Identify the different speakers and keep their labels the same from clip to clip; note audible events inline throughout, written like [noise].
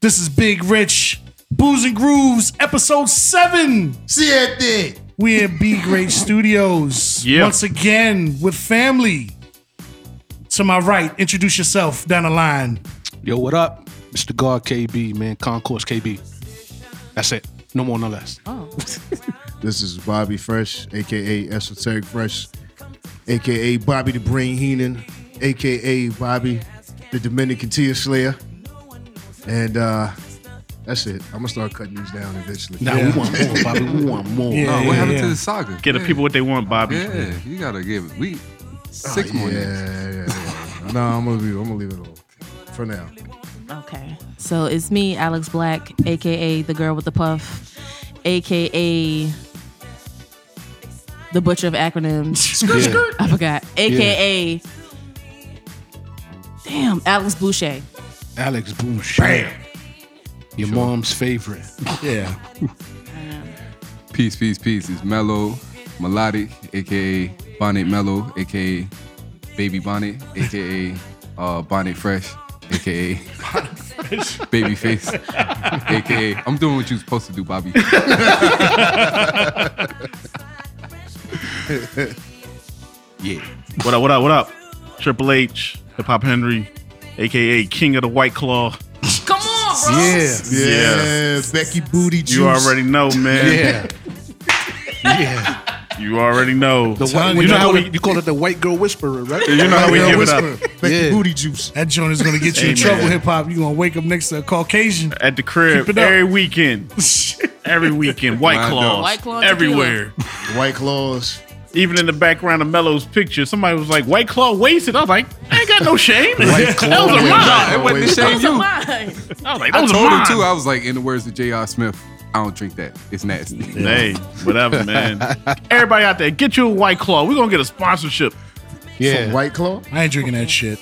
Speaker 1: This is Big Rich Booze and Grooves, episode seven.
Speaker 2: Siete.
Speaker 1: We at B Great Studios
Speaker 3: Yeah.
Speaker 1: once again with family. To my right, introduce yourself down the line.
Speaker 4: Yo, what up? Mr. Guard KB, man. Concourse KB. That's it. No more, no less.
Speaker 2: This is Bobby Fresh, aka Esoteric Fresh, aka Bobby the Brain Heenan, aka Bobby the Dominican Tear Slayer. And uh that's it. I'm gonna start cutting these down eventually.
Speaker 4: Nah, we want more, Bobby. We want more.
Speaker 1: Yeah.
Speaker 5: Oh, what happened to the saga?
Speaker 3: Get the people what they want, Bobby.
Speaker 5: Mm. Yeah, you gotta give it. We
Speaker 1: Oh,
Speaker 5: six
Speaker 2: Six
Speaker 5: more.
Speaker 2: Yeah,
Speaker 5: niggas.
Speaker 2: yeah, yeah, [laughs] yeah. no, I'm gonna leave. I'm gonna leave it alone for now.
Speaker 6: Okay. So it's me, Alex Black, aka the girl with the puff, aka the butcher of acronyms. [laughs]
Speaker 4: Yeah.
Speaker 6: I forgot. AKA Damn, Alex Boucher.
Speaker 4: Alex Boom. Bam. Your mom's favorite.
Speaker 1: Yeah.
Speaker 5: Peace, peace, peace. It's Mellow, Melodic, aka Bonnet Mellow, aka Baby Bonnet, aka uh, Bonnet Fresh, aka
Speaker 1: [laughs]
Speaker 5: Baby Face, aka I'm doing what you're supposed to
Speaker 1: [laughs]
Speaker 5: do, Bobby.
Speaker 3: Yeah. What up, what up, what up? Triple H, Hip Hop Henry, aka King of the White Claw.
Speaker 6: Come on, bro.
Speaker 4: Yeah.
Speaker 2: Yeah,
Speaker 3: Yeah.
Speaker 2: Becky Booty Juice.
Speaker 3: You already know, man.
Speaker 4: Yeah.
Speaker 3: [laughs]
Speaker 4: yeah.
Speaker 3: You already know.
Speaker 4: The white,
Speaker 3: you,
Speaker 4: you,
Speaker 3: know
Speaker 4: call
Speaker 3: how we,
Speaker 4: it, you call it the white girl whisperer, right?
Speaker 3: you know how we
Speaker 2: Girl
Speaker 3: give it up.
Speaker 2: Whisper, Becky
Speaker 4: Yeah.
Speaker 2: Booty Juice.
Speaker 1: That joint is gonna get you in
Speaker 3: Amen.
Speaker 1: trouble, hip hop. You're gonna wake up next to a
Speaker 3: [laughs]
Speaker 1: Caucasian.
Speaker 3: At the crib
Speaker 1: Keep it up.
Speaker 3: every weekend. Every weekend. White
Speaker 5: Mind
Speaker 3: claws.
Speaker 5: up.
Speaker 6: White Claw
Speaker 3: everywhere.
Speaker 2: White Claws.
Speaker 3: Even in the background of Mello's picture, somebody was like, White Claw wasted. I was like, I ain't got no shame. White Claw. That was a mine.
Speaker 5: Nah, it wasn't
Speaker 2: Always.
Speaker 5: to shame
Speaker 6: Those are
Speaker 5: you.
Speaker 6: mine.
Speaker 3: I was like, that
Speaker 5: I
Speaker 3: was
Speaker 5: told him
Speaker 3: mine.
Speaker 5: too. I was like, in the words of J.R. Smith, I don't drink that. It's nasty.
Speaker 3: Hey,
Speaker 1: [laughs]
Speaker 3: whatever, man. Everybody out there, get you a white claw. We're gonna get a sponsorship.
Speaker 2: From White Claw.
Speaker 1: I ain't drinking that shit.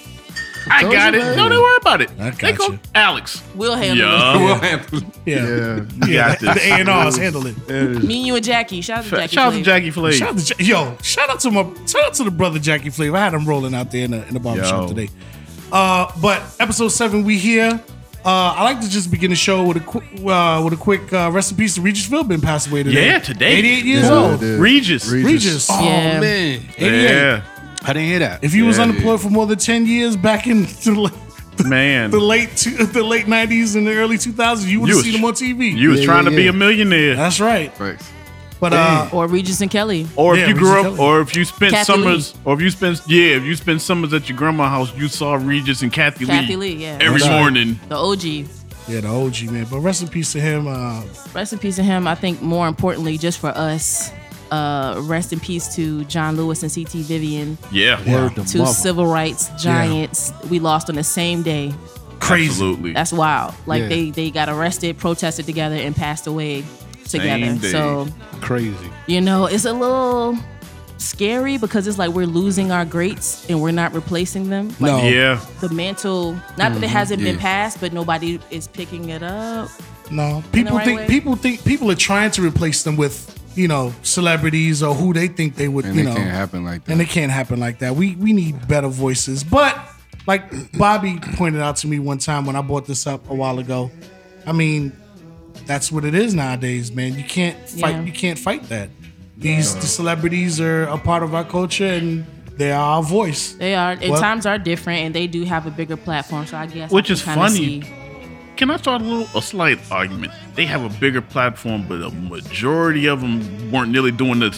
Speaker 3: I
Speaker 2: Told
Speaker 3: got
Speaker 2: you,
Speaker 3: it.
Speaker 2: man.
Speaker 3: No, don't worry about it.
Speaker 1: I
Speaker 3: They
Speaker 1: got
Speaker 3: go-
Speaker 1: you.
Speaker 3: Alex.
Speaker 6: We'll handle
Speaker 3: Yeah.
Speaker 5: [laughs] We'll handle it.
Speaker 1: [laughs] Yeah.
Speaker 2: Yeah.
Speaker 3: Yeah,
Speaker 1: The A and R's handle it.
Speaker 6: it. Me, you, and Jackie. Shout out to Jackie.
Speaker 3: Shout out to
Speaker 6: Flay.
Speaker 3: Jackie Flay.
Speaker 1: Shout out to, Ja- yo, shout out to my shout out to the brother Jackie Flavor. I had him rolling out there in the, in the barbershop
Speaker 3: Yo.
Speaker 1: today. Uh, but episode seven, we here. Uh, I like to just begin the show with a quick uh, with a quick uh, rest in peace to Regis Philbin passed away today.
Speaker 3: Yeah, today.
Speaker 1: 88 years
Speaker 2: Yeah,
Speaker 1: old.
Speaker 2: dude.
Speaker 3: Regis.
Speaker 2: Regis.
Speaker 1: Regis.
Speaker 4: Oh,
Speaker 6: Yeah.
Speaker 4: man. 88.
Speaker 3: Yeah,
Speaker 4: I didn't hear that.
Speaker 1: If you was
Speaker 5: Yeah,
Speaker 1: unemployed for more than ten years back in the late,
Speaker 3: man.
Speaker 1: the late two, the late nineties and the early two thousands, you would
Speaker 3: You
Speaker 1: have
Speaker 3: was-
Speaker 1: seen him on TV.
Speaker 3: You was
Speaker 4: Yeah,
Speaker 3: trying
Speaker 4: yeah,
Speaker 3: to be
Speaker 4: yeah.
Speaker 3: a millionaire,
Speaker 1: That's right.
Speaker 5: Facts.
Speaker 1: But uh,
Speaker 6: Or Regis and Kelly.
Speaker 3: or
Speaker 1: Yeah,
Speaker 3: if you
Speaker 1: Regis
Speaker 3: grew up,
Speaker 1: Kelly.
Speaker 3: or if you spent
Speaker 6: Kathy
Speaker 3: summers, or if you spent yeah, if you spent summers at your grandma's house, you saw Regis and Kathy,
Speaker 6: Kathy
Speaker 3: Lee,
Speaker 6: Lee, yeah.
Speaker 3: every
Speaker 1: Right.
Speaker 3: morning.
Speaker 6: The OG.
Speaker 1: yeah, the OG man. But rest in peace to him. Uh,
Speaker 6: Rest in peace to him. I think more importantly, just for us, uh, rest in peace to John Lewis and CT Vivian,
Speaker 3: Yeah,
Speaker 4: Word to
Speaker 6: two
Speaker 4: mother.
Speaker 6: civil rights giants we lost on the same day.
Speaker 1: crazy.
Speaker 3: absolutely.
Speaker 6: That's wild. Like
Speaker 4: Yeah.
Speaker 6: they they got arrested, protested together, and passed away together.
Speaker 3: Same day.
Speaker 6: So
Speaker 4: Crazy.
Speaker 6: you know, it's a little scary because it's like we're losing our greats and we're not replacing them. Like
Speaker 4: No. Mm-hmm.
Speaker 3: Yeah,
Speaker 6: the mantle, not that it hasn't been
Speaker 5: Yeah.
Speaker 6: passed, but nobody is picking it up.
Speaker 1: No, people
Speaker 6: right
Speaker 1: think
Speaker 6: way.
Speaker 1: people think people are trying to replace them with you know celebrities or who they think they would
Speaker 5: And
Speaker 1: you
Speaker 5: it
Speaker 1: know,
Speaker 5: can't happen like that.
Speaker 1: and it can't happen like that. We we need better voices, but like Bobby pointed out to me one time when I brought this up a while ago, I mean that's what it is nowadays, man. You can't fight.
Speaker 6: Yeah.
Speaker 1: You can't fight that. These the celebrities are a part of our culture and they are our voice.
Speaker 6: They are, and
Speaker 1: What?
Speaker 6: times are different, and they do have a bigger platform. So I guess, I
Speaker 3: Which
Speaker 6: can
Speaker 3: is
Speaker 6: kinda
Speaker 3: funny.
Speaker 6: see-
Speaker 3: Can I start a little a slight argument? They have a bigger platform, but a majority of them weren't really doing the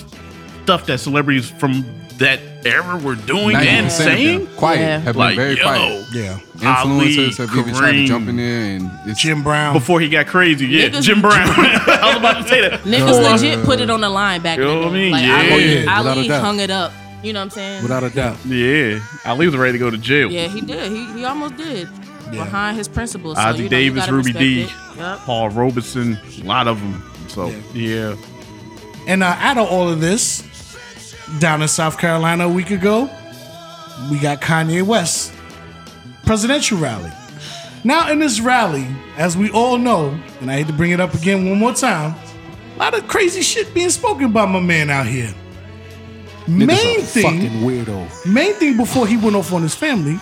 Speaker 3: stuff that celebrities from that era were doing and
Speaker 5: 90% of them
Speaker 3: saying.
Speaker 5: Quiet.
Speaker 6: Yeah.
Speaker 5: Have
Speaker 3: Like,
Speaker 5: been very
Speaker 3: yo,
Speaker 5: quiet.
Speaker 1: Yeah,
Speaker 5: Influencers
Speaker 3: Ali,
Speaker 5: have even tried to
Speaker 3: Kareem.
Speaker 5: jump in there and it's
Speaker 1: Jim Brown.
Speaker 3: before he got crazy, yeah,
Speaker 6: Niggas-
Speaker 3: Jim Brown. [laughs] I was about to say that.
Speaker 6: Niggas legit put it on the line back
Speaker 3: You
Speaker 6: then.
Speaker 3: know what I mean?
Speaker 6: Like,
Speaker 3: Yeah.
Speaker 6: Ali,
Speaker 4: Yeah,
Speaker 6: Ali
Speaker 4: without a doubt.
Speaker 6: hung it up. You know what I'm saying?
Speaker 4: Without a doubt.
Speaker 3: Yeah, Ali was ready to go to jail.
Speaker 6: yeah, he did. He, he almost did. Behind his principles. So,
Speaker 3: Ozzie
Speaker 6: you know, you
Speaker 3: Davis,
Speaker 6: gotta
Speaker 3: Ruby
Speaker 6: respect
Speaker 3: D,
Speaker 6: it. Yup.
Speaker 3: Paul Robeson, a lot of them. So yeah,
Speaker 1: And uh, out of all of this, down in South Carolina a week ago, we got Kanye West presidential rally. Now in this rally, as we all know, and I hate to bring it up again one more time, a lot of crazy shit being spoken by my man out here.
Speaker 4: Niggas
Speaker 1: Main
Speaker 4: a fucking
Speaker 1: thing,
Speaker 4: weirdo.
Speaker 1: main thing before he went off on his family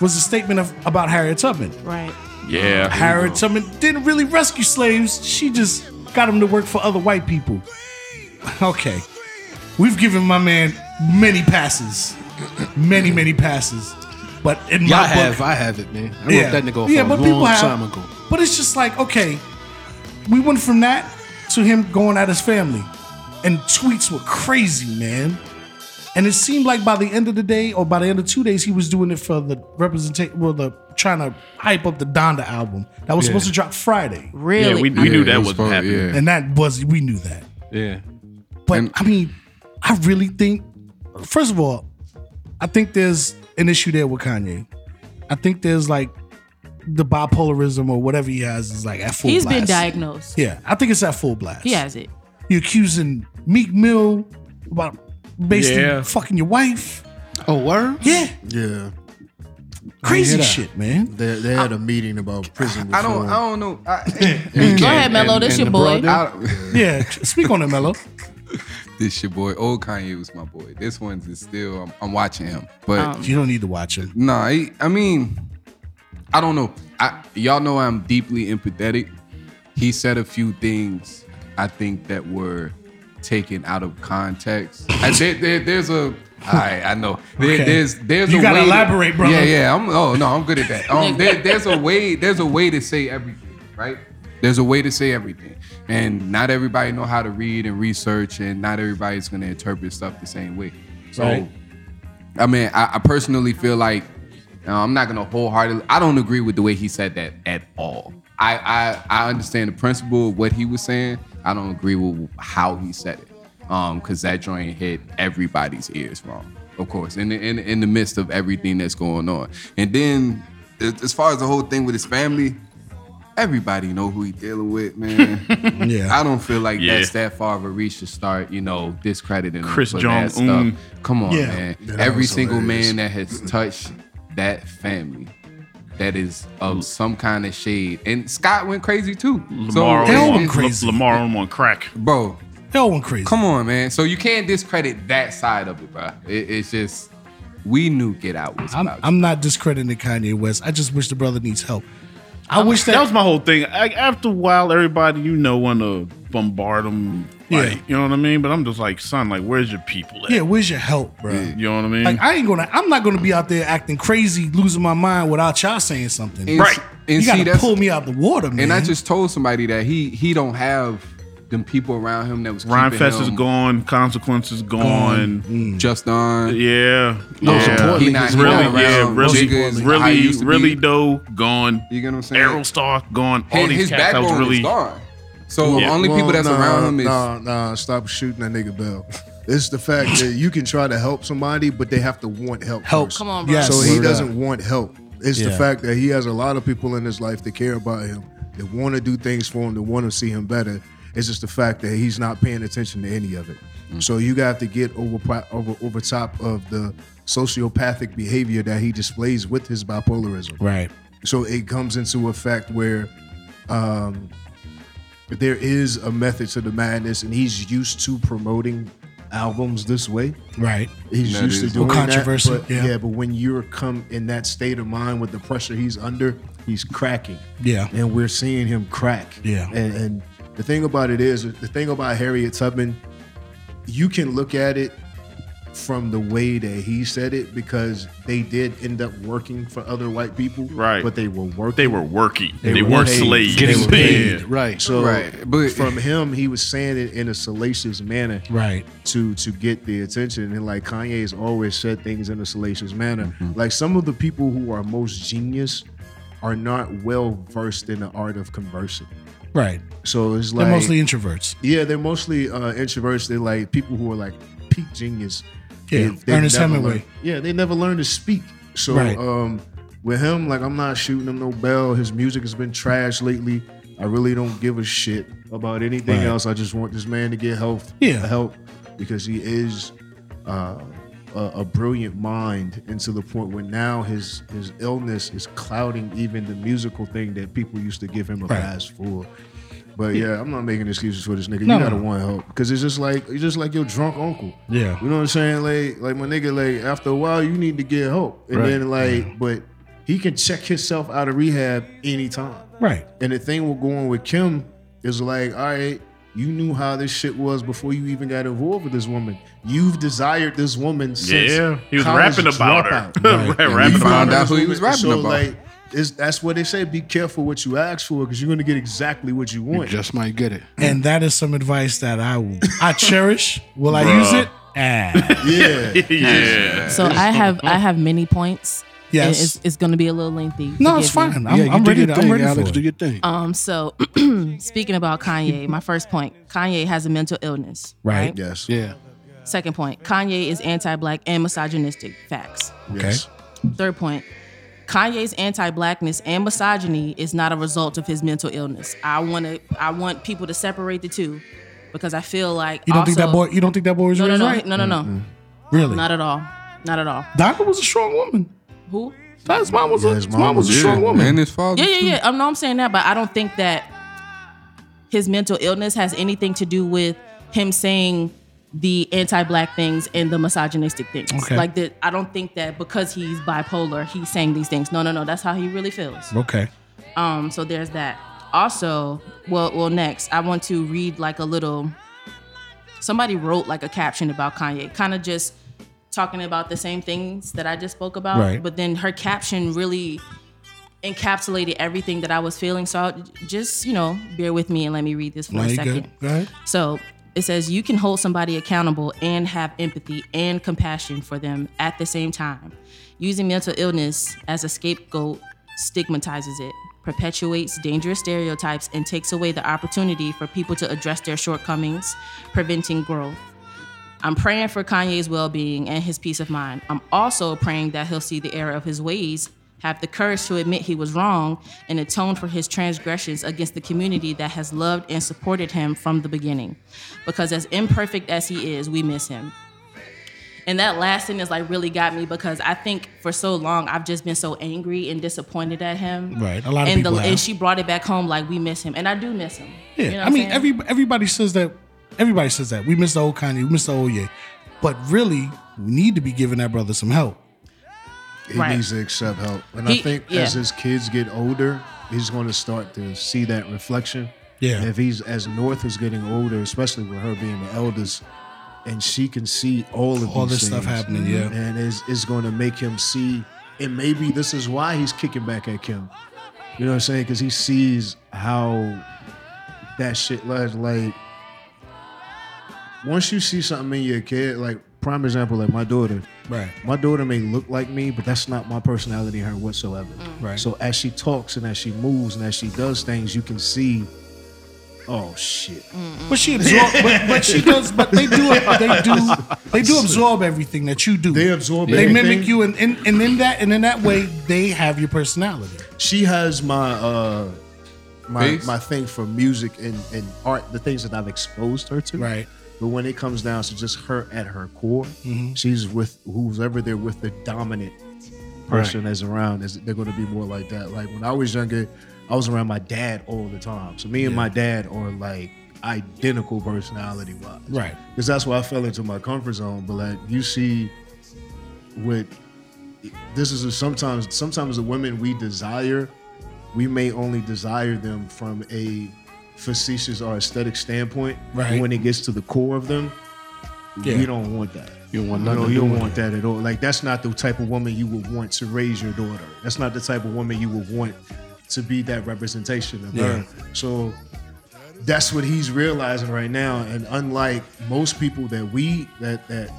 Speaker 1: was a statement of, about Harriet Tubman.
Speaker 6: Right.
Speaker 3: Yeah.
Speaker 1: Harriet Tubman didn't really rescue slaves. She just got them to work for other white people. [laughs] Okay. We've given my man many passes. Many, many passes. But in
Speaker 4: Y'all
Speaker 1: my
Speaker 4: have,
Speaker 1: book,
Speaker 4: I have it, man. I wrote that nigga off
Speaker 1: yeah,
Speaker 4: a
Speaker 1: but
Speaker 4: long
Speaker 1: people have,
Speaker 4: time ago.
Speaker 1: But it's just like, okay, we went from that to him going at his family. And tweets were crazy, man. And it seemed like by the end of the day, or by the end of two days, he was doing it for the representation, well, the trying to hype up the Donda album that was supposed to drop Friday.
Speaker 6: Really?
Speaker 3: Yeah, we, we
Speaker 5: Yeah,
Speaker 3: knew that
Speaker 5: he's
Speaker 3: wasn't
Speaker 5: supposed-
Speaker 3: happening.
Speaker 5: yeah.
Speaker 1: And that was, we knew that.
Speaker 4: Yeah.
Speaker 1: But
Speaker 5: And-
Speaker 1: I mean, I really think, first of all, I think there's an issue there with Kanye. I think there's like the bipolarism or whatever he has is like at full
Speaker 6: He's
Speaker 1: blast.
Speaker 6: been diagnosed.
Speaker 1: Yeah, I think it's at full blast.
Speaker 6: He has it.
Speaker 1: You're accusing Meek Mill about basically
Speaker 3: Yeah.
Speaker 1: fucking your wife.
Speaker 4: Oh, word?
Speaker 1: Yeah,
Speaker 2: Yeah,
Speaker 1: crazy shit, man.
Speaker 2: they, they had a meeting about prison.
Speaker 5: I don't. I
Speaker 2: reform.
Speaker 5: don't know. I,
Speaker 6: Go ahead, Melo.
Speaker 5: and- and
Speaker 6: This your
Speaker 5: the
Speaker 6: boy.
Speaker 5: I [laughs] don't-
Speaker 1: Yeah, speak on it, Mello.
Speaker 5: this your boy. Old Kanye was my boy. This one's is still. I'm, I'm watching him, but
Speaker 1: You don't need to watch it.
Speaker 5: nah. He, I mean, I don't know. I y'all know I'm deeply empathetic. He said a few things I think that were taken out of context. I, there, there- there's a. I I know. There-
Speaker 1: Okay.
Speaker 5: There's there's
Speaker 1: You
Speaker 5: a
Speaker 1: gotta
Speaker 5: way to-
Speaker 1: elaborate, brother.
Speaker 5: Yeah, yeah. I'm. Oh no, I'm good at that. Um, there, there's a way. There's a way to say everything, right? There's a way to say everything, and not everybody know how to read and research, and not everybody's gonna interpret stuff the same way. So,
Speaker 1: Right.
Speaker 5: I mean, I, I personally feel like uh, I'm not gonna wholeheartedly. I don't agree with the way he said that at all. I I, I understand the principle of what he was saying. I don't agree with how he said it, um, because that joint hit everybody's ears wrong, of course, in the, in in the midst of everything that's going on. And then, as as far as the whole thing with his family, everybody know who he dealing with, man.
Speaker 1: Yeah.
Speaker 5: I don't feel like
Speaker 3: Yeah.
Speaker 5: that's that far of a reach to start, you know, discrediting him
Speaker 3: Chris mm.
Speaker 5: for that
Speaker 3: Jong-un.
Speaker 5: stuff. Come on,
Speaker 1: Yeah.
Speaker 5: man.
Speaker 2: That
Speaker 5: Every
Speaker 2: was
Speaker 5: single
Speaker 2: hilarious.
Speaker 5: man that has touched that family that is
Speaker 3: Mm.
Speaker 5: of some kind of shade. And Scott went crazy too.
Speaker 3: Lamar,
Speaker 1: They all
Speaker 3: on,
Speaker 1: went
Speaker 5: it's-
Speaker 1: crazy.
Speaker 3: Lamar on crack.
Speaker 5: Bro,
Speaker 1: They all went crazy.
Speaker 5: come on, man. So you can't discredit that side of it, bro. It, it's just we knew Get Out was
Speaker 1: I'm,
Speaker 5: about
Speaker 1: I'm not discrediting Kanye West. I just wish the brother needs help. I wish that,
Speaker 3: That was my whole thing. I, after a while, everybody you know want to bombard them. Like,
Speaker 1: Yeah.
Speaker 3: You know what I mean? But I'm just like, son, like, where's your people at?
Speaker 1: Yeah, where's your help, bro?
Speaker 3: You know what I mean?
Speaker 1: Like I ain't gonna. I'm not gonna be out there acting crazy, losing my mind without y'all saying something.
Speaker 5: And-
Speaker 3: Right.
Speaker 5: And
Speaker 1: you
Speaker 5: see,
Speaker 1: gotta
Speaker 5: that's
Speaker 1: pull me out the water, man.
Speaker 5: And I just told somebody that he he don't have them people around him that was
Speaker 3: Rhyme
Speaker 5: keeping
Speaker 3: Fest is
Speaker 5: him
Speaker 3: gone. Consequences gone.
Speaker 1: Mm.
Speaker 5: Just on.
Speaker 3: Yeah.
Speaker 4: Most
Speaker 3: yeah.
Speaker 4: importantly,
Speaker 5: He not
Speaker 4: his
Speaker 5: here
Speaker 3: Really,
Speaker 4: mom.
Speaker 3: yeah,
Speaker 5: around
Speaker 3: really,
Speaker 5: niggas and how he
Speaker 3: really,
Speaker 5: used to
Speaker 3: really,
Speaker 5: be.
Speaker 3: though, gone.
Speaker 5: You get what I'm saying?
Speaker 3: Errol Stark gone. All
Speaker 5: his,
Speaker 3: these
Speaker 5: his
Speaker 3: cats that was
Speaker 5: backbone
Speaker 3: really
Speaker 5: is gone. So
Speaker 3: Yeah.
Speaker 5: only
Speaker 2: Well,
Speaker 5: people that's
Speaker 2: nah,
Speaker 5: around him is
Speaker 2: nah, nah. Stop shooting that nigga bell. [laughs] It's the fact that you can try to help somebody, but they have to want help.
Speaker 1: help.
Speaker 2: first.
Speaker 6: Come on, bro.
Speaker 1: Yes.
Speaker 2: So
Speaker 1: So
Speaker 2: he
Speaker 5: Word
Speaker 2: doesn't want help. It's the
Speaker 1: Yeah.
Speaker 2: fact that he has a lot of people in his life that care about him, that want to do things for him, that want to see him better. It's just the fact that he's not paying attention to any of it.
Speaker 5: Mm.
Speaker 2: So you got to get over, pro- over over top of the sociopathic behavior that he displays with his bipolarism.
Speaker 1: right.
Speaker 2: So it comes into effect where um, there is a method to the madness, and he's used to promoting albums this way.
Speaker 1: Right.
Speaker 2: He's
Speaker 5: That
Speaker 2: used to
Speaker 5: is-
Speaker 2: doing
Speaker 1: Or controversy,
Speaker 2: That, but,
Speaker 1: yeah.
Speaker 2: yeah. but when you're come in that state of mind with the pressure he's under, he's cracking.
Speaker 1: Yeah.
Speaker 2: And we're seeing him crack.
Speaker 1: Yeah.
Speaker 2: And, and the thing about it is, the thing about Harriet Tubman, you can look at it from the way that he said it because they did end up working for other white people.
Speaker 3: Right.
Speaker 2: But they were working.
Speaker 3: they were working. They,
Speaker 2: were
Speaker 3: weren't
Speaker 2: paid.
Speaker 3: slaves.
Speaker 2: Getting
Speaker 3: Yeah.
Speaker 4: Paid, Right.
Speaker 2: So
Speaker 5: Right, but-
Speaker 2: from him, he was saying it in a salacious manner
Speaker 1: Right.
Speaker 2: to to get the attention. And like Kanye's always said things in a salacious manner.
Speaker 1: Mm-hmm.
Speaker 2: Like some of the people who are most genius are not well versed in the art of conversing.
Speaker 1: Right.
Speaker 2: So it's
Speaker 1: They're
Speaker 2: like
Speaker 1: mostly introverts.
Speaker 2: yeah, they're mostly uh, introverts. They're like people who are like peak genius.
Speaker 1: Yeah, Ernest
Speaker 2: never
Speaker 1: Hemingway.
Speaker 2: learn- yeah, they never learn to speak. So
Speaker 1: Right.
Speaker 2: um, with him, like I'm not shooting him no bell. His music has been trash lately. I really don't give a shit about anything
Speaker 1: Right.
Speaker 2: else. I just want this man to get help.
Speaker 1: Yeah.
Speaker 2: help because he is uh, a, a brilliant mind, and to the point where now his his illness is clouding even the musical thing that people used to give him a
Speaker 1: Right.
Speaker 2: pass for. But yeah, I'm not making excuses for this nigga.
Speaker 1: No,
Speaker 2: you gotta
Speaker 1: no.
Speaker 2: want help because it's just like it's just like your drunk uncle.
Speaker 1: Yeah.
Speaker 2: you know what I'm saying? Like like my nigga, like after a while you need to get help, and then like but He can check himself out of rehab anytime.
Speaker 1: Right.
Speaker 2: And the thing with going with Kim is like, all right, you knew how this shit was before you even got involved with this woman. You've desired this woman since
Speaker 3: Yeah, he was
Speaker 2: college
Speaker 3: rapping about her.
Speaker 2: dropout.
Speaker 3: Right,
Speaker 5: You
Speaker 3: [laughs] rapping about
Speaker 5: found
Speaker 3: her.
Speaker 5: out who he was rapping
Speaker 2: so,
Speaker 5: about.
Speaker 2: Like, it's, that's what they say. Be careful what you ask for because you're going to get exactly what you
Speaker 4: You
Speaker 2: want.
Speaker 4: just might get it.
Speaker 1: And that is some advice that I will, I cherish. Will I use
Speaker 3: Bruh.
Speaker 1: it? Ah.
Speaker 2: yeah.
Speaker 3: [laughs] yeah.
Speaker 6: So I have I have many points. and
Speaker 1: Yes.
Speaker 6: It's, it's going to be a little lengthy.
Speaker 1: No, it's
Speaker 6: Forgive me.
Speaker 1: fine. I'm,
Speaker 4: yeah, you
Speaker 1: I'm
Speaker 4: do
Speaker 1: ready.
Speaker 4: your
Speaker 1: To,
Speaker 4: thing,
Speaker 1: I'm ready
Speaker 4: Alex.
Speaker 1: for
Speaker 4: Do
Speaker 1: it.
Speaker 4: your thing.
Speaker 6: Um, so [clears throat] speaking about Kanye, my first point, Kanye has a mental illness.
Speaker 1: Right.
Speaker 2: Yes.
Speaker 4: yeah.
Speaker 6: Second point, Kanye is anti-black and misogynistic. Facts.
Speaker 2: Yes.
Speaker 6: Third point, Kanye's anti-blackness and misogyny is not a result of his mental illness. I want to I want people to separate the two because I feel like
Speaker 1: You don't think that
Speaker 6: also-
Speaker 1: boy? You don't think that boy was
Speaker 6: No, no,
Speaker 1: raised
Speaker 6: no,
Speaker 1: right?
Speaker 6: no, no, no,
Speaker 1: Really?
Speaker 6: not at all, not at all.
Speaker 1: Donna was a strong woman.
Speaker 6: Who?
Speaker 1: His mom was
Speaker 2: Yeah,
Speaker 1: a,
Speaker 2: his
Speaker 1: his mom
Speaker 2: mom
Speaker 1: was a
Speaker 2: was-
Speaker 1: strong woman.
Speaker 5: And his father.
Speaker 6: Yeah, yeah,
Speaker 5: too.
Speaker 6: yeah. I know I'm saying that, but I don't think that his mental illness has anything to do with him saying the anti-black things and the misogynistic things.
Speaker 1: Okay.
Speaker 6: Like that, I don't think that because he's bipolar, he's saying these things. No, no, no. That's how he really feels.
Speaker 1: Okay.
Speaker 6: Um, so there's that. Also, well, well, next, I want to read like a little. Somebody wrote like a caption about Kanye, kind of just talking about the same things that I just spoke about.
Speaker 1: Right.
Speaker 6: But then her caption really encapsulated everything that I was feeling. So I'll just, you know, bear with me and let me read this for
Speaker 1: Now
Speaker 6: a
Speaker 1: you
Speaker 6: second.
Speaker 1: good? Go ahead.
Speaker 6: So it says you can hold somebody accountable and have empathy and compassion for them at the same time. Using mental illness as a scapegoat stigmatizes it, perpetuates dangerous stereotypes, and takes away the opportunity for people to address their shortcomings, preventing growth. I'm praying for Kanye's well being and his peace of mind. I'm also praying that he'll see the error of his ways, have the courage to admit he was wrong, and atone for his transgressions against the community that has loved and supported him from the beginning. Because as imperfect as he is, we miss him. And that last sentence like really got me because I think for so long I've just been so angry and disappointed at him.
Speaker 1: Right. A lot of
Speaker 6: and
Speaker 1: people have.
Speaker 6: and she brought it back home like we miss him, and I do miss him.
Speaker 1: Yeah,
Speaker 6: You know what
Speaker 1: I
Speaker 6: I'm
Speaker 1: mean,
Speaker 6: saying?
Speaker 1: every everybody says that. Everybody says that we miss the old Kanye, we miss the old Ye, but really, we need to be giving that brother some help.
Speaker 2: He
Speaker 6: Right.
Speaker 2: needs to accept help. And
Speaker 6: He-
Speaker 2: I think
Speaker 6: yeah.
Speaker 2: as his kids get older, he's going to start to see that reflection.
Speaker 1: Yeah.
Speaker 2: And if he's as North is getting older, especially with her being the eldest, and she can see all of
Speaker 1: All
Speaker 2: these
Speaker 1: this stuff
Speaker 2: things, Mm-hmm.
Speaker 1: happening, yeah.
Speaker 2: and it's, it's going to make him see. And maybe this is why he's kicking back at Kim. You know what I'm saying? Because he sees how that shit was like. Once you see something in your kid, like prime example, like my daughter,
Speaker 1: Right.
Speaker 2: my daughter may look like me, but that's not my personality, her whatsoever.
Speaker 1: Right.
Speaker 2: So as she talks and as she moves and as she does things, you can see, oh shit.
Speaker 1: But she absorb, [laughs] but, but she does, but they do, they do, they do absorb everything that you do.
Speaker 2: They absorb
Speaker 1: They mimic
Speaker 2: everything.
Speaker 1: you, and, and and in that and in that way, they have your personality.
Speaker 2: She has my uh my
Speaker 5: Face?
Speaker 2: my thing for music and, and art, the things that I've exposed her to.
Speaker 1: Right.
Speaker 2: But when it comes down to just her at her core,
Speaker 1: Mm-hmm.
Speaker 2: she's with who's ever there with the dominant person that's around. Is they're going to be more like that. Like when I was younger, I was around my dad all the time. So me and my dad are like identical personality wise.
Speaker 1: Right.
Speaker 2: Because that's why I fell into my comfort zone. But like you see, with this is a sometimes sometimes the women we desire, we may only desire them from a facetious or aesthetic standpoint.
Speaker 1: Right.
Speaker 2: But When it gets to the core of them,
Speaker 1: Yeah.
Speaker 2: you don't want that.
Speaker 4: You don't want
Speaker 2: No,
Speaker 4: nothing to
Speaker 2: you
Speaker 4: do
Speaker 2: don't
Speaker 4: with
Speaker 2: want that at all. Like that's not the type of woman you would want to raise your daughter. That's not the type of woman you would want to be that representation of her. So that's what he's realizing right now. And unlike most people that we that that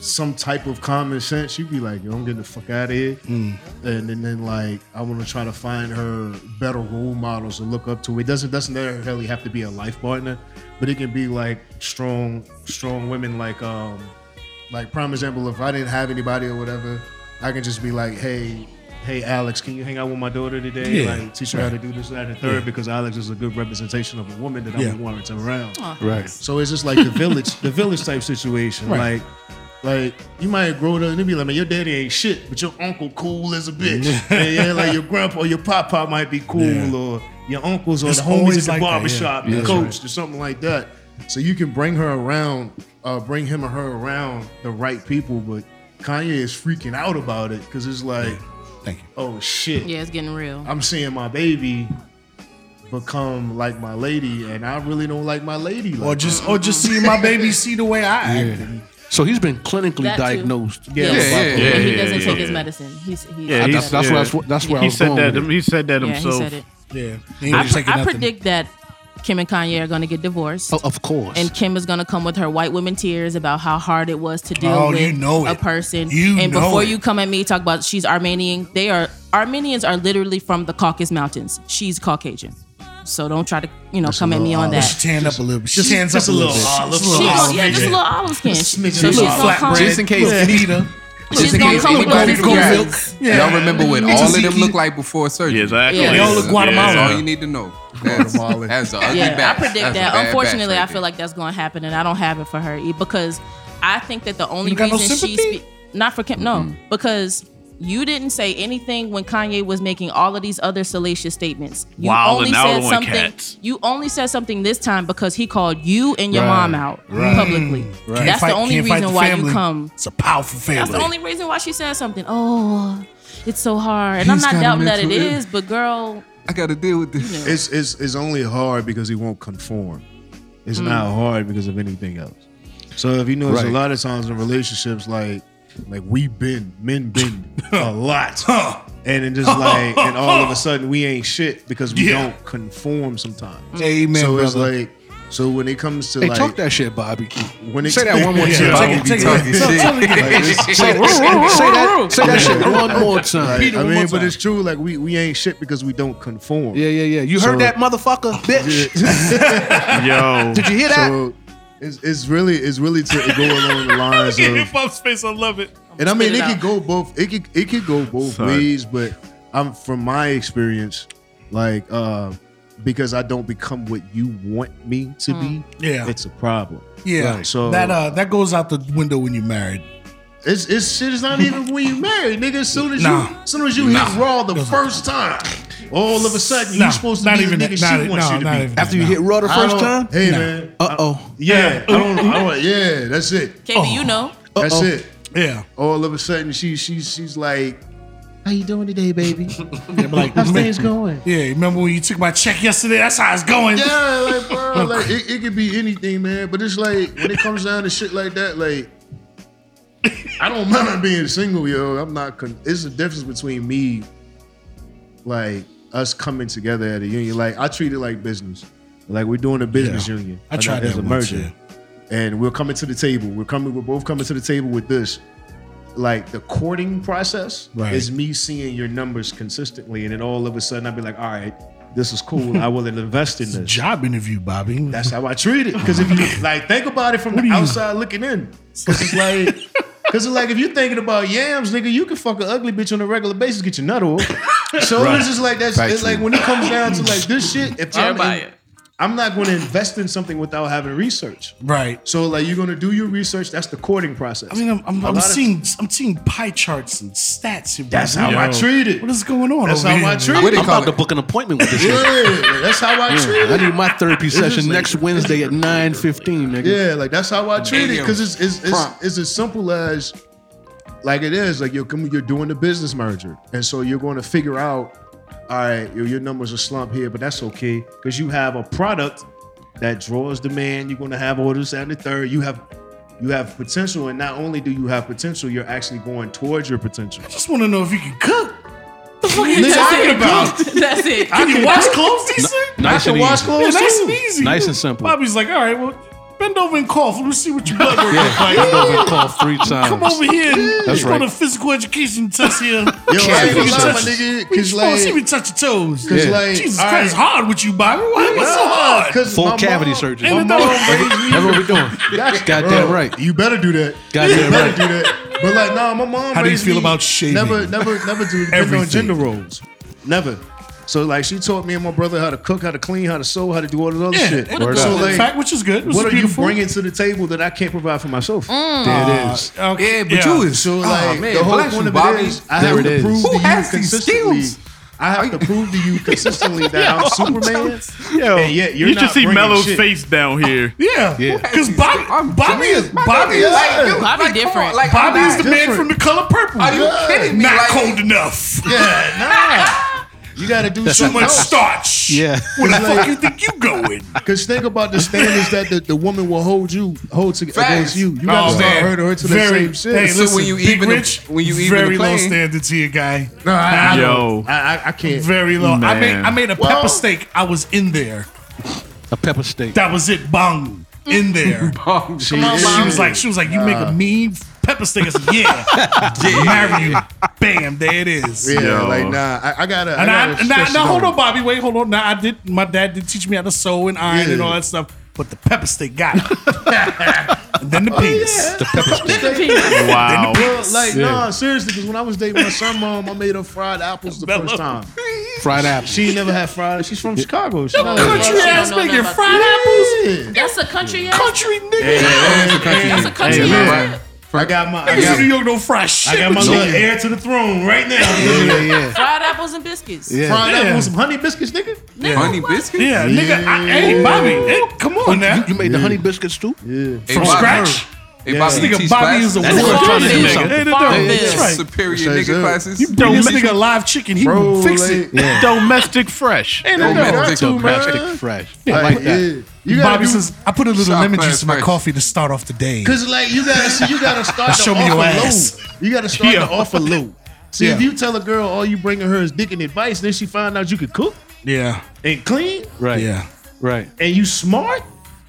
Speaker 2: some type of common sense, you'd be like, yo, I'm getting the fuck out of here.
Speaker 1: Mm.
Speaker 2: And, and then like I want to try to find her better role models to look up to. It doesn't doesn't necessarily have to be a life partner, but it can be like strong, strong women like um like prime example, if I didn't have anybody or whatever, I can just be like, hey, hey Alex, can you hang out with my daughter today?
Speaker 1: Yeah.
Speaker 2: Like teach her how to do this, that, and the third, because Alex is a good representation of a woman that
Speaker 1: Yeah.
Speaker 2: I would want her to around.
Speaker 4: Right.
Speaker 2: So it's just like the village, the village type situation.
Speaker 1: Right.
Speaker 2: Like, like you might grow up and they be like, man, your daddy ain't shit, but your uncle cool as a bitch. and yeah, like your grandpa or your pop pop might be cool,
Speaker 1: Yeah.
Speaker 2: or your uncles or
Speaker 1: It's
Speaker 2: the homies
Speaker 1: always
Speaker 2: at
Speaker 1: like that,
Speaker 2: the
Speaker 1: yeah.
Speaker 2: barbershop,
Speaker 1: Yeah,
Speaker 2: the
Speaker 1: that's
Speaker 2: coach,
Speaker 1: right.
Speaker 2: or something like that. So you can bring her around, uh, bring him or her around the right people, but Kanye is freaking out about it because it's like
Speaker 1: Thank you.
Speaker 2: oh shit.
Speaker 6: Yeah, it's getting real.
Speaker 2: I'm seeing my baby become like my lady, and I really don't like my lady. Like
Speaker 1: Or just or just see my baby see the way I act.
Speaker 4: So he's been clinically
Speaker 6: That too.
Speaker 4: diagnosed.
Speaker 6: Yeah,
Speaker 5: yeah, yeah,
Speaker 6: And he
Speaker 3: yeah,
Speaker 6: doesn't
Speaker 3: yeah,
Speaker 6: take
Speaker 3: yeah.
Speaker 6: his medicine. He's, he's
Speaker 3: Yeah,
Speaker 6: I-
Speaker 3: he's-
Speaker 4: that's
Speaker 3: yeah.
Speaker 4: where I was- that's where I
Speaker 3: he
Speaker 4: was
Speaker 3: said
Speaker 4: going
Speaker 3: that.
Speaker 4: with it.
Speaker 3: He said that
Speaker 6: yeah, he
Speaker 3: himself.
Speaker 6: said it.
Speaker 1: Yeah.
Speaker 6: I,
Speaker 1: I,
Speaker 6: pre- I predict that Kim and Kanye are going to get divorced.
Speaker 4: Oh, of course.
Speaker 6: And Kim is gonna come with her white women tears about how hard it was to deal
Speaker 1: Oh,
Speaker 6: with
Speaker 1: you know
Speaker 6: a
Speaker 1: it.
Speaker 6: person.
Speaker 1: You
Speaker 6: and
Speaker 1: know
Speaker 6: before
Speaker 1: it.
Speaker 6: you come at me, talk about she's Armenian. They are Armenians are literally from the Caucasus Mountains. She's Caucasian, so don't try to you know come at me on that.
Speaker 1: She tanned up a little bit. She tans up
Speaker 2: just
Speaker 1: a little bit.
Speaker 2: olive,
Speaker 1: Just
Speaker 2: a
Speaker 6: She
Speaker 2: little
Speaker 6: gonna,
Speaker 2: olive.
Speaker 6: yeah, just a little olive skin. So she's gonna come.
Speaker 1: Flatbread.
Speaker 5: Just in case.
Speaker 1: Little
Speaker 6: [laughs]
Speaker 1: Anita.
Speaker 6: She's
Speaker 5: in
Speaker 6: gonna
Speaker 5: case
Speaker 6: come
Speaker 5: we
Speaker 6: with
Speaker 5: go
Speaker 6: all
Speaker 5: to
Speaker 6: these
Speaker 5: the
Speaker 6: girls.
Speaker 5: milk. Y'all remember what all of them
Speaker 1: Tzatziki.
Speaker 5: look like before surgery.
Speaker 3: Yeah, exactly.
Speaker 6: Yeah. They all
Speaker 1: look
Speaker 5: Yeah,
Speaker 1: Guatemalan.
Speaker 5: That's all you need to know. That's,
Speaker 2: Guatemalan.
Speaker 5: that's an ugly
Speaker 6: Yeah,
Speaker 5: batch.
Speaker 6: I predict
Speaker 5: That's a bad
Speaker 6: that.
Speaker 5: batch
Speaker 6: Unfortunately,
Speaker 5: right
Speaker 6: I feel
Speaker 5: there.
Speaker 6: like that's going to happen, and I don't have it for her e- because I think that the only
Speaker 1: You got no
Speaker 6: reason she
Speaker 1: sympathy?
Speaker 6: spe- not for Kim, no, because you didn't say anything when Kanye was making all of these other salacious statements. You
Speaker 3: Wow,
Speaker 6: only
Speaker 3: and now
Speaker 6: said
Speaker 3: the one
Speaker 6: something.
Speaker 3: cats.
Speaker 6: You only said something this time because he called you and your
Speaker 4: Right,
Speaker 6: mom out publicly.
Speaker 1: Can't
Speaker 6: That's
Speaker 1: fight-
Speaker 6: the only
Speaker 1: can't fight
Speaker 6: reason
Speaker 1: the
Speaker 6: why
Speaker 1: family.
Speaker 6: you come.
Speaker 1: It's a powerful family.
Speaker 6: That's the only reason why she said something. Oh, it's so hard, and I'm
Speaker 5: He's
Speaker 6: not
Speaker 5: got a
Speaker 6: doubting that it
Speaker 5: mental ill-
Speaker 6: is, but girl,
Speaker 5: I got to deal with this.
Speaker 2: It's, it's it's only hard because he won't conform.
Speaker 4: Hmm.
Speaker 2: It's not hard because of anything else. So if you notice, a
Speaker 5: Right.
Speaker 2: lot of times in relationships, like like we bend,
Speaker 4: [laughs]
Speaker 2: men bend a lot, and it just like and all of a sudden we ain't shit because we
Speaker 1: Yeah.
Speaker 2: don't conform sometimes.
Speaker 1: Amen,
Speaker 2: so it's
Speaker 1: brother.
Speaker 2: like so when it comes to
Speaker 4: hey,
Speaker 2: like
Speaker 4: talk that shit, Bobby.
Speaker 2: when it
Speaker 4: [clears throat] Say that one more
Speaker 2: [laughs]
Speaker 1: Yeah,
Speaker 4: time.
Speaker 1: take it,
Speaker 5: Be
Speaker 1: take it.
Speaker 5: talking
Speaker 1: Tell-
Speaker 5: shit.
Speaker 1: tell it
Speaker 5: [laughs]
Speaker 1: again.
Speaker 2: like, it's-
Speaker 4: Say, say that, say that shit one more time.
Speaker 2: Like, I
Speaker 4: one
Speaker 2: mean,
Speaker 4: more
Speaker 2: but
Speaker 4: time.
Speaker 2: it's true. Like we we ain't shit because we don't conform.
Speaker 4: Yeah, yeah, yeah. You
Speaker 2: So-
Speaker 4: heard that, motherfucker, bitch?
Speaker 2: [laughs]
Speaker 3: Yo.
Speaker 4: Did you hear that?
Speaker 2: So it's, it's really it's really to
Speaker 3: [laughs]
Speaker 2: go along the lines of,
Speaker 3: hop space. I love it.
Speaker 2: and I mean
Speaker 6: Spit it
Speaker 2: it could go
Speaker 6: out.
Speaker 2: both. It could it could go both
Speaker 3: Sorry.
Speaker 2: ways, but I'm from my experience, like uh, because I don't become what you want me to be.
Speaker 1: Mm. Yeah.
Speaker 2: it's a problem.
Speaker 1: Yeah.
Speaker 2: Right, so-
Speaker 1: that uh that goes out the window when you're married.
Speaker 2: It's it's shit. It's not even when you married, nigga. As soon as
Speaker 1: Nah.
Speaker 2: you as soon as you hit raw the first time, all of a sudden
Speaker 1: Nah,
Speaker 2: you supposed to
Speaker 1: not
Speaker 2: be
Speaker 1: even
Speaker 2: the
Speaker 1: that-
Speaker 2: nigga
Speaker 1: not
Speaker 2: she
Speaker 1: it-
Speaker 2: wants
Speaker 1: no,
Speaker 2: you to
Speaker 1: not
Speaker 2: be.
Speaker 1: even that.
Speaker 4: After you hit raw the
Speaker 2: I
Speaker 4: first
Speaker 2: don't-
Speaker 4: time?
Speaker 2: hey man,
Speaker 4: Uh oh.
Speaker 2: yeah,
Speaker 1: uh,
Speaker 2: I don't, I don't, yeah, that's it.
Speaker 6: KB,
Speaker 1: Oh.
Speaker 6: you know.
Speaker 2: That's
Speaker 4: Uh-oh.
Speaker 2: it.
Speaker 1: Yeah.
Speaker 2: All of a sudden, she she she's like, "How you doing today, baby?
Speaker 4: [laughs]
Speaker 1: yeah but like,
Speaker 2: How's
Speaker 1: me-
Speaker 2: things going?"
Speaker 1: Yeah, remember when you took my check yesterday? That's how it's going.
Speaker 2: Yeah, like bro, [laughs] like it, it could be anything, man. But it's like when it comes down to shit like that, like I
Speaker 1: [laughs]
Speaker 2: don't mind being single, yo. I'm not. Con- it's the difference between me, like us coming together at a union. Like I treat it like business. Like we're doing a business
Speaker 1: Yeah.
Speaker 2: union.
Speaker 1: I tried
Speaker 2: There's
Speaker 1: that
Speaker 2: a
Speaker 1: once,
Speaker 2: merger.
Speaker 1: yeah.
Speaker 2: and we're coming to the table. We're coming. We're both coming to the table with this. Like the courting process
Speaker 1: Right.
Speaker 2: is me seeing your numbers consistently, and then all of a sudden I'd be like, "All right, this is cool. I will invest
Speaker 1: [laughs]
Speaker 2: in this."
Speaker 1: Job interview, Bobby. [laughs]
Speaker 2: That's how I treat it. Because if you like, think about it from the
Speaker 1: do you-
Speaker 2: outside looking in. Because it's like, because it's like if you're thinking about yams, nigga, you can fuck an ugly bitch on a regular basis, get your
Speaker 1: [laughs]
Speaker 2: nut off. So it's just like that's
Speaker 5: Facts.
Speaker 2: it's like when it comes down to like this shit. If I'm,
Speaker 6: Jeremiah.
Speaker 2: in, I'm not going to invest in something without having research.
Speaker 1: right.
Speaker 2: So like you're going to do your research. That's the courting process.
Speaker 1: I mean, I'm, I'm,
Speaker 2: A
Speaker 1: I'm
Speaker 2: lot of-
Speaker 1: seeing I'm seeing pie charts and stats. here,
Speaker 2: that's
Speaker 1: bro.
Speaker 2: how I treat
Speaker 1: What
Speaker 2: it.
Speaker 1: is going on?
Speaker 2: That's
Speaker 1: over
Speaker 2: how
Speaker 1: here,
Speaker 2: I
Speaker 1: man?
Speaker 2: treat
Speaker 5: What
Speaker 2: it.
Speaker 5: do
Speaker 4: I'm
Speaker 5: you call
Speaker 4: about to
Speaker 5: it?
Speaker 4: book an appointment with this nigga.
Speaker 2: Yeah, that's how I treat it.
Speaker 4: I need my therapy
Speaker 2: just
Speaker 4: session
Speaker 2: like-
Speaker 4: next Wednesday at 9.15, nigga.
Speaker 2: Yeah, like that's how I treat it
Speaker 5: Medium.
Speaker 2: because it's it's
Speaker 5: Prompt.
Speaker 2: it's, it's as simple as like it is. Like you're coming, you're doing the business merger, and so you're going to figure out, all right, your, your numbers are slump here, but that's okay because you have a product that draws demand. You're going to have orders and the third. You have you have potential, and not only do you have potential, you're actually going towards your potential.
Speaker 1: I just want to know if you can cook. What the fuck are you
Speaker 2: Nigga, I
Speaker 1: talking
Speaker 2: can
Speaker 1: about?
Speaker 6: That's it.
Speaker 1: Can you wash clothes decent?
Speaker 4: Nice
Speaker 2: I
Speaker 4: and [laughs]
Speaker 2: can wash
Speaker 4: easy.
Speaker 1: Yeah,
Speaker 2: clothes
Speaker 1: nice
Speaker 2: too.
Speaker 1: and Oh, easy.
Speaker 4: Nice and simple.
Speaker 1: Bobby's like, all right, well, bend over and cough. Let me see what your blood work
Speaker 4: [laughs] Yeah,
Speaker 1: looks like.
Speaker 4: I dove and cough three times.
Speaker 1: Come over here. and
Speaker 4: That's
Speaker 1: Go
Speaker 4: right.
Speaker 1: to physical education test here.
Speaker 2: Yo, I ain't gonna
Speaker 1: Yeah,
Speaker 2: lie, my
Speaker 1: because-
Speaker 2: nigga,
Speaker 1: We
Speaker 2: because
Speaker 1: just wanna see me
Speaker 2: like,
Speaker 1: touch your toes.
Speaker 2: cause
Speaker 4: Yeah.
Speaker 2: like,
Speaker 1: Jesus
Speaker 2: all
Speaker 1: Christ, it's
Speaker 2: right,
Speaker 1: hard with you, Bobby. Why? What's so hard?
Speaker 2: 'cause
Speaker 4: Full
Speaker 2: my
Speaker 4: cavity
Speaker 2: mom-
Speaker 4: surgery.
Speaker 1: my
Speaker 4: That's
Speaker 1: mom raised me-
Speaker 4: what we're doing.
Speaker 2: That's-
Speaker 4: Goddamn
Speaker 2: bro,
Speaker 4: right.
Speaker 2: You better do that.
Speaker 4: Goddamn
Speaker 2: you better
Speaker 4: right.
Speaker 2: do that. But like, nah, my mom.
Speaker 1: How do you
Speaker 2: raised
Speaker 1: feel
Speaker 2: me-
Speaker 1: about shaving?
Speaker 2: Never, never, never do bend on
Speaker 1: Everything.
Speaker 2: gender roles. Never. So like, she taught me and my brother how to cook, how to clean, how to sew, how to do all this other
Speaker 1: Yeah,
Speaker 2: shit.
Speaker 1: what a
Speaker 2: So
Speaker 1: good
Speaker 2: like,
Speaker 1: fact, which is good. Which
Speaker 2: what
Speaker 1: is
Speaker 2: are you
Speaker 1: beautiful.
Speaker 2: bringing to the table that I can't provide for myself?
Speaker 4: There it is.
Speaker 1: Okay,
Speaker 5: Yeah, but you is
Speaker 2: So like,
Speaker 1: oh,
Speaker 5: Ah, man,
Speaker 2: the whole
Speaker 5: bless
Speaker 2: point
Speaker 5: you,
Speaker 2: of
Speaker 5: Bobby.
Speaker 2: it is, I
Speaker 4: There
Speaker 2: have
Speaker 4: it
Speaker 2: to
Speaker 4: is.
Speaker 2: prove
Speaker 5: Who
Speaker 2: to you
Speaker 5: has these
Speaker 2: consistently
Speaker 5: skills?
Speaker 2: I have to prove to you consistently that I'm Superman.
Speaker 1: Yo,
Speaker 2: And yet you're
Speaker 3: you
Speaker 2: not
Speaker 3: should see
Speaker 2: bringing
Speaker 3: Mello's
Speaker 2: shit.
Speaker 3: face down here.
Speaker 1: yeah,
Speaker 4: Yeah.
Speaker 1: Because Bobby,
Speaker 5: I'm
Speaker 1: Bobby
Speaker 5: serious.
Speaker 1: is
Speaker 5: My
Speaker 1: Bobby
Speaker 5: nigga,
Speaker 1: is
Speaker 5: like, dude,
Speaker 6: Bobby
Speaker 5: like, come on,
Speaker 6: different.
Speaker 5: like,
Speaker 1: Bobby
Speaker 5: I'm
Speaker 1: is the
Speaker 5: not-
Speaker 1: man from the color purple.
Speaker 5: Are you kidding me?
Speaker 1: Not
Speaker 5: Like-
Speaker 1: cold enough.
Speaker 2: Yeah, nah. You got to do
Speaker 1: Too
Speaker 2: something
Speaker 1: much
Speaker 2: else.
Speaker 1: starch.
Speaker 4: [laughs] Yeah.
Speaker 1: Where the fuck you think you going?
Speaker 2: Because think about the standards that the, the woman will hold you, hold to,
Speaker 5: Facts.
Speaker 2: against you. You got to
Speaker 1: Oh,
Speaker 2: start
Speaker 1: man.
Speaker 2: hurting her to the
Speaker 1: Very-
Speaker 2: same shit.
Speaker 1: Hey,
Speaker 5: So
Speaker 1: listen,
Speaker 5: when you
Speaker 1: Big
Speaker 5: even the-
Speaker 1: Rich,
Speaker 5: when you even the
Speaker 1: very low
Speaker 5: plane-
Speaker 1: standard to your guy.
Speaker 2: no, I, I don't.
Speaker 3: Yo.
Speaker 2: I, I, I can't.
Speaker 1: Very low. I made
Speaker 3: Man.
Speaker 1: I made a
Speaker 2: Well-
Speaker 1: pepper steak. I was in there.
Speaker 4: A pepper steak.
Speaker 1: That was it. Bong in
Speaker 2: [laughs]
Speaker 1: there.
Speaker 5: Oh, shit.
Speaker 2: Come on,
Speaker 1: she
Speaker 2: Bong.
Speaker 1: was like, she was like, you make a mean pepper steak. I said,
Speaker 2: [laughs]
Speaker 1: yeah, marry you. Bam, there it is.
Speaker 2: Yeah,
Speaker 3: Yo.
Speaker 2: like nah, I, I gotta.
Speaker 1: And
Speaker 2: I,
Speaker 1: I,
Speaker 2: gotta
Speaker 1: and I-
Speaker 2: stress
Speaker 1: now
Speaker 2: it
Speaker 1: hold
Speaker 2: out.
Speaker 1: on, Bobby. Wait, hold on. Now I did. My dad did teach me how to sew and iron and
Speaker 2: Yeah.
Speaker 1: all that stuff. But the pepper steak got
Speaker 2: [laughs]
Speaker 1: it. and then the
Speaker 2: Oh,
Speaker 1: penis.
Speaker 4: The pepper steak.
Speaker 3: Wow.
Speaker 2: Well, like
Speaker 4: Yeah.
Speaker 2: nah, seriously, because when I was dating my son, mom, I made her fried apples the first time.
Speaker 4: Fried apple.
Speaker 2: She never had fried. She's from Chicago. She never had
Speaker 1: Country
Speaker 6: no, no,
Speaker 1: ass
Speaker 6: no,
Speaker 1: making
Speaker 6: no.
Speaker 1: fried apples.
Speaker 2: apples. Yeah.
Speaker 6: That's a country ass.
Speaker 1: Country nigga.
Speaker 6: That's a country
Speaker 3: Hey,
Speaker 6: ass.
Speaker 5: Right.
Speaker 2: I got my. I
Speaker 1: Niggas in New
Speaker 2: got,
Speaker 1: York don't fry shit.
Speaker 2: I got my
Speaker 1: but
Speaker 2: little
Speaker 1: you-
Speaker 2: heir to the throne right now.
Speaker 4: Yeah, yeah, yeah.
Speaker 6: Fried apples and biscuits.
Speaker 4: Yeah.
Speaker 2: Fried
Speaker 1: Yeah.
Speaker 2: apples with some honey biscuits, nigga.
Speaker 6: Nigga,
Speaker 5: Honey
Speaker 6: what?
Speaker 5: biscuit?
Speaker 1: Yeah, nigga. I, hey, Bobby. hey, come on now.
Speaker 4: You, you made the honey biscuits too?
Speaker 5: Hey,
Speaker 1: From
Speaker 5: Bobby.
Speaker 1: scratch.
Speaker 5: Hey, Bobby,
Speaker 1: This
Speaker 5: you
Speaker 1: nigga
Speaker 5: teach
Speaker 1: Bobby
Speaker 5: class?
Speaker 1: is a
Speaker 6: That's
Speaker 1: warrior.
Speaker 6: a
Speaker 1: trying to do
Speaker 6: farm
Speaker 1: something.
Speaker 6: bill.
Speaker 1: Hey, no,
Speaker 6: Farm
Speaker 1: no,
Speaker 6: bill.
Speaker 1: that's right.
Speaker 5: Superior
Speaker 2: Says
Speaker 5: nigga
Speaker 2: that.
Speaker 5: classes.
Speaker 1: You throw this nigga live chicken, he
Speaker 2: Bro,
Speaker 1: will fix
Speaker 2: like-
Speaker 1: it.
Speaker 3: Domestic [laughs] fresh.
Speaker 1: Ain't no
Speaker 5: Domestic
Speaker 1: doubt.
Speaker 5: That's too,
Speaker 4: Domestic fresh. I
Speaker 2: Like,
Speaker 4: like that.
Speaker 2: yeah. You gotta
Speaker 1: Bobby
Speaker 2: do-
Speaker 1: says, I put a little
Speaker 5: Stop
Speaker 1: lemon
Speaker 5: that
Speaker 1: juice in my
Speaker 5: first.
Speaker 1: coffee to start off the day.
Speaker 2: Cause like you gotta see, you gotta start the
Speaker 1: Show me
Speaker 2: offer
Speaker 1: your
Speaker 2: low.
Speaker 1: ass.
Speaker 2: You gotta start
Speaker 3: Yeah.
Speaker 2: the offer low. See if
Speaker 1: Yeah.
Speaker 2: you tell a girl all you bringing her is dick and advice, then she find out you can cook
Speaker 1: Yeah,
Speaker 2: and clean
Speaker 4: Right.
Speaker 1: yeah.
Speaker 4: Right.
Speaker 2: and you smart.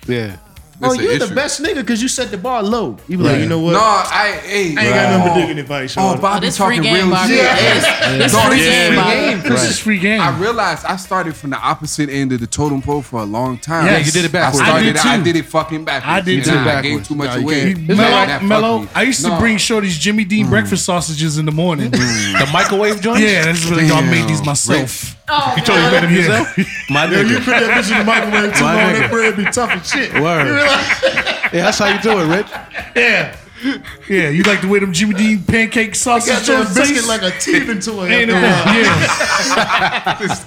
Speaker 4: Yeah.
Speaker 2: Oh,
Speaker 5: That's
Speaker 2: you're
Speaker 5: an
Speaker 2: the
Speaker 5: issue.
Speaker 2: best nigga because you set the bar low. You be
Speaker 1: Right.
Speaker 2: like, you know what?
Speaker 5: No, I
Speaker 2: I
Speaker 5: hey.
Speaker 2: ain't got nothing but dick and
Speaker 5: it.
Speaker 2: advice.
Speaker 5: Oh,
Speaker 2: y'all.
Speaker 5: Bobby
Speaker 6: this free
Speaker 5: talking
Speaker 6: game,
Speaker 5: real
Speaker 6: Bobby.
Speaker 5: shit.
Speaker 6: Yeah. This
Speaker 5: Dog,
Speaker 6: free
Speaker 5: this
Speaker 6: game,
Speaker 5: free
Speaker 6: Bobby.
Speaker 5: game.
Speaker 1: This is free game.
Speaker 5: I realized I started from the opposite end of the totem pole for a long time.
Speaker 1: Yeah, you did it backwards.
Speaker 5: I
Speaker 1: I
Speaker 5: started.
Speaker 1: did
Speaker 5: I
Speaker 1: too.
Speaker 5: did, it fucking backwards.
Speaker 1: I did
Speaker 5: You
Speaker 1: too.
Speaker 5: know, I gave
Speaker 4: Backwards.
Speaker 5: too much
Speaker 4: No, you
Speaker 5: away.
Speaker 4: can't.
Speaker 5: That-
Speaker 1: Mellow,
Speaker 5: that fucked
Speaker 1: mellow.
Speaker 5: me.
Speaker 1: I used to
Speaker 5: No.
Speaker 1: bring Shorty's Jimmy Dean
Speaker 2: Mm.
Speaker 1: breakfast sausages in the morning.
Speaker 4: The microwave joint?
Speaker 1: yeah, that's really I made these
Speaker 5: Damn.
Speaker 1: myself.
Speaker 6: Oh,
Speaker 1: You told you made them yourself?
Speaker 4: My nigga.
Speaker 2: Put that bitch in the microwave too
Speaker 4: My
Speaker 2: long.
Speaker 4: nigga.
Speaker 2: That bread be tough as shit.
Speaker 4: Word. Yeah, that's how you do it,
Speaker 5: [laughs]
Speaker 4: Rich.
Speaker 1: Yeah. Yeah, you like the way them Jimmy Dean pancake
Speaker 2: Got
Speaker 1: sausages
Speaker 2: your
Speaker 1: taste?
Speaker 2: biscuit like a teething toy.
Speaker 1: Ain't it? Yeah.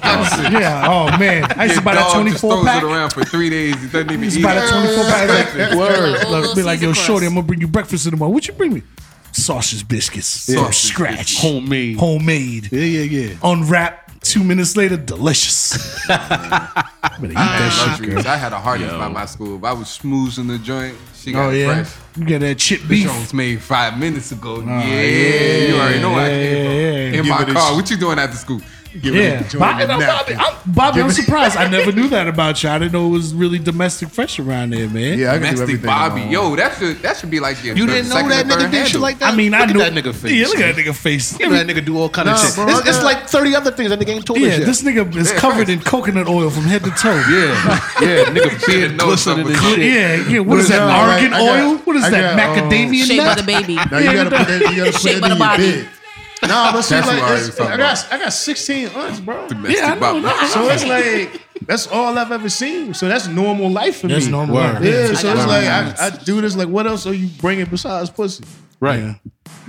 Speaker 1: yeah. Oh man, I used to buy
Speaker 5: Your
Speaker 1: that
Speaker 5: dog
Speaker 1: twenty
Speaker 5: just throws
Speaker 1: four pack.
Speaker 5: it
Speaker 1: I
Speaker 5: around for three days. It doesn't even
Speaker 1: used
Speaker 5: eat.
Speaker 1: to buy that twenty four pack. Like,
Speaker 6: Like,
Speaker 1: word.
Speaker 6: old
Speaker 1: Like, be like, yo,
Speaker 6: Caesar
Speaker 1: shorty,
Speaker 6: crust.
Speaker 1: I'm gonna bring you breakfast in the morning. What you bring me? Sausage biscuits from
Speaker 5: Sausage
Speaker 1: scratch,
Speaker 5: biscuits.
Speaker 4: Homemade.
Speaker 1: homemade,
Speaker 4: Yeah, yeah, yeah.
Speaker 1: unwrapped. Two minutes later, delicious. I'm gonna eat that shit, girl.
Speaker 5: Luxuries. I had a hardest by my school. If I was smoozing the joint, she got
Speaker 1: Oh yeah,
Speaker 5: fresh.
Speaker 1: you got that chip
Speaker 5: This
Speaker 1: beef.
Speaker 5: joint was made five minutes ago. yeah, you already know I came from.
Speaker 1: yeah,
Speaker 5: In
Speaker 2: Give
Speaker 5: my
Speaker 2: it a
Speaker 5: car.
Speaker 2: sh-
Speaker 5: What you doing after school?
Speaker 1: Yeah, Bobby, no, Bobby, I'm, Bobby, I'm
Speaker 2: me-
Speaker 1: surprised. I never knew that about you. I didn't know it was really domestic fresh around there, man.
Speaker 2: Yeah, I can do
Speaker 5: Domestic
Speaker 2: everything.
Speaker 5: Bobby.
Speaker 2: on my own.
Speaker 5: Yo, that should that should be like your
Speaker 4: You
Speaker 5: third-
Speaker 4: didn't know
Speaker 5: second or
Speaker 4: that
Speaker 5: third
Speaker 4: nigga did shit
Speaker 5: handle.
Speaker 4: like that?
Speaker 1: I mean,
Speaker 4: look
Speaker 1: I
Speaker 4: at
Speaker 1: knew
Speaker 4: that nigga face.
Speaker 1: Yeah, look at that nigga face.
Speaker 4: Look at that nigga do all kind of
Speaker 2: Nah,
Speaker 4: shit.
Speaker 2: bro,
Speaker 4: it's, it's
Speaker 2: nah.
Speaker 4: like 30 other things that nigga ain't told
Speaker 1: Yeah,
Speaker 4: us yet.
Speaker 1: this nigga is covered in coconut oil from head to toe.
Speaker 4: yeah, yeah, nigga beard
Speaker 5: Should've known
Speaker 4: glistening and
Speaker 5: something.
Speaker 4: shit.
Speaker 1: yeah, yeah. What is
Speaker 2: is
Speaker 1: that?
Speaker 2: that? Like,
Speaker 1: Argan
Speaker 2: I got-
Speaker 1: oil? What is
Speaker 2: I
Speaker 1: that?
Speaker 2: got, um,
Speaker 1: Macadamia
Speaker 6: Shea
Speaker 1: nut?
Speaker 6: butter baby.
Speaker 2: Now you gotta put that. You gotta put
Speaker 6: Shake
Speaker 2: that in your
Speaker 6: butter
Speaker 2: bed. Nah, but see,
Speaker 5: That's
Speaker 2: like,
Speaker 5: what I was
Speaker 2: it's-
Speaker 5: talking
Speaker 2: I got I got 16 aunts, bro.
Speaker 5: Domestic
Speaker 1: Yeah, I know,
Speaker 5: Bobby.
Speaker 1: no,
Speaker 2: So it's like that's all I've ever seen. So that's normal life for
Speaker 1: That's
Speaker 2: me.
Speaker 1: normal.
Speaker 4: Word.
Speaker 2: Yeah,
Speaker 1: Yeah.
Speaker 2: so it's like I, I do this. Like, what else are you bringing besides pussy?
Speaker 4: Right.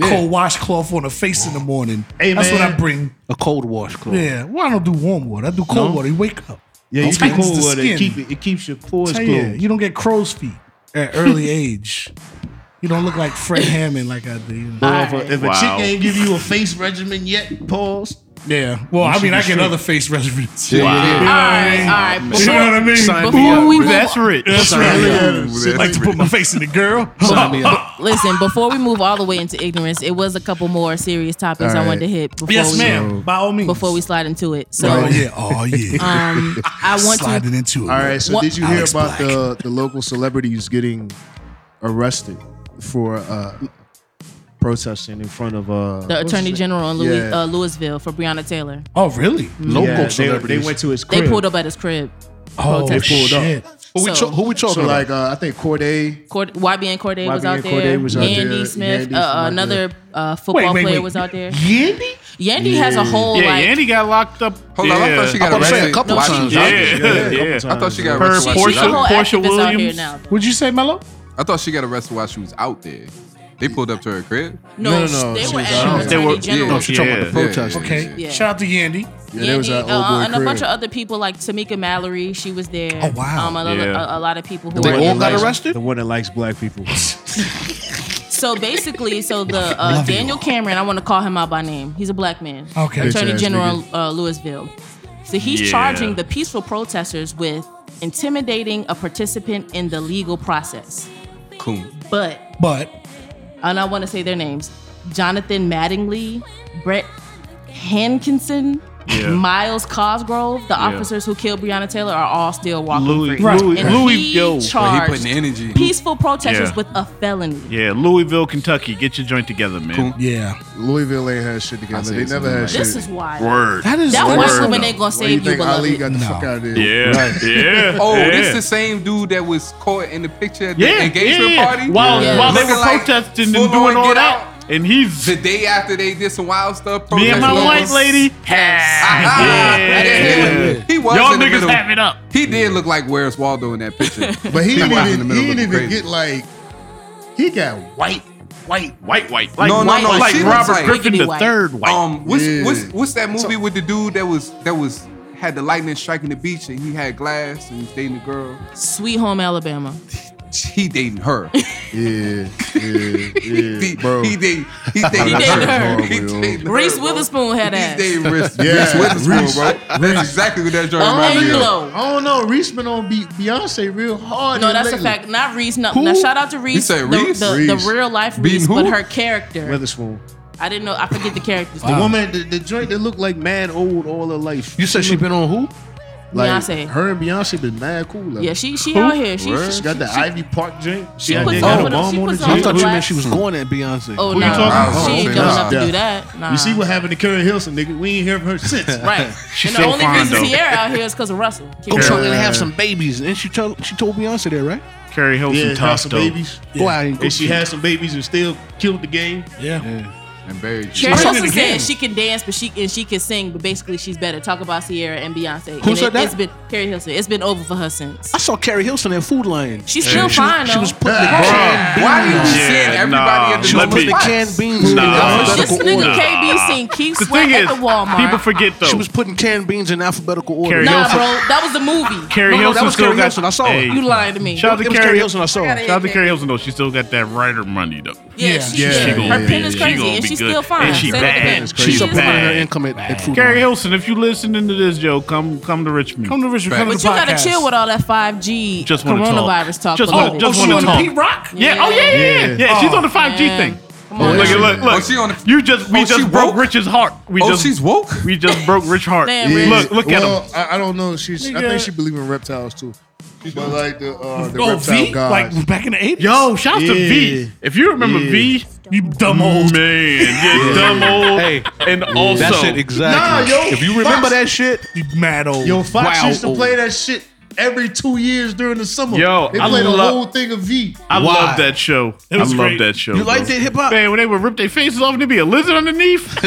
Speaker 1: Cold washcloth on the face in the morning.
Speaker 2: Hey,
Speaker 1: That's
Speaker 2: man.
Speaker 1: what I bring.
Speaker 4: A cold wash clothes.
Speaker 1: Yeah. Well, I don't do warm water. I do cold water. You wake up.
Speaker 2: Yeah,
Speaker 1: you can cool with it. Keep
Speaker 2: it. It keeps your pores
Speaker 1: Tell you, you don't get crow's feet at early age. You don't look like Fred Hammond like I do.
Speaker 2: if a, if a
Speaker 3: Wow.
Speaker 2: chick ain't give you a face regimen yet, pause.
Speaker 1: Yeah. Well, I mean, I get other face regimens.
Speaker 6: All
Speaker 3: Wow.
Speaker 6: right, all right.
Speaker 1: You know what I mean?
Speaker 4: Sign me
Speaker 6: Before
Speaker 4: up.
Speaker 6: we move,
Speaker 3: That's rich.
Speaker 1: That's right.
Speaker 5: Ooh,
Speaker 1: Like
Speaker 5: that's
Speaker 1: to put my face in the girl.
Speaker 4: Sign me up.
Speaker 6: listen, before we move all the way into ignorance, it was a couple more serious topics I wanted to hit before
Speaker 1: Yes,
Speaker 6: we
Speaker 1: ma'am. By all means.
Speaker 6: before we slide into it. So,
Speaker 1: Oh yeah. Oh yeah. [laughs]
Speaker 6: um, I want
Speaker 1: Sliding
Speaker 6: to.
Speaker 1: into it.
Speaker 2: All right. So
Speaker 6: What- Oh,
Speaker 2: did you hear
Speaker 1: Alex
Speaker 2: about
Speaker 1: Black.
Speaker 2: the the local celebrities getting arrested for uh, protesting in front of uh,
Speaker 6: The Attorney General in Louis,
Speaker 2: Yeah.
Speaker 6: uh, Louisville for Breonna Taylor.
Speaker 1: Oh really?
Speaker 4: Local
Speaker 2: Yeah, they, they
Speaker 4: celebrities.
Speaker 2: went to his
Speaker 6: They
Speaker 2: crib.
Speaker 6: pulled up at his crib.
Speaker 1: Oh
Speaker 6: Protest.
Speaker 1: shit.
Speaker 4: Who, we
Speaker 6: So-
Speaker 4: tra- who we talking
Speaker 2: So
Speaker 4: about?
Speaker 2: like uh, I think Corday.
Speaker 6: Cord- YBN Corday was
Speaker 2: YBN
Speaker 6: out
Speaker 2: Corday
Speaker 6: there.
Speaker 2: was out
Speaker 6: Yandy
Speaker 2: there.
Speaker 6: Smith,
Speaker 2: Yandy
Speaker 6: uh,
Speaker 2: Smith,
Speaker 6: another uh,
Speaker 1: Wait,
Speaker 6: football
Speaker 1: wait,
Speaker 6: player,
Speaker 1: wait.
Speaker 6: was out there.
Speaker 1: Yandy?
Speaker 6: Yandy has a whole
Speaker 3: Yeah,
Speaker 6: like.
Speaker 3: Andy got locked up.
Speaker 5: Hold
Speaker 3: yeah.
Speaker 5: on, I thought she got
Speaker 4: I'm saying a
Speaker 5: arrested.
Speaker 4: couple
Speaker 5: Why
Speaker 4: times.
Speaker 5: she-
Speaker 3: Yeah,
Speaker 2: Yeah,
Speaker 3: yeah. Uh-huh.
Speaker 2: yeah, a couple
Speaker 5: I thought she got
Speaker 2: times.
Speaker 5: arrested.
Speaker 3: Her
Speaker 5: while
Speaker 6: she- she's
Speaker 5: she
Speaker 3: Portia-
Speaker 6: a
Speaker 5: was
Speaker 6: whole
Speaker 5: out-
Speaker 3: Portia
Speaker 6: activist out here
Speaker 3: Williams?
Speaker 6: now. though.
Speaker 1: Would you say Mello?
Speaker 5: I thought she got arrested while she was out there. They pulled up to her crib.
Speaker 6: No,
Speaker 2: no, no,
Speaker 6: they
Speaker 2: she
Speaker 6: were
Speaker 2: was
Speaker 6: at
Speaker 2: out.
Speaker 6: the
Speaker 3: They
Speaker 6: Attorney
Speaker 3: were-
Speaker 6: General.
Speaker 5: yeah,
Speaker 4: she talking about the
Speaker 5: Yeah,
Speaker 4: protesters.
Speaker 1: Okay.
Speaker 6: Yeah.
Speaker 1: Shout out to Yandy.
Speaker 2: Yeah, there was
Speaker 6: Yandy,
Speaker 2: that old boy
Speaker 6: uh, and a
Speaker 2: crib.
Speaker 6: bunch of other people like Tamika Mallory, she was there.
Speaker 1: Oh, wow.
Speaker 6: Um, a, lo-
Speaker 3: Yeah.
Speaker 6: a- a lot of people who
Speaker 4: They
Speaker 6: were
Speaker 4: all
Speaker 6: in,
Speaker 4: got
Speaker 6: like-
Speaker 4: arrested?
Speaker 7: The one that likes black people.
Speaker 6: So basically, so the uh, Daniel Cameron, I want to call him out by name. He's a black man.
Speaker 1: Okay.
Speaker 6: Attorney
Speaker 2: Bitch-ass
Speaker 6: General uh, Louisville. So he's
Speaker 3: Yeah.
Speaker 6: charging the peaceful protesters with intimidating a participant in the legal process.
Speaker 5: Coon.
Speaker 6: But
Speaker 1: But
Speaker 6: and I want to say their names: Jonathan Mattingly, Brett Hankinson,
Speaker 3: Yeah.
Speaker 6: Miles Cosgrove. The officers who killed Breonna Taylor are all still walking
Speaker 3: Louis,
Speaker 6: free.
Speaker 1: Right.
Speaker 3: Louis,
Speaker 6: And
Speaker 3: Louis,
Speaker 6: he
Speaker 3: yo,
Speaker 5: But he
Speaker 6: charged
Speaker 5: putting the energy.
Speaker 6: peaceful protesters
Speaker 3: Yeah.
Speaker 6: with a felony.
Speaker 3: yeah, Louisville, Kentucky, get your joint together, man.
Speaker 1: yeah,
Speaker 2: Louisville ain't had shit
Speaker 5: I
Speaker 2: together.
Speaker 5: say
Speaker 2: They never
Speaker 5: something
Speaker 2: had
Speaker 5: like
Speaker 2: shit.
Speaker 6: This is wild.
Speaker 3: Word.
Speaker 1: that is
Speaker 6: That
Speaker 1: that
Speaker 3: Word.
Speaker 6: white woman
Speaker 3: Word.
Speaker 6: ain't gonna
Speaker 2: Why do you
Speaker 6: save you,
Speaker 2: think Ali
Speaker 6: beloved.
Speaker 2: got the
Speaker 1: No.
Speaker 2: fuck out of
Speaker 4: [laughs]
Speaker 2: there?
Speaker 3: Yeah, [laughs] yeah.
Speaker 5: [laughs] Oh,
Speaker 3: yeah.
Speaker 5: this the same dude that was caught in the picture at the
Speaker 3: yeah,
Speaker 5: engagement
Speaker 3: yeah.
Speaker 5: party.
Speaker 3: While,
Speaker 6: Yeah.
Speaker 3: while they
Speaker 5: Looking
Speaker 3: were
Speaker 5: like
Speaker 3: protesting
Speaker 5: full
Speaker 3: and
Speaker 5: on
Speaker 3: doing all
Speaker 5: get
Speaker 3: that, and he's
Speaker 5: The day after they did some wild stuff,
Speaker 3: me and my
Speaker 5: protest
Speaker 3: white
Speaker 5: was-
Speaker 3: lady.
Speaker 5: Ah,
Speaker 3: Yeah.
Speaker 5: yeah. He was
Speaker 3: Y'all
Speaker 5: in the
Speaker 3: niggas
Speaker 5: middle.
Speaker 3: have it up.
Speaker 5: He did look like Where's Waldo in that picture.
Speaker 3: [laughs]
Speaker 2: But he didn't
Speaker 5: was in the
Speaker 2: even,
Speaker 5: middle
Speaker 2: he didn't
Speaker 5: looking
Speaker 2: even
Speaker 5: crazy.
Speaker 2: get like, he
Speaker 5: [laughs]
Speaker 2: got
Speaker 3: White, white, white, white. Like,
Speaker 5: No, no,
Speaker 3: white,
Speaker 5: no,
Speaker 3: like
Speaker 5: she was
Speaker 3: Robert
Speaker 5: like-
Speaker 3: Griffin
Speaker 6: Giggity
Speaker 3: the
Speaker 6: white.
Speaker 3: third white.
Speaker 5: Um, what's,
Speaker 2: Yeah.
Speaker 5: what's what's that movie with the dude that was that was had the lightning striking the beach and he had glass and he was dating a girl.
Speaker 6: Sweet
Speaker 5: [laughs]
Speaker 6: Home Alabama.
Speaker 5: He dating her.
Speaker 2: yeah, yeah, yeah,
Speaker 5: [laughs] He,
Speaker 2: bro.
Speaker 5: he dating he
Speaker 3: [laughs]
Speaker 5: dating [laughs]
Speaker 6: dating her.
Speaker 5: her. He
Speaker 2: Horrible, yo.
Speaker 5: dating her,
Speaker 6: Reese
Speaker 5: bro.
Speaker 6: Witherspoon had
Speaker 5: He's
Speaker 6: ass.
Speaker 5: dating Reese,
Speaker 2: Yeah,
Speaker 5: Reese
Speaker 2: Reese-
Speaker 5: Witherspoon, bro.
Speaker 2: Reese.
Speaker 5: That's exactly what that joint
Speaker 6: Only
Speaker 5: reminded me of.
Speaker 6: glow.
Speaker 2: I don't know. Reese been on Be- Beyonce real hard.
Speaker 6: Oh, No,
Speaker 2: here
Speaker 6: that's a
Speaker 2: lately.
Speaker 6: fact. Not Reese. No, now shout out to Reese.
Speaker 5: say
Speaker 6: the,
Speaker 5: Reese?
Speaker 6: The,
Speaker 2: Reese.
Speaker 6: the real life
Speaker 5: Beating
Speaker 6: Reese, but
Speaker 5: who?
Speaker 6: her character.
Speaker 7: Witherspoon.
Speaker 6: I didn't know. I forget the characters.
Speaker 7: The
Speaker 1: Wow.
Speaker 7: woman, the, the joint that looked like mad old all her life.
Speaker 4: You said she been on who?
Speaker 2: Like,
Speaker 6: Beyonce.
Speaker 2: Her and Beyonce been mad cool. Like,
Speaker 6: Yeah, she she out here. She,
Speaker 5: Word.
Speaker 2: she
Speaker 6: she,
Speaker 2: got the Ivy Park drink.
Speaker 7: She,
Speaker 6: she
Speaker 7: out
Speaker 6: puts
Speaker 7: there
Speaker 6: on
Speaker 7: got a
Speaker 6: with- she
Speaker 7: bomb on her
Speaker 6: puts
Speaker 7: jeans.
Speaker 6: on
Speaker 4: I thought you
Speaker 6: Black.
Speaker 4: meant she was going at Beyonce.
Speaker 6: oh
Speaker 3: Who
Speaker 6: no,
Speaker 3: you talking
Speaker 5: about?
Speaker 6: she ain't
Speaker 5: Oh,
Speaker 6: dumb
Speaker 5: nah.
Speaker 6: enough to
Speaker 2: Yeah.
Speaker 6: do that. Nah.
Speaker 2: You see what happened to Karen Hilson, nigga? We ain't hear from her since.
Speaker 6: [laughs] Right.
Speaker 3: She's
Speaker 6: and the
Speaker 3: so
Speaker 6: only
Speaker 3: fine,
Speaker 6: reason
Speaker 3: though.
Speaker 6: Tierra out here is because of Russell. Keep
Speaker 4: Go
Speaker 6: it
Speaker 4: try
Speaker 6: real.
Speaker 4: and have some babies, and she told she told Beyonce that, right?
Speaker 3: Carrie Hilson
Speaker 2: yeah,
Speaker 3: yeah,
Speaker 2: had some babies.
Speaker 4: Go out and go
Speaker 2: And she had some babies and still killed the game.
Speaker 1: yeah.
Speaker 5: And buried you.
Speaker 6: Karen
Speaker 1: said it
Speaker 6: Hilson
Speaker 1: again.
Speaker 6: said she can dance, but she and she can sing, but basically she's better. Talk about Sierra and Beyonce.
Speaker 4: Who
Speaker 6: and
Speaker 4: said that?
Speaker 6: It's been Carrie Hilson. It's been over for her since.
Speaker 4: I saw Carrie Hilson at Food Lion.
Speaker 6: She's still
Speaker 4: she,
Speaker 6: fine
Speaker 4: She
Speaker 6: though.
Speaker 4: was putting the
Speaker 3: Bruh.
Speaker 4: canned beans.
Speaker 5: Why are you
Speaker 3: Yeah,
Speaker 5: seeing everybody
Speaker 3: nah.
Speaker 5: in the
Speaker 4: She was
Speaker 3: Let me-
Speaker 5: normal
Speaker 4: putting the
Speaker 5: spots?
Speaker 4: canned beans in
Speaker 3: Nah.
Speaker 6: this
Speaker 4: alphabetical
Speaker 6: nigga
Speaker 4: order.
Speaker 6: KB seen Keith
Speaker 3: Uh, The thing
Speaker 6: Sweat
Speaker 3: is,
Speaker 6: at the Walmart.
Speaker 3: people forget though.
Speaker 4: She was putting canned beans in alphabetical order.
Speaker 3: Carrie
Speaker 6: nah,
Speaker 3: Hilson.
Speaker 6: bro, that was the movie.
Speaker 3: Carrie
Speaker 4: No, no, that
Speaker 3: Hilson
Speaker 4: was
Speaker 3: still
Speaker 4: Carrie
Speaker 3: got.
Speaker 4: Hilson. I saw her.
Speaker 6: You lying to me.
Speaker 3: Shout out
Speaker 4: It
Speaker 3: to
Speaker 4: was Carrie
Speaker 3: Carrie
Speaker 4: Hilson. I saw.
Speaker 6: I gotta-
Speaker 4: her.
Speaker 3: Shout out to Carrie Hilson though. She still got that writer money though.
Speaker 6: Yeah,
Speaker 1: Yeah,
Speaker 6: she,
Speaker 1: yeah,
Speaker 6: she-
Speaker 3: yeah,
Speaker 6: her
Speaker 3: yeah,
Speaker 6: pen is
Speaker 3: yeah. She
Speaker 6: crazy,
Speaker 3: gonna
Speaker 6: and
Speaker 3: be
Speaker 6: she's
Speaker 3: good.
Speaker 6: still fine.
Speaker 3: And she
Speaker 6: Say that
Speaker 3: bad.
Speaker 6: again.
Speaker 3: It's
Speaker 6: She
Speaker 4: She's
Speaker 6: is
Speaker 4: supplementing her
Speaker 6: fine.
Speaker 4: income at, at Food
Speaker 3: Carrie
Speaker 4: Lion.
Speaker 3: Hilson, if you listening to this, Joe, come come to Richmond.
Speaker 1: Come to Richard.
Speaker 5: Right.
Speaker 1: Come to
Speaker 6: But
Speaker 1: the
Speaker 6: you gotta
Speaker 1: podcast.
Speaker 6: chill with all that five G
Speaker 3: Just wanna talk.
Speaker 6: coronavirus talk.
Speaker 3: Just
Speaker 6: for a
Speaker 3: wanna-
Speaker 6: little
Speaker 3: just
Speaker 6: bit.
Speaker 1: she
Speaker 3: wanna
Speaker 1: on the
Speaker 3: talk.
Speaker 1: Pete Rock.
Speaker 3: Yeah. Oh yeah, yeah, yeah. yeah she's on the five G
Speaker 6: man.
Speaker 3: thing.
Speaker 6: Come on,
Speaker 3: look,
Speaker 6: man.
Speaker 3: at- look, look.
Speaker 5: Oh, she on the-
Speaker 3: you just we
Speaker 5: Oh, she
Speaker 3: just broke
Speaker 5: woke?
Speaker 3: Rich's heart. We
Speaker 5: Oh,
Speaker 3: just
Speaker 5: she's woke?
Speaker 3: we just broke Rich heart.
Speaker 6: Damn,
Speaker 2: Yeah.
Speaker 6: Rich.
Speaker 3: Look, look at
Speaker 2: well,
Speaker 3: him.
Speaker 2: I, I don't know. She's. I
Speaker 1: Nigga.
Speaker 2: think she believe in reptiles too. But like the uh, the
Speaker 1: Oh,
Speaker 2: reptile
Speaker 1: V?
Speaker 2: gods.
Speaker 1: Like back in the 80s?
Speaker 3: Yo, Oh, shout out to V. If you remember V, oh,
Speaker 1: you dumb
Speaker 2: Mm-hmm.
Speaker 1: old.
Speaker 3: man, you dumb old.
Speaker 4: Hey,
Speaker 3: and also
Speaker 4: That shit exactly.
Speaker 2: Nah, yo,
Speaker 4: if you remember
Speaker 2: Fox-
Speaker 4: that shit,
Speaker 1: You mad old.
Speaker 2: Yo, Fox
Speaker 4: Wow.
Speaker 2: used to play that shit every two years during the summer.
Speaker 3: Yo,
Speaker 2: they
Speaker 3: I
Speaker 2: played a
Speaker 3: love-
Speaker 2: whole thing of V.
Speaker 3: I
Speaker 4: Why?
Speaker 3: love that show. I
Speaker 1: It was
Speaker 3: love
Speaker 1: great.
Speaker 3: that show.
Speaker 4: you
Speaker 3: bro.
Speaker 4: liked that hip hop.
Speaker 3: Man, when they would rip their faces off and there'd be a lizard underneath.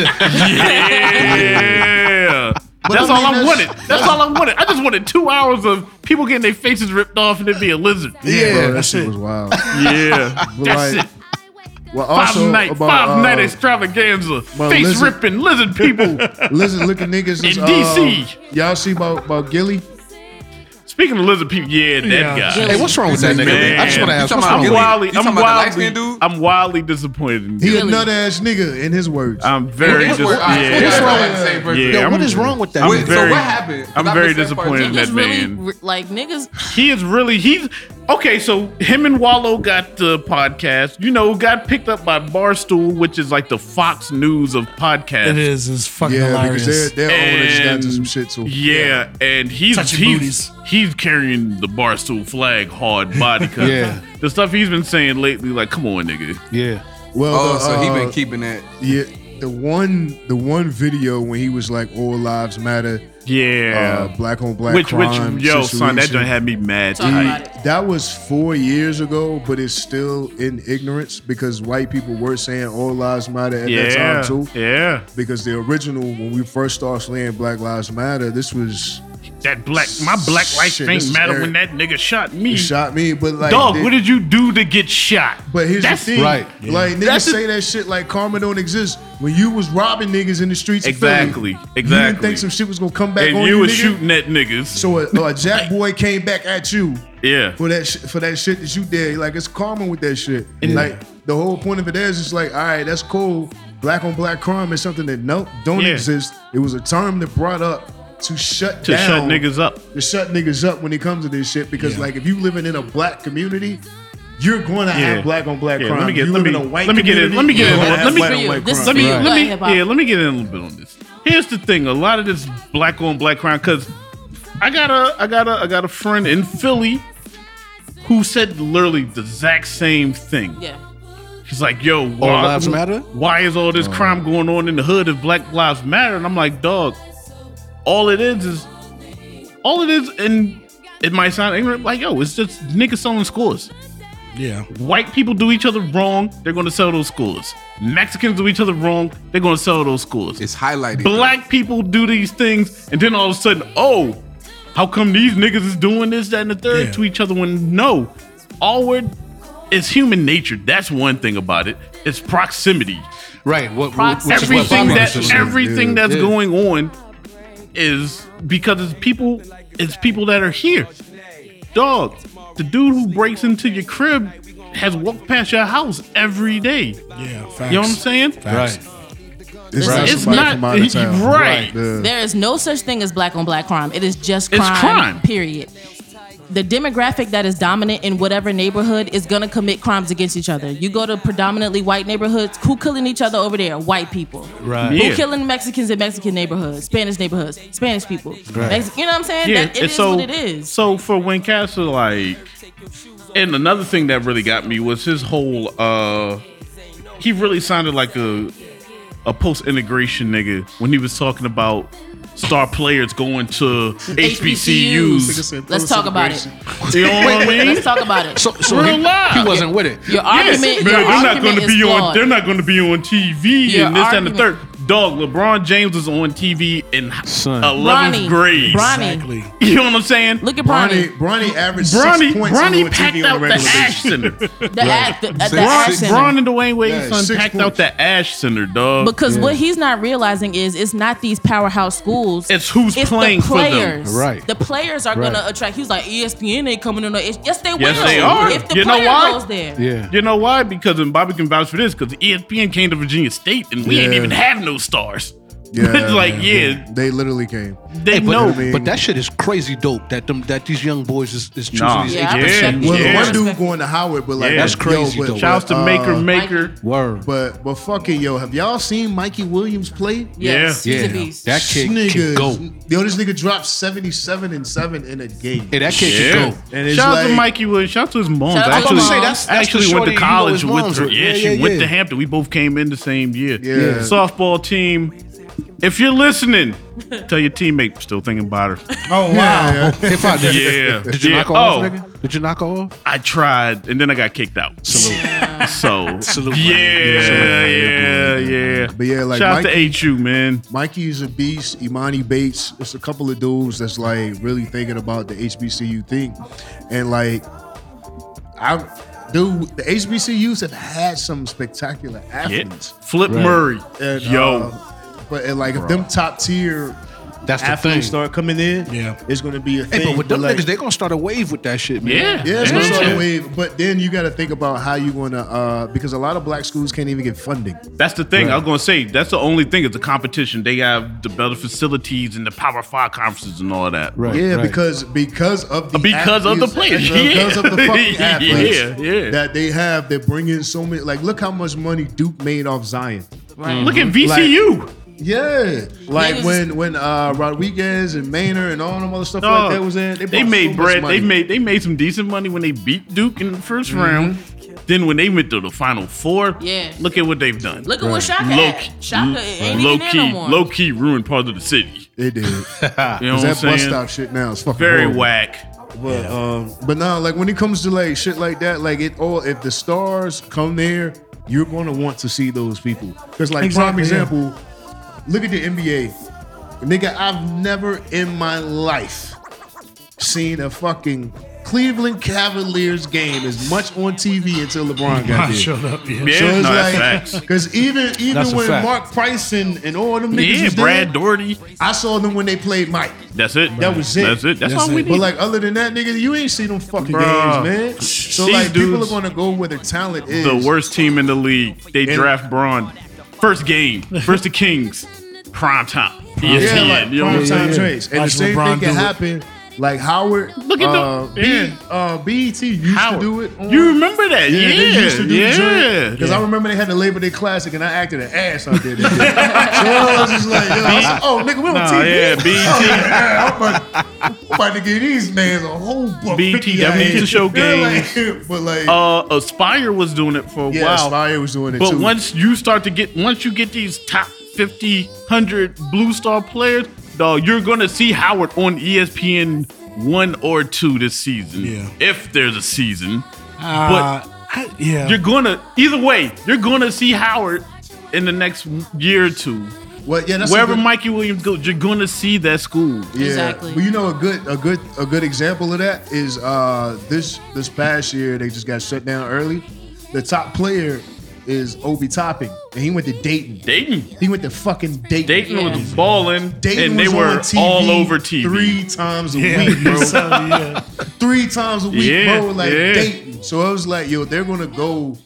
Speaker 3: yeah. that's
Speaker 2: I
Speaker 3: all
Speaker 2: mean,
Speaker 3: I
Speaker 2: that's-
Speaker 3: wanted. That's all I wanted. I just wanted two hours of people getting their faces ripped off and it'd be a lizard.
Speaker 1: yeah,
Speaker 2: Bro, that
Speaker 1: that's
Speaker 2: shit
Speaker 1: it.
Speaker 2: was [laughs] wild.
Speaker 3: Yeah.
Speaker 2: But
Speaker 3: That's
Speaker 2: like,
Speaker 3: it.
Speaker 2: well,
Speaker 3: Five
Speaker 2: also
Speaker 3: night,
Speaker 2: about,
Speaker 3: five
Speaker 2: uh,
Speaker 3: night [laughs] extravaganza.
Speaker 2: about
Speaker 3: Face
Speaker 2: lizard-
Speaker 3: ripping lizard people.
Speaker 2: Listen, look at niggas is,
Speaker 3: In DC.
Speaker 2: uh, y'all see about about Gilly?
Speaker 3: Speaking of lizard people, yeah, that
Speaker 1: Yeah.
Speaker 3: guy.
Speaker 4: Hey, what's wrong with that nigga?
Speaker 3: Man.
Speaker 4: I just want to
Speaker 5: You
Speaker 4: ask.
Speaker 5: talking
Speaker 4: What's
Speaker 5: about
Speaker 4: wrong
Speaker 3: I'm
Speaker 4: with that?
Speaker 3: wildly,
Speaker 5: You talking
Speaker 3: I'm
Speaker 5: about the
Speaker 3: wildly,
Speaker 5: light-skinned dude?
Speaker 3: I'm wildly disappointed. In him.
Speaker 2: He a
Speaker 6: Gilly.
Speaker 2: nut ass nigga in his words.
Speaker 3: I'm very
Speaker 5: His word- I forgot
Speaker 3: disappointed.
Speaker 5: what I
Speaker 4: wrong-
Speaker 5: was saying first.
Speaker 3: Yeah.
Speaker 4: Yo, what
Speaker 3: I'm-
Speaker 4: is wrong with that?
Speaker 5: Wait,
Speaker 4: man?
Speaker 5: so
Speaker 3: very-
Speaker 5: what happened? 'Cause
Speaker 3: I'm
Speaker 5: I
Speaker 3: very
Speaker 5: missed that part.
Speaker 3: disappointed.
Speaker 6: Niggas
Speaker 3: that
Speaker 6: really
Speaker 3: man.
Speaker 6: re- like niggas.
Speaker 3: He is really he's okay. So him and Wallow got the podcast. You know, got picked up by Barstool, which is like the Fox News of podcasts.
Speaker 1: It is. It's fucking
Speaker 2: yeah,
Speaker 1: hilarious.
Speaker 2: because their their owners got into
Speaker 3: And-
Speaker 2: some shit too.
Speaker 3: Yeah, and he's
Speaker 1: Touching
Speaker 3: he's,
Speaker 1: booties.
Speaker 3: he's carrying the Barstool flag hard
Speaker 2: [laughs]
Speaker 3: body. 'cause
Speaker 4: Yeah.
Speaker 3: the stuff he's been saying lately, like, come on, nigga.
Speaker 4: Yeah.
Speaker 2: Well,
Speaker 5: Oh,
Speaker 2: the,
Speaker 5: so he
Speaker 2: uh,
Speaker 5: been keeping that.
Speaker 2: yeah, the one the one video when he was like, "All lives matter."
Speaker 3: Yeah,
Speaker 2: Uh, black on black
Speaker 3: which
Speaker 2: crime.
Speaker 3: which yo son, that
Speaker 2: situation.
Speaker 3: joint had me mad
Speaker 6: Talk
Speaker 3: tight.
Speaker 6: about it.
Speaker 2: That was four years ago, but it's still in ignorance because white people were saying all lives matter at that
Speaker 3: Yeah,
Speaker 2: time too.
Speaker 3: yeah.
Speaker 2: Because the original, when we first started saying Black Lives Matter, this was
Speaker 3: That black, my black life
Speaker 2: Shit, this
Speaker 3: ain't
Speaker 2: is
Speaker 3: matter when that
Speaker 2: Eric.
Speaker 3: nigga shot me.
Speaker 2: you shot me, but like
Speaker 3: Dog,
Speaker 2: they-
Speaker 3: what did you do to get shot?
Speaker 2: But here's
Speaker 3: That's-
Speaker 2: the thing,
Speaker 4: right.
Speaker 2: Like niggas
Speaker 3: That's the-
Speaker 2: say that shit like karma don't exist. When you was robbing niggas in the streets,
Speaker 3: Exactly,
Speaker 2: of Philly, You didn't
Speaker 3: exactly.
Speaker 2: think some shit was gonna come back
Speaker 3: and
Speaker 2: on
Speaker 3: you,
Speaker 2: you.
Speaker 3: were
Speaker 2: nigga?
Speaker 3: shooting at niggas.
Speaker 2: So a,
Speaker 3: [laughs]
Speaker 2: a jack boy came back at you
Speaker 3: yeah,
Speaker 2: for that sh- for that shit that you did. Like it's karma with that shit. Like the whole point of it is, it's like all right, that's cool. Black on black crime is something that nope don't
Speaker 3: Yeah.
Speaker 2: exist. It was a term that brought up to shut
Speaker 3: to shut
Speaker 2: down
Speaker 3: niggas up.
Speaker 2: to shut niggas up when it comes to this shit because like if you living in a black community, you're going to
Speaker 3: Yeah.
Speaker 2: have black on black
Speaker 3: Yeah,
Speaker 2: crime.
Speaker 3: let me get
Speaker 2: you
Speaker 3: let
Speaker 2: live
Speaker 3: me
Speaker 2: in a white
Speaker 3: let me get in let me get in
Speaker 2: community,
Speaker 3: let me
Speaker 2: you're gonna
Speaker 6: This is
Speaker 2: have black
Speaker 6: for you. This
Speaker 2: on
Speaker 3: let me
Speaker 2: white crime.
Speaker 6: is Right.
Speaker 3: let me
Speaker 6: Hip hop.
Speaker 3: yeah let me get in a little bit on this. Here's the thing: a lot of this black on black crime because I got a I got a I got a friend in Philly who said literally the exact same thing.
Speaker 6: Yeah.
Speaker 3: She's like, "Yo, why,
Speaker 4: lives matter? Oh.
Speaker 3: Why is all this crime going on in the hood if Black Lives Matter?" And I'm like, "Dog, all it is is all it is." And it might sound ignorant, like, "Yo, it's just niggas selling scores."
Speaker 1: Yeah.
Speaker 3: White people do each other wrong, they're gonna sell those scores. Mexicans do each other wrong, they're gonna sell those scores.
Speaker 5: It's highlighted.
Speaker 3: Black people do these things, and then all of a sudden, oh, how come these niggas is doing this, that, and the third
Speaker 1: Yeah.
Speaker 3: to each other when no, all we're it's human nature. That's one thing about it. It's proximity.
Speaker 4: Right. What, what,
Speaker 6: Proxy.
Speaker 4: which is what
Speaker 3: everything
Speaker 4: Bobby
Speaker 3: that
Speaker 4: was saying.
Speaker 3: everything that's going on is because it's people. It's people that are here. Dog, the dude who breaks into your crib has walked past your house every day.
Speaker 1: Yeah. Facts.
Speaker 3: You know what I'm saying?
Speaker 1: Facts.
Speaker 4: Right.
Speaker 2: It's
Speaker 1: Right.
Speaker 2: not
Speaker 3: It's
Speaker 2: somebody
Speaker 3: not-
Speaker 2: from out of town.
Speaker 3: right.
Speaker 2: Yeah.
Speaker 6: There is no such thing as black on black crime. It is just
Speaker 3: It's
Speaker 6: crime.
Speaker 3: crime.
Speaker 6: Period. The demographic that is dominant in whatever neighborhood is gonna commit crimes against each other. You go to predominantly white neighborhoods, who killing each other over there? White people.
Speaker 4: Right.
Speaker 6: Who
Speaker 3: Yeah.
Speaker 6: killing Mexicans in Mexican neighborhoods, Spanish neighborhoods, Spanish people. Mex- you know what I'm saying?
Speaker 3: Yeah,
Speaker 6: that, it
Speaker 3: and
Speaker 6: is
Speaker 3: so
Speaker 6: what it is.
Speaker 3: so for Lancaster, like, and another thing that really got me was his whole. uh He really sounded like a a post integration nigga when he was talking about star players going to HBCUs.
Speaker 6: HBCUs. Let's talk about it.
Speaker 3: You know what I mean?
Speaker 6: Let's talk about it.
Speaker 4: So, so
Speaker 3: Real
Speaker 4: he,
Speaker 3: live.
Speaker 4: he wasn't with it.
Speaker 6: Your
Speaker 3: Yes,
Speaker 6: argument,
Speaker 3: man,
Speaker 6: your
Speaker 3: they're not
Speaker 6: argument
Speaker 3: going to
Speaker 6: is
Speaker 3: be on.
Speaker 6: flawed.
Speaker 3: They're not going to be on TV
Speaker 6: Your
Speaker 3: and this and the third.
Speaker 6: argument-
Speaker 3: Dog, LeBron James was on TV in
Speaker 4: Son.
Speaker 6: Bronny,
Speaker 3: eleventh grade.
Speaker 6: Bronny,
Speaker 1: Exactly.
Speaker 3: You know what I'm saying?
Speaker 6: look at
Speaker 2: Bronny,
Speaker 6: Bronny.
Speaker 2: Bronny averaged
Speaker 3: Bronny,
Speaker 2: six points
Speaker 3: Bronny
Speaker 2: on
Speaker 3: packed
Speaker 2: TV on
Speaker 3: out
Speaker 2: a
Speaker 3: the
Speaker 2: regular
Speaker 3: Ash
Speaker 2: basis.
Speaker 3: Center.
Speaker 6: The act, the, the
Speaker 2: Bron-
Speaker 6: accent.
Speaker 3: Bron and Dwayne Wade
Speaker 2: Yeah,
Speaker 3: son
Speaker 2: six
Speaker 3: packed out
Speaker 2: points.
Speaker 3: the Ash Center, dog.
Speaker 6: Because what he's not realizing is it's not these powerhouse schools.
Speaker 3: It's who's playing for them.
Speaker 4: Right.
Speaker 6: The players are going to attract. He's like, E ESPN ain't coming in. No, yes, they
Speaker 3: Yes,
Speaker 6: will.
Speaker 3: they are.
Speaker 6: If the
Speaker 3: You know
Speaker 6: player
Speaker 3: why?
Speaker 6: goes there.
Speaker 4: Yeah.
Speaker 3: you know why? Because and Bobby can vouch for this. E Because ESPN came to Virginia State and we ain't
Speaker 2: Yeah.
Speaker 3: even have no stars. [laughs]
Speaker 2: Yeah,
Speaker 3: like
Speaker 2: man.
Speaker 3: yeah,
Speaker 2: They literally came.
Speaker 3: they
Speaker 4: Hey, but,
Speaker 3: know.
Speaker 2: I mean-
Speaker 4: but that shit is crazy dope. That them, that these young boys is, is choosing
Speaker 3: Nah.
Speaker 4: these
Speaker 6: Yeah, I
Speaker 4: eight
Speaker 6: respect
Speaker 4: percent.
Speaker 6: it.
Speaker 2: Well,
Speaker 3: Yeah.
Speaker 2: one dude going to Howard, but like
Speaker 3: Yeah. That's
Speaker 2: yo,
Speaker 4: crazy,
Speaker 2: but-
Speaker 4: though.
Speaker 3: Shouts to
Speaker 2: uh,
Speaker 3: Maker Maker.
Speaker 4: Word.
Speaker 2: But but fucking yo, have y'all seen Mikey Williams play?
Speaker 6: Yes,
Speaker 4: Yeah,
Speaker 6: he's a beast.
Speaker 4: that kid can
Speaker 2: Niggas.
Speaker 4: go.
Speaker 2: Yo, this nigga dropped seventy seven and seven in a game.
Speaker 4: Hey, that kid
Speaker 3: Yeah.
Speaker 4: can go.
Speaker 2: And it's
Speaker 3: Shout out to
Speaker 2: like-
Speaker 3: Mikey Williams. Shout out to his mom.
Speaker 6: Shout out to his
Speaker 3: actually,
Speaker 6: mom. Say,
Speaker 4: that's- that's the
Speaker 3: actually went
Speaker 4: shorty
Speaker 3: to
Speaker 4: you know
Speaker 3: college
Speaker 4: his
Speaker 3: with
Speaker 4: mom's
Speaker 3: her.
Speaker 4: with.
Speaker 3: Yeah,
Speaker 4: Yeah,
Speaker 3: she
Speaker 4: yeah,
Speaker 3: went
Speaker 4: yeah.
Speaker 3: to Hampton. We both came in the same year.
Speaker 2: Yeah.
Speaker 3: Softball team. If you're listining, tell your teammate. Still thinking about her.
Speaker 1: Oh wow.
Speaker 4: Hip hop. Did,
Speaker 3: Yeah.
Speaker 4: Did you
Speaker 3: Yeah.
Speaker 4: knock her off,
Speaker 3: Oh.
Speaker 4: nigga? Did you knock her off?
Speaker 3: I tried, and then I got kicked out.
Speaker 4: Salute.
Speaker 3: [laughs] So
Speaker 4: Salute,
Speaker 3: yeah, yeah, yeah.
Speaker 2: But yeah, like,
Speaker 3: shout out
Speaker 2: Mikey-
Speaker 3: to HU, man.
Speaker 2: Mikey's a beast. Imani Bates. It's a couple of dudes that's like really thinking about the HBCU thing, and like, I, dude, the HBCUs have had some spectacular
Speaker 3: Yeah.
Speaker 2: athletes.
Speaker 3: Flip Murray,
Speaker 2: And,
Speaker 3: yo,
Speaker 2: uh, but and like if them top tier
Speaker 4: That's the thing.
Speaker 2: athletes start coming in,
Speaker 1: Yeah.
Speaker 2: it's gonna be a thing.
Speaker 4: Hey, but with them
Speaker 2: like,
Speaker 4: niggas, they gonna start a wave with that shit, man.
Speaker 3: yeah,
Speaker 2: yeah, it's
Speaker 3: yeah.
Speaker 2: gonna start a wave. But then you got to think about how you wanna, uh, because a lot of black schools can't even get funding.
Speaker 3: That's the thing. I was gonna say that's the only thing. It's a competition. They have the better facilities and the Power Five conferences and all that.
Speaker 4: Right,
Speaker 2: yeah,
Speaker 4: right.
Speaker 2: because because of the
Speaker 3: Because of the players, yeah.
Speaker 2: because of the fucking
Speaker 3: [laughs] Yeah,
Speaker 2: athletes
Speaker 3: yeah.
Speaker 2: that they have. They bring in so many. Like, look how much money Duke made off Zion.
Speaker 3: Look at VCU.
Speaker 2: Yeah, like
Speaker 6: Niggas-
Speaker 2: when when uh, Rodriguez and Maynard and all them other stuff
Speaker 3: Dog,
Speaker 2: like that was in. They,
Speaker 3: they
Speaker 2: brought so
Speaker 3: made
Speaker 2: much
Speaker 3: bread.
Speaker 2: money.
Speaker 3: They made they made some decent money when they beat Duke in the 1st round. Then when they went to the Final Four,
Speaker 6: Yeah.
Speaker 3: look at what they've done.
Speaker 6: Look at what Shaka
Speaker 3: low
Speaker 6: had.
Speaker 3: key, mm,
Speaker 6: Shaka ain't
Speaker 3: low
Speaker 6: even in no
Speaker 3: key,
Speaker 6: more.
Speaker 3: low key ruined part of the city.
Speaker 2: They
Speaker 3: [laughs]
Speaker 2: did.
Speaker 3: You know what I'm
Speaker 2: Ah, that bust
Speaker 3: saying?
Speaker 2: out shit now is fucking
Speaker 3: Very
Speaker 2: horrible.
Speaker 3: whack.
Speaker 2: But um, but nah, like when it comes to like shit like that, like it all if the stars come there, you're gonna want to see those people. Because like prime
Speaker 1: Exactly, yeah.
Speaker 2: example, look at the NBA. Nigga, I've never in my life seen a fucking Cleveland Cavaliers game as much on TV until LeBron got
Speaker 1: I
Speaker 2: there.
Speaker 1: showed up. Yeah.
Speaker 3: Yeah,
Speaker 2: So it's
Speaker 3: no,
Speaker 2: like,
Speaker 3: that's facts.
Speaker 2: Because even even
Speaker 4: That's a
Speaker 2: when
Speaker 4: fact.
Speaker 2: Mark Price and, and all them niggas
Speaker 3: Yeah,
Speaker 2: was
Speaker 3: Brad
Speaker 2: there,
Speaker 3: Doherty.
Speaker 2: I saw them when they played Mike.
Speaker 3: That's it.
Speaker 2: That was it.
Speaker 3: That's it. That's,
Speaker 1: That's
Speaker 3: all we
Speaker 1: it.
Speaker 3: need.
Speaker 2: But like other than that, nigga, you ain't seen them fucking
Speaker 3: Bruh.
Speaker 2: games, man. So
Speaker 3: These
Speaker 2: like people are
Speaker 3: dudes-
Speaker 2: gonna go where their talent is.
Speaker 3: the worst team in the league. They
Speaker 2: And-
Speaker 3: draft Braun. First game versus the Kings. Prime time. E
Speaker 2: Yeah,
Speaker 3: ESPN.
Speaker 2: like
Speaker 3: you know what I'm
Speaker 2: prime
Speaker 3: saying?
Speaker 2: time trades. And the
Speaker 1: Watch
Speaker 2: same
Speaker 1: LeBron
Speaker 2: thing
Speaker 1: do
Speaker 2: can
Speaker 1: it.
Speaker 2: happen. Like Howard,
Speaker 3: Look at the-
Speaker 2: uh,
Speaker 3: yeah.
Speaker 2: B, uh, BET used
Speaker 3: Howard.
Speaker 2: to do it. On,
Speaker 3: You remember that? Yeah,
Speaker 2: they used to do
Speaker 3: yeah.
Speaker 2: Because I remember they had the Labor Day Classic, and I acted an ass out there. [laughs] that day. so I was just like, yo, I was like, oh nigga, we on
Speaker 3: Nah,
Speaker 2: TV.
Speaker 3: yeah, E
Speaker 2: [laughs]
Speaker 3: BET.
Speaker 2: I'm about, I'm about to give these mans a whole book.
Speaker 3: BET
Speaker 2: 50
Speaker 3: E that
Speaker 2: out
Speaker 3: used to
Speaker 2: here.
Speaker 3: show
Speaker 2: [laughs] Yeah, like, but like,
Speaker 3: Uh, Aspire was doing it for a
Speaker 2: yeah,
Speaker 3: while.
Speaker 2: Spire was doing it
Speaker 3: But
Speaker 2: too.
Speaker 3: once you start to get, once you get these top 50, 100 Blue Star players, dog, you're going to see Howard on E ESPN one or two this season.
Speaker 1: Yeah.
Speaker 3: If there's a season.
Speaker 2: Ah,
Speaker 1: Uh, I- yeah.
Speaker 3: You're going to, either way, you're going to see Howard in the next year or two.
Speaker 2: well, yeah, that's a
Speaker 3: Wherever
Speaker 2: good-
Speaker 3: Mikey Williams goes, you're going to see that school.
Speaker 2: Yeah.
Speaker 6: Exactly.
Speaker 2: Well, you know a good a good a good example of that is uh this this past year they just got shut down early. The top player is Obi Topping, and he went to Dayton.
Speaker 3: Dayton.
Speaker 2: He went to fucking Dayton.
Speaker 3: Dayton
Speaker 6: Yeah.
Speaker 3: was balling,
Speaker 2: Dayton
Speaker 3: and they
Speaker 2: was on
Speaker 3: were
Speaker 2: TV
Speaker 3: all over TV.
Speaker 2: three times a
Speaker 1: yeah.
Speaker 2: week, bro.
Speaker 1: [laughs] So, yeah.
Speaker 2: three times a week,
Speaker 3: Yeah,
Speaker 2: bro. Like
Speaker 3: yeah.
Speaker 2: Dayton. So I was like, yo, they're gonna go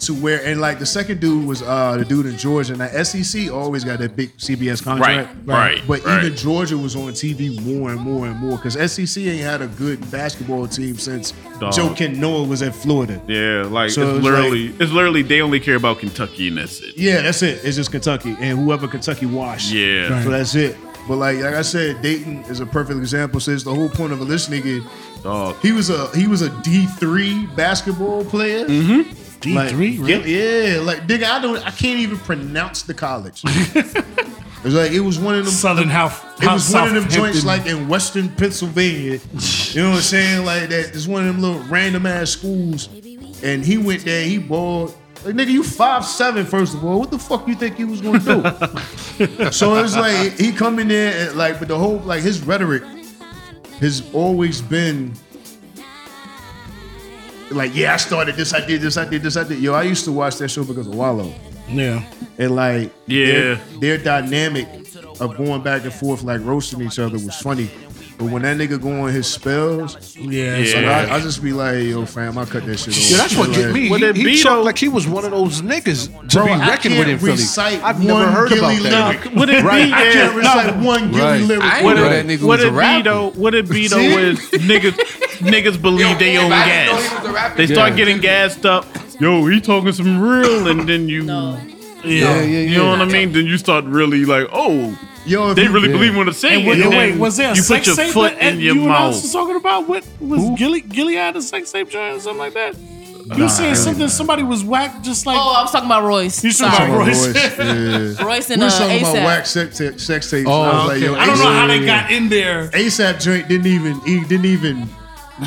Speaker 2: to where and like the second dude was uh the dude in Georgia. Now SEC always got that big CBS
Speaker 3: Right,
Speaker 2: contract.
Speaker 3: right,
Speaker 2: But
Speaker 3: right.
Speaker 2: even Georgia was on TV more and more and more because SEC ain't had a good basketball team since
Speaker 3: Dog.
Speaker 2: Joe Ken Noah was at Florida.
Speaker 3: Yeah, like
Speaker 2: So it
Speaker 3: it's
Speaker 2: was
Speaker 3: literally, it's literally they only care about Kentucky and that's it.
Speaker 2: Yeah, that's it. It's just Kentucky and whoever Kentucky washed.
Speaker 3: Yeah.
Speaker 2: So that's it. But like like I said, Dayton is a perfect example. Since the whole point of a listening is
Speaker 3: Dog.
Speaker 2: he was a he was a D three basketball player.
Speaker 1: D3,
Speaker 2: Like,
Speaker 1: really?
Speaker 2: Yeah, yeah, like nigga, I don't, I can't even pronounce the college. [laughs] it's like it was one of them.
Speaker 1: Southern half.
Speaker 2: it was
Speaker 1: half
Speaker 2: one of them joints
Speaker 1: Southampton.
Speaker 2: like in Western Pennsylvania. You know what I'm saying? Like that. It's one of them little random ass schools. And he went there. He balled. Like, nigga, you five seven. First of all, what the fuck you think you was gonna do? so it's like he come in there and like, but the whole like his rhetoric has always been like, yeah, I started this, I did this, I did this, I did. Yo, I used to watch that show because of Wallow.
Speaker 1: Yeah.
Speaker 2: And like,
Speaker 3: Yeah.
Speaker 2: their, their dynamic of going back and forth, like roasting each other, was funny. But when that nigga go on his spells,
Speaker 1: Yeah.
Speaker 3: Yeah.
Speaker 1: So
Speaker 2: like, I, I just be like, yo, fam, I cut that shit off.
Speaker 4: Yeah, that's what
Speaker 2: Like,
Speaker 4: get me.
Speaker 3: Well,
Speaker 4: he
Speaker 3: that
Speaker 4: he
Speaker 3: beat
Speaker 4: talked
Speaker 3: up-
Speaker 4: like he was one of those niggas to
Speaker 2: Bro,
Speaker 4: be
Speaker 2: I
Speaker 4: reckoned with in
Speaker 2: can't
Speaker 4: Philly.
Speaker 2: recite
Speaker 4: I've never
Speaker 2: one
Speaker 4: heard about
Speaker 2: Gilly
Speaker 4: that.
Speaker 2: lyric.
Speaker 3: Would it
Speaker 4: Right.
Speaker 3: be?
Speaker 2: I can't
Speaker 3: Yeah,
Speaker 2: recite one Gilly
Speaker 5: Right.
Speaker 2: lyric.
Speaker 5: I ain't
Speaker 3: Would
Speaker 5: know
Speaker 3: it,
Speaker 5: that nigga
Speaker 3: would
Speaker 5: was a
Speaker 3: it be
Speaker 5: rapper.
Speaker 3: though? Would it be though?
Speaker 2: See?
Speaker 3: Is niggas niggas believe they own gas? They start getting gassed up. Yo, he talking some real, and then you,
Speaker 1: yeah.
Speaker 4: yeah,
Speaker 3: you know what I mean? Then you start really like, oh,
Speaker 2: Yo, if
Speaker 3: they
Speaker 2: you-
Speaker 3: really
Speaker 4: Yeah.
Speaker 3: believe what I'm saying.
Speaker 1: And wait,
Speaker 3: and
Speaker 1: wait,
Speaker 3: then
Speaker 1: was there a
Speaker 3: you
Speaker 1: sex
Speaker 3: put your
Speaker 1: tape
Speaker 3: foot
Speaker 1: that
Speaker 3: in your
Speaker 1: you and I was
Speaker 3: mouth?
Speaker 1: talking about? What was Gilly Gilead a sex tape joint or something like that? You saying something? Somebody was whacked just like
Speaker 6: Oh, I was talking about Royce.
Speaker 1: you
Speaker 6: Sorry.
Speaker 1: talking about Royce?
Speaker 2: Voice, yeah.
Speaker 6: Royce
Speaker 2: We
Speaker 6: and uh,
Speaker 2: was talking about
Speaker 6: ASAP.
Speaker 2: wax sex, ta- sex tapes.
Speaker 4: Oh,
Speaker 2: and I was
Speaker 4: okay.
Speaker 2: like, yo,
Speaker 1: I don't know how they
Speaker 2: ASAP
Speaker 1: got in there.
Speaker 2: ASAP joint didn't even he didn't even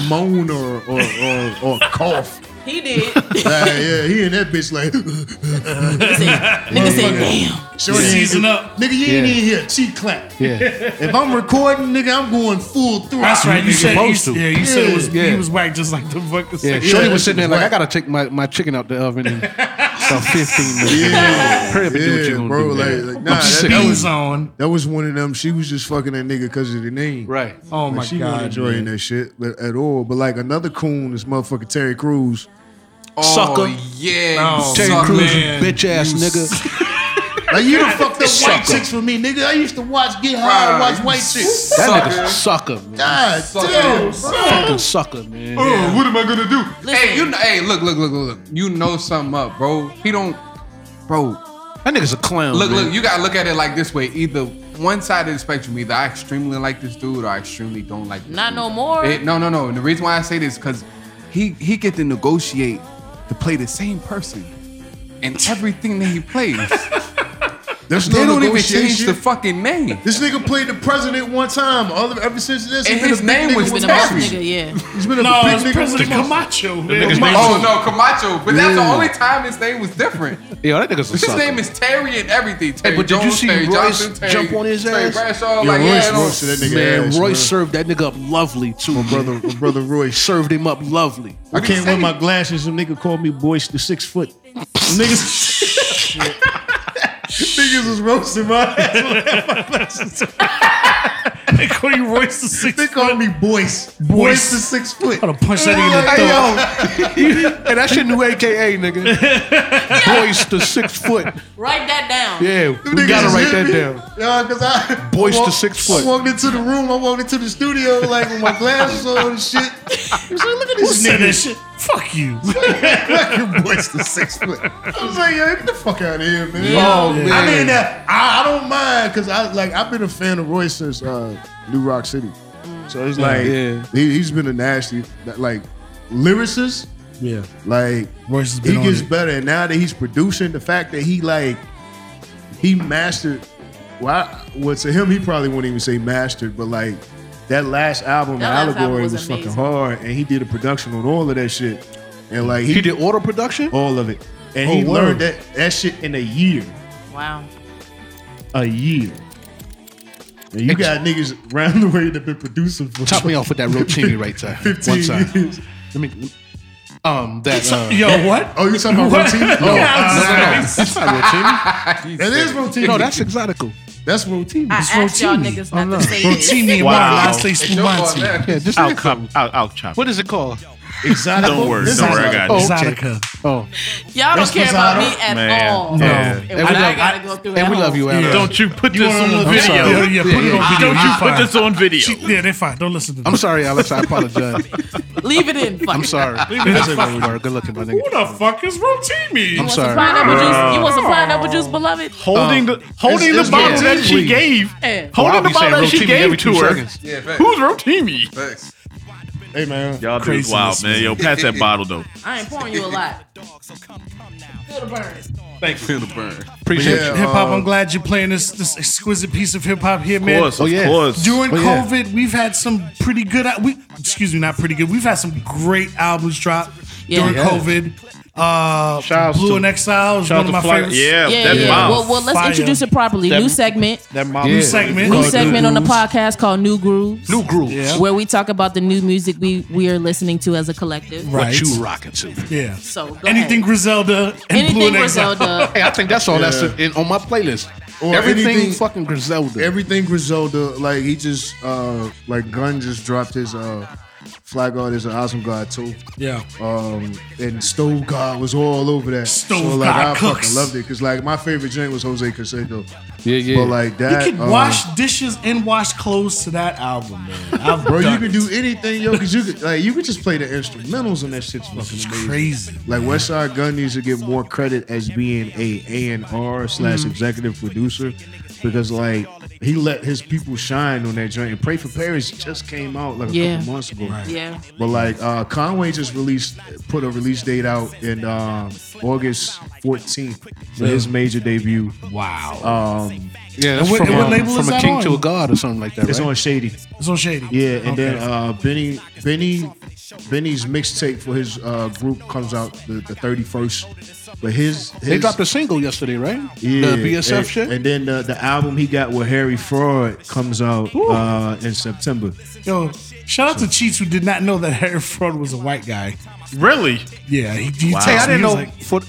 Speaker 2: moan or or or, or cough.
Speaker 6: He did. [laughs] Nigga
Speaker 2: Like, yeah, he and that bitch like [laughs]
Speaker 6: said, "Damn."
Speaker 2: shorty ain't
Speaker 1: Season
Speaker 2: do-
Speaker 1: up.
Speaker 2: Nigga, you ain't
Speaker 4: Yeah.
Speaker 2: in here. Cheek clap.
Speaker 4: Yeah,
Speaker 2: If I'm recording, nigga, I'm going full through.
Speaker 1: That's right. You,
Speaker 4: You
Speaker 1: said
Speaker 4: supposed
Speaker 1: you,
Speaker 4: to.
Speaker 1: Yeah, you said it was
Speaker 4: Yeah.
Speaker 1: he was whacked just like the fucking
Speaker 4: yeah.
Speaker 1: sex.
Speaker 4: Shorty
Speaker 2: that
Speaker 4: was sitting there
Speaker 2: shit
Speaker 4: like, I
Speaker 2: whack.
Speaker 4: gotta take my, my chicken out the oven in about 15 minutes. [laughs]
Speaker 2: Yeah.
Speaker 4: Hurry up and do what you
Speaker 2: Yeah,
Speaker 4: gonna
Speaker 2: bro.
Speaker 4: do. man.
Speaker 2: Like, like, nah,
Speaker 4: just
Speaker 2: that,
Speaker 4: sick.
Speaker 2: that
Speaker 1: Beans
Speaker 2: was
Speaker 1: on.
Speaker 2: that was one of them. She was just fucking that nigga because of the name.
Speaker 4: Right.
Speaker 1: Oh
Speaker 2: Like,
Speaker 1: my
Speaker 2: she wasn't
Speaker 1: god.
Speaker 2: enjoying
Speaker 1: man.
Speaker 2: that shit but, at all. But like another coon is motherfucking Terry Crews.
Speaker 4: Sucker.
Speaker 5: Oh, yeah.
Speaker 1: Oh,
Speaker 5: you
Speaker 4: Terry
Speaker 5: suck,
Speaker 4: Crews,
Speaker 1: man.
Speaker 4: bitch ass nigga.
Speaker 2: Like you done fucked up white
Speaker 4: Sucker.
Speaker 2: chicks for me, nigga. I used to watch Get High and
Speaker 5: Right.
Speaker 2: watch white chicks.
Speaker 4: That
Speaker 5: Sucker.
Speaker 4: nigga's a sucker, man.
Speaker 2: God
Speaker 5: Sucker.
Speaker 2: damn.
Speaker 4: Fucking sucker, man.
Speaker 2: Oh, what am I gonna do?
Speaker 5: Hey, you. kn- Hey, look, look, look, look, look. You know something up, bro. He don't, bro.
Speaker 4: That nigga's a clown.
Speaker 5: Look,
Speaker 4: Oh, man.
Speaker 5: look, you gotta look at it like this way. Either one side of the spectrum, either I extremely like this dude or I extremely don't like this
Speaker 6: Not
Speaker 5: dude.
Speaker 6: no more.
Speaker 5: It- no, no, no. And the reason why I say this because he he get
Speaker 4: [laughs]
Speaker 5: to negotiate to play the same person in everything that he plays.
Speaker 2: There's
Speaker 5: They
Speaker 2: no
Speaker 5: don't even change
Speaker 2: negotiation.
Speaker 5: the fucking name.
Speaker 2: This nigga played the president one time. Other, ever since this, he's
Speaker 5: And
Speaker 2: been
Speaker 5: his
Speaker 2: a big
Speaker 5: name
Speaker 2: nigga
Speaker 5: was
Speaker 2: with
Speaker 6: Been a
Speaker 5: Terry.
Speaker 6: boss
Speaker 2: Terry.
Speaker 6: nigga, yeah.
Speaker 2: He's been a
Speaker 1: No,
Speaker 2: big
Speaker 1: it's
Speaker 2: nigga.
Speaker 1: President
Speaker 2: Come on.
Speaker 1: Camacho. man.
Speaker 3: nigga's name-
Speaker 5: Oh no, Camacho. But that's
Speaker 2: Yeah.
Speaker 5: the only time his name was different.
Speaker 4: Yo, that nigga's a
Speaker 5: His
Speaker 4: sucker.
Speaker 5: name is Terry and everything. Terry
Speaker 4: but did you
Speaker 5: Jones,
Speaker 4: see
Speaker 5: Terry
Speaker 4: Royce
Speaker 5: Johnson, Terry,
Speaker 4: jump on his
Speaker 5: Terry
Speaker 4: ass?
Speaker 5: Bradshaw,
Speaker 2: Yeah,
Speaker 5: like,
Speaker 2: Royce
Speaker 5: yeah, no.
Speaker 2: Royce, that nigga
Speaker 4: Man,
Speaker 2: ass,
Speaker 4: Royce
Speaker 2: man.
Speaker 4: served that nigga up lovely too.
Speaker 2: My brother, my brother Royce.
Speaker 4: served him up lovely.
Speaker 7: I
Speaker 4: [laughs]
Speaker 7: can't wear my glasses. Some nigga called me Boyce the six foot.
Speaker 1: Niggas,
Speaker 2: Niggas was roasting my ass.
Speaker 1: they call you Royce the Six.
Speaker 2: They called me Boyce.
Speaker 1: Boyce.
Speaker 2: Boyce the six foot.
Speaker 1: I'm gonna punch that nigga in the
Speaker 2: Hey,
Speaker 1: throat.
Speaker 2: yo.
Speaker 4: And that shit new AKA nigga.
Speaker 5: [laughs]
Speaker 4: Boyce the six foot.
Speaker 6: [laughs] Write that down.
Speaker 4: Yeah,
Speaker 2: Them
Speaker 4: we
Speaker 2: niggas
Speaker 4: gotta
Speaker 2: just
Speaker 4: write
Speaker 2: hit
Speaker 4: that
Speaker 2: me.
Speaker 4: down.
Speaker 2: Yeah, cause I
Speaker 4: Boyce
Speaker 2: I
Speaker 4: the
Speaker 2: walked-
Speaker 4: six foot.
Speaker 2: I walked into the room. I walked into the studio like with my glasses on and shit. He was like, "Look at
Speaker 1: Who
Speaker 2: this
Speaker 1: said
Speaker 2: nigga."
Speaker 1: that shit? Fuck
Speaker 2: [laughs]
Speaker 1: you.
Speaker 2: Your boy's the six foot. I was like, yo, get the fuck out of here, man.
Speaker 1: Oh,
Speaker 2: I mean,
Speaker 1: man.
Speaker 2: uh, I, I don't mind because I like I've been a fan of Royce since uh, New Rock City, so it's like
Speaker 4: yeah.
Speaker 2: he, he's been a nasty like lyricist.
Speaker 1: Yeah.
Speaker 2: Like
Speaker 1: Royce has
Speaker 2: he
Speaker 1: been on
Speaker 2: gets
Speaker 1: it.
Speaker 2: better, and now that he's producing, the fact that he like he mastered. Well, I, well, to him, he probably wouldn't even say mastered, but like that last album,
Speaker 6: That
Speaker 2: the
Speaker 6: last album
Speaker 2: Allegory,
Speaker 6: was
Speaker 2: was, fucking
Speaker 6: amazing.
Speaker 2: hard, and he did a production on all of that shit, and like
Speaker 4: He did order production.
Speaker 2: all of it. And
Speaker 1: Oh,
Speaker 2: he
Speaker 1: word.
Speaker 2: learned that that shit in a year.
Speaker 6: Wow.
Speaker 2: A year. And you got niggas round [laughs] the way that been producing for
Speaker 4: Top me
Speaker 2: [laughs]
Speaker 4: off with that [laughs] rotini right there.
Speaker 2: 15
Speaker 4: One time.
Speaker 2: years.
Speaker 4: Let me. Um, that. Uh,
Speaker 1: Yo, what?
Speaker 2: Oh, you talking about
Speaker 1: What? [laughs]
Speaker 2: routine?
Speaker 1: Yeah, I was
Speaker 4: that's not rotini.
Speaker 2: That is routine.
Speaker 4: No, that's exotico.
Speaker 2: that's routine.
Speaker 6: I asked y'all
Speaker 1: Rotini.
Speaker 6: niggas not to say this.
Speaker 1: Rotini and
Speaker 3: Wow.
Speaker 1: wow. last day
Speaker 5: It's your fault
Speaker 1: Spumanti.
Speaker 5: now.
Speaker 4: Yeah, just
Speaker 3: I'll, cop, I'll, I'll chop.
Speaker 4: what is it called?
Speaker 2: exotic.
Speaker 3: Don't worry, don't worry, I got
Speaker 4: Oh,
Speaker 3: you.
Speaker 4: okay.
Speaker 1: Exotica.
Speaker 4: Oh,
Speaker 6: Y'all don't
Speaker 2: That's
Speaker 6: care about me
Speaker 2: bizarre.
Speaker 6: at
Speaker 3: Man.
Speaker 6: all.
Speaker 3: Yeah.
Speaker 6: And when
Speaker 4: we
Speaker 6: I
Speaker 4: love-
Speaker 6: gotta go through
Speaker 4: and
Speaker 6: that
Speaker 4: we love
Speaker 6: whole-
Speaker 4: you, Adam.
Speaker 3: Don't you put this
Speaker 1: wanna
Speaker 3: on
Speaker 1: know-
Speaker 3: video.
Speaker 1: Yeah, yeah, put it on video.
Speaker 3: Don't
Speaker 1: You
Speaker 3: you put
Speaker 1: fine.
Speaker 3: this on video.
Speaker 1: Yeah, they're fine. Don't listen to them.
Speaker 4: I'm sorry, Alex. I apologize.
Speaker 6: Leave it [laughs] in. Fuck
Speaker 4: I'm
Speaker 6: it.
Speaker 4: sorry. That's a wrong word. Good looking, my nigga.
Speaker 1: Who the fuck is Rotimi?
Speaker 4: I'm
Speaker 6: You want some
Speaker 4: sorry.
Speaker 6: pineapple juice? You want some pineapple juice, beloved?
Speaker 4: Um,
Speaker 3: Holding the holding
Speaker 2: it's
Speaker 3: the bottle that
Speaker 2: Rotimi.
Speaker 3: she gave,
Speaker 6: Yeah.
Speaker 4: Well,
Speaker 3: holding
Speaker 4: I'll
Speaker 3: the
Speaker 4: be saying
Speaker 3: bottle that she
Speaker 4: Rotimi every
Speaker 3: gave
Speaker 4: two
Speaker 3: to her.
Speaker 4: seconds.
Speaker 5: Yeah, facts.
Speaker 3: Who's Rotimi?
Speaker 5: Facts.
Speaker 2: Hey man,
Speaker 3: Y'all dudes
Speaker 1: Craziness,
Speaker 3: wild, man.
Speaker 1: man.
Speaker 3: Yo, pass that bottle though.
Speaker 6: I ain't pouring you a lot. Feel the burn.
Speaker 5: Feel the burn.
Speaker 4: Appreciate
Speaker 2: Yeah.
Speaker 4: you.
Speaker 1: hip hop, I'm glad you're playing this this exquisite piece of hip hop here,
Speaker 3: Of
Speaker 1: man.
Speaker 3: course,
Speaker 4: Oh,
Speaker 3: of
Speaker 4: yeah.
Speaker 3: course.
Speaker 1: During
Speaker 4: Oh, yeah.
Speaker 1: COVID, we've had some pretty good. We excuse me, not pretty good. We've had some great albums drop
Speaker 6: Yeah.
Speaker 1: during
Speaker 6: Yeah.
Speaker 1: COVID. Uh,
Speaker 7: Shout out
Speaker 1: Blue
Speaker 7: to-
Speaker 1: and Exile is one of my favorites.
Speaker 3: yeah,
Speaker 6: Yeah,
Speaker 3: that
Speaker 6: yeah.
Speaker 3: mouth.
Speaker 6: Well, well, let's
Speaker 1: Fire.
Speaker 6: introduce it properly. new segment.
Speaker 7: That mom.
Speaker 1: New
Speaker 4: Yeah.
Speaker 1: segment.
Speaker 6: New segment on the podcast called New Grooves.
Speaker 4: New groove.
Speaker 1: Yeah.
Speaker 6: Where we talk about the new music we, we are listening to as a collective.
Speaker 1: Right.
Speaker 4: What you rocking to?
Speaker 1: Yeah.
Speaker 6: So go
Speaker 1: Anything
Speaker 6: ahead.
Speaker 1: Griselda and Blue
Speaker 6: anything
Speaker 1: and Exile.
Speaker 2: [laughs]
Speaker 6: Griselda.
Speaker 4: Hey, I think that's all that's in, on my playlist.
Speaker 2: Or
Speaker 4: everything
Speaker 2: anything-
Speaker 4: fucking Griselda.
Speaker 2: everything Griselda, like he just, uh like Gunn just dropped his uh, Fly God is an awesome God too.
Speaker 1: Yeah.
Speaker 2: um, and Stove God was all over that.
Speaker 1: Stove
Speaker 2: so, like,
Speaker 1: God
Speaker 2: I
Speaker 1: cooks.
Speaker 2: fucking loved it because like my favorite drink was Jose Canseco.
Speaker 4: yeah, yeah.
Speaker 2: But like
Speaker 1: You
Speaker 2: that,
Speaker 1: can
Speaker 2: um,
Speaker 1: wash dishes and wash clothes to that album, man. I've
Speaker 2: bro. You
Speaker 1: done
Speaker 2: can
Speaker 1: it.
Speaker 2: do anything, yo, because you could like you could just play the instrumentals and that shit's fucking
Speaker 1: It's
Speaker 2: amazing.
Speaker 1: crazy.
Speaker 2: Like West Side Gun needs to get more credit as being a A and R slash
Speaker 1: Mm.
Speaker 2: executive producer because like he let his people shine on that joint. And Pray for Paris just came out like a
Speaker 6: Yeah.
Speaker 2: couple months ago.
Speaker 6: yeah.
Speaker 2: But like uh, Conway just released, put a release date out in um, August 14th for his major debut.
Speaker 1: Wow.
Speaker 2: Um,
Speaker 4: yeah, that's
Speaker 1: And what-
Speaker 4: from,
Speaker 1: and what
Speaker 4: um,
Speaker 1: label
Speaker 4: from
Speaker 1: is
Speaker 4: a
Speaker 1: that
Speaker 4: king
Speaker 1: on?
Speaker 4: to a god or something like that.
Speaker 2: it's
Speaker 4: right?
Speaker 2: on Shady,
Speaker 1: It's so shady.
Speaker 2: yeah. And then
Speaker 1: Okay.
Speaker 2: uh, Benny Benny Benny's mixtape for his uh, group comes out the, the 31st. But his, his
Speaker 4: they dropped a single yesterday, right?
Speaker 2: Yeah,
Speaker 4: the BSF
Speaker 2: and,
Speaker 4: shit.
Speaker 2: And then the, the album he got with Harry Fraud comes out uh, in September.
Speaker 1: Yo, shout out to Cheats who did not know that Harry Fraud was a white guy.
Speaker 3: really?
Speaker 1: Yeah, he, he texted
Speaker 4: hey,
Speaker 1: me,
Speaker 4: I
Speaker 1: he
Speaker 4: didn't know
Speaker 1: was like,
Speaker 4: for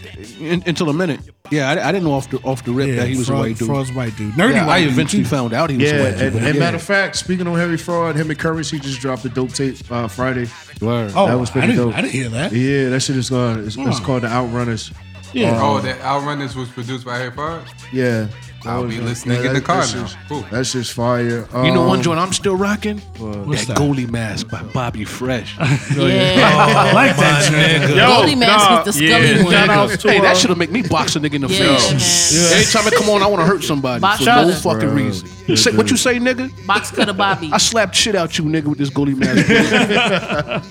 Speaker 4: in, until a minute. Yeah, I, I didn't know off the off the rip
Speaker 1: yeah,
Speaker 4: that he was
Speaker 1: Fraud,
Speaker 4: a white dude.
Speaker 1: Fraud's white dude. Nerdy
Speaker 4: yeah, I
Speaker 1: white dude,
Speaker 4: eventually
Speaker 1: too.
Speaker 4: found out he was
Speaker 2: Yeah,
Speaker 4: a white dude.
Speaker 2: and,
Speaker 4: but
Speaker 2: and
Speaker 4: yeah.
Speaker 2: matter of fact, speaking on Harry Fraud, him and Currency just dropped a dope tape uh, Friday.
Speaker 4: Word.
Speaker 1: Oh,
Speaker 2: That was pretty
Speaker 1: I didn't,
Speaker 2: dope.
Speaker 1: I didn't hear that.
Speaker 2: Yeah, that shit is called it's, it's
Speaker 1: Hmm.
Speaker 2: called the Outrunners.
Speaker 1: Yeah.
Speaker 5: Oh, that Outrunners was produced by Hip Hop.
Speaker 2: Yeah,
Speaker 5: I'll
Speaker 2: That
Speaker 5: be
Speaker 2: was- uh,
Speaker 5: listening in the
Speaker 2: that-
Speaker 5: car
Speaker 2: that's
Speaker 5: now.
Speaker 2: just-
Speaker 5: Cool.
Speaker 2: That's just fire.
Speaker 4: you know one
Speaker 2: Um,
Speaker 4: joint I'm still rocking?
Speaker 1: What's
Speaker 4: that
Speaker 1: that?
Speaker 4: goalie mask by Bobby Fresh.
Speaker 2: [laughs]
Speaker 6: Yeah.
Speaker 1: Oh, I like that joint.
Speaker 3: Yo,
Speaker 6: Goldie Mask is the Scully
Speaker 3: yeah.
Speaker 6: one.
Speaker 3: Shout out to
Speaker 4: hey,
Speaker 3: uh,
Speaker 4: that should have make me box a nigga in the
Speaker 6: Yeah,
Speaker 4: face.
Speaker 6: man.
Speaker 4: Anytime I come on, I want to hurt somebody
Speaker 6: Box
Speaker 4: for
Speaker 6: cutter.
Speaker 4: no fucking reason. Say, what you say, nigga?
Speaker 6: Box cutter Bobby.
Speaker 4: I slapped shit out you, nigga, with this goalie mask.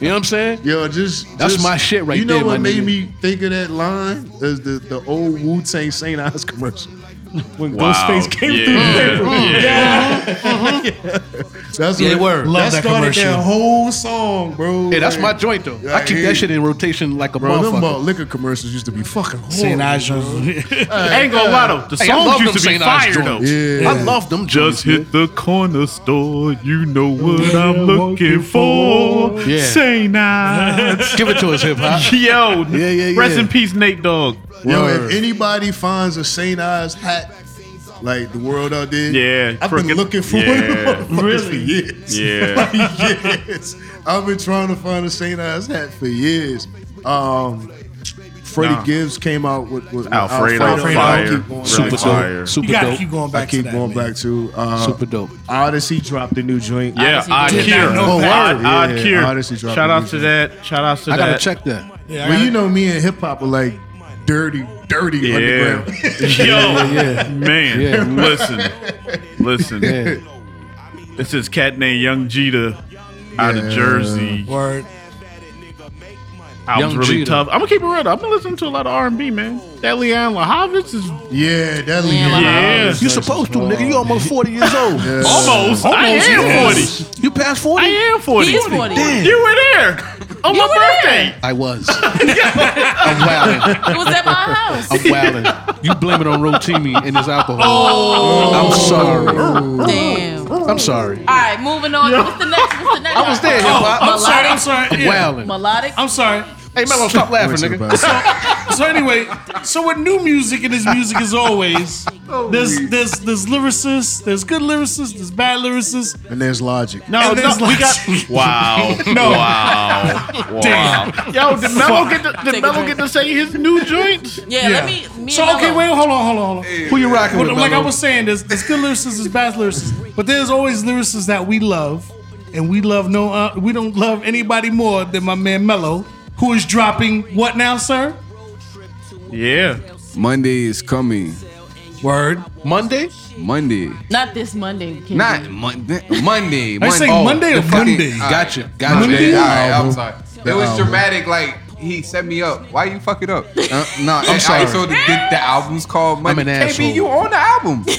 Speaker 4: you know what I'm saying?
Speaker 2: Yo, just
Speaker 4: That's
Speaker 2: just-
Speaker 4: my shit right
Speaker 2: You know
Speaker 4: there,
Speaker 2: what
Speaker 4: my
Speaker 2: made
Speaker 4: nigga.
Speaker 2: me think of that line is the the old Wu Tang Saint Eyes [laughs] commercial.
Speaker 7: when
Speaker 3: Wow.
Speaker 7: Ghostface came
Speaker 3: Yeah.
Speaker 7: through the paper.
Speaker 3: Yeah.
Speaker 2: That's
Speaker 4: Yeah,
Speaker 2: what-
Speaker 4: word.
Speaker 7: That,
Speaker 1: Love that
Speaker 7: started
Speaker 1: commercial.
Speaker 7: that whole song, bro.
Speaker 4: Hey, that's my
Speaker 7: Like,
Speaker 4: joint though.
Speaker 2: I
Speaker 4: I keep
Speaker 2: hear
Speaker 4: that shit in rotation like a
Speaker 2: Bro, them
Speaker 4: motherfucker.
Speaker 2: malt liquor commercials used to be fucking horrible.
Speaker 1: St. Andrews.
Speaker 3: I ain't gonna lie though. The
Speaker 4: Hey, I
Speaker 3: songs
Speaker 4: love
Speaker 3: used
Speaker 4: them
Speaker 3: to be
Speaker 4: Saint Ives
Speaker 3: fire though.
Speaker 4: joints. I love them.
Speaker 3: Just
Speaker 4: joints,
Speaker 3: hit the corner store. You know what I'm looking for.
Speaker 4: Yeah.
Speaker 3: Say
Speaker 4: [laughs]
Speaker 3: now.
Speaker 4: man. Give it to us, hip hop.
Speaker 3: Yo, yeah,
Speaker 4: yeah,
Speaker 3: rest
Speaker 4: yeah.
Speaker 3: in peace, Nate Dogg.
Speaker 2: Yo, if anybody finds a St. Ives hat, like the world out there,
Speaker 3: Yeah,
Speaker 2: I've
Speaker 3: crooked.
Speaker 2: been looking for
Speaker 3: Yeah.
Speaker 2: one really? for [laughs] years. [laughs]
Speaker 3: Yeah.
Speaker 2: yes, I've been trying to find a St. Ives hat for years. Um, Freddie
Speaker 3: Nah.
Speaker 2: Gibbs came out with, with
Speaker 3: Alfredo,
Speaker 1: Alfredo.
Speaker 2: I
Speaker 3: fire.
Speaker 2: keep going,
Speaker 4: Super
Speaker 3: Really
Speaker 4: dope.
Speaker 1: [laughs]
Speaker 3: fire.
Speaker 1: You
Speaker 4: Super
Speaker 1: gotta
Speaker 4: dope.
Speaker 1: keep going
Speaker 2: I
Speaker 1: back
Speaker 2: keep
Speaker 1: to that.
Speaker 2: going
Speaker 1: man.
Speaker 2: back to uh,
Speaker 4: Super dope.
Speaker 2: Odyssey dropped a new joint.
Speaker 3: Yeah, Odd
Speaker 6: Did
Speaker 3: Cure.
Speaker 6: not know
Speaker 2: Oh, that.
Speaker 3: Odd,
Speaker 2: word.
Speaker 3: Odd
Speaker 2: Yeah,
Speaker 3: Cure.
Speaker 2: Odyssey dropped
Speaker 3: Shout
Speaker 2: a
Speaker 3: out
Speaker 2: new
Speaker 3: to that. Shout out to
Speaker 4: I
Speaker 3: that.
Speaker 4: gotta check that.
Speaker 1: Yeah, I
Speaker 2: Well,
Speaker 1: got-
Speaker 2: you know me and hip hop are like dirty, dirty
Speaker 3: [laughs]
Speaker 2: underground. [laughs]
Speaker 3: Yo, man,
Speaker 4: Yeah.
Speaker 3: listen, listen.
Speaker 4: Yeah.
Speaker 3: This is cat named Young Jeter out of
Speaker 2: Yeah.
Speaker 3: Jersey.
Speaker 1: word.
Speaker 3: Album's
Speaker 4: Young
Speaker 3: really
Speaker 4: Jeter.
Speaker 3: tough. I'm gonna keep it real. though. I've been listening to a lot of R and B, man. That Leanne LaHovitz is
Speaker 2: Yeah, that leaves
Speaker 6: Yeah,
Speaker 3: yeah,
Speaker 4: You supposed to, nigga. You almost forty years old.
Speaker 1: Almost,
Speaker 3: almost. I am
Speaker 1: yeah.
Speaker 3: forty.
Speaker 4: You past
Speaker 3: I
Speaker 4: forty?
Speaker 3: am forty.
Speaker 6: He is 40. Damn.
Speaker 3: You were there on
Speaker 6: were
Speaker 3: my
Speaker 6: there.
Speaker 3: birthday.
Speaker 4: I was. I'm wilding.
Speaker 6: It was at my house.
Speaker 4: I'm wilding. You blame it on Rotimi and his alcohol. I'm sorry.
Speaker 6: Damn. All
Speaker 4: I'm sorry.
Speaker 6: right, moving on. What's the next? What's the next?
Speaker 4: I was there, hip
Speaker 1: Oh,
Speaker 4: hop.
Speaker 1: I'm sorry. I'm
Speaker 4: I'm
Speaker 1: sorry. Yeah.
Speaker 4: wilding.
Speaker 6: Melodic.
Speaker 1: I'm sorry.
Speaker 4: Hey, Melo, stop laughing, nigga.
Speaker 2: [laughs]
Speaker 1: So anyway, so with new music and his music is always there's there's there's lyricists, there's good lyricists, there's bad lyricists.
Speaker 2: And there's logic.
Speaker 1: No,
Speaker 3: And
Speaker 1: no,
Speaker 3: there's
Speaker 1: we got
Speaker 3: Wow.
Speaker 1: [laughs] No.
Speaker 3: Wow. Wow.
Speaker 1: Damn.
Speaker 3: Yo, did Melo
Speaker 1: Fuck.
Speaker 3: get to,
Speaker 6: Take a
Speaker 3: did Melo
Speaker 6: drink.
Speaker 3: get to say his new joints?
Speaker 6: yeah,
Speaker 1: yeah.
Speaker 6: let me. me
Speaker 1: so
Speaker 6: and
Speaker 1: okay,
Speaker 6: Melo.
Speaker 1: wait, hold on, hold on, hold on.
Speaker 4: Who you rocking with,
Speaker 1: But like I
Speaker 4: Melo?
Speaker 1: was saying, there's there's good lyricists, there's bad lyricists, but there's always lyricists that we love, and we love no, uh, we don't love anybody more than my man Mello, who is dropping what now, sir?
Speaker 3: Yeah.
Speaker 5: Monday is coming.
Speaker 1: Word.
Speaker 4: Monday?
Speaker 5: Monday.
Speaker 6: Not this Monday. Kendrick.
Speaker 5: Not Monday. Monday.
Speaker 1: I say Monday or
Speaker 5: the fucking-
Speaker 1: Monday?
Speaker 5: Gotcha. Gotcha.
Speaker 1: Monday?
Speaker 5: All right. I'm
Speaker 2: Album.
Speaker 5: sorry. It was
Speaker 2: album.
Speaker 5: dramatic. Like he set me up. Why you fuck it up? Uh, [laughs] no, I'm
Speaker 4: sorry.
Speaker 5: So the, the, the album's called Monday.
Speaker 4: an
Speaker 5: KB,
Speaker 4: asshole.
Speaker 5: you on the album? [laughs]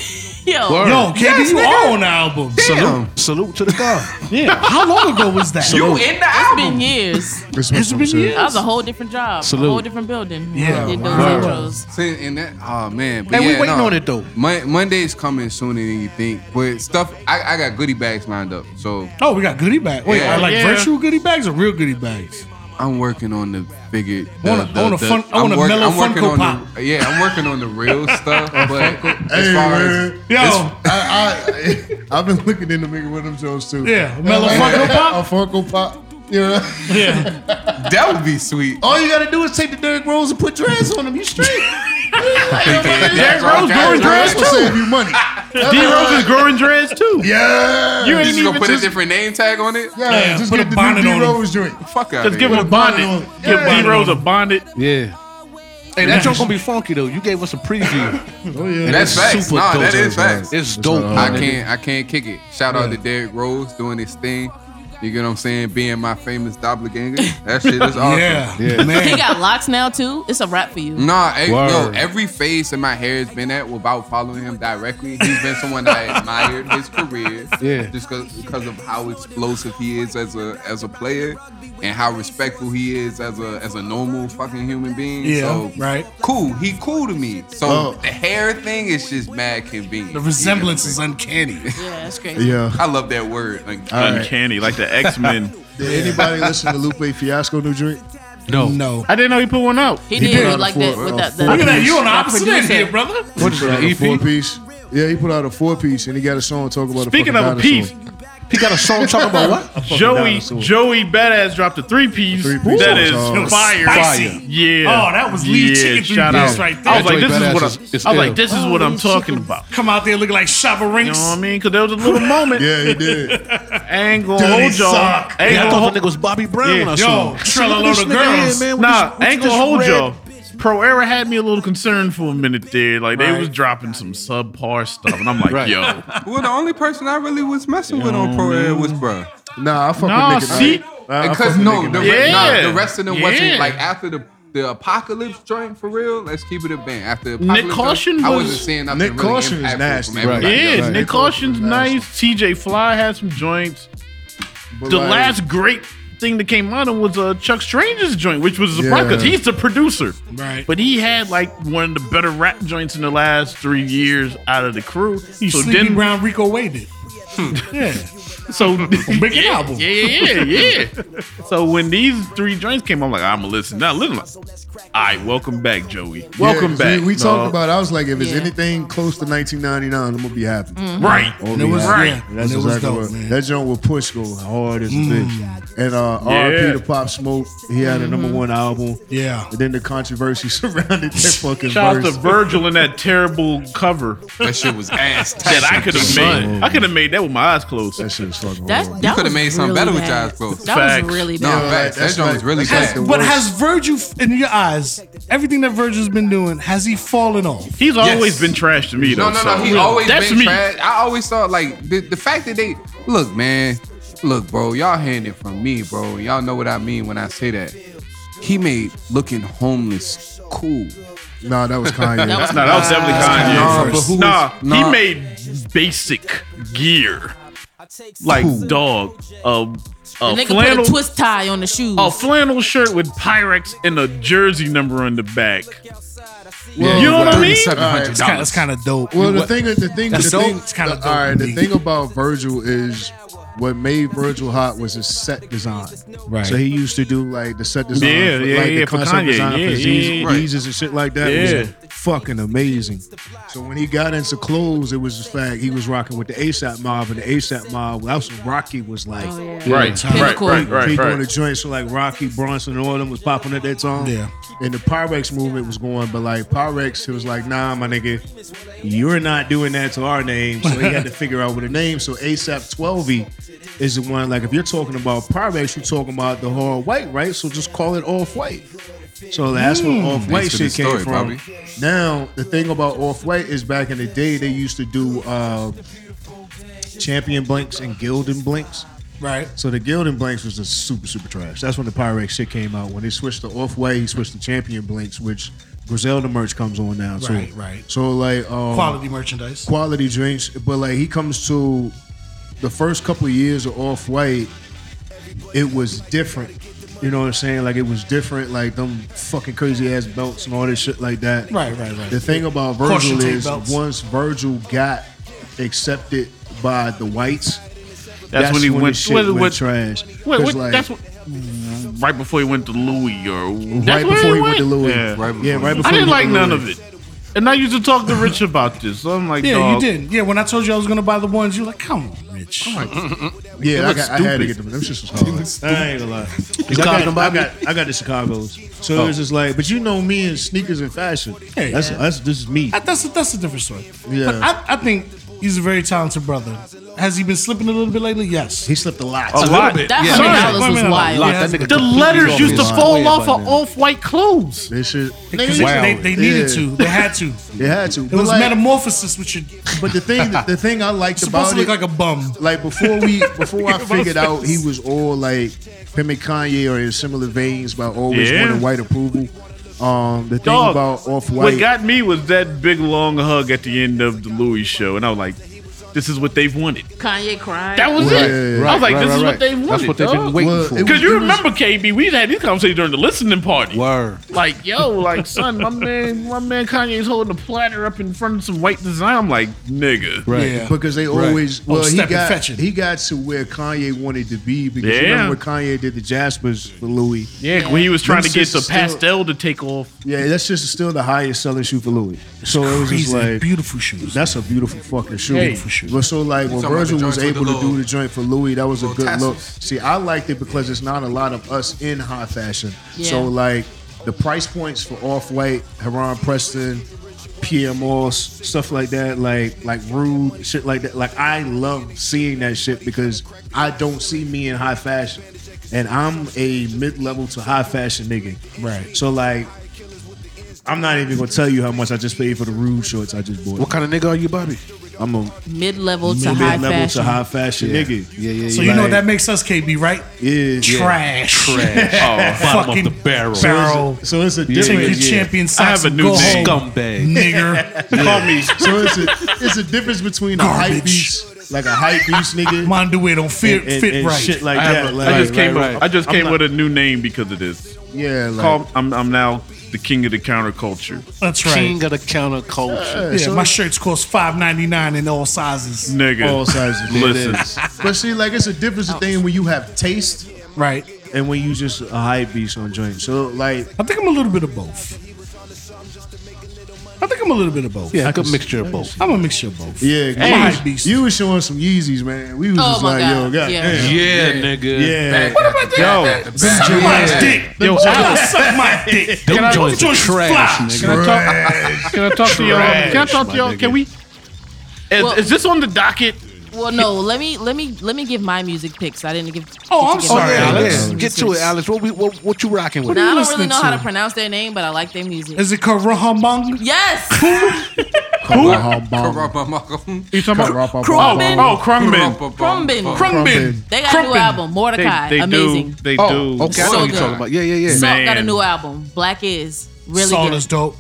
Speaker 6: Yo,
Speaker 4: Word.
Speaker 1: Yo, KB,
Speaker 5: Yes,
Speaker 1: you
Speaker 5: nigga.
Speaker 1: are on the album.
Speaker 5: Damn.
Speaker 4: Salute, salute to the God.
Speaker 1: Yeah. How long ago was that?
Speaker 5: You in the
Speaker 6: it's
Speaker 5: album?
Speaker 6: been years.
Speaker 2: That's what
Speaker 1: It's
Speaker 2: I'm
Speaker 1: been
Speaker 2: saying.
Speaker 1: years.
Speaker 6: That was a whole different job.
Speaker 4: Salute.
Speaker 6: A whole different building.
Speaker 1: Yeah,
Speaker 6: Did those
Speaker 1: wow.
Speaker 6: intros.
Speaker 5: So in that, oh man. But
Speaker 4: Hey, we
Speaker 5: yeah,
Speaker 4: waiting
Speaker 5: no.
Speaker 4: on it, though.
Speaker 5: Mon- Monday's coming sooner than you think. But stuff, I, I got goodie bags lined up. So
Speaker 1: Oh, we got goodie bags. Wait,
Speaker 5: Yeah.
Speaker 1: I like
Speaker 3: Yeah.
Speaker 1: virtual goodie bags or real goodie bags?
Speaker 5: I'm working on the figure.
Speaker 1: I
Speaker 5: The,
Speaker 1: want a-
Speaker 5: the,
Speaker 1: I want a
Speaker 5: the-
Speaker 1: fun- I want
Speaker 5: I'm
Speaker 1: a mellow
Speaker 5: I'm working
Speaker 1: Funko
Speaker 5: on
Speaker 1: Pop.
Speaker 5: The, yeah, I'm working on the real stuff. But as
Speaker 2: Hey,
Speaker 5: far
Speaker 2: man.
Speaker 5: as
Speaker 1: Yo,
Speaker 2: I, I, I've been looking in the nigga with them Jones too.
Speaker 1: Yeah, Mellow
Speaker 2: Like,
Speaker 1: Funko Pop?
Speaker 2: A Funko Pop. Yeah.
Speaker 1: yeah.
Speaker 5: that would be sweet.
Speaker 2: [laughs] All you gotta do is take the Derrick Rose and put dreads on them. You straight.
Speaker 5: Derrick
Speaker 3: Rose doing dreads
Speaker 2: will save you money.
Speaker 3: D Rose is growing dreads too.
Speaker 2: [laughs] Yeah.
Speaker 3: You ain't
Speaker 5: You just
Speaker 3: even
Speaker 5: gonna put
Speaker 3: just,
Speaker 5: a different name tag on it?
Speaker 2: yeah,
Speaker 1: Yeah,
Speaker 2: just
Speaker 1: put
Speaker 2: get
Speaker 1: a
Speaker 2: the
Speaker 1: bonnet
Speaker 2: new
Speaker 1: on
Speaker 2: D
Speaker 1: 'em.
Speaker 2: Rose joint.
Speaker 5: Fuck out.
Speaker 3: just give him a
Speaker 2: bonnet
Speaker 3: bonnet.
Speaker 2: on.
Speaker 3: Give
Speaker 1: Yeah.
Speaker 3: D Rose a bonnet.
Speaker 4: Yeah. Hey, that joint gonna be funky though. You gave us a preview.
Speaker 2: Oh yeah.
Speaker 4: And
Speaker 5: That's facts. Nah, that is facts.
Speaker 4: It's dope.
Speaker 5: I
Speaker 4: man.
Speaker 5: can't I can't kick it. Shout out to Derrick Rose doing his thing. You get what I'm saying? Being my famous doppelganger. That
Speaker 3: [laughs]
Speaker 5: shit is awesome.
Speaker 1: Yeah.
Speaker 4: Yeah.
Speaker 6: He
Speaker 1: Man.
Speaker 6: got locks now too. It's a wrap for you.
Speaker 5: Nah, eh, yo,
Speaker 4: Word.
Speaker 5: every phase that my hair has been at without following him directly, he's been someone that I admired his career.
Speaker 4: Yeah.
Speaker 5: Just cause, because of how explosive he is as a as a player and how respectful he is as a as a normal fucking human being.
Speaker 1: Yeah,
Speaker 5: so,
Speaker 1: right.
Speaker 5: Cool. He cool to me. So
Speaker 2: Oh.
Speaker 5: the hair thing is just mad convenient.
Speaker 1: The resemblance
Speaker 5: You
Speaker 1: is
Speaker 5: know
Speaker 1: uncanny.
Speaker 6: Yeah, that's crazy.
Speaker 2: Yeah.
Speaker 5: what I'm saying? I love that word. Like
Speaker 2: All right.
Speaker 3: Uncanny, like the X Men.
Speaker 2: Did anybody listen to Lupe Fiasco new drink?
Speaker 4: No.
Speaker 1: No.
Speaker 3: I didn't know he put one out.
Speaker 6: He,
Speaker 2: He
Speaker 6: did,
Speaker 2: did.
Speaker 6: like that with that. that
Speaker 1: Look at that. You on the
Speaker 6: that
Speaker 1: opposite end
Speaker 6: producer.
Speaker 1: here, brother.
Speaker 4: What is
Speaker 2: Put out
Speaker 4: that?
Speaker 3: E
Speaker 2: a four
Speaker 4: EP?
Speaker 2: piece. Yeah, he put out a four piece and he got a song talking about
Speaker 3: Speaking
Speaker 2: a fucking
Speaker 3: of a
Speaker 2: dinosaur.
Speaker 3: piece,
Speaker 4: He got a song talking about what?
Speaker 3: Joey
Speaker 2: dinosaur.
Speaker 3: Joey Badass dropped a three piece.
Speaker 2: Three-piece.
Speaker 3: That
Speaker 2: Ooh.
Speaker 3: is
Speaker 2: It was
Speaker 3: fire.
Speaker 1: spicy.
Speaker 3: Yeah.
Speaker 1: Oh, that was lead chicken
Speaker 3: shout
Speaker 1: three-piece
Speaker 3: out.
Speaker 1: right there.
Speaker 3: I was like,
Speaker 4: Joey
Speaker 3: this is
Speaker 4: Badass
Speaker 3: what
Speaker 4: is-
Speaker 3: I,
Speaker 4: is
Speaker 3: I was like,
Speaker 4: ill.
Speaker 3: this is what I'm talking about.
Speaker 1: Come out there looking like Shabba
Speaker 3: You
Speaker 1: Rinks.
Speaker 3: know what I mean? Because there was a [laughs] little moment.
Speaker 2: Yeah,
Speaker 3: [laughs]
Speaker 2: he did.
Speaker 3: I ain't gonna
Speaker 1: Dirty
Speaker 3: hold y'all.
Speaker 1: sock.
Speaker 3: I ain't
Speaker 4: Yeah, I
Speaker 3: gonna
Speaker 4: thought
Speaker 3: hold-
Speaker 4: that nigga was Bobby Brown
Speaker 3: Yeah.
Speaker 4: when I
Speaker 3: Yo,
Speaker 4: saw him.
Speaker 1: Trella
Speaker 4: Look at this
Speaker 1: Lotta
Speaker 4: nigga here,
Speaker 1: Girls.
Speaker 4: man, with
Speaker 3: Nah,
Speaker 4: this- with
Speaker 3: I ain't
Speaker 4: this
Speaker 3: gonna hold
Speaker 4: red-
Speaker 3: y'all. Pro Era had me a little concerned for a minute there. Like they
Speaker 1: Right.
Speaker 3: was dropping some subpar stuff, and I'm like,
Speaker 4: Right.
Speaker 3: yo,
Speaker 5: Well, the only person I really was messing with on Pro Air was bro.
Speaker 2: Nah, I fuck
Speaker 3: Nah,
Speaker 2: with niggas.
Speaker 3: see?
Speaker 2: I- I fuck
Speaker 3: Uh,
Speaker 5: Because
Speaker 2: with
Speaker 5: no,
Speaker 2: niggas.
Speaker 5: the,
Speaker 3: Yeah.
Speaker 5: re- nah, the rest of them
Speaker 3: Yeah.
Speaker 5: wasn't like after the the apocalypse joint for real, let's keep it a band. After the
Speaker 3: Nick
Speaker 5: apocalypse
Speaker 3: Caution
Speaker 5: joint, I
Speaker 3: was-
Speaker 5: wasn't saying nothing
Speaker 2: Nick
Speaker 5: really
Speaker 2: Caution is
Speaker 5: impactful
Speaker 2: nasty,
Speaker 5: from
Speaker 2: right.
Speaker 5: everybody
Speaker 2: Yeah,
Speaker 5: else.
Speaker 3: Yeah,
Speaker 2: Nick
Speaker 3: Nick Caution's
Speaker 2: Caution's
Speaker 3: nice. TJ Fly had some joints.
Speaker 2: But
Speaker 3: The
Speaker 2: like,
Speaker 3: last great thing that came out of was uh, Chuck Strange's joint, which was a surprise because
Speaker 2: Yeah.
Speaker 3: he's the producer.
Speaker 1: Right.
Speaker 3: But he had like one of the better rap joints in the last three years out of the crew.
Speaker 1: He
Speaker 3: so
Speaker 1: sleeping
Speaker 3: then,
Speaker 1: around Rico Wade did. [laughs] yeah.
Speaker 3: so
Speaker 1: Big
Speaker 3: [laughs] yeah,
Speaker 1: album.
Speaker 3: Yeah, yeah, yeah. yeah. so when these three joints came, I'm like, I'm gonna listen now. Listen, like, all right, welcome back, Joey.
Speaker 2: yeah,
Speaker 3: Welcome
Speaker 2: 'cause
Speaker 3: back.
Speaker 2: We, we
Speaker 3: No.
Speaker 2: talked about. it. I was like, if it's
Speaker 6: Yeah.
Speaker 2: anything close to 1999, I'm gonna be happy.
Speaker 3: right.
Speaker 2: Oh,
Speaker 1: Mm. And it
Speaker 2: yeah.
Speaker 1: was
Speaker 3: Right.
Speaker 1: yeah.
Speaker 2: That's
Speaker 1: and it was
Speaker 2: exactly
Speaker 1: dope,
Speaker 2: what,
Speaker 1: man. Mm.
Speaker 2: that joint with Push go hard as a bitch. And uh,
Speaker 3: Yeah.
Speaker 2: R.P. to Pop Smoke, he had a number one album.
Speaker 1: Mm-hmm. yeah.
Speaker 2: And then the controversy [laughs] surrounded that fucking
Speaker 3: Shout out to
Speaker 2: verse.
Speaker 3: Virgil and that terrible cover
Speaker 5: That shit was ass.
Speaker 3: that I could have made. I could have made that with my eyes closed.
Speaker 2: that shit was fucking
Speaker 6: That,
Speaker 2: horrible.
Speaker 6: that
Speaker 5: coulda
Speaker 6: was
Speaker 5: made something
Speaker 6: really
Speaker 5: better with
Speaker 6: bad.
Speaker 5: y'all's clothes.
Speaker 6: That
Speaker 3: Facts.
Speaker 6: was really
Speaker 5: No,
Speaker 6: bad.
Speaker 2: Yeah,
Speaker 5: facts.
Speaker 2: that's
Speaker 5: That joint
Speaker 2: like-
Speaker 5: was really
Speaker 2: that's
Speaker 5: bad.
Speaker 2: like
Speaker 1: But
Speaker 2: worst.
Speaker 1: has Virgil in your eyes, everything that Virgil's been doing, has he fallen off?
Speaker 3: He's always
Speaker 5: Yes.
Speaker 3: been trash to me, though.
Speaker 5: No, no, no.
Speaker 3: so-
Speaker 5: He always
Speaker 3: That's
Speaker 5: been
Speaker 3: me.
Speaker 5: trash. I always thought like the, the fact that they look, man, look, bro, y'all hearing it from me, bro. Y'all know what I mean when I say that. He made looking homeless cool.
Speaker 2: Nah, that was Kanye.
Speaker 6: That was-
Speaker 3: No, that was definitely Kanye.
Speaker 5: Nah,
Speaker 1: but
Speaker 5: who was-
Speaker 3: Nah, he
Speaker 5: nah.
Speaker 3: made basic gear, like
Speaker 5: Who?
Speaker 3: dog, a,
Speaker 6: The
Speaker 3: a
Speaker 6: nigga
Speaker 3: flannel,
Speaker 6: put a twist tie on the shoes.
Speaker 3: a flannel shirt with Pyrex and a jersey number on the back.
Speaker 2: Well,
Speaker 3: You know what I mean?
Speaker 1: It's kind, it's kind of dope.
Speaker 2: Well, the thing, the thing, the
Speaker 1: That's dope.
Speaker 2: thing,
Speaker 1: It's kinda
Speaker 2: the-
Speaker 1: dope
Speaker 2: all right. The
Speaker 1: indeed.
Speaker 2: thing about Virgil is what made Virgil hot was his set design.
Speaker 1: Right.
Speaker 2: So he used to do like the set design,
Speaker 3: Yeah,
Speaker 2: for,
Speaker 3: yeah,
Speaker 2: like
Speaker 3: yeah,
Speaker 2: the
Speaker 3: for
Speaker 2: concept
Speaker 3: Kanye.
Speaker 2: design
Speaker 3: Yeah,
Speaker 2: for
Speaker 3: yeah,
Speaker 2: Yeezys
Speaker 3: yeah.
Speaker 2: Yeezys and shit like that. Yeah.
Speaker 3: Yeah.
Speaker 2: Was fucking amazing. So when he got into clothes, it was the fact he was rocking with the ASAP mob, and the ASAP mob. That's what Rocky was like.
Speaker 3: Right, right,
Speaker 6: Oh, Pinnacle.
Speaker 3: right, right,
Speaker 2: People in the
Speaker 3: right.
Speaker 2: joints so like Rocky Bronson and all them was popping at that time.
Speaker 1: Yeah.
Speaker 2: And the Pyrex movement was going, but like Pyrex, it was like, nah, my nigga, you're not doing that to our name. So he had to figure out what a name. So ASAP 12 is the one, like if you're talking about Pyrex, you're talking about the whole white, right? So just call it off white. So that's where off white
Speaker 5: Thanks for
Speaker 2: shit
Speaker 5: the
Speaker 2: came
Speaker 5: story,
Speaker 2: from.
Speaker 5: Bobby.
Speaker 2: Now the thing about off white is back in the day they used to do uh, champion blinks and gilded blinks.
Speaker 1: right.
Speaker 2: So the Gildan Blanks was just super, super trash. That's when the Pyrex shit came out. When they switched to off white, he switched to Champion Blanks, which Griselda merch comes on now too.
Speaker 1: Right, right.
Speaker 2: So like um,
Speaker 1: Quality merchandise.
Speaker 2: quality drinks, but like he comes to the first couple of years of off white, it was different. You know what I'm saying? Like it was different. Like them fucking crazy ass belts and all this shit like that.
Speaker 1: Right, right, right.
Speaker 2: The thing about
Speaker 1: Caution
Speaker 2: Virgil
Speaker 1: tape
Speaker 2: is
Speaker 1: belts.
Speaker 2: once Virgil got accepted by the whites.
Speaker 3: That's, when he
Speaker 2: the
Speaker 3: went.
Speaker 2: shit
Speaker 3: what-
Speaker 2: went
Speaker 3: what-
Speaker 2: trash.
Speaker 3: what-
Speaker 2: 'Cause,
Speaker 3: what-
Speaker 2: like,
Speaker 3: that's what- right before he went to Louis, or
Speaker 2: right before he went to Louis.
Speaker 3: Yeah.
Speaker 2: yeah,
Speaker 5: Right before
Speaker 2: right
Speaker 5: he-
Speaker 2: before
Speaker 3: I didn't
Speaker 2: he
Speaker 3: like
Speaker 2: went to
Speaker 3: none
Speaker 2: Louis.
Speaker 3: of it. And I used to talk to Rich about this. So I'm like,
Speaker 1: Yeah,
Speaker 3: dog,
Speaker 1: you did. Yeah, when I told you I was gonna buy the ones, you're like, "Come on, Rich."
Speaker 2: Yeah, I, got, I had to
Speaker 3: stupid.
Speaker 2: get them. Them [laughs] shits was hard. I ain't gonna lie. 'Cause I got, I got, I got the Chicago's. So it was just like, but you know me and sneakers and fashion.
Speaker 1: Yeah.
Speaker 2: that's, that's this is me.
Speaker 1: That- that's a, that's a different story.
Speaker 2: Yeah.
Speaker 1: But I, I think he's a very talented brother. Has he been slipping a little bit lately? Yes.
Speaker 2: He slipped a lot.
Speaker 3: a lot.
Speaker 6: That
Speaker 5: Yeah.
Speaker 6: hundred
Speaker 3: Sorry.
Speaker 1: Wait a
Speaker 6: dollars was
Speaker 1: minute.
Speaker 6: wild.
Speaker 1: Lock
Speaker 4: That nigga
Speaker 3: The
Speaker 4: completely
Speaker 3: letters
Speaker 4: off
Speaker 3: used to
Speaker 4: his
Speaker 3: fall
Speaker 4: way
Speaker 3: off
Speaker 4: about
Speaker 3: of
Speaker 4: now.
Speaker 3: off-white clothes.
Speaker 2: This shit,
Speaker 1: Because
Speaker 4: Wow.
Speaker 1: they, they needed
Speaker 2: Yeah.
Speaker 1: to. They had
Speaker 2: [laughs]
Speaker 1: to.
Speaker 2: it had to.
Speaker 1: It was metamorphosis, which you're
Speaker 2: but the thing, the thing I liked
Speaker 1: supposed
Speaker 2: about
Speaker 1: to look
Speaker 2: it,
Speaker 1: like a bum.
Speaker 2: like before we before I
Speaker 3: Think about
Speaker 2: figured out
Speaker 3: this.
Speaker 2: he was all like him and Kanye are in similar veins by always
Speaker 3: Yeah.
Speaker 2: wanting white approval. Um, the thing
Speaker 3: Dog,
Speaker 2: about off
Speaker 3: What
Speaker 2: white,
Speaker 3: got me was that big long hug at the end of the Louis show, and I was like, "This is what they've wanted."
Speaker 6: Kanye cried.
Speaker 3: That was
Speaker 2: Right,
Speaker 3: it.
Speaker 2: right,
Speaker 3: I was like,
Speaker 4: right,
Speaker 3: "This
Speaker 4: right,
Speaker 3: is
Speaker 4: right.
Speaker 3: what they wanted."
Speaker 4: That's what they've been waiting
Speaker 2: Well,
Speaker 4: for.
Speaker 2: it was-
Speaker 3: Because you remember, KB, we had these conversations during the listening party.
Speaker 4: Word.
Speaker 3: Like, yo, like, son, my man, my man, Kanye's holding a platter up in front of some white design. I'm like, nigga,
Speaker 4: Right.
Speaker 1: Yeah.
Speaker 2: because they
Speaker 4: Right.
Speaker 2: always
Speaker 1: Oh,
Speaker 2: well he
Speaker 1: step and
Speaker 2: got
Speaker 1: fetch it.
Speaker 2: he got to where Kanye wanted to be because you
Speaker 3: Yeah.
Speaker 2: remember when Kanye did the Jaspers for Louis.
Speaker 3: yeah, when he was trying to
Speaker 2: Them
Speaker 3: get the
Speaker 2: sisters
Speaker 3: pastel to take off.
Speaker 4: [laughs]
Speaker 2: Yeah, that's just still the highest selling shoe for Louis. So it was just
Speaker 1: Crazy,
Speaker 2: like
Speaker 1: beautiful shoes.
Speaker 2: that's a beautiful fucking shoe.
Speaker 1: Beautiful shoe.
Speaker 2: But so like when
Speaker 5: talking about
Speaker 2: Virgil
Speaker 5: the
Speaker 2: was
Speaker 5: joints with
Speaker 2: able
Speaker 5: the
Speaker 2: to do
Speaker 5: little-
Speaker 2: the joint for Louis, that was a
Speaker 5: little
Speaker 2: good look.
Speaker 5: tassels.
Speaker 2: See, I liked it because it's not a lot of us in high fashion.
Speaker 6: Yeah.
Speaker 2: So like the price points for Off White, Heron Preston, Pierre Moss, stuff like that, like like Rude, shit like that. Like I love seeing that shit because I don't see me in high fashion. And I'm a mid level to high fashion nigga.
Speaker 1: Right.
Speaker 2: So like I'm not even gonna tell you how much I just paid for the rude shorts I just bought.
Speaker 4: What kind of nigga are you, Bobby?
Speaker 2: I'm a
Speaker 6: Mid-level to
Speaker 2: mid
Speaker 6: high
Speaker 2: level to
Speaker 6: fashion.
Speaker 2: high fashion
Speaker 4: Yeah.
Speaker 2: nigga.
Speaker 4: Yeah, yeah,
Speaker 1: So
Speaker 4: yeah.
Speaker 1: you know
Speaker 2: Right.
Speaker 1: that makes us KB, right?
Speaker 2: Yeah.
Speaker 1: Trash. [laughs]
Speaker 4: Trash. Oh, Bottom of the barrel.
Speaker 1: barrel.
Speaker 2: So it's a
Speaker 1: Take your
Speaker 2: difference.
Speaker 1: champion
Speaker 3: I
Speaker 1: socks
Speaker 3: have a
Speaker 1: and
Speaker 3: new
Speaker 1: go
Speaker 3: name.
Speaker 1: home, [laughs]
Speaker 4: Scumbag.
Speaker 1: nigger.
Speaker 3: Call me.
Speaker 2: [laughs] So it's a it's a difference between a hype
Speaker 1: Garbage.
Speaker 2: beast, like a hype beast nigga,
Speaker 1: Mind the way don't fit,
Speaker 2: and, and,
Speaker 1: fit
Speaker 2: and
Speaker 1: right.
Speaker 2: shit like
Speaker 3: I,
Speaker 2: that.
Speaker 3: have a,
Speaker 2: like,
Speaker 3: I just came.
Speaker 4: right,
Speaker 3: with- I just
Speaker 2: I'm
Speaker 3: came
Speaker 2: not-
Speaker 3: with a new name because of this.
Speaker 8: Yeah, like
Speaker 3: Call, I'm, I'm now the king of the counterculture.
Speaker 1: That's right.
Speaker 4: King of the counterculture.
Speaker 1: Yeah,
Speaker 3: [laughs]
Speaker 1: my shirts cost five ninety nine in all sizes.
Speaker 3: Nigga,
Speaker 2: all sizes. Yeah,
Speaker 3: Listen.
Speaker 2: it is. but see, like it's a difference
Speaker 6: Oh.
Speaker 2: thing when you have taste
Speaker 1: Right.
Speaker 2: and when you just a hype beast on joint. So like,
Speaker 1: I think I'm a little bit of both. I think I'm a little bit of both.
Speaker 4: Yeah, good mixture of both.
Speaker 1: I'm a mixture of both.
Speaker 2: yeah,
Speaker 1: I'm a
Speaker 2: you,
Speaker 1: hype
Speaker 2: was,
Speaker 1: beast.
Speaker 2: you was showing some Yeezys, man. We was
Speaker 6: Oh
Speaker 2: just
Speaker 6: my
Speaker 2: like, yo,
Speaker 6: God.
Speaker 2: god,
Speaker 6: Yeah.
Speaker 2: damn.
Speaker 4: Yeah, nigga.
Speaker 2: yeah.
Speaker 5: What about that? Yo,
Speaker 1: Suck my dick. Yo, I suck
Speaker 3: [laughs]
Speaker 1: my dick.
Speaker 4: Them
Speaker 1: Can I-
Speaker 4: joints are trash, nigga.
Speaker 3: Can I talk? Can I talk to y'all? Can I talk to y'all? Can we? Is,
Speaker 6: Well-
Speaker 3: is this on the docket?
Speaker 6: Well, no. Let me let me let me give my music picks. I didn't give.
Speaker 1: Oh,
Speaker 6: get to
Speaker 1: I'm
Speaker 6: give
Speaker 1: sorry,
Speaker 6: mine.
Speaker 1: Alex.
Speaker 4: Get to it, Alex. What we what, what you rocking with?
Speaker 6: Now, I don't
Speaker 1: listening
Speaker 6: really know how
Speaker 1: to?
Speaker 6: to pronounce their name, but I like their music.
Speaker 1: Is it called Rahamong?
Speaker 6: yes,
Speaker 3: You talking about?
Speaker 6: Crumbin.
Speaker 3: Oh, Crumbin.
Speaker 1: Crumbin.
Speaker 6: They got a new
Speaker 1: Crumpin.
Speaker 6: album, Mordecai.
Speaker 3: They, they
Speaker 6: Amazing.
Speaker 3: do. They
Speaker 4: Oh,
Speaker 3: do.
Speaker 4: okay. I know what
Speaker 6: So
Speaker 4: you're talking
Speaker 6: good.
Speaker 4: about. Yeah, yeah, yeah.
Speaker 3: Man.
Speaker 6: Salt got a new album. Black is really
Speaker 1: Salt
Speaker 6: good.
Speaker 1: is dope.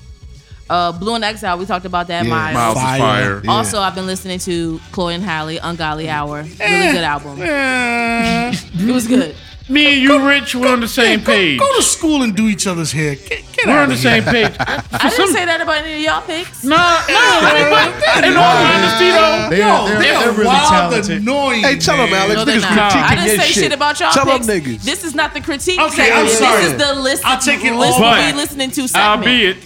Speaker 6: Uh, Blue and Exile. We talked about that.
Speaker 4: Yeah.
Speaker 6: Miles.
Speaker 3: Miles is
Speaker 1: Fire.
Speaker 3: fire.
Speaker 6: Also, I've been listening to Chloe and Halle, Ungodly Hour. Really good album. It was good.
Speaker 3: Me and you, Rich, we're on the same
Speaker 1: Eh, Go-
Speaker 3: page.
Speaker 1: Go, to school and do each other's hair. Get, get
Speaker 3: We're
Speaker 1: out
Speaker 3: on the
Speaker 1: of here.
Speaker 3: same page.
Speaker 6: I didn't say that about any of y'all picks.
Speaker 3: No, no. In all honesty, though,
Speaker 2: They,
Speaker 1: Yo,
Speaker 2: are
Speaker 1: they're,
Speaker 2: they're, they're really
Speaker 1: wild,
Speaker 2: talented.
Speaker 1: annoying.
Speaker 4: Hey, tell them,
Speaker 1: man.
Speaker 4: Alex.
Speaker 6: No, they're
Speaker 4: niggas
Speaker 6: not.
Speaker 4: critiquing
Speaker 6: I didn't
Speaker 4: your
Speaker 6: say shit, about y'all
Speaker 4: Tell
Speaker 6: picks.
Speaker 4: them niggas.
Speaker 6: This is not the critique
Speaker 1: Okay,
Speaker 6: section.
Speaker 1: I'm sorry.
Speaker 6: This is the list.
Speaker 1: I'll take it
Speaker 6: list
Speaker 3: all.
Speaker 6: we listening to segment.
Speaker 3: albeit,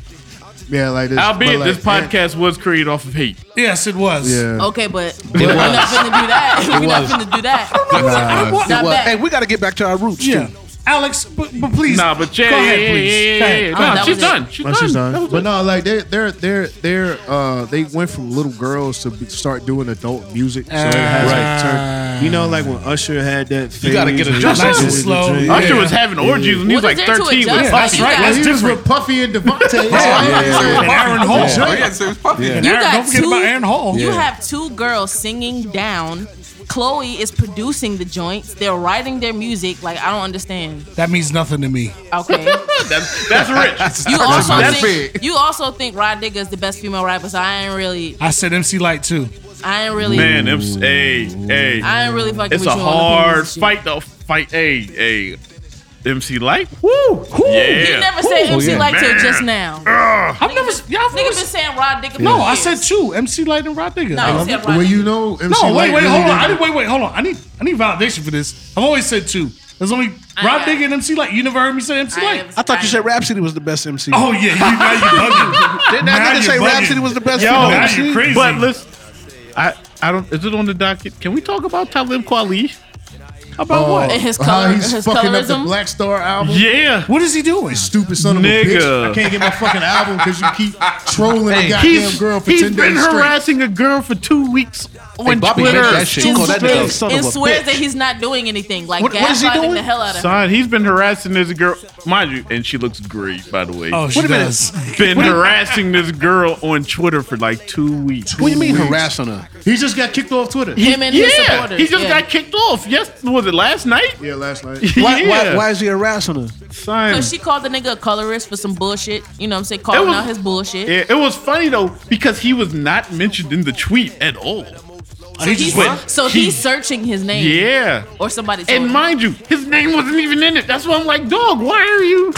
Speaker 2: Yeah, like this.
Speaker 3: albeit,
Speaker 2: but
Speaker 3: this
Speaker 2: like-
Speaker 3: podcast was created off of hate.
Speaker 1: Yes, it was.
Speaker 2: Yeah.
Speaker 6: Okay, but we're not finna do that. We're not finna do that.
Speaker 1: I want-
Speaker 6: Not
Speaker 4: Well,
Speaker 6: bad.
Speaker 4: hey, we got to get back to our roots.
Speaker 1: yeah.
Speaker 4: too.
Speaker 1: Alex, but, but please.
Speaker 3: Nah, but yeah,
Speaker 1: go ahead,
Speaker 3: yeah, yeah,
Speaker 1: please.
Speaker 3: yeah, yeah,
Speaker 1: Hey,
Speaker 3: yeah.
Speaker 6: Oh,
Speaker 3: Nah,
Speaker 6: that
Speaker 3: she's
Speaker 6: was it.
Speaker 3: done. She's
Speaker 2: But
Speaker 3: done.
Speaker 2: she's done.
Speaker 3: That was
Speaker 2: But
Speaker 3: it.
Speaker 2: no, like they're they're they're they're uh they went from little girls to be, start doing adult music. So it
Speaker 1: Ah.
Speaker 2: has like turned, you know, like when Usher had that. Phase
Speaker 4: gotta get adjusted.
Speaker 2: and-
Speaker 1: Nice and slow.
Speaker 2: Yeah.
Speaker 3: Usher was having orgies when he was
Speaker 6: What
Speaker 3: like
Speaker 6: is there to
Speaker 3: 13 with
Speaker 6: adjust?
Speaker 3: Puffy.
Speaker 6: Like, you
Speaker 2: Well,
Speaker 6: got-
Speaker 2: he was with Puffy
Speaker 3: [laughs]
Speaker 2: and Devontae.
Speaker 1: And Aaron Hall.
Speaker 5: Oh, yeah, so it's puppy.
Speaker 6: You
Speaker 1: Aaron,
Speaker 6: got
Speaker 1: don't forget
Speaker 6: two-
Speaker 1: about Aaron Hall.
Speaker 6: You have two girls singing down. Chloe is producing the joints. They're writing their music. Like I don't understand.
Speaker 1: That means nothing to me.
Speaker 2: [laughs]
Speaker 6: Okay.
Speaker 3: That's, that's rich.
Speaker 6: You also
Speaker 5: That's
Speaker 6: think,
Speaker 5: big.
Speaker 6: you also think Rod Digga is the best female rapper. So I ain't really
Speaker 1: I said MC Light too.
Speaker 6: I ain't really
Speaker 3: Man, it's hey, hey.
Speaker 6: I ain't really fucking
Speaker 3: It's
Speaker 6: with
Speaker 3: a
Speaker 6: you on the
Speaker 3: hard
Speaker 6: police shit.
Speaker 3: fight though. Fight, hey, hey. MC Light? Woo!
Speaker 6: You
Speaker 3: Yeah.
Speaker 6: never said MC
Speaker 4: yeah.
Speaker 6: like till
Speaker 3: Man.
Speaker 6: just now.
Speaker 1: I've never. s- Y'all
Speaker 6: Nigga been
Speaker 1: never s-
Speaker 6: saying Rod Digga.
Speaker 1: No, I said two. MC Light and Rod Digger.
Speaker 6: No, you said Rod
Speaker 2: Um, Well,
Speaker 6: Digga.
Speaker 2: you know, MC
Speaker 1: No, wait,
Speaker 2: Lyte
Speaker 1: wait,
Speaker 2: really
Speaker 1: hold on.
Speaker 2: did-
Speaker 1: I didn't, wait, wait, hold on. I need, I need validation for this. I've always said two. There's only Rod
Speaker 6: I-
Speaker 1: Digger and MC Light. You never heard me say MC
Speaker 6: I
Speaker 1: Light.
Speaker 6: am-
Speaker 4: I thought you said Rhapsody was the best MC.
Speaker 1: [laughs] Oh yeah, you, now you bugging.
Speaker 4: Didn't
Speaker 1: now
Speaker 4: that
Speaker 1: you
Speaker 4: nigga say
Speaker 1: bugging.
Speaker 4: Rhapsody was the best
Speaker 1: Yo,
Speaker 4: female
Speaker 1: now
Speaker 4: MC?
Speaker 1: you crazy.
Speaker 3: But listen, I, I don't. Is it on the docket? Can we talk about Talib Kweli? About
Speaker 6: And
Speaker 3: what?
Speaker 6: [laughs] his
Speaker 2: How
Speaker 6: color,
Speaker 2: Oh, he's
Speaker 6: his
Speaker 2: fucking up the
Speaker 6: colorism.
Speaker 2: Black Star album.
Speaker 3: Yeah.
Speaker 1: [laughs] what is he doing?
Speaker 2: Stupid son of a
Speaker 3: Nigga.
Speaker 2: bitch. I can't get my fucking album because you keep trolling a goddamn
Speaker 3: He's,
Speaker 2: girl for
Speaker 3: he's
Speaker 2: 10
Speaker 3: been
Speaker 2: days straight.
Speaker 3: harassing a girl for two weeks on
Speaker 4: Bobby, make
Speaker 3: Twitter.
Speaker 4: that shit.
Speaker 6: and
Speaker 4: Call that nigga a
Speaker 6: swears,
Speaker 4: son of
Speaker 6: and
Speaker 4: a
Speaker 6: swears
Speaker 4: bitch.
Speaker 6: that he's not doing anything. Like
Speaker 4: What- what is he
Speaker 6: gaslighting the
Speaker 4: doing?
Speaker 6: hell out of him.
Speaker 3: Son, he's been harassing this girl, mind you, and she looks great, by the way.
Speaker 1: Oh, she
Speaker 4: Wait a minute.
Speaker 1: does.
Speaker 3: been harassing this girl on Twitter for like two weeks.
Speaker 4: What do you mean harassing her?
Speaker 2: He just got kicked off Twitter.
Speaker 6: Him and his supporters.
Speaker 3: he just
Speaker 6: yeah.
Speaker 3: got kicked off. Yes, was it last night?
Speaker 2: Yeah, last night.
Speaker 4: Why,
Speaker 3: yeah.
Speaker 4: why, why is he harassing her?
Speaker 3: Son.
Speaker 6: Cause she called the nigga a colorist for some bullshit. You know what I'm saying? Calling
Speaker 3: was-
Speaker 6: out his bullshit.
Speaker 3: Yeah, it was funny though because he was not mentioned in the tweet at all.
Speaker 6: so he's,
Speaker 3: went-
Speaker 6: so
Speaker 3: he-
Speaker 6: he's searching his name.
Speaker 3: Yeah,
Speaker 6: Or somebody told
Speaker 3: and
Speaker 6: him.
Speaker 3: mind you, his name wasn't even in it. That's why I'm like, dog, why are you?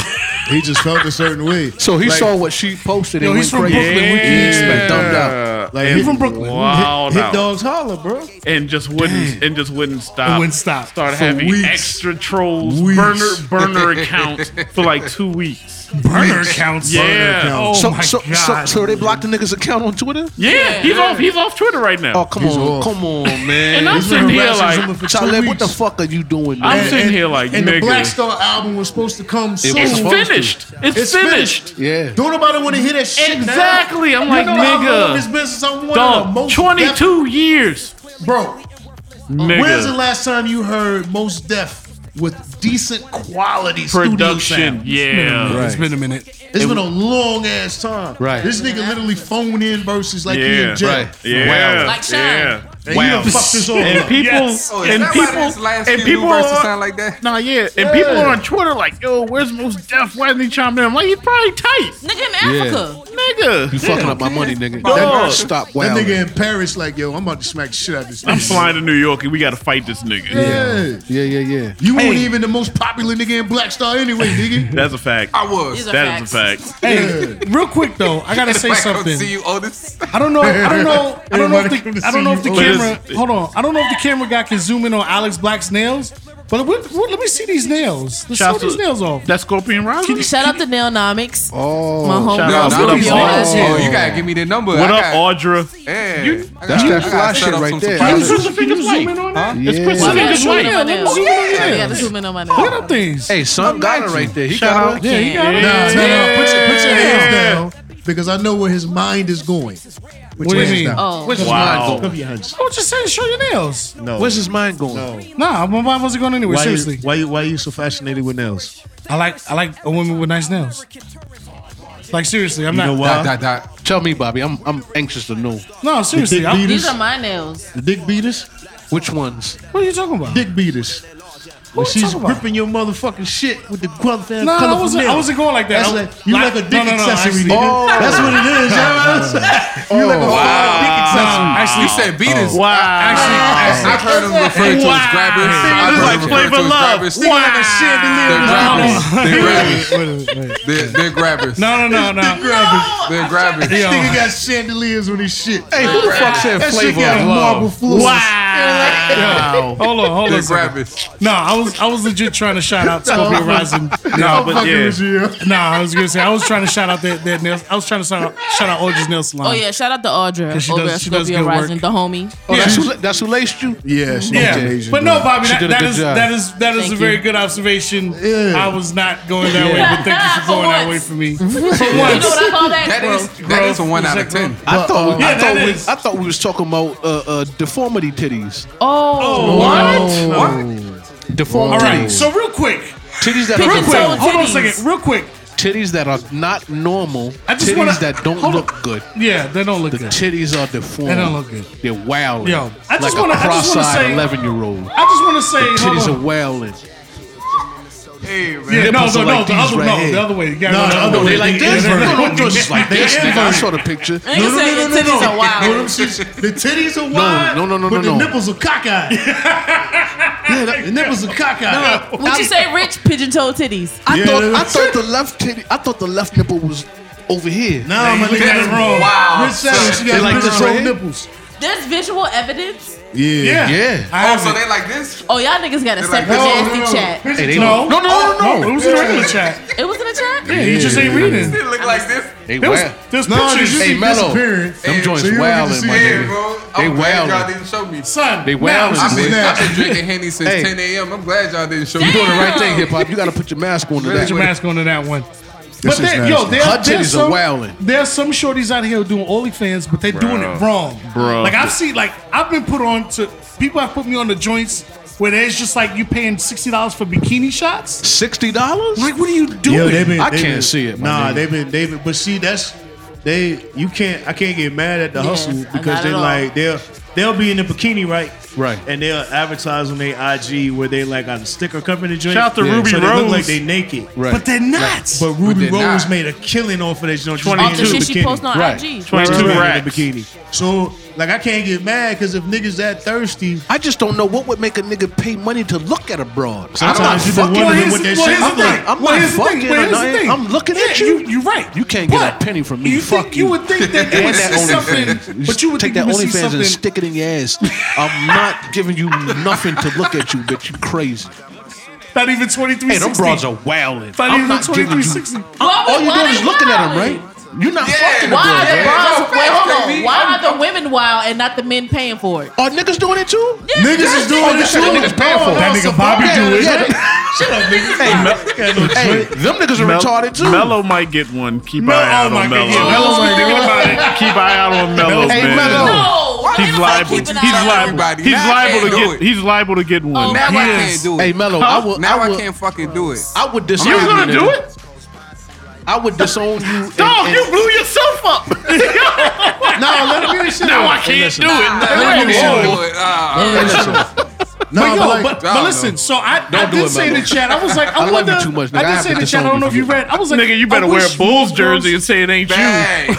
Speaker 2: He just felt a
Speaker 3: [laughs]
Speaker 2: certain way.
Speaker 4: So he
Speaker 2: Like-
Speaker 4: saw what she posted
Speaker 1: Yo,
Speaker 4: and
Speaker 1: he's
Speaker 4: went
Speaker 1: from
Speaker 4: crazy.
Speaker 1: Brooklyn. We
Speaker 4: He
Speaker 1: can
Speaker 4: expect dumbed out.
Speaker 2: Like,
Speaker 3: and
Speaker 2: he from
Speaker 1: Brooklyn.
Speaker 3: Wild
Speaker 2: Hit
Speaker 3: out.
Speaker 2: dogs holler, bro.
Speaker 3: and just wouldn't and just wouldn't stop.
Speaker 1: It wouldn't stop.
Speaker 3: Started
Speaker 2: For
Speaker 3: having
Speaker 2: weeks.
Speaker 3: extra trolls,
Speaker 2: Weeks.
Speaker 3: burner burner accounts for like two weeks.
Speaker 1: burner accounts.
Speaker 3: Yeah.
Speaker 1: Oh
Speaker 4: So,
Speaker 1: my
Speaker 4: so, so,
Speaker 1: god.
Speaker 4: so they blocked the nigga's account on Twitter?
Speaker 3: Yeah, he's off. He's off Twitter right now.
Speaker 4: Oh, come
Speaker 2: He's
Speaker 4: on.
Speaker 2: off.
Speaker 4: Come [laughs] on, man.
Speaker 3: and I'm
Speaker 2: He's been
Speaker 3: sitting here
Speaker 2: harassing
Speaker 3: like,
Speaker 2: someone for two
Speaker 4: Talib, what the
Speaker 2: weeks.
Speaker 4: fuck are you doing,
Speaker 3: I'm
Speaker 4: man?
Speaker 3: sitting here like,
Speaker 2: And the Black
Speaker 3: nigga,
Speaker 2: Star album was supposed to come soon.
Speaker 3: it's
Speaker 4: supposed to.
Speaker 3: finished. It's,
Speaker 2: It's
Speaker 3: finished.
Speaker 2: finished.
Speaker 4: Yeah.
Speaker 2: Don't nobody want to hear that shit. now.
Speaker 3: Exactly. I'm like,
Speaker 2: You know how long this
Speaker 3: nigga,
Speaker 2: business. I'm one of the
Speaker 3: dog,
Speaker 2: most
Speaker 3: 22 years,
Speaker 2: deaf- bro. When's the
Speaker 3: nigga.
Speaker 2: last time you heard most deaf with decent quality Studio
Speaker 3: Production,
Speaker 2: sound.
Speaker 3: yeah.
Speaker 4: Right.
Speaker 1: It's been a minute.
Speaker 2: It's been a long ass time.
Speaker 4: Right.
Speaker 2: This nigga literally phoned in verses like he
Speaker 3: Yeah,
Speaker 2: in jail.
Speaker 4: right.
Speaker 3: Yeah,
Speaker 4: Wow.
Speaker 6: Like Shine.
Speaker 3: yeah.
Speaker 2: And wow. done fucked this all
Speaker 3: And
Speaker 2: up.
Speaker 3: people,
Speaker 5: Oh, is
Speaker 3: and
Speaker 5: that why this
Speaker 3: people,
Speaker 5: last
Speaker 3: and
Speaker 5: few
Speaker 3: people
Speaker 5: verses
Speaker 3: are-
Speaker 5: sound like that?
Speaker 3: Nah, yeah. And people are on Twitter like, yo, where's most deaf? Why didn't he chime in? I'm like, he's probably tight.
Speaker 6: Nigga in Africa.
Speaker 3: Nigga.
Speaker 4: You fucking up my money, nigga.
Speaker 3: Dog.
Speaker 4: Stop
Speaker 2: That
Speaker 4: wilding.
Speaker 2: nigga in Paris, like, yo, I'm about to smack the shit out of this nigga.
Speaker 3: I'm flying to New York and we gotta fight this nigga.
Speaker 2: Yeah.
Speaker 4: Yeah, yeah, yeah.
Speaker 2: You weren't even the most popular nigga in Black Star
Speaker 9: [laughs]
Speaker 2: anyway, nigga.
Speaker 3: That's a fact.
Speaker 5: I was.
Speaker 6: These are
Speaker 3: That is a
Speaker 6: facts.
Speaker 3: fact.
Speaker 1: Hey, real quick though, I gotta say
Speaker 5: If I come See
Speaker 1: something.
Speaker 5: you, Otis.
Speaker 1: I don't know. I [laughs] don't know. I don't know
Speaker 2: Everybody
Speaker 1: if
Speaker 2: come
Speaker 1: the
Speaker 2: to
Speaker 1: I don't
Speaker 2: see
Speaker 1: know if the
Speaker 2: you.
Speaker 1: camera.
Speaker 3: What is-
Speaker 1: Hold on. I don't know if the camera guy can zoom in on Alex Black's nails. But what, what, let me see these nails. Let's show
Speaker 3: Shout out
Speaker 1: these
Speaker 3: to-
Speaker 1: nails off.
Speaker 3: That Scorpion Rising?
Speaker 10: Shout out to Nailnomics.
Speaker 4: Oh,
Speaker 10: my homie.
Speaker 3: shout out.
Speaker 5: Nah,
Speaker 3: What
Speaker 5: nah,
Speaker 3: up,
Speaker 5: you-
Speaker 3: Audra?
Speaker 5: oh, you gotta give me the number.
Speaker 3: What
Speaker 5: I
Speaker 3: up,
Speaker 5: got-
Speaker 3: Audra?
Speaker 5: Yeah.
Speaker 3: You-
Speaker 5: I
Speaker 4: That's
Speaker 5: got-
Speaker 4: that
Speaker 5: I
Speaker 4: fly
Speaker 5: gotta
Speaker 4: shit
Speaker 5: set up
Speaker 4: right
Speaker 5: some
Speaker 4: there.
Speaker 5: surprises.
Speaker 4: Why
Speaker 3: Christopher's white.
Speaker 5: Huh?
Speaker 4: yeah.
Speaker 3: Christopher-
Speaker 10: I gotta
Speaker 3: Niggas
Speaker 10: zoom in on
Speaker 3: white.
Speaker 10: that.
Speaker 1: Zoom in on your
Speaker 10: I gotta
Speaker 1: nails.
Speaker 10: zoom in on my
Speaker 1: Look
Speaker 10: nail.
Speaker 1: at them things.
Speaker 4: Hey, son got it right there. He got it.
Speaker 1: yeah, he got it.
Speaker 2: Nah, nah, nah, put your, put your
Speaker 3: Yeah.
Speaker 2: hands down because I know where his mind is going. Put
Speaker 1: What do
Speaker 2: your
Speaker 1: you
Speaker 2: hands
Speaker 1: mean?
Speaker 2: down.
Speaker 6: Oh.
Speaker 1: Which
Speaker 3: Wow.
Speaker 1: one? I was just saying, show your nails.
Speaker 9: No.
Speaker 4: Where's his mind going?
Speaker 1: Nah, my mind wasn't going anywhere.
Speaker 9: why
Speaker 1: seriously,
Speaker 9: You, why you why you so fascinated with nails?
Speaker 1: I like I like a woman with nice nails. Like seriously, I'm
Speaker 9: You know
Speaker 1: not.
Speaker 9: why?
Speaker 5: Dot, dot, dot.
Speaker 4: Tell me, Bobby. I'm I'm anxious to know
Speaker 1: No, seriously,
Speaker 9: Dick
Speaker 1: I'm,
Speaker 9: beaters.
Speaker 6: These are my nails.
Speaker 9: The dick beaters.
Speaker 4: which ones.
Speaker 1: what are you talking about?
Speaker 9: Dick beaters. When
Speaker 1: you
Speaker 9: she's
Speaker 1: talking about?
Speaker 9: ripping your motherfucking shit with the colorful
Speaker 1: Nah, I
Speaker 9: colorful
Speaker 1: wasn't. I
Speaker 9: nails.
Speaker 1: wasn't going like
Speaker 9: That's
Speaker 1: that. I-
Speaker 9: like, you like, a dick
Speaker 1: no, no, no,
Speaker 9: accessory,
Speaker 1: actually-
Speaker 9: nigga. That's what it is. you like a
Speaker 1: No, actually,
Speaker 5: You said beat us.
Speaker 3: Wow.
Speaker 1: actually,
Speaker 5: I've heard him refer to his
Speaker 3: Wow.
Speaker 5: grabbers.
Speaker 3: This
Speaker 5: I've heard
Speaker 3: like
Speaker 5: him refer to
Speaker 3: Flavor
Speaker 5: his
Speaker 3: Love.
Speaker 5: grabbers.
Speaker 3: Wow.
Speaker 5: They're grabbers. They're grabbers.
Speaker 1: actually.
Speaker 5: They're, they're grabbers.
Speaker 1: No, no, no, no.
Speaker 5: They're
Speaker 1: [laughs]
Speaker 5: grabbers.
Speaker 9: [laughs]
Speaker 1: Yo,
Speaker 2: Nigga got chandeliers on his shit.
Speaker 4: Hey, who the fuck said
Speaker 2: That shit
Speaker 4: flavor
Speaker 2: got
Speaker 4: of
Speaker 2: marble
Speaker 4: love?
Speaker 2: floors.
Speaker 3: Wow.
Speaker 1: hold on, hold on.
Speaker 5: They're
Speaker 1: a second.
Speaker 5: grabbers.
Speaker 1: No, I was I was legit trying to shout
Speaker 9: [laughs]
Speaker 1: out Scorpio Rising.
Speaker 3: No, but
Speaker 2: Fucking
Speaker 3: yeah.
Speaker 2: with you.
Speaker 1: No, I was gonna say I was trying to shout out their, their nails. I was trying to shout out shout out Orge's nail salon.
Speaker 10: Oh yeah, shout out to Audra
Speaker 1: she
Speaker 10: over
Speaker 1: does-
Speaker 10: at
Speaker 1: she does
Speaker 10: Scorpio
Speaker 1: good work.
Speaker 10: Rising, the homie.
Speaker 4: Oh, that's who, that's who laced you.
Speaker 2: Yeah, she
Speaker 1: Yeah,
Speaker 2: was Asian,
Speaker 1: but no,
Speaker 2: bro.
Speaker 1: Bobby,
Speaker 4: She
Speaker 1: that,
Speaker 4: did a
Speaker 1: that
Speaker 4: good
Speaker 1: is
Speaker 4: job.
Speaker 1: that is that is
Speaker 10: Thank
Speaker 1: a very
Speaker 10: you.
Speaker 1: good observation.
Speaker 2: Yeah.
Speaker 1: I was not going that way,
Speaker 4: Yeah.
Speaker 1: but thank you for
Speaker 6: For
Speaker 1: going that way
Speaker 6: once.
Speaker 1: for me. For once,
Speaker 6: You know what I call that?
Speaker 5: That is that is a one out of ten.
Speaker 4: I
Speaker 2: uh,
Speaker 4: thought, we,
Speaker 1: yeah,
Speaker 4: I, thought
Speaker 1: that
Speaker 4: we,
Speaker 1: is.
Speaker 4: I thought we was talking about uh, uh, deformity titties.
Speaker 10: Oh,
Speaker 4: Deformity
Speaker 1: all right,
Speaker 4: titties.
Speaker 1: so real quick,
Speaker 4: titties that
Speaker 1: real
Speaker 4: are
Speaker 1: quick,
Speaker 4: deformed.
Speaker 1: hold on a
Speaker 10: titties.
Speaker 1: second, real quick.
Speaker 4: Titties that are not normal.
Speaker 1: I just
Speaker 4: titties
Speaker 1: wanna-
Speaker 4: that don't
Speaker 1: hold on.
Speaker 4: look good.
Speaker 1: Yeah, they don't look
Speaker 4: The
Speaker 1: good.
Speaker 4: titties are deformed.
Speaker 1: They don't look good.
Speaker 4: They're wailing.
Speaker 1: Yo, I just
Speaker 4: like
Speaker 1: wanna-
Speaker 4: a
Speaker 1: I just wanna
Speaker 4: cross-eyed
Speaker 1: say-
Speaker 4: 11 year old.
Speaker 1: I just want to say, hold
Speaker 4: Titties
Speaker 1: on.
Speaker 4: are wailing.
Speaker 5: Hey man.
Speaker 1: Yeah, no,
Speaker 4: nipples
Speaker 1: no,
Speaker 4: are
Speaker 1: no,
Speaker 4: like
Speaker 1: the
Speaker 4: these
Speaker 1: other,
Speaker 4: right
Speaker 1: no,
Speaker 4: here.
Speaker 1: the other way. You gotta
Speaker 2: No,
Speaker 1: go
Speaker 2: the
Speaker 1: other
Speaker 2: other
Speaker 1: way.
Speaker 2: way.
Speaker 4: They like this.
Speaker 1: Yeah,
Speaker 4: No,
Speaker 1: they're-
Speaker 4: no, no, just like [laughs] this.
Speaker 1: They're
Speaker 4: Nigga, I saw the picture.
Speaker 10: Nigga said your titties are
Speaker 2: No, them
Speaker 10: wild.
Speaker 2: shits- the titties are wide.
Speaker 4: no, no, no,
Speaker 2: but
Speaker 4: no,
Speaker 2: the
Speaker 4: no.
Speaker 2: nipples are cockeyed. yeah, the, the nipples are cockeyed.
Speaker 10: Would you say rich pigeon toe titties?
Speaker 4: I
Speaker 2: Yeah,
Speaker 4: thought
Speaker 2: that's
Speaker 4: I thought the left titty. I thought the left nipple was over here.
Speaker 2: Nah, my nigga, that's wrong.
Speaker 5: Wow.
Speaker 2: Rich Savage, she
Speaker 4: They
Speaker 2: got
Speaker 4: like
Speaker 2: like
Speaker 4: this
Speaker 2: control
Speaker 4: right here?
Speaker 2: nipples.
Speaker 10: There's visual evidence.
Speaker 1: Yeah,
Speaker 4: Yeah.
Speaker 1: I
Speaker 5: Oh,
Speaker 1: have
Speaker 5: so
Speaker 1: it.
Speaker 5: they like this?
Speaker 10: Oh, y'all niggas got a separate nasty chat.
Speaker 4: Hey, they
Speaker 1: No,
Speaker 4: no,
Speaker 1: no, no, no. It was in the regular chat.
Speaker 10: It was in a chat.
Speaker 1: Yeah, he just ain't reading.
Speaker 5: They look like this?
Speaker 4: They
Speaker 1: There was,
Speaker 4: wild.
Speaker 1: there's
Speaker 2: No, did
Speaker 1: pictures.
Speaker 2: you
Speaker 4: Hey,
Speaker 2: see
Speaker 4: Mello.
Speaker 2: disappearing?
Speaker 4: Them joints
Speaker 2: So you don't get to
Speaker 4: wilding,
Speaker 2: see
Speaker 4: my
Speaker 2: it.
Speaker 5: Yeah,
Speaker 4: nigga.
Speaker 5: bro.
Speaker 4: They
Speaker 5: I'm glad y'all
Speaker 4: wilding.
Speaker 5: didn't show me.
Speaker 1: Son,
Speaker 4: They
Speaker 1: now
Speaker 4: wilding,
Speaker 1: I'm
Speaker 5: I mean,
Speaker 1: snapped.
Speaker 5: I've been drinking Henny since
Speaker 4: Hey.
Speaker 5: 10 a.m. I'm glad y'all didn't show me.
Speaker 4: You doing the right thing, hip hop. You got to put your mask on to
Speaker 1: Put your
Speaker 4: that.
Speaker 1: mask on to that one.
Speaker 2: This
Speaker 1: But
Speaker 2: is
Speaker 1: there,
Speaker 2: nasty.
Speaker 1: yo, there,
Speaker 4: Her
Speaker 1: there's
Speaker 4: titties are
Speaker 1: some,
Speaker 4: wilding.
Speaker 1: There's some shorties out here doing OnlyFans, but they're doing it wrong.
Speaker 3: Bruh.
Speaker 1: Like I've seen, like I've been put on to people have put me on the joints where there's just like you paying sixty dollars for bikini shots.
Speaker 4: Sixty dollars?
Speaker 1: Like, what are you doing?
Speaker 9: Yeah, they been,
Speaker 4: I
Speaker 9: they
Speaker 4: can't
Speaker 9: been-
Speaker 4: see it, my
Speaker 9: Nah,
Speaker 4: nigga.
Speaker 9: they've been, they've been, but see, that's they. You can't. I can't get mad at the
Speaker 10: Yes,
Speaker 9: hustle
Speaker 10: I
Speaker 9: because
Speaker 10: got it
Speaker 9: they
Speaker 10: all.
Speaker 9: like they'll they'll be in the bikini, right?
Speaker 4: Right.
Speaker 9: And they'll advertise on their IG where they like got a sticker company joint.
Speaker 3: Shout out to Ruby
Speaker 9: so they look
Speaker 3: Rose.
Speaker 9: like they naked.
Speaker 4: Right.
Speaker 1: But they're not.
Speaker 9: But Ruby
Speaker 5: they're
Speaker 9: Rose
Speaker 5: not.
Speaker 9: made a killing off of that joint. just
Speaker 3: 22.
Speaker 9: being
Speaker 10: Off
Speaker 9: in
Speaker 10: the
Speaker 3: Two
Speaker 10: shit she
Speaker 9: bikini.
Speaker 10: posting on
Speaker 4: Right.
Speaker 10: IG.
Speaker 9: Right, right,
Speaker 3: 22
Speaker 9: right, in
Speaker 3: racks.
Speaker 9: the bikini. So like I can't get mad because if niggas that thirsty,
Speaker 4: I just don't know what would make a nigga pay money to look at a broad.
Speaker 9: sometimes you
Speaker 4: I'm
Speaker 9: been
Speaker 4: not fucking.
Speaker 9: wondering
Speaker 1: here's-
Speaker 9: what that
Speaker 1: well,
Speaker 9: shit
Speaker 1: here's
Speaker 9: look
Speaker 1: the
Speaker 9: like.
Speaker 1: thing.
Speaker 4: I'm
Speaker 1: Well,
Speaker 4: not
Speaker 1: here's the
Speaker 4: fucking
Speaker 1: thing. Well,
Speaker 4: or
Speaker 1: here's the
Speaker 4: nothing.
Speaker 1: thing.
Speaker 4: I'm looking at
Speaker 1: Yeah,
Speaker 4: you.
Speaker 1: You're right.
Speaker 4: You can't get a
Speaker 1: But
Speaker 4: penny from me.
Speaker 1: You
Speaker 4: Fuck
Speaker 1: think
Speaker 4: you.
Speaker 1: would think
Speaker 4: [laughs]
Speaker 1: that they
Speaker 4: And
Speaker 1: would
Speaker 4: that
Speaker 1: see something,
Speaker 4: OnlyFans.
Speaker 1: but you would
Speaker 4: Take
Speaker 1: think
Speaker 4: that
Speaker 1: you would see
Speaker 4: OnlyFans and
Speaker 1: something.
Speaker 4: stick it in your ass. I'm not giving you nothing to look at you, bitch. You crazy.
Speaker 1: Not even twenty three.
Speaker 4: Hey, them broads are wildin'.
Speaker 1: Not
Speaker 4: I'm
Speaker 1: even
Speaker 4: not
Speaker 1: twenty
Speaker 4: giving
Speaker 1: three
Speaker 4: you.
Speaker 1: sixty.
Speaker 10: Why would-
Speaker 4: All you're
Speaker 10: why
Speaker 4: doing
Speaker 10: they
Speaker 4: is looking at them,
Speaker 10: wild?
Speaker 4: right? You're not
Speaker 5: Yeah.
Speaker 4: fucking the
Speaker 10: Why are
Speaker 4: broad,
Speaker 10: the
Speaker 4: right?
Speaker 5: Yeah.
Speaker 10: bras? Wait, hold on.
Speaker 5: Yeah.
Speaker 10: Why are the women wild and not the men paying for it?
Speaker 4: Are niggas doing it too?
Speaker 2: Niggas is doing
Speaker 4: you
Speaker 2: it
Speaker 4: said
Speaker 2: too.
Speaker 4: that niggas paying for it.
Speaker 1: That nigga Bobby do it.
Speaker 4: Hey, them niggas are
Speaker 3: Mel-
Speaker 4: retarded too.
Speaker 3: Mello might get one. Keep an
Speaker 1: Mel-
Speaker 3: eye out
Speaker 1: oh my
Speaker 3: on
Speaker 1: God,
Speaker 3: Mello.
Speaker 1: yeah, Mello's thinking about it.
Speaker 3: Keep an eye out on Mello,
Speaker 4: Hey,
Speaker 3: man.
Speaker 4: Mello.
Speaker 10: No.
Speaker 3: He's liable. He's liable. He's liable to get. He's liable to get one.
Speaker 5: Now I can't do it.
Speaker 11: Hey, Mello,
Speaker 5: Huh?
Speaker 11: I would.
Speaker 5: Now
Speaker 11: I,
Speaker 5: I,
Speaker 11: would,
Speaker 5: can't fucking do it.
Speaker 11: I would disown
Speaker 5: You gonna
Speaker 11: you,
Speaker 5: do
Speaker 11: nigga.
Speaker 5: it?
Speaker 11: I would disown you. and-
Speaker 3: Dog,
Speaker 11: and-
Speaker 3: you blew yourself up. no,
Speaker 11: let me finish it.
Speaker 3: Now I
Speaker 11: Hey,
Speaker 3: can't
Speaker 11: listen.
Speaker 3: do it.
Speaker 11: Nah,
Speaker 3: Now
Speaker 11: let me
Speaker 3: I
Speaker 11: finish
Speaker 3: won't.
Speaker 11: it.
Speaker 5: Ah,
Speaker 1: but,
Speaker 11: No,
Speaker 1: yo,
Speaker 11: but like-
Speaker 1: but, but
Speaker 5: I don't
Speaker 1: listen,
Speaker 5: know.
Speaker 1: so I, I
Speaker 11: Don't do
Speaker 1: did
Speaker 11: it,
Speaker 1: say in
Speaker 11: Melo.
Speaker 1: the chat, I was like,
Speaker 11: I
Speaker 1: I,
Speaker 11: love
Speaker 1: wonder.
Speaker 11: you too much, nigga.
Speaker 1: I
Speaker 11: I
Speaker 1: did
Speaker 11: have
Speaker 1: say
Speaker 11: to
Speaker 1: in the chat, I don't
Speaker 11: disown
Speaker 1: know if
Speaker 11: you.
Speaker 1: you read. I was like,
Speaker 3: Nigga, you
Speaker 1: I
Speaker 3: better wear
Speaker 1: wish
Speaker 3: a Bulls
Speaker 1: Wolves girls-
Speaker 3: jersey and say it ain't you.
Speaker 5: bang.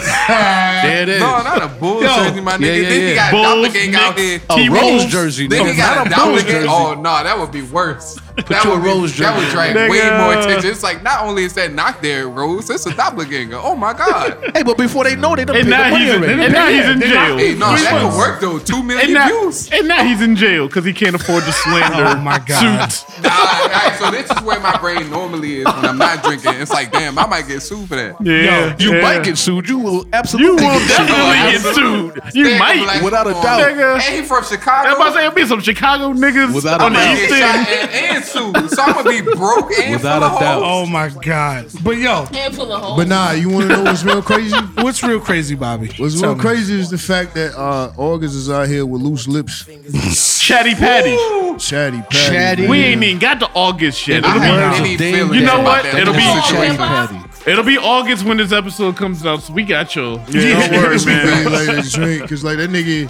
Speaker 11: There it is.
Speaker 5: No, not a bull jersey, my nigga.
Speaker 11: Yeah, yeah,
Speaker 5: then
Speaker 11: yeah.
Speaker 5: he got
Speaker 3: Bulls,
Speaker 5: doppelganger out there.
Speaker 3: Knicks,
Speaker 4: Oh,
Speaker 11: A
Speaker 3: T-Wolves.
Speaker 11: rose jersey,
Speaker 5: Then
Speaker 11: nigga.
Speaker 5: he got a
Speaker 11: Not a rose
Speaker 5: doppelganger.
Speaker 11: jersey.
Speaker 5: Oh no, that would be worse. that
Speaker 11: you a
Speaker 5: would be-
Speaker 11: Rose
Speaker 5: That would
Speaker 11: jersey.
Speaker 5: drag
Speaker 3: Nigga.
Speaker 5: way more attention. It's like not only is that not there, Rose, it's a doppelganger. Oh my god.
Speaker 11: Hey, but before they know, they done
Speaker 3: And
Speaker 11: paid the
Speaker 3: now
Speaker 11: money
Speaker 3: he's in,
Speaker 11: already.
Speaker 3: and now he's in
Speaker 5: Hey,
Speaker 3: jail.
Speaker 5: no,
Speaker 1: Three
Speaker 5: that
Speaker 1: months.
Speaker 5: could work though. Two
Speaker 3: And
Speaker 5: million
Speaker 3: now, [laughs]
Speaker 5: views.
Speaker 3: and now he's in jail because he can't afford to slander
Speaker 1: Oh, my God.
Speaker 3: suits.
Speaker 5: Nah, all right, so this is where my brain normally is when I'm not drinking. It's like, damn, I might get sued for that.
Speaker 3: Yeah,
Speaker 11: You
Speaker 3: yeah.
Speaker 11: might get sued. You will absolutely.
Speaker 3: You will
Speaker 11: get sued.
Speaker 3: definitely get sued. You
Speaker 5: Damn,
Speaker 3: might.
Speaker 5: like,
Speaker 11: Without a
Speaker 5: um,
Speaker 11: doubt.
Speaker 3: Nigga.
Speaker 5: And he from Chicago.
Speaker 3: I'm about to say it'll be some Chicago niggas
Speaker 11: Without a
Speaker 3: on the
Speaker 11: doubt.
Speaker 3: East
Speaker 5: Get
Speaker 3: End.
Speaker 5: shot and, and sued. So I'm gonna be broke and
Speaker 11: Without
Speaker 5: full of
Speaker 11: a doubt.
Speaker 5: hoes.
Speaker 1: Oh my god! But yo,
Speaker 6: Handful of holes.
Speaker 2: But nah, you want to know what's real crazy?
Speaker 1: what's real crazy, Bobby?
Speaker 2: What's
Speaker 1: Tell
Speaker 2: real
Speaker 1: me.
Speaker 2: crazy is the fact that uh, August is out here with loose lips,
Speaker 3: Chatty Patty.
Speaker 2: chatty, patty,
Speaker 11: Chatty.
Speaker 3: We ain't even got to August yet.
Speaker 5: I
Speaker 3: It'll
Speaker 5: haven't
Speaker 3: be,
Speaker 5: any
Speaker 11: You know
Speaker 5: feelings
Speaker 3: You know
Speaker 5: about
Speaker 3: what?
Speaker 5: that
Speaker 3: It'll be-
Speaker 5: whole
Speaker 11: Chatty
Speaker 5: situation.
Speaker 11: Patty.
Speaker 3: it'll be August when this episode comes out, so we got you. [laughs]
Speaker 2: Yeah,
Speaker 3: Don't worry,
Speaker 2: it's
Speaker 3: man.
Speaker 2: really like that drink, cause like that nigga,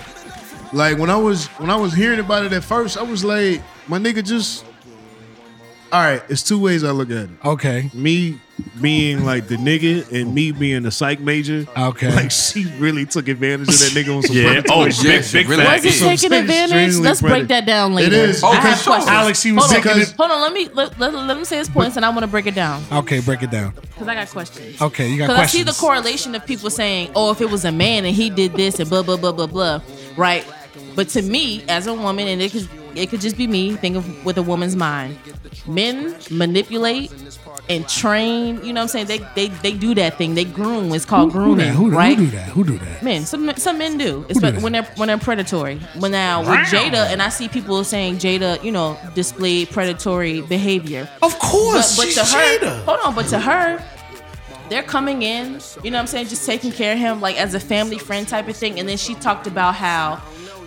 Speaker 2: like when I was when I was hearing about it at first, I was like, my nigga just. All right, it's two ways I look at it.
Speaker 1: Okay,
Speaker 12: me being like the nigga and me being a psych major.
Speaker 2: [laughs]
Speaker 1: okay.
Speaker 12: Like she really took advantage of that nigga on some
Speaker 3: Yeah. Oh,
Speaker 12: predatory
Speaker 3: big,
Speaker 5: shit,
Speaker 3: big
Speaker 5: really.
Speaker 3: facts.
Speaker 6: Was he taking
Speaker 2: Extremely
Speaker 6: advantage? Let's break
Speaker 2: predator.
Speaker 6: that down
Speaker 2: It
Speaker 6: later.
Speaker 2: is.
Speaker 6: I
Speaker 2: Okay,
Speaker 6: have
Speaker 2: sure.
Speaker 6: questions.
Speaker 1: Alex, he was
Speaker 6: hold on,
Speaker 1: taking it-
Speaker 6: hold on. Let me let, let, let him say his points, and I want to break it down
Speaker 1: Okay, break it down.
Speaker 6: because I got questions.
Speaker 1: Okay, you got
Speaker 6: Because I see
Speaker 1: questions.
Speaker 6: the correlation of people saying, "Oh, if it was a man and he did this and blah blah blah blah blah," right? But to me, as a woman, and it could it could just be me thinking of- with a woman's mind. Men manipulate and train. You know what I'm saying? They they they do that thing. They groom. It's called
Speaker 1: Who
Speaker 6: grooming,
Speaker 1: that? Who,
Speaker 6: right?
Speaker 1: who do that? Who do that?
Speaker 6: Men, some some men do,
Speaker 1: do
Speaker 6: especially
Speaker 1: that?
Speaker 6: when they're when they're predatory. When now with Jada, and I see people saying Jada, you know, displayed predatory behavior.
Speaker 1: Of
Speaker 6: But,
Speaker 1: course,
Speaker 6: but
Speaker 1: she's
Speaker 6: to her,
Speaker 1: Jada.
Speaker 6: hold on, but to her, they're coming in, you know what I'm saying, just taking care of him like as a family friend type of thing. And then she talked about how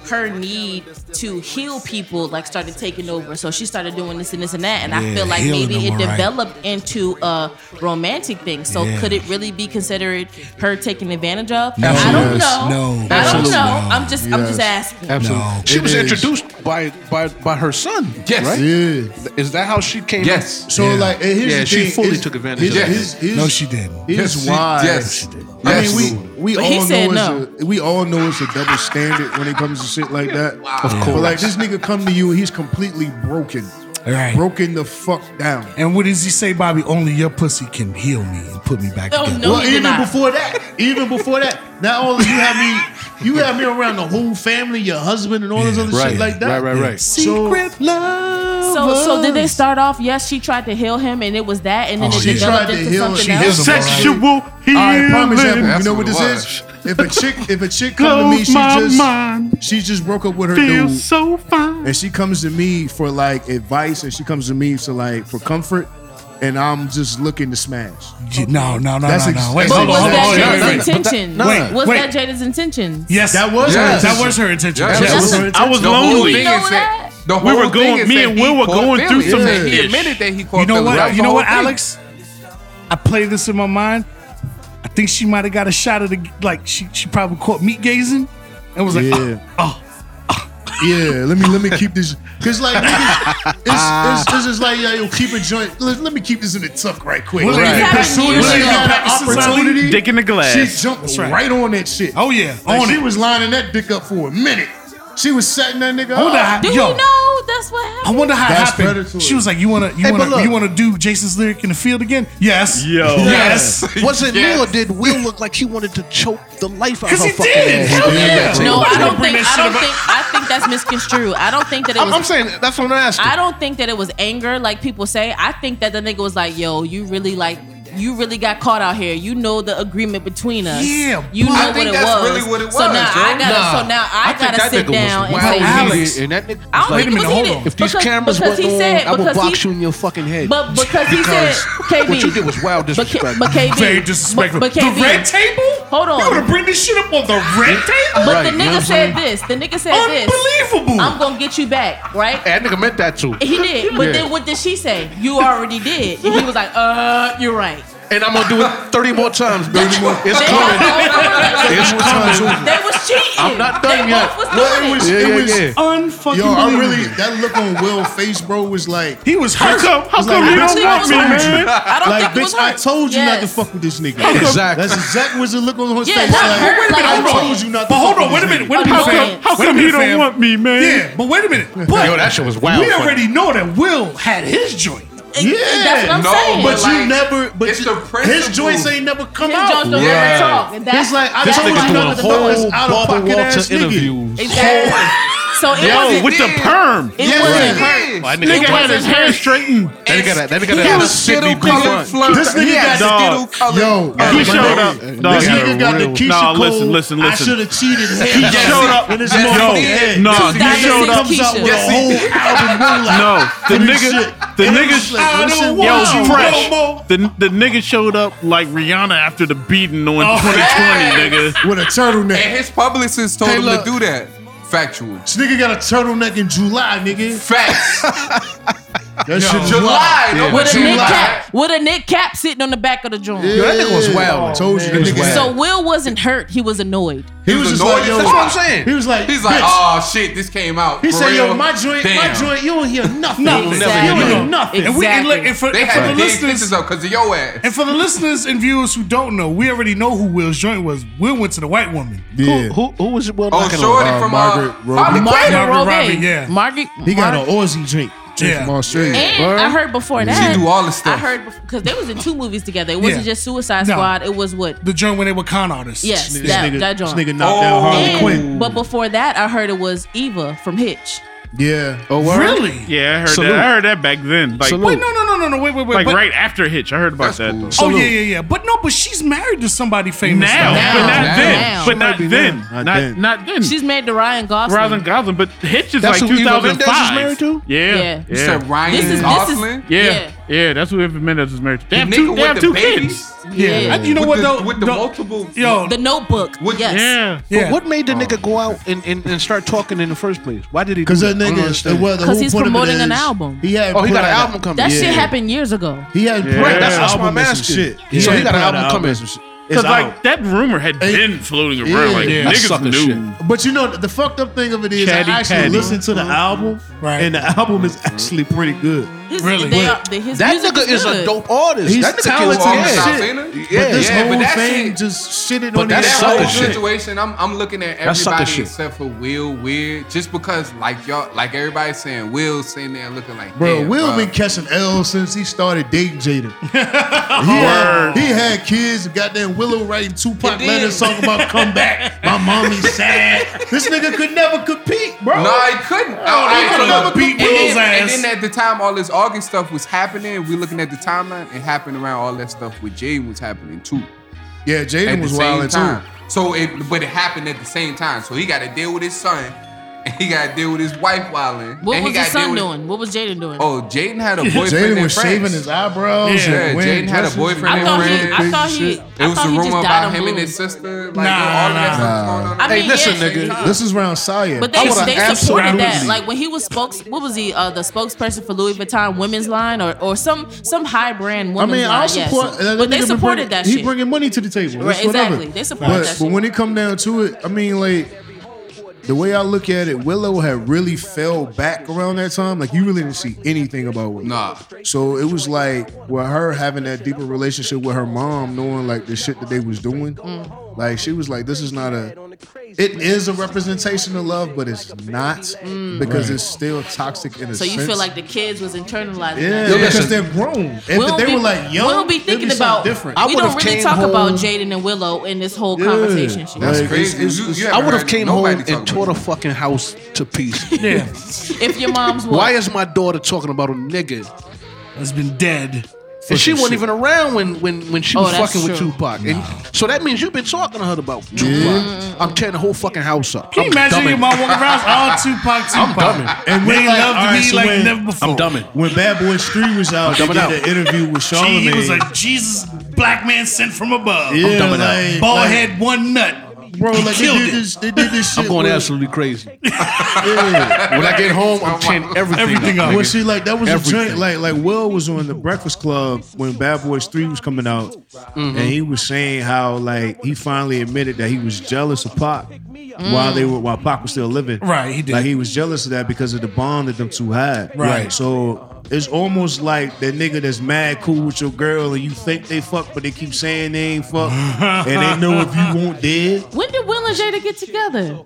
Speaker 6: her need to heal people like started taking over. So she started doing this and this and that. And I
Speaker 1: Yeah,
Speaker 6: feel like
Speaker 1: healing
Speaker 6: maybe
Speaker 1: them,
Speaker 6: it
Speaker 1: all right.
Speaker 6: developed into a romantic thing. So
Speaker 1: Yeah.
Speaker 6: could it really be considered her taking advantage of?
Speaker 1: No.
Speaker 6: I don't
Speaker 1: Yes. No.
Speaker 6: know. I don't know.
Speaker 1: Absolutely no.
Speaker 6: I'm just I'm just
Speaker 2: Yes.
Speaker 6: asking.
Speaker 4: Absolutely.
Speaker 1: No.
Speaker 4: She
Speaker 2: It
Speaker 4: was
Speaker 2: is.
Speaker 4: introduced by by by her son.
Speaker 5: Yes.
Speaker 4: Right?
Speaker 2: Yeah.
Speaker 4: Is that how she came?
Speaker 5: Yes.
Speaker 2: So like, and here's
Speaker 4: Yeah,
Speaker 2: the
Speaker 4: she
Speaker 2: thing,
Speaker 4: fully
Speaker 2: it's-
Speaker 4: took advantage
Speaker 2: here's-
Speaker 5: of that.
Speaker 2: here's- here's-
Speaker 1: No, she didn't.
Speaker 2: Here's
Speaker 5: Yes, she-
Speaker 2: why.
Speaker 5: yes.
Speaker 2: I mean,
Speaker 5: Absolutely.
Speaker 2: we we
Speaker 6: But he
Speaker 2: all
Speaker 6: said
Speaker 2: know
Speaker 6: no.
Speaker 2: it's a, we all know it's a double standard when it comes to shit like that. Of course. But like this nigga come to you and he's completely broken,
Speaker 1: Right.
Speaker 2: broken the fuck down.
Speaker 1: And what does he say, Bobby? Only your pussy can heal me and put me back
Speaker 6: Oh,
Speaker 1: together.
Speaker 6: no.
Speaker 2: well,
Speaker 6: he did
Speaker 2: even
Speaker 6: not.
Speaker 2: before that, even before that, not only you have me, you have me around the whole family, your husband, and all this
Speaker 1: Yeah,
Speaker 2: other
Speaker 4: Right.
Speaker 2: shit like that.
Speaker 4: Right, right, right.
Speaker 2: So-
Speaker 1: Secret love.
Speaker 6: So, so did they start off? Yes, she tried to heal him, and it was that, and then
Speaker 1: Oh,
Speaker 6: it
Speaker 1: yeah.
Speaker 6: developed
Speaker 2: She tried to
Speaker 6: into
Speaker 2: heal-
Speaker 6: something
Speaker 2: she
Speaker 6: else.
Speaker 2: healed him.
Speaker 3: Sexual healing.
Speaker 2: All right, promise you, you
Speaker 5: That's
Speaker 2: know what
Speaker 5: what
Speaker 2: this
Speaker 5: it
Speaker 2: is? If a chick, if a chick come to me,
Speaker 3: Close
Speaker 2: she
Speaker 3: my
Speaker 2: just
Speaker 3: mind.
Speaker 2: she just broke up with her dude,
Speaker 3: Feels so fine.
Speaker 2: and she comes to me for like advice, and she comes to me to like for comfort, and I'm just looking to smash.
Speaker 1: No, no, no,
Speaker 2: That's
Speaker 1: no,
Speaker 2: ex-
Speaker 1: no. Wait,
Speaker 2: But
Speaker 6: But
Speaker 1: hold
Speaker 6: was
Speaker 1: on, hold on,
Speaker 6: that
Speaker 1: hold on.
Speaker 6: Jada's
Speaker 1: wait, wait.
Speaker 6: intention?
Speaker 4: but that-
Speaker 1: nah.
Speaker 6: was
Speaker 1: Wait.
Speaker 6: that Jada's intention?
Speaker 1: Yes,
Speaker 2: That was
Speaker 5: Yes.
Speaker 1: that was her intention.
Speaker 5: Yes.
Speaker 1: Yes.
Speaker 5: Yes.
Speaker 3: I was
Speaker 5: The whole
Speaker 3: lonely.
Speaker 5: thing
Speaker 6: You know
Speaker 5: is that-
Speaker 6: that?
Speaker 5: The
Speaker 3: We
Speaker 5: whole
Speaker 3: were
Speaker 5: thing
Speaker 3: going-
Speaker 5: is
Speaker 3: me
Speaker 5: that
Speaker 3: and
Speaker 5: he
Speaker 3: Will were
Speaker 5: caught
Speaker 3: going through
Speaker 5: feelings.
Speaker 3: some
Speaker 5: He said He
Speaker 3: ish.
Speaker 5: admitted that he caught
Speaker 1: You know
Speaker 5: feelings.
Speaker 1: what?
Speaker 5: That's
Speaker 1: You
Speaker 5: the
Speaker 1: know
Speaker 5: whole
Speaker 1: what,
Speaker 5: thing.
Speaker 1: Alex? I played this in my mind. I think she might have got a shot at the like she she probably caught meat gazing and was like,
Speaker 2: Yeah.
Speaker 1: oh,
Speaker 2: Yeah, let me let me keep this because like niggas,
Speaker 13: [laughs]
Speaker 2: it's, it's, this is like yeah, yo, keep a joint. Let, let me keep this in the tuck right quick.
Speaker 1: Well,
Speaker 2: Like,
Speaker 1: they
Speaker 2: you
Speaker 1: been
Speaker 6: pursuing
Speaker 2: when
Speaker 6: this
Speaker 2: she
Speaker 6: shit
Speaker 2: got
Speaker 1: ever
Speaker 2: an
Speaker 1: since I leave
Speaker 2: opportunity.
Speaker 3: Dick in the glass.
Speaker 2: She jumped right. on that shit.
Speaker 1: Oh, yeah,
Speaker 2: like,
Speaker 1: on
Speaker 2: she
Speaker 1: it.
Speaker 2: was lining that dick up for a minute. She was setting that nigga
Speaker 1: Hold
Speaker 2: up.
Speaker 1: on.
Speaker 6: Do
Speaker 1: Yo.
Speaker 6: we know that's what
Speaker 1: I
Speaker 6: happened?
Speaker 1: wonder how it
Speaker 2: That's
Speaker 1: happened.
Speaker 2: predatory.
Speaker 1: She was like, you wanna you
Speaker 4: Hey, but
Speaker 1: wanna
Speaker 4: look.
Speaker 1: you wanna do Jason's lyric in the field again? Yes.
Speaker 3: Yo.
Speaker 1: Yes.
Speaker 4: [laughs] Was it
Speaker 5: Yes.
Speaker 4: me or did Will look like he wanted to choke the life out of
Speaker 1: Because
Speaker 4: her
Speaker 1: he
Speaker 4: fucking
Speaker 1: did.
Speaker 4: ass?
Speaker 1: Hell yeah.
Speaker 5: that
Speaker 6: No,
Speaker 5: Jada.
Speaker 6: I don't
Speaker 1: Bring that
Speaker 6: think. I
Speaker 1: shit
Speaker 6: don't
Speaker 1: about-
Speaker 6: think. I think that's misconstrued. I don't think that it
Speaker 4: I'm, I'm
Speaker 6: was.
Speaker 4: saying that's what I'm asking.
Speaker 6: I don't think that it was anger, like people say. I think that the nigga was like, "Yo, you really like." You really got caught out here. You know the agreement between us.
Speaker 1: Yeah,
Speaker 6: you know
Speaker 1: but-
Speaker 5: I think
Speaker 6: what it
Speaker 5: that's
Speaker 6: was.
Speaker 5: really what it
Speaker 6: So
Speaker 5: was,
Speaker 6: now
Speaker 5: yo.
Speaker 6: I gotta.
Speaker 4: Nah.
Speaker 6: So now I,
Speaker 4: think
Speaker 6: gotta
Speaker 4: that
Speaker 6: sit
Speaker 4: nigga was
Speaker 6: down and
Speaker 4: wild
Speaker 6: say,
Speaker 1: Alex.
Speaker 4: heated, and that nigga was
Speaker 6: I don't
Speaker 4: like,
Speaker 6: think it was
Speaker 1: minute, hold
Speaker 6: heated.
Speaker 1: on.
Speaker 4: If these
Speaker 6: because-
Speaker 4: cameras
Speaker 6: because
Speaker 4: weren't
Speaker 6: he
Speaker 4: on,
Speaker 6: said-
Speaker 4: I would
Speaker 6: because
Speaker 4: box
Speaker 6: he-
Speaker 4: you in your fucking head.
Speaker 6: But because he said,
Speaker 4: Because
Speaker 6: KB,
Speaker 4: what you did was wild
Speaker 6: but, K-
Speaker 4: disrespect.
Speaker 6: but KB,
Speaker 1: Very disrespectful.
Speaker 6: But, but
Speaker 1: the
Speaker 6: KB,
Speaker 1: red table?
Speaker 6: Hold on.
Speaker 1: You gonna bring this shit up on the red table?
Speaker 6: But the nigga said this. The nigga said this.
Speaker 1: Unbelievable.
Speaker 6: I'm gonna get you back, right?
Speaker 4: Eh.
Speaker 13: That nigga meant that too.
Speaker 6: He did. But
Speaker 13: Yeah.
Speaker 6: then what did she say? You already did. And he was like, uh, you're right.
Speaker 13: And I'm gonna do it 30 more times, baby. It's
Speaker 6: They
Speaker 13: coming.
Speaker 6: had
Speaker 13: It's coming.
Speaker 6: They was cheating.
Speaker 13: I'm not done
Speaker 6: They
Speaker 13: yet.
Speaker 6: both was
Speaker 2: Well,
Speaker 6: doing
Speaker 2: it was,
Speaker 13: Yeah,
Speaker 2: it
Speaker 13: yeah,
Speaker 2: was
Speaker 13: yeah.
Speaker 1: unfucking.
Speaker 2: Yo, I really
Speaker 1: believable.
Speaker 2: that look on Will's face, bro, was like
Speaker 1: He was hurt.
Speaker 2: How come,
Speaker 1: How come you don't want me, man?
Speaker 6: I don't
Speaker 2: like,
Speaker 6: think he
Speaker 2: bitch,
Speaker 6: was
Speaker 2: I
Speaker 6: hurt.
Speaker 2: told you not to
Speaker 6: Yes.
Speaker 2: fuck with this nigga.
Speaker 1: How come-
Speaker 2: That's exactly was the look on his
Speaker 6: Yeah,
Speaker 2: face.
Speaker 6: not hurt,
Speaker 2: Like,
Speaker 6: like,
Speaker 2: I
Speaker 6: I'm
Speaker 2: told you not to
Speaker 1: But hold
Speaker 2: fuck
Speaker 1: on,
Speaker 2: with
Speaker 1: wait a
Speaker 2: this
Speaker 1: minute.
Speaker 2: nigga.
Speaker 1: Wait a minute, fam.
Speaker 6: How
Speaker 1: Wait a
Speaker 3: come
Speaker 1: minute,
Speaker 3: he don't
Speaker 1: fam.
Speaker 3: want me, man?
Speaker 1: Yeah, but wait a minute. But
Speaker 13: Yo, that shit was wild.
Speaker 1: we
Speaker 13: funny.
Speaker 1: already know that Will had his joint.
Speaker 2: Yeah.
Speaker 6: That's what I'm
Speaker 5: No,
Speaker 6: saying.
Speaker 2: But you
Speaker 5: Like,
Speaker 2: never but
Speaker 5: it's
Speaker 2: you-
Speaker 5: the
Speaker 2: his
Speaker 5: principle.
Speaker 2: joints ain't never come
Speaker 6: His
Speaker 2: out.
Speaker 6: Jones don't
Speaker 5: Yeah.
Speaker 6: ever talk. And That's
Speaker 2: It's like I
Speaker 6: that's
Speaker 2: told
Speaker 6: why
Speaker 2: you
Speaker 6: he
Speaker 2: not to
Speaker 6: doesn't
Speaker 2: fuck
Speaker 6: know
Speaker 2: with
Speaker 6: it's
Speaker 2: this out of pocket ass nigga.
Speaker 6: Exactly. So it
Speaker 13: Yo,
Speaker 6: wasn't.
Speaker 13: with the perm.
Speaker 6: it
Speaker 2: Yeah.
Speaker 6: wasn't
Speaker 2: Right.
Speaker 6: hurt.
Speaker 13: That
Speaker 6: It
Speaker 13: nigga
Speaker 6: wasn't hurt.
Speaker 3: straightened.
Speaker 13: that nigga got that nigga
Speaker 5: He
Speaker 13: got a
Speaker 5: was
Speaker 13: sippy
Speaker 5: skittle
Speaker 13: blue
Speaker 5: colored
Speaker 13: blunt.
Speaker 5: flirt.
Speaker 2: This nigga
Speaker 5: he had
Speaker 2: got-
Speaker 5: skittle colored.
Speaker 2: Yo,
Speaker 3: He
Speaker 2: my
Speaker 3: showed
Speaker 2: nigga-
Speaker 3: up.
Speaker 2: This
Speaker 3: Dog, he
Speaker 2: nigga
Speaker 3: had a
Speaker 2: got the
Speaker 3: real-
Speaker 2: Keisha
Speaker 3: Nah, listen,
Speaker 2: Cole,
Speaker 3: listen,
Speaker 2: I
Speaker 3: listen.
Speaker 2: should have cheated.
Speaker 5: He
Speaker 2: He
Speaker 5: showed up.
Speaker 2: in his
Speaker 5: Yes, he
Speaker 2: motherfucking
Speaker 5: did.
Speaker 2: head.
Speaker 3: Nah,
Speaker 6: He Yes,
Speaker 2: showed
Speaker 6: he
Speaker 2: up with
Speaker 6: did.
Speaker 2: a
Speaker 6: Yes,
Speaker 2: whole album. Moonlight.
Speaker 3: No, the
Speaker 2: This
Speaker 3: nigga,
Speaker 2: shit.
Speaker 3: the
Speaker 2: And
Speaker 3: nigga,
Speaker 2: it's like, I don't
Speaker 3: yo,
Speaker 2: want you
Speaker 3: fresh.
Speaker 2: no more.
Speaker 3: The the nigga showed up like Rihanna after the beating on 2020, nigga.
Speaker 2: with a turtleneck.
Speaker 5: And his publicist told
Speaker 2: Hey,
Speaker 5: him
Speaker 2: look.
Speaker 5: to do that. Factual.
Speaker 2: This nigga got a turtleneck in July, nigga. [laughs]
Speaker 5: Facts.
Speaker 2: That shit is
Speaker 5: July.
Speaker 2: wild.
Speaker 5: no
Speaker 6: With a
Speaker 5: July.
Speaker 6: knit cap. With a knit cap sitting on the back of the joint.
Speaker 2: Yeah.
Speaker 13: Yo, that nigga was wild.
Speaker 2: I told you, that
Speaker 13: was
Speaker 2: nigga.
Speaker 13: wild.
Speaker 6: So Will wasn't hurt. He was annoyed.
Speaker 2: he was just
Speaker 5: annoyed.
Speaker 2: like, yo,
Speaker 5: That's
Speaker 13: what I'm saying.
Speaker 2: He was like,
Speaker 5: He's like,
Speaker 2: bitch.
Speaker 5: oh shit, this came out.
Speaker 2: He
Speaker 5: For
Speaker 2: said, yo,
Speaker 5: real?
Speaker 2: my joint, my
Speaker 5: Damn.
Speaker 2: joint, you don't hear nothing.
Speaker 1: Nothing.
Speaker 6: Exactly.
Speaker 1: You don't
Speaker 6: Exactly.
Speaker 1: know nothing. And, we, and, look, and for,
Speaker 5: They
Speaker 1: and for
Speaker 5: had
Speaker 1: the
Speaker 5: to dig
Speaker 1: listeners,
Speaker 5: bitches up because of your ass.
Speaker 1: and for the listeners and viewers who don't know, we already know who Will's joint was. Will went to the white woman.
Speaker 2: Yeah.
Speaker 4: Who, who was Will
Speaker 5: Oh,
Speaker 4: knocking on?
Speaker 5: shorty
Speaker 2: uh,
Speaker 5: from
Speaker 2: Margaret
Speaker 5: Margaret
Speaker 2: Robbie.
Speaker 5: Bobby
Speaker 6: Margaret
Speaker 5: Quay.
Speaker 1: Margaret
Speaker 6: Robbie.
Speaker 1: Robbie, yeah.
Speaker 6: Margaret.
Speaker 2: He got
Speaker 6: Mar-
Speaker 2: an Aussie drink. Drink
Speaker 1: Yeah.
Speaker 2: from Australia.
Speaker 6: And I heard before that.
Speaker 5: She do all the stuff.
Speaker 6: I heard because they was in two movies together. It wasn't
Speaker 1: Yeah.
Speaker 6: just Suicide
Speaker 1: No.
Speaker 6: Squad. It was what?
Speaker 1: The joint when they were con artists.
Speaker 6: Yes,
Speaker 2: This
Speaker 6: that,
Speaker 2: nigga,
Speaker 6: that
Speaker 2: this
Speaker 6: joint.
Speaker 2: nigga knocked down
Speaker 5: Oh.
Speaker 2: Harley
Speaker 6: And-
Speaker 2: Quinn.
Speaker 6: But before that, I heard it was Eva from Hitch.
Speaker 2: Yeah.
Speaker 4: Oh, word?
Speaker 1: Really?
Speaker 3: Yeah, I heard
Speaker 4: Salute.
Speaker 3: that. I heard that back then. Like,
Speaker 4: Salute.
Speaker 1: Wait, no, no, no, no, no. Wait, wait, wait.
Speaker 3: like
Speaker 1: but-
Speaker 3: right after Hitch, I heard about
Speaker 5: That's
Speaker 3: that.
Speaker 5: cool.
Speaker 3: though.
Speaker 1: Oh
Speaker 4: Salute.
Speaker 1: yeah, yeah, yeah. But no, but she's married to somebody famous
Speaker 3: Now,
Speaker 1: now.
Speaker 3: but not
Speaker 6: Now. Now.
Speaker 3: then. But not
Speaker 4: Maybe
Speaker 3: then.
Speaker 4: now.
Speaker 3: Not
Speaker 4: Not then.
Speaker 3: not then.
Speaker 6: She's married to Ryan Gosling.
Speaker 3: Hmm. Ryan Gosling, but Hitch is
Speaker 4: That's
Speaker 3: like
Speaker 4: who Eva Mendes
Speaker 3: 2005.
Speaker 4: is married to?
Speaker 3: Yeah,
Speaker 6: Yeah.
Speaker 5: You said Ryan
Speaker 6: This is- this is-
Speaker 5: Gosling.
Speaker 3: Yeah,
Speaker 6: Yeah.
Speaker 3: yeah, that's who Eva Mendes is married to. They have
Speaker 5: Nigga
Speaker 3: two, they
Speaker 5: with
Speaker 3: have
Speaker 5: the
Speaker 3: two
Speaker 5: babies?
Speaker 3: kids.
Speaker 6: Yeah.
Speaker 1: And you know
Speaker 5: With
Speaker 1: what
Speaker 5: the-
Speaker 1: though?
Speaker 5: with the
Speaker 1: Though-
Speaker 5: multiple-
Speaker 1: Yo,
Speaker 6: The Notebook.
Speaker 5: With-
Speaker 6: yes.
Speaker 3: Yeah.
Speaker 1: yeah.
Speaker 4: But what made the nigga go out and, and, and start talking in the first place? Why did he do
Speaker 2: Because
Speaker 4: that?
Speaker 2: that
Speaker 4: Oh, I don't
Speaker 2: nigga,
Speaker 4: understand.
Speaker 2: the weather,
Speaker 6: 'Cause
Speaker 2: who
Speaker 6: he's
Speaker 2: put him in
Speaker 6: promoting
Speaker 2: his-
Speaker 6: an album.
Speaker 2: He had
Speaker 4: Oh, he got an album coming.
Speaker 6: That
Speaker 2: Yeah.
Speaker 6: shit happened years ago.
Speaker 2: He had
Speaker 3: Yeah.
Speaker 4: Right, that's,
Speaker 3: Yeah.
Speaker 4: that's my
Speaker 2: album and
Speaker 4: man
Speaker 2: some
Speaker 4: shit.
Speaker 2: shit.
Speaker 4: So
Speaker 2: Yeah.
Speaker 4: he got an album coming.
Speaker 3: Because like that rumor had been floating around. Like
Speaker 2: Yeah.
Speaker 4: That
Speaker 3: niggas
Speaker 4: sucker
Speaker 3: knew.
Speaker 4: shit.
Speaker 2: But you know, the fucked up thing of it is,
Speaker 3: Chatty
Speaker 2: I actually
Speaker 3: Patty.
Speaker 2: listened to the album,
Speaker 1: Right.
Speaker 2: and the album is actually pretty good.
Speaker 6: His,
Speaker 1: Really?
Speaker 6: they
Speaker 1: But
Speaker 6: are- the- his
Speaker 4: That
Speaker 6: music
Speaker 4: nigga is a
Speaker 6: good.
Speaker 4: dope artist.
Speaker 2: He's
Speaker 4: that nigga
Speaker 2: talented
Speaker 4: can
Speaker 2: as
Speaker 4: walk
Speaker 2: shit.
Speaker 4: out.
Speaker 5: Yeah,
Speaker 2: but this
Speaker 5: yeah,
Speaker 2: whole
Speaker 5: but that
Speaker 2: thing
Speaker 5: shit-
Speaker 2: just shitted
Speaker 4: but
Speaker 2: on
Speaker 4: that
Speaker 2: his
Speaker 5: That
Speaker 4: sucker
Speaker 5: whole
Speaker 2: album.
Speaker 4: shit.
Speaker 5: situation, I'm, I'm looking at
Speaker 4: That's sucker
Speaker 5: everybody
Speaker 4: shit.
Speaker 5: except for Will Weird, just because like y'all, like everybody's saying, Will sitting there looking like,
Speaker 2: Bro,
Speaker 5: damn,
Speaker 2: Will
Speaker 5: bruh.
Speaker 2: been catching L since he started dating
Speaker 5: [laughs]
Speaker 2: Jada. he, had, he had kids. Goddamn Willow writing Tupac
Speaker 5: And then-
Speaker 2: letters talking
Speaker 5: [laughs]
Speaker 2: about come back. My mommy's sad. This nigga could never compete, bro.
Speaker 5: No, I couldn't. Oh,
Speaker 2: he
Speaker 5: I
Speaker 2: could
Speaker 5: couldn't.
Speaker 2: never beat
Speaker 5: and, then,
Speaker 2: Will's
Speaker 5: and
Speaker 2: ass.
Speaker 5: then at the time, all this August stuff was happening. We looking at the timeline. It happened around all that stuff with Jaden was happening too.
Speaker 2: Yeah,
Speaker 5: At
Speaker 2: Jaden
Speaker 5: the
Speaker 2: was
Speaker 5: same
Speaker 2: wild too.
Speaker 5: time. So, it, but it happened at the same time. So he got to deal with his son, and he got to deal with his wife wilding.
Speaker 6: What
Speaker 5: and
Speaker 6: was
Speaker 5: he gotta
Speaker 6: his
Speaker 5: deal
Speaker 6: son
Speaker 5: with-
Speaker 6: doing? What was Jaden doing?
Speaker 5: Oh,
Speaker 2: [laughs]
Speaker 5: Jaden had a boyfriend.
Speaker 2: Jaden
Speaker 5: in
Speaker 2: was
Speaker 5: France.
Speaker 2: shaving his eyebrows.
Speaker 1: Yeah.
Speaker 5: Yeah,
Speaker 2: and wearing
Speaker 5: Jaden had a
Speaker 2: dresses.
Speaker 5: boyfriend
Speaker 6: I
Speaker 5: in
Speaker 6: thought
Speaker 5: France.
Speaker 6: he. I thought he.
Speaker 5: It
Speaker 6: I
Speaker 5: was
Speaker 6: thought
Speaker 5: a
Speaker 6: he
Speaker 5: rumor
Speaker 6: just died
Speaker 5: about
Speaker 6: on
Speaker 5: him and
Speaker 6: blue.
Speaker 5: his sister. Like,
Speaker 1: Nah,
Speaker 5: all that
Speaker 1: nah.
Speaker 5: stuff going on.
Speaker 6: I mean,
Speaker 4: Hey, listen,
Speaker 6: yeah,
Speaker 4: nigga.
Speaker 2: This is around Saya.
Speaker 6: But they,
Speaker 4: I would've
Speaker 6: they supported that.
Speaker 4: absolutely-
Speaker 6: Like when he was spokes, what was he? Uh, the spokesperson for Louis Vuitton women's line, or or some some high brand
Speaker 2: I
Speaker 6: women's
Speaker 2: mean,
Speaker 6: line.
Speaker 2: I'll support. uh,
Speaker 6: yes.
Speaker 2: that
Speaker 6: But they
Speaker 2: nigga been
Speaker 6: supported
Speaker 2: bringing-
Speaker 6: that
Speaker 2: He
Speaker 6: shit.
Speaker 2: bringing money to the table.
Speaker 6: Right,
Speaker 2: That's whatever.
Speaker 6: exactly. They supported
Speaker 2: but,
Speaker 6: that
Speaker 2: But
Speaker 6: shit.
Speaker 2: when it come down to it, I mean, like the way I look at it, Willow had really fell back around that time. Like you really didn't see anything about Willow.
Speaker 5: Nah.
Speaker 2: So it was like with her having that deeper relationship with her mom, knowing like the shit that they was doing.
Speaker 6: Mm.
Speaker 2: Like she was like, this is not a. It is a representation of love, but it's not because it's still toxic in a
Speaker 6: Mm. so
Speaker 2: sense.
Speaker 6: you feel like the kids was internalizing
Speaker 2: Yeah,
Speaker 6: that.
Speaker 4: Yo, listen.
Speaker 2: because they're grown. If
Speaker 6: We'll
Speaker 2: they
Speaker 6: be-
Speaker 2: were like young,
Speaker 6: We'll be
Speaker 2: it'd
Speaker 6: thinking
Speaker 2: something
Speaker 6: about.
Speaker 2: different.
Speaker 4: I
Speaker 6: we
Speaker 4: would've
Speaker 6: don't really
Speaker 4: came
Speaker 6: talk about
Speaker 4: home-
Speaker 6: Jaden and Willow in this whole
Speaker 2: Yeah.
Speaker 6: conversation. shit.
Speaker 2: That's
Speaker 5: It's crazy.
Speaker 2: It's- it's-
Speaker 5: You- you
Speaker 4: I
Speaker 5: haven't
Speaker 4: would have
Speaker 5: heard
Speaker 4: came home
Speaker 5: nobody talk
Speaker 4: and
Speaker 5: about
Speaker 4: tore the
Speaker 5: it.
Speaker 4: fucking house to pieces.
Speaker 1: yeah.
Speaker 6: If your mom's what?
Speaker 4: Why is my daughter talking about a nigga?
Speaker 1: Has been dead
Speaker 14: and she
Speaker 15: some
Speaker 14: wasn't
Speaker 15: shit.
Speaker 14: even around when when when she
Speaker 15: Oh,
Speaker 14: was
Speaker 15: that's
Speaker 14: fucking with
Speaker 15: true.
Speaker 14: Tupac. And so that means you've been talking to her about Tupac. I'm tearing the whole fucking house up.
Speaker 1: Can you
Speaker 14: I'm
Speaker 1: imagine
Speaker 14: dumbing.
Speaker 1: your mom walking
Speaker 14: [laughs]
Speaker 1: around all Tupac, Tupac?
Speaker 14: And
Speaker 1: And they
Speaker 14: we're like,
Speaker 1: loved
Speaker 14: all right,
Speaker 1: me
Speaker 14: so
Speaker 1: like
Speaker 14: when-
Speaker 1: never before.
Speaker 14: I'm dumbing.
Speaker 2: When Bad Boys Three was out,
Speaker 1: I'm dumbing
Speaker 2: they did
Speaker 1: out.
Speaker 2: an interview with Charlamagne.
Speaker 1: He was like Jesus, black man sent from above.
Speaker 2: Yeah, I'm dumbing out. like-
Speaker 1: bald
Speaker 2: like-
Speaker 1: head, one nut.
Speaker 2: Bro,
Speaker 1: He
Speaker 2: like, they
Speaker 1: killed
Speaker 2: did
Speaker 1: it.
Speaker 2: this- they did this
Speaker 14: I'm going absolutely crazy. When I get home, I'm tearing everything, up.
Speaker 2: Well,
Speaker 14: nigga.
Speaker 2: see, like that was a
Speaker 14: Everything.
Speaker 2: trend. Like, like Will was on the Breakfast Club when Bad Boys Three was coming out,
Speaker 14: Mhm.
Speaker 2: and he was saying how like he finally admitted that he was jealous of Pac while they were while Pac was still living.
Speaker 1: Right, he did.
Speaker 2: Like he was jealous of that because of the bond that them two had.
Speaker 1: Right.
Speaker 2: So it's almost like that nigga that's mad cool with your girl and you think they fuck, but they keep saying they ain't fuck, and they know if you want dead.
Speaker 6: When did Will and Jada get together?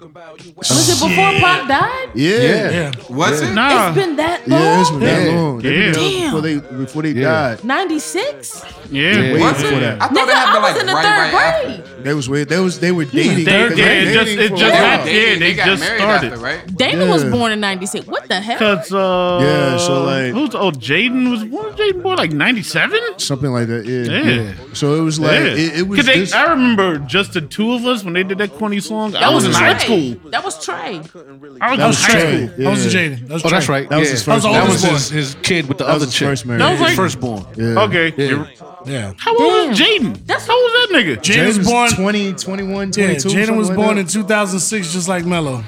Speaker 6: Was it before Pac died?
Speaker 2: Yeah.
Speaker 1: Yeah.
Speaker 5: Was
Speaker 2: it?
Speaker 3: Ah.
Speaker 6: It's been that long.
Speaker 2: Yeah, it's been that
Speaker 5: Yeah.
Speaker 2: long. They
Speaker 5: Yeah.
Speaker 2: been together
Speaker 6: Damn.
Speaker 2: Before they before they died.
Speaker 6: 96?
Speaker 2: They
Speaker 3: Yeah.
Speaker 2: way
Speaker 3: Was
Speaker 2: before
Speaker 3: it?
Speaker 2: that.
Speaker 3: I
Speaker 6: Nigga, I was in the third grade.
Speaker 2: They was weird. They was they were dating.
Speaker 3: They-
Speaker 2: They
Speaker 3: yeah,
Speaker 2: were
Speaker 3: it just-
Speaker 2: dating
Speaker 3: it
Speaker 2: for a
Speaker 3: just
Speaker 2: while.
Speaker 3: happened. Yeah, they They got just married started. after, right?
Speaker 6: Dana was
Speaker 3: Yeah.
Speaker 6: born in 96. What the hell?
Speaker 3: Cause uh,
Speaker 2: Yeah, so, like-
Speaker 3: who's oh Jaden was what was Jaden born like ninety seven?
Speaker 2: Something like that. Yeah.
Speaker 3: Yeah.
Speaker 2: So it was like it, it was.
Speaker 3: They,
Speaker 2: This,
Speaker 3: I remember just the two of us when they did that corny song.
Speaker 6: That
Speaker 3: I was in high
Speaker 6: Trey.
Speaker 3: school.
Speaker 6: That was Trey.
Speaker 3: I was,
Speaker 4: That was
Speaker 3: in high
Speaker 4: Trey.
Speaker 3: school.
Speaker 4: That was
Speaker 1: Jaden. That was
Speaker 4: oh, that's
Speaker 1: Trey.
Speaker 4: right.
Speaker 1: That was
Speaker 4: yeah.
Speaker 1: his first
Speaker 4: That
Speaker 1: marriage.
Speaker 4: was his, his kid with the
Speaker 1: That was
Speaker 4: other
Speaker 1: his
Speaker 4: chick.
Speaker 1: first
Speaker 3: marriage. That was
Speaker 4: His
Speaker 3: like-
Speaker 4: firstborn.
Speaker 2: Yeah.
Speaker 3: Okay.
Speaker 4: Yeah.
Speaker 1: Yeah.
Speaker 3: How old was Jaden? That's how old was that nigga?
Speaker 1: Jaden was born
Speaker 2: 20, 21,
Speaker 1: Yeah,
Speaker 2: 22.
Speaker 1: Jaden was
Speaker 2: something like
Speaker 1: born
Speaker 2: that.
Speaker 1: in 2006, just like Mello.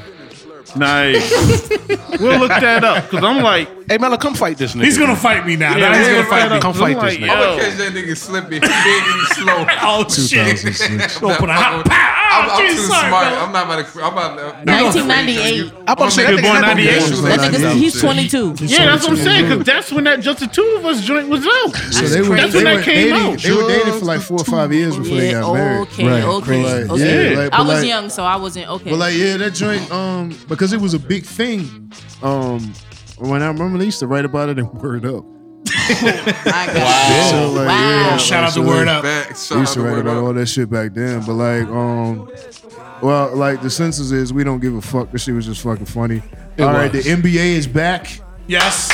Speaker 3: Nice. [laughs] we'll look that up because I'm like,
Speaker 14: hey Mella, come fight this nigga.
Speaker 1: He's gonna fight me now. Now he's gonna fight me.
Speaker 14: Come fight this
Speaker 3: I'm
Speaker 14: nigga.
Speaker 5: I'ma catch that nigga slippy, big and slow.
Speaker 1: [laughs] oh shit!
Speaker 5: Don't
Speaker 1: put a hot Ah,
Speaker 5: I'm, I'm
Speaker 1: geez,
Speaker 5: too
Speaker 1: sorry,
Speaker 5: smart.
Speaker 1: bro.
Speaker 5: I'm not about to. I'm about to. I'm not gonna
Speaker 6: 1998.
Speaker 5: crazy.
Speaker 6: I'm
Speaker 5: about to say that nigga not born.
Speaker 6: That nigga, he's 22.
Speaker 3: Yeah, that's what I'm saying. Because that's when that just the two of us joint was out.
Speaker 2: So they were,
Speaker 3: that's
Speaker 2: they
Speaker 3: when
Speaker 2: were
Speaker 3: that came
Speaker 2: dating,
Speaker 3: out.
Speaker 2: They were dating for like four or five years before they got married.
Speaker 6: Okay, okay,
Speaker 2: Like,
Speaker 6: okay.
Speaker 2: yeah, like,
Speaker 6: I
Speaker 2: but
Speaker 6: was
Speaker 2: like-
Speaker 6: young, so I wasn't okay.
Speaker 2: But like, yeah, that joint, um, because it was a big thing. Um, when I remember they used to write about it in [laughs] Word Up. [laughs]
Speaker 6: Oh
Speaker 2: So, like, yeah,
Speaker 1: Shout
Speaker 2: like,
Speaker 1: out to
Speaker 2: so,
Speaker 1: Word
Speaker 2: like,
Speaker 1: Up. Facts.
Speaker 2: We
Speaker 1: Shout
Speaker 2: used
Speaker 1: out
Speaker 2: to
Speaker 1: to
Speaker 2: write
Speaker 1: Word
Speaker 2: about
Speaker 1: Up.
Speaker 2: all that shit back then, but like, um, well, like the census is we don't give a fuck. This shit was just fucking funny.
Speaker 1: It
Speaker 2: all right,
Speaker 1: was.
Speaker 2: the NBA is back.
Speaker 1: Yes.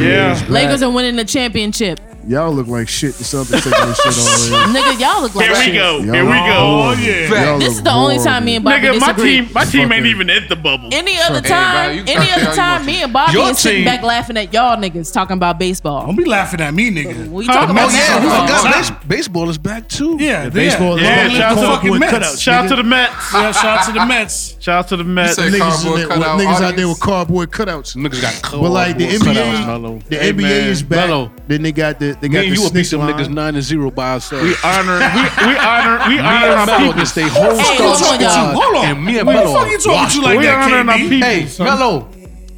Speaker 2: Yeah. is back.
Speaker 6: Lakers are winning
Speaker 2: [laughs]
Speaker 6: the championship.
Speaker 2: Y'all look like shit. The Celtics taking this shit already.
Speaker 6: Nigga, y'all look like
Speaker 3: Here
Speaker 6: shit.
Speaker 3: we go. [laughs]
Speaker 2: Y'all
Speaker 3: Here we
Speaker 2: look
Speaker 3: go. Oh
Speaker 2: horrible.
Speaker 3: yeah.
Speaker 2: Y'all
Speaker 6: This
Speaker 2: look
Speaker 6: is the only time me and Bobby
Speaker 3: Nigga, my
Speaker 6: disagree.
Speaker 3: team, my team ain't even at the bubble.
Speaker 6: Any other
Speaker 3: Hey,
Speaker 6: time,
Speaker 3: bro, you
Speaker 6: any
Speaker 3: talk
Speaker 6: other
Speaker 3: all you
Speaker 6: time,
Speaker 3: want
Speaker 6: me and Bobby
Speaker 3: Your
Speaker 6: is sitting
Speaker 3: team-
Speaker 6: back laughing at y'all niggas talking about baseball. Don't
Speaker 1: be laughing at me, nigga.
Speaker 6: Oh, We talking about
Speaker 4: yeah, we
Speaker 6: baseball.
Speaker 4: forgot base- baseball is back too.
Speaker 1: Yeah, yeah.
Speaker 4: baseball.
Speaker 3: Yeah, shout,
Speaker 4: long live
Speaker 3: out to
Speaker 4: Cardboard
Speaker 3: the Mets.
Speaker 4: cutouts,
Speaker 3: shout out
Speaker 4: nigga.
Speaker 3: to the Mets.
Speaker 1: Yeah, shout out
Speaker 4: [laughs]
Speaker 1: to the Mets.
Speaker 3: Shout out to the Mets.
Speaker 5: said cardboard
Speaker 2: in there-
Speaker 5: cutout
Speaker 2: niggas out there
Speaker 5: audience?
Speaker 2: with cardboard cutouts.
Speaker 4: Niggas got
Speaker 2: But like the
Speaker 4: cardboard
Speaker 2: NBA,
Speaker 4: cutouts, Melo.
Speaker 2: the
Speaker 4: Hey,
Speaker 2: NBA
Speaker 4: man.
Speaker 2: is back.
Speaker 4: Melo.
Speaker 2: Then they got the they
Speaker 4: Me
Speaker 2: got
Speaker 4: and
Speaker 2: the
Speaker 4: you will beat
Speaker 2: sneaker
Speaker 4: them
Speaker 2: line.
Speaker 4: niggas nine and zero by ourselves.
Speaker 3: We honor, we,
Speaker 4: [laughs]
Speaker 3: we honor, we
Speaker 4: Me
Speaker 3: honor
Speaker 4: and
Speaker 3: our
Speaker 4: Melo
Speaker 3: people.
Speaker 4: against they whole
Speaker 3: Hey,
Speaker 4: star
Speaker 3: hold on, y'all.
Speaker 4: squad,
Speaker 3: Hold on.
Speaker 4: And me and
Speaker 3: What the
Speaker 4: Melo.
Speaker 3: fuck you talking
Speaker 4: washed
Speaker 3: to like
Speaker 4: them.
Speaker 3: that, We honoring our KB? people,
Speaker 4: Hey,
Speaker 3: son.
Speaker 4: Melo,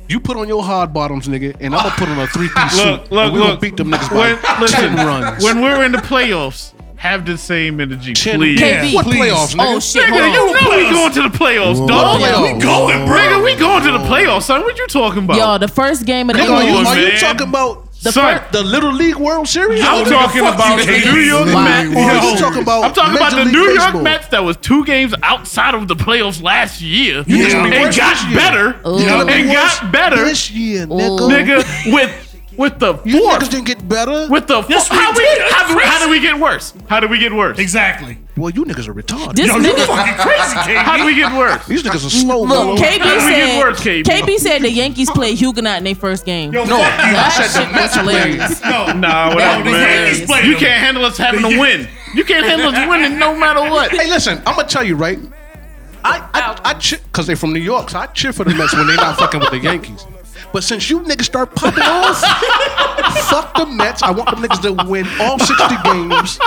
Speaker 4: you put on your hard bottoms, nigga, and I'm gonna put on a three piece suit.
Speaker 3: Look,
Speaker 4: and
Speaker 3: look,
Speaker 4: we
Speaker 3: look.
Speaker 4: Gonna beat them niggas
Speaker 3: when,
Speaker 4: by
Speaker 3: listen,
Speaker 4: ten runs.
Speaker 3: when we're in the playoffs, have the same energy, please.
Speaker 4: KB. What playoffs, nigga?
Speaker 6: Oh, shit,
Speaker 3: Nigga,
Speaker 6: hold
Speaker 3: you
Speaker 6: on.
Speaker 3: know we going to the playoffs, dog.
Speaker 4: Playoffs.
Speaker 3: We going, bro. Nigga, we going to the playoffs, son. What you talking about?
Speaker 6: Y'all, the first game of the
Speaker 3: Come on,
Speaker 6: NBA.
Speaker 3: you- are you
Speaker 4: You talking about
Speaker 6: The
Speaker 3: son,
Speaker 6: first-
Speaker 4: the Little League World Series?
Speaker 3: I'm
Speaker 4: Yo, nigga,
Speaker 3: talking
Speaker 4: fuck
Speaker 3: about
Speaker 4: you,
Speaker 3: the
Speaker 4: nigga.
Speaker 3: New York
Speaker 4: Little
Speaker 3: Mets.
Speaker 4: League World
Speaker 3: Yo.
Speaker 4: You talking about
Speaker 3: I'm talking about
Speaker 4: Major
Speaker 3: the
Speaker 4: League
Speaker 3: New York
Speaker 4: Baseball.
Speaker 3: Mets that was two games outside of the playoffs last year
Speaker 4: You niggas be
Speaker 3: and
Speaker 4: worse
Speaker 3: got
Speaker 4: this year.
Speaker 3: better.
Speaker 4: You niggas be
Speaker 3: And
Speaker 4: worse
Speaker 3: got better.
Speaker 4: this year,
Speaker 6: Oh.
Speaker 4: nigga.
Speaker 3: Nigga, with with the fourth.
Speaker 4: You niggas didn't get better.
Speaker 3: with the
Speaker 1: Yes,
Speaker 3: fourth.
Speaker 1: we
Speaker 3: How, we,
Speaker 1: did.
Speaker 3: how, how do we get worse? How do we get worse?
Speaker 1: Exactly.
Speaker 4: Well, you niggas are retarded.
Speaker 6: This
Speaker 1: Yo, you
Speaker 6: nigga.
Speaker 1: fucking crazy, KB.
Speaker 3: How do we get worse?
Speaker 4: These niggas are slow.
Speaker 6: Look,
Speaker 4: Melo.
Speaker 6: KB
Speaker 3: How did we get
Speaker 6: said,
Speaker 3: worse,
Speaker 6: KB?
Speaker 3: KB?
Speaker 6: said the Yankees played Huguenot in their first game.
Speaker 1: Yo,
Speaker 4: No,
Speaker 1: fuck you.
Speaker 4: I
Speaker 6: that
Speaker 4: said the
Speaker 6: shit was
Speaker 4: Mets
Speaker 6: hilarious.
Speaker 1: No,
Speaker 3: Nah, whatever,
Speaker 1: the
Speaker 3: man.
Speaker 1: Yankees played
Speaker 3: You
Speaker 1: them.
Speaker 3: can't handle us having to win. You can't handle us winning no matter what.
Speaker 4: Hey, listen, I'm gonna tell you right. I I, I cheer because they from New York, so I cheer for the Mets when they not fucking with the Yankees. But since you niggas start popping off, fuck the Mets. I want them niggas to win all 60 games,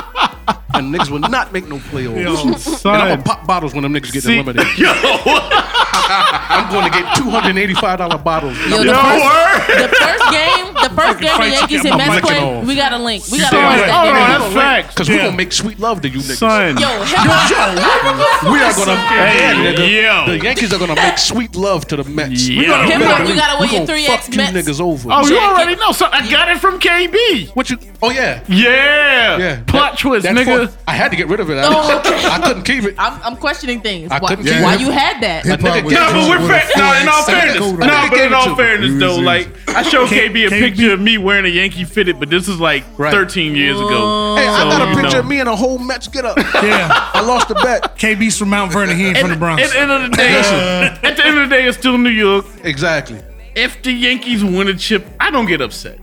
Speaker 4: and niggas will not make no playoffs.
Speaker 3: Yo,
Speaker 4: and I'm
Speaker 3: son.
Speaker 4: gonna pop bottles when them niggas get
Speaker 3: See,
Speaker 4: eliminated.
Speaker 3: yo,
Speaker 4: I'm going to get 285 dollar bottles.
Speaker 6: Yo,
Speaker 3: yo,
Speaker 6: the, first,
Speaker 3: word.
Speaker 6: the first game, the first game the
Speaker 1: fight you,
Speaker 6: Yankees
Speaker 1: get my
Speaker 6: and Mets
Speaker 4: mic
Speaker 6: play,
Speaker 4: on.
Speaker 6: we got a link. We got to
Speaker 3: Son,
Speaker 6: watch
Speaker 3: hold on,
Speaker 6: that game.
Speaker 3: that's facts.
Speaker 4: Because
Speaker 1: Yeah.
Speaker 4: we're gonna make sweet love to you niggas.
Speaker 3: Son.
Speaker 6: Yo, hip
Speaker 4: We are gonna
Speaker 3: Hey,
Speaker 4: Yeah, nigga.
Speaker 3: yo.
Speaker 4: The Yankees are gonna make sweet love to the Mets.
Speaker 3: Yeah. Hip
Speaker 4: We
Speaker 3: hop,
Speaker 4: gonna-
Speaker 6: you gotta
Speaker 4: we
Speaker 6: wear your
Speaker 4: gonna
Speaker 6: 3X
Speaker 4: fuck
Speaker 6: Mets.
Speaker 4: you niggas over.
Speaker 3: Oh, you
Speaker 6: Jack-
Speaker 3: already know. So I got it from KB.
Speaker 4: What you? Oh yeah,
Speaker 3: Yeah.
Speaker 4: yeah.
Speaker 3: Plot
Speaker 4: That-
Speaker 3: twist,
Speaker 4: that
Speaker 3: nigga.
Speaker 4: fuck- I had to get rid of it. I,
Speaker 6: Oh, okay.
Speaker 4: I couldn't keep it.
Speaker 16: [laughs]
Speaker 6: I'm, I'm questioning things.
Speaker 4: I
Speaker 6: Why,
Speaker 4: couldn't keep
Speaker 6: why
Speaker 4: it.
Speaker 6: you had that?
Speaker 4: A
Speaker 2: Hip-hop
Speaker 4: nigga
Speaker 3: no, but we're fair. No, in all fairness, no, but in all fairness though, like I showed KB a picture of me wearing a Yankee fitted, but this is like 13 years ago.
Speaker 16: Hey, I
Speaker 3: So,
Speaker 16: got a
Speaker 3: you
Speaker 16: picture
Speaker 3: know.
Speaker 16: of me in a whole match get
Speaker 3: [laughs]
Speaker 16: up.
Speaker 1: Yeah.
Speaker 16: I lost the bet.
Speaker 1: KB's from Mount Vernon. He ain't from the Bronx.
Speaker 3: At the end of the day, at the end of the day, it's still New York.
Speaker 16: Exactly.
Speaker 3: If the Yankees win a chip, I don't get upset.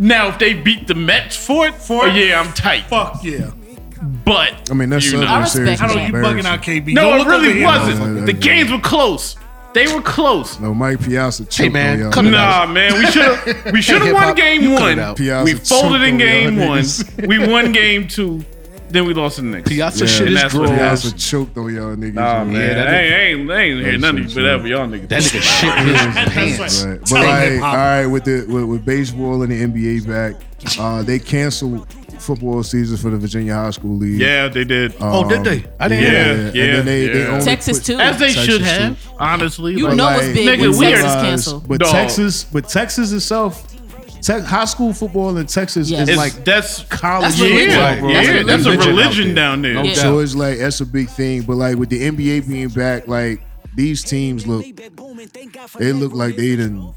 Speaker 3: Now, if they beat the Mets for it, for
Speaker 1: it?
Speaker 3: yeah, I'm tight.
Speaker 1: Fuck yeah.
Speaker 3: But
Speaker 2: I mean, that's
Speaker 3: you
Speaker 2: Southern
Speaker 3: know.
Speaker 6: I respect
Speaker 2: Series.
Speaker 6: that.
Speaker 2: was
Speaker 6: I
Speaker 1: You bugging out
Speaker 2: embarrassing.
Speaker 1: KB.
Speaker 3: no,
Speaker 1: Don't
Speaker 3: it
Speaker 1: look over
Speaker 3: really
Speaker 1: here.
Speaker 3: wasn't.
Speaker 2: No,
Speaker 3: The
Speaker 2: no,
Speaker 3: games were close. They were close.
Speaker 2: No, Mike Piazza. choked
Speaker 16: man,
Speaker 2: on y'all.
Speaker 16: come
Speaker 3: Nah, man, we should
Speaker 16: [laughs]
Speaker 3: have we should have won
Speaker 16: hip-hop,
Speaker 3: game
Speaker 16: cut it
Speaker 3: one.
Speaker 16: out.
Speaker 2: Piazza
Speaker 3: We folded in
Speaker 2: choked on
Speaker 3: game
Speaker 2: y'all
Speaker 3: one.
Speaker 2: niggas.
Speaker 3: We won game two. Then we lost in the next.
Speaker 16: Piazza
Speaker 2: Yeah.
Speaker 16: shit
Speaker 3: And
Speaker 16: is
Speaker 3: that's what
Speaker 16: gross.
Speaker 3: it is.
Speaker 2: Piazza choked on y'all niggas.
Speaker 3: Nah, man,
Speaker 2: Yeah,
Speaker 3: I ain't, I ain't, I ain't hear
Speaker 2: That's
Speaker 3: none of
Speaker 2: what
Speaker 3: you,
Speaker 2: you-
Speaker 3: whatever, y'all niggas.
Speaker 16: That nigga shit in his pants.
Speaker 2: Right. But like, all right, with the with, with baseball and the NBA back, uh, they canceled football season for the Virginia High School League.
Speaker 3: yeah, they did.
Speaker 16: Oh, did they? I didn't
Speaker 2: yeah,
Speaker 3: hear that.
Speaker 2: And
Speaker 3: Yeah,
Speaker 2: then they, they
Speaker 3: yeah.
Speaker 2: only
Speaker 6: Texas
Speaker 2: put-
Speaker 6: too.
Speaker 3: As they
Speaker 2: Texas
Speaker 3: should
Speaker 2: too.
Speaker 3: have, honestly.
Speaker 6: You
Speaker 3: like-
Speaker 6: know it's big
Speaker 3: Nigga,
Speaker 6: when
Speaker 3: we
Speaker 6: Texas
Speaker 3: are-
Speaker 6: canceled.
Speaker 9: But
Speaker 3: Dog.
Speaker 9: Texas, but Texas itself, tech, high school football in Texas
Speaker 6: Yes.
Speaker 9: is
Speaker 3: It's-
Speaker 9: like
Speaker 3: that's
Speaker 9: college
Speaker 6: That's
Speaker 3: yeah,
Speaker 6: religion.
Speaker 3: yeah,
Speaker 9: bro.
Speaker 3: yeah,
Speaker 9: It's
Speaker 3: that's a
Speaker 9: religion out
Speaker 3: religion
Speaker 9: there.
Speaker 3: down there.
Speaker 6: Yeah.
Speaker 2: So it's like that's a big thing. But like with the NBA being back, like these teams look, they look like they didn't.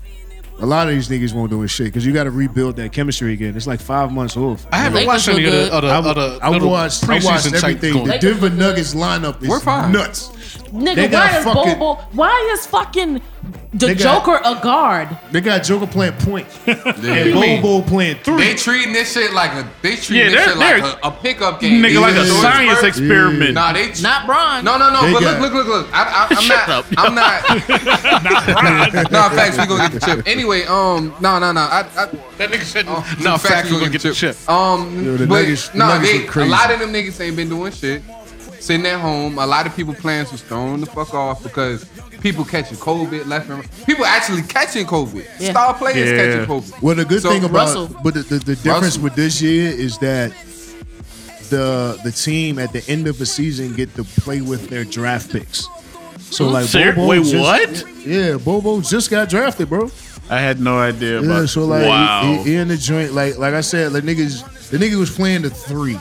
Speaker 2: A lot of these niggas won't do shit because you got to rebuild that.
Speaker 9: that chemistry again. It's like five months off.
Speaker 16: I haven't
Speaker 6: Lakers
Speaker 16: watched
Speaker 6: look
Speaker 16: any of the
Speaker 6: good.
Speaker 16: other
Speaker 9: I-
Speaker 16: other
Speaker 2: I
Speaker 16: little
Speaker 2: watched, I watched
Speaker 16: preseason type
Speaker 2: everything. The
Speaker 16: going.
Speaker 2: Denver Nuggets lineup is
Speaker 5: We're fine.
Speaker 2: nuts. They
Speaker 6: Nigga,
Speaker 2: got
Speaker 6: why is
Speaker 2: fucking-
Speaker 6: Bobo? Why is fucking the
Speaker 2: They got-
Speaker 6: Joker a guard?
Speaker 2: They got Joker playing
Speaker 16: [laughs]
Speaker 2: point.
Speaker 5: Yeah.
Speaker 9: Bobo playing
Speaker 5: They
Speaker 9: three.
Speaker 5: treating this shit like a they treating
Speaker 3: Yeah,
Speaker 5: this
Speaker 3: they're-
Speaker 5: shit like
Speaker 3: they're-
Speaker 5: a, a pickup game.
Speaker 3: Nigga, like a
Speaker 5: George
Speaker 3: science
Speaker 5: Burke-
Speaker 3: experiment.
Speaker 5: Nah, they tr-
Speaker 6: Not Bron.
Speaker 5: No, no, no.
Speaker 2: They
Speaker 5: but
Speaker 2: got-
Speaker 5: look, look, look, look. I, I, I'm not.
Speaker 3: up,
Speaker 5: I'm
Speaker 16: [laughs]
Speaker 5: not. nah, facts. We gonna get the chip anyway. Um, no, no, no. I, I,
Speaker 16: That nigga said,
Speaker 5: uh,
Speaker 16: "No, Oh, facts, we gonna get the chip."
Speaker 5: Um,
Speaker 2: Yo, the
Speaker 5: but
Speaker 2: Nuggets- the
Speaker 5: nah,
Speaker 2: Nuggets
Speaker 5: they,
Speaker 2: look crazy.
Speaker 5: a lot of them niggas ain't been doing shit. Sitting at home, a lot of people plans was thrown the fuck off because people catching COVID left and right. People actually catching COVID.
Speaker 6: Yeah.
Speaker 5: Star players
Speaker 3: Yeah.
Speaker 5: catching COVID.
Speaker 2: Well, the good
Speaker 5: So,
Speaker 2: thing about
Speaker 6: Russell-
Speaker 2: but the, the, the difference
Speaker 5: Russell.
Speaker 2: with this year is that the the team at the end of the season get to play with their draft picks. So like
Speaker 3: Ser-
Speaker 2: Bobo
Speaker 3: wait,
Speaker 2: just-
Speaker 3: what?
Speaker 2: Yeah, Bobo just got drafted, bro.
Speaker 3: I had no idea about
Speaker 2: Yeah, so like
Speaker 3: wow.
Speaker 2: he, he in the joint, like like I said, the niggas the nigga was playing the three.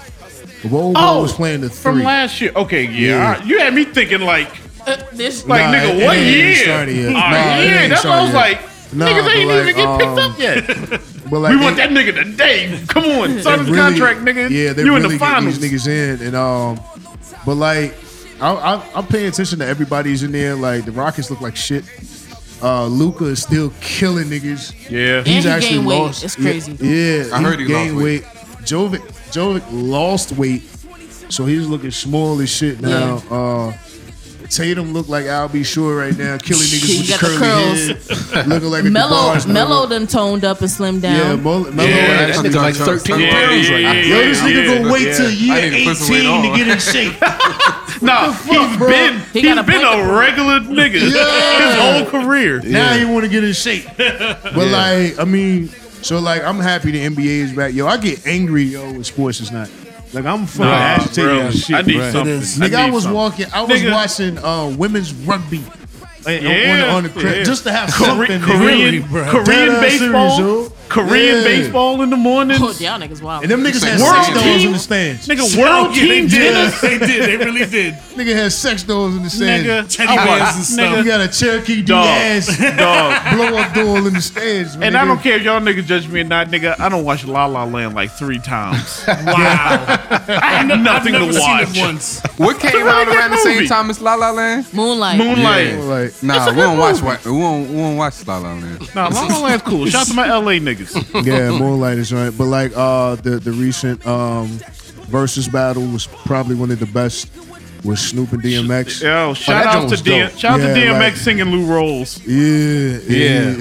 Speaker 2: Bobo
Speaker 3: Oh,
Speaker 2: was playing the three.
Speaker 3: From last year. Okay, yeah.
Speaker 2: Yeah.
Speaker 3: all right. You had me thinking like
Speaker 6: Uh, this
Speaker 3: like
Speaker 2: Nah, it-
Speaker 3: nigga,
Speaker 2: it
Speaker 3: what
Speaker 2: ain't even
Speaker 3: year?
Speaker 2: started yet.
Speaker 3: All
Speaker 2: Nah,
Speaker 3: right,
Speaker 2: it
Speaker 3: yeah,
Speaker 2: ain't
Speaker 3: that's what I was
Speaker 2: started
Speaker 3: like.
Speaker 2: yet. Nah,
Speaker 3: niggas
Speaker 2: but
Speaker 3: ain't even
Speaker 2: like,
Speaker 3: get picked
Speaker 2: um,
Speaker 3: up yet.
Speaker 2: [laughs] but like
Speaker 3: we
Speaker 2: they-
Speaker 3: want that nigga today. Come on,
Speaker 2: they
Speaker 3: sign the
Speaker 2: really-
Speaker 3: contract, nigga.
Speaker 2: Yeah, they
Speaker 3: you
Speaker 2: really
Speaker 3: in the
Speaker 2: getting
Speaker 3: finals.
Speaker 2: These niggas in and um, but like I, I, I'm paying attention to everybody's in there. Like the Rockets look like shit. Uh, Luca is still killing niggas.
Speaker 3: Yeah.
Speaker 6: he gained weight. It's crazy.
Speaker 2: Yeah, yeah
Speaker 5: I heard he
Speaker 2: gained
Speaker 5: lost
Speaker 2: weight. Jovic, Jovic lost weight, so he's looking small as shit now. Uh, Tatum look like I'll be sure right now, killing niggas
Speaker 6: [laughs] He
Speaker 2: with the
Speaker 6: got the
Speaker 2: curly head, looking like a
Speaker 6: Mellow,
Speaker 2: DeBarge.
Speaker 6: Mellow done toned up and slimmed
Speaker 2: Yeah,
Speaker 6: down.
Speaker 2: Mel- Melo
Speaker 3: Yeah, that
Speaker 2: actually
Speaker 5: nigga like
Speaker 2: turned
Speaker 5: 13
Speaker 2: some-
Speaker 3: yeah, yeah,
Speaker 5: pounds
Speaker 3: yeah,
Speaker 5: right now.
Speaker 3: yeah,
Speaker 5: Yo,
Speaker 3: yeah,
Speaker 5: this
Speaker 3: yeah.
Speaker 5: I need to put some weight on.
Speaker 9: shape.
Speaker 3: Nah, he's been
Speaker 6: He
Speaker 3: he's
Speaker 6: gotta
Speaker 3: been
Speaker 6: break
Speaker 3: a regular nigga [laughs] his whole career.
Speaker 2: Now you want to get in shape. [laughs] But like, I mean, so like, I'm happy the NBA is back. Yo, I get angry yo when sports is not. Like I'm fucking
Speaker 3: Nah,
Speaker 2: agitated.
Speaker 3: bro,
Speaker 2: about shit,
Speaker 3: I need
Speaker 2: bruh.
Speaker 3: something.
Speaker 2: It is.
Speaker 3: I
Speaker 2: Nigga, I,
Speaker 3: need
Speaker 2: was
Speaker 3: something.
Speaker 2: walking. I was
Speaker 3: Nigga.
Speaker 2: watching uh, women's rugby. uh,
Speaker 3: Yeah,
Speaker 2: on, the- on the crib,
Speaker 3: yeah.
Speaker 2: just to have
Speaker 3: Kore-
Speaker 2: something.
Speaker 3: Korean,
Speaker 2: nigga.
Speaker 3: Korean,
Speaker 2: Dead-ass
Speaker 3: baseball,
Speaker 2: serious, yo.
Speaker 3: Korean
Speaker 2: Yeah.
Speaker 3: baseball in the morning.
Speaker 6: Oh, y'all niggas wild.
Speaker 2: And them niggas had
Speaker 3: World
Speaker 2: sex dolls
Speaker 3: team?
Speaker 2: in the stands.
Speaker 3: Nigga, world
Speaker 1: Yeah, they
Speaker 3: team
Speaker 1: did.
Speaker 3: dinner.
Speaker 1: They did. They really did.
Speaker 2: Nigga had sex dolls in the stands.
Speaker 3: Nigga,
Speaker 1: Teddy bears and stuff.
Speaker 2: You got a Cherokee
Speaker 3: Dog.
Speaker 2: ass
Speaker 3: Dog.
Speaker 2: blow up doll in the stands.
Speaker 3: And
Speaker 2: nigga.
Speaker 3: I don't care if y'all niggas judge me or not, nigga. I don't watch La La Land like three [laughs] times.
Speaker 1: Wow.
Speaker 3: I have nothing
Speaker 1: I've never
Speaker 3: to watch.
Speaker 1: Seen it once.
Speaker 2: [laughs]
Speaker 5: What came
Speaker 3: really
Speaker 5: out
Speaker 3: good
Speaker 5: around the same
Speaker 3: movie.
Speaker 5: time as La La Land?
Speaker 6: Moonlight.
Speaker 3: Moonlight.
Speaker 2: Like,
Speaker 5: Nah, we don't watch. Wa- We won't. We won't watch La La Land.
Speaker 3: Nah, La La Land's cool. Shout out to my LA niggas.
Speaker 2: yeah, Moonlight is right. But like uh the the recent um versus battle was probably one of the best with Snoop and DMX. Yeah,
Speaker 3: Yo, shout
Speaker 16: that
Speaker 3: out
Speaker 16: joint
Speaker 3: to
Speaker 16: was
Speaker 3: DM,
Speaker 16: dope.
Speaker 3: shout out
Speaker 2: Yeah,
Speaker 3: to DMX
Speaker 2: like-
Speaker 3: singing Lou Rolls.
Speaker 2: yeah.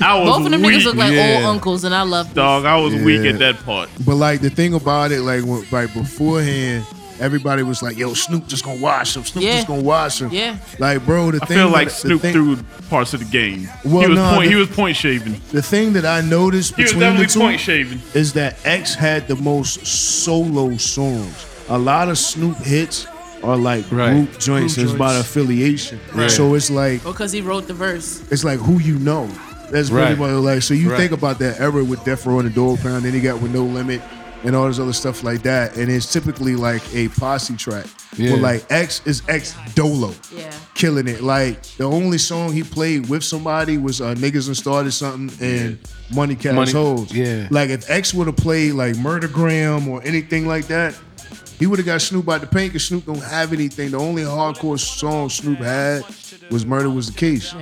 Speaker 3: I was
Speaker 6: Both of them
Speaker 3: weak,
Speaker 6: niggas look like
Speaker 2: yeah.
Speaker 6: old uncles, and I love them.
Speaker 3: dog. I was weak
Speaker 2: Yeah.
Speaker 3: at that part.
Speaker 2: [laughs] but like the thing about it, like when, like beforehand, everybody was like, "Yo, Snoop just gonna wash him. Snoop
Speaker 6: Yeah.
Speaker 2: just gonna wash him."
Speaker 6: Yeah.
Speaker 2: Like, bro, the
Speaker 3: I
Speaker 2: thing
Speaker 3: feel like
Speaker 2: that,
Speaker 3: Snoop
Speaker 2: the thing,
Speaker 3: threw parts of the game.
Speaker 2: Well,
Speaker 3: he was
Speaker 2: nah,
Speaker 3: point.
Speaker 2: the-
Speaker 3: he was point shaving.
Speaker 2: the thing that I noticed
Speaker 3: He was
Speaker 2: between the
Speaker 3: definitely
Speaker 2: two
Speaker 3: point shaving.
Speaker 2: is that X had the most solo songs. A lot of Snoop hits are like group joints. It's about affiliation. So it's like
Speaker 6: Because Oh, he wrote the verse.
Speaker 2: it's like who you know. That's really what it like. So you think about that era with Death Row and the Door Pound. Then he got with No Limit. and all this other stuff like that. And it's typically like a posse track. Yeah. Where like X is X Dolo.
Speaker 6: Yeah.
Speaker 2: Killing it. Like the only song he played with somebody was uh, Niggas and Started Something and Money Cash
Speaker 4: Money-
Speaker 2: Hoes.
Speaker 4: yeah.
Speaker 2: Like if X would have played like Murdergram or anything like that, he would have got Snoop out the paint because Snoop don't have anything. The only hardcore song Snoop had was Murder Was the Case.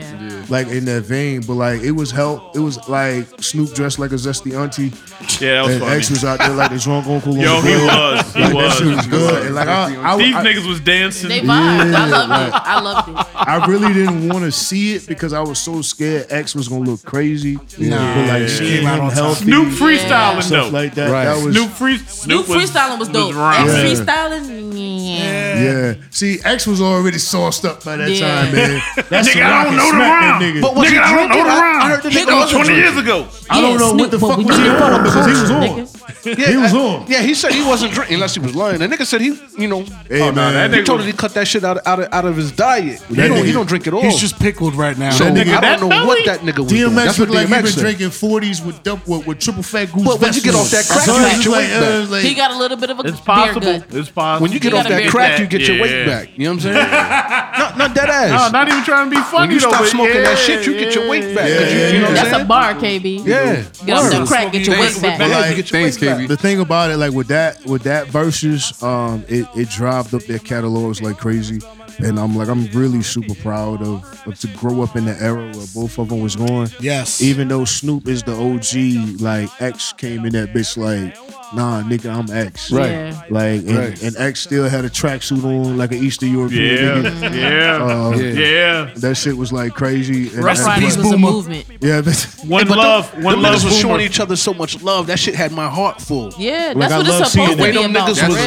Speaker 2: Like in that vein. But like it was help. It was like Snoop dressed like a zesty auntie.
Speaker 3: Yeah, that was
Speaker 2: and
Speaker 3: funny.
Speaker 2: X was out there like the
Speaker 3: [laughs]
Speaker 2: drunk uncle. on
Speaker 3: Yo,
Speaker 2: the
Speaker 3: he
Speaker 2: grill.
Speaker 3: was. He
Speaker 2: Like,
Speaker 3: was.
Speaker 2: That shit was good. And like I, I,
Speaker 3: These
Speaker 2: I,
Speaker 3: niggas was dancing.
Speaker 6: They vibed. I loved
Speaker 2: Yeah,
Speaker 6: it. I loved it.
Speaker 2: I really didn't want to see it because I was so scared X was gonna look crazy.
Speaker 1: Nah.
Speaker 2: but like she
Speaker 1: Yeah.
Speaker 2: came out on healthy.
Speaker 3: Snoop freestyling
Speaker 2: stuff
Speaker 3: though.
Speaker 2: like that.
Speaker 9: Right.
Speaker 2: That was
Speaker 3: Snoop free. Snoop
Speaker 6: New freestyling was dope.
Speaker 3: rhyming.
Speaker 6: X
Speaker 2: Yeah.
Speaker 6: freestyling, yeah.
Speaker 2: yeah. See, X was already sauced up by that
Speaker 6: Yeah.
Speaker 2: time, man. That's
Speaker 3: Nigga,
Speaker 2: the
Speaker 3: I don't
Speaker 2: rocket
Speaker 3: know the
Speaker 2: smack that
Speaker 3: rhyme.
Speaker 2: nigga.
Speaker 3: But was nigga, I don't know the rhyme.
Speaker 4: I heard the
Speaker 6: Here
Speaker 4: nigga
Speaker 6: goes
Speaker 4: wasn't
Speaker 3: Twenty
Speaker 4: drinking.
Speaker 3: years ago.
Speaker 2: I don't know what the fuck was he on because he was on.
Speaker 4: Yeah,
Speaker 2: He was
Speaker 4: I-
Speaker 2: on.
Speaker 4: Yeah, he said he wasn't drinking unless he was lying. The nigga said he, you know,
Speaker 2: Hey man,
Speaker 3: that
Speaker 4: he
Speaker 3: nigga
Speaker 4: totally cut that shit out out of, out of his diet. He
Speaker 2: That
Speaker 4: don't, he
Speaker 2: nigga-
Speaker 4: don't drink at all.
Speaker 1: He's just pickled right now.
Speaker 4: Oh. so
Speaker 1: That
Speaker 2: nigga-
Speaker 4: I
Speaker 2: that
Speaker 4: don't know
Speaker 3: belly-
Speaker 4: what that nigga was doing.
Speaker 2: DMX
Speaker 4: That's what
Speaker 2: looked like he
Speaker 4: DMX
Speaker 2: been
Speaker 4: said.
Speaker 2: drinking forties with dump with, with triple fat goose.
Speaker 4: But once you get off that crack,
Speaker 2: vessels.
Speaker 4: you get your
Speaker 2: Like,
Speaker 4: weight back.
Speaker 2: uh, like-
Speaker 6: He got a little bit of a
Speaker 3: It's
Speaker 6: beer
Speaker 3: possible.
Speaker 6: gut.
Speaker 3: It's possible.
Speaker 4: When you get
Speaker 6: You
Speaker 4: off
Speaker 6: gotta
Speaker 4: that
Speaker 6: bear
Speaker 4: crack,
Speaker 3: that.
Speaker 4: you get your weight
Speaker 3: Yeah.
Speaker 4: back. You know what I'm saying? not, not that
Speaker 3: No,
Speaker 4: ass.
Speaker 3: not even trying to be funny.
Speaker 4: when you
Speaker 3: though,
Speaker 4: stop
Speaker 3: but
Speaker 4: smoking
Speaker 3: yeah,
Speaker 4: that shit, you get your weight back. 'Cause you, you know what I'm
Speaker 6: That's
Speaker 4: saying?
Speaker 6: a bar, KB.
Speaker 4: Yeah.
Speaker 6: Get off that
Speaker 4: Word.
Speaker 6: crack, get your
Speaker 5: Thanks
Speaker 6: weight
Speaker 5: for
Speaker 6: back.
Speaker 2: Like,
Speaker 5: Thanks, KB.
Speaker 2: The thing about it, like with that, with that versus, um, it it drived up their catalogs like crazy, and I'm like, I'm really super proud of, of to grow up in the era where both of them was going.
Speaker 1: Yes.
Speaker 2: Even though Snoop is the OG, like X came in that bitch like, nah, nigga, I'm X.
Speaker 6: Right. Yeah.
Speaker 2: Like, and,
Speaker 5: Right.
Speaker 2: and X still had a tracksuit on, like an Eastern European. nigga.
Speaker 3: Yeah, [laughs] yeah,
Speaker 2: Um,
Speaker 3: yeah.
Speaker 2: That shit was like crazy. And,
Speaker 6: That's
Speaker 2: and-
Speaker 6: why this was a
Speaker 1: Boomer.
Speaker 6: movement.
Speaker 2: Yeah,
Speaker 6: [laughs]
Speaker 2: but
Speaker 3: One
Speaker 4: But
Speaker 3: love,
Speaker 4: them,
Speaker 3: one
Speaker 4: them
Speaker 3: love.
Speaker 4: niggas was showing
Speaker 3: Boomer.
Speaker 4: each other so much love. That shit had my heart full.
Speaker 6: Yeah,
Speaker 2: Like,
Speaker 6: that's
Speaker 2: I
Speaker 6: what
Speaker 2: love
Speaker 6: it's
Speaker 2: seeing
Speaker 6: supposed to
Speaker 4: Way
Speaker 6: be
Speaker 4: them
Speaker 6: about.
Speaker 4: niggas
Speaker 6: for
Speaker 4: was-
Speaker 2: [laughs]
Speaker 6: real.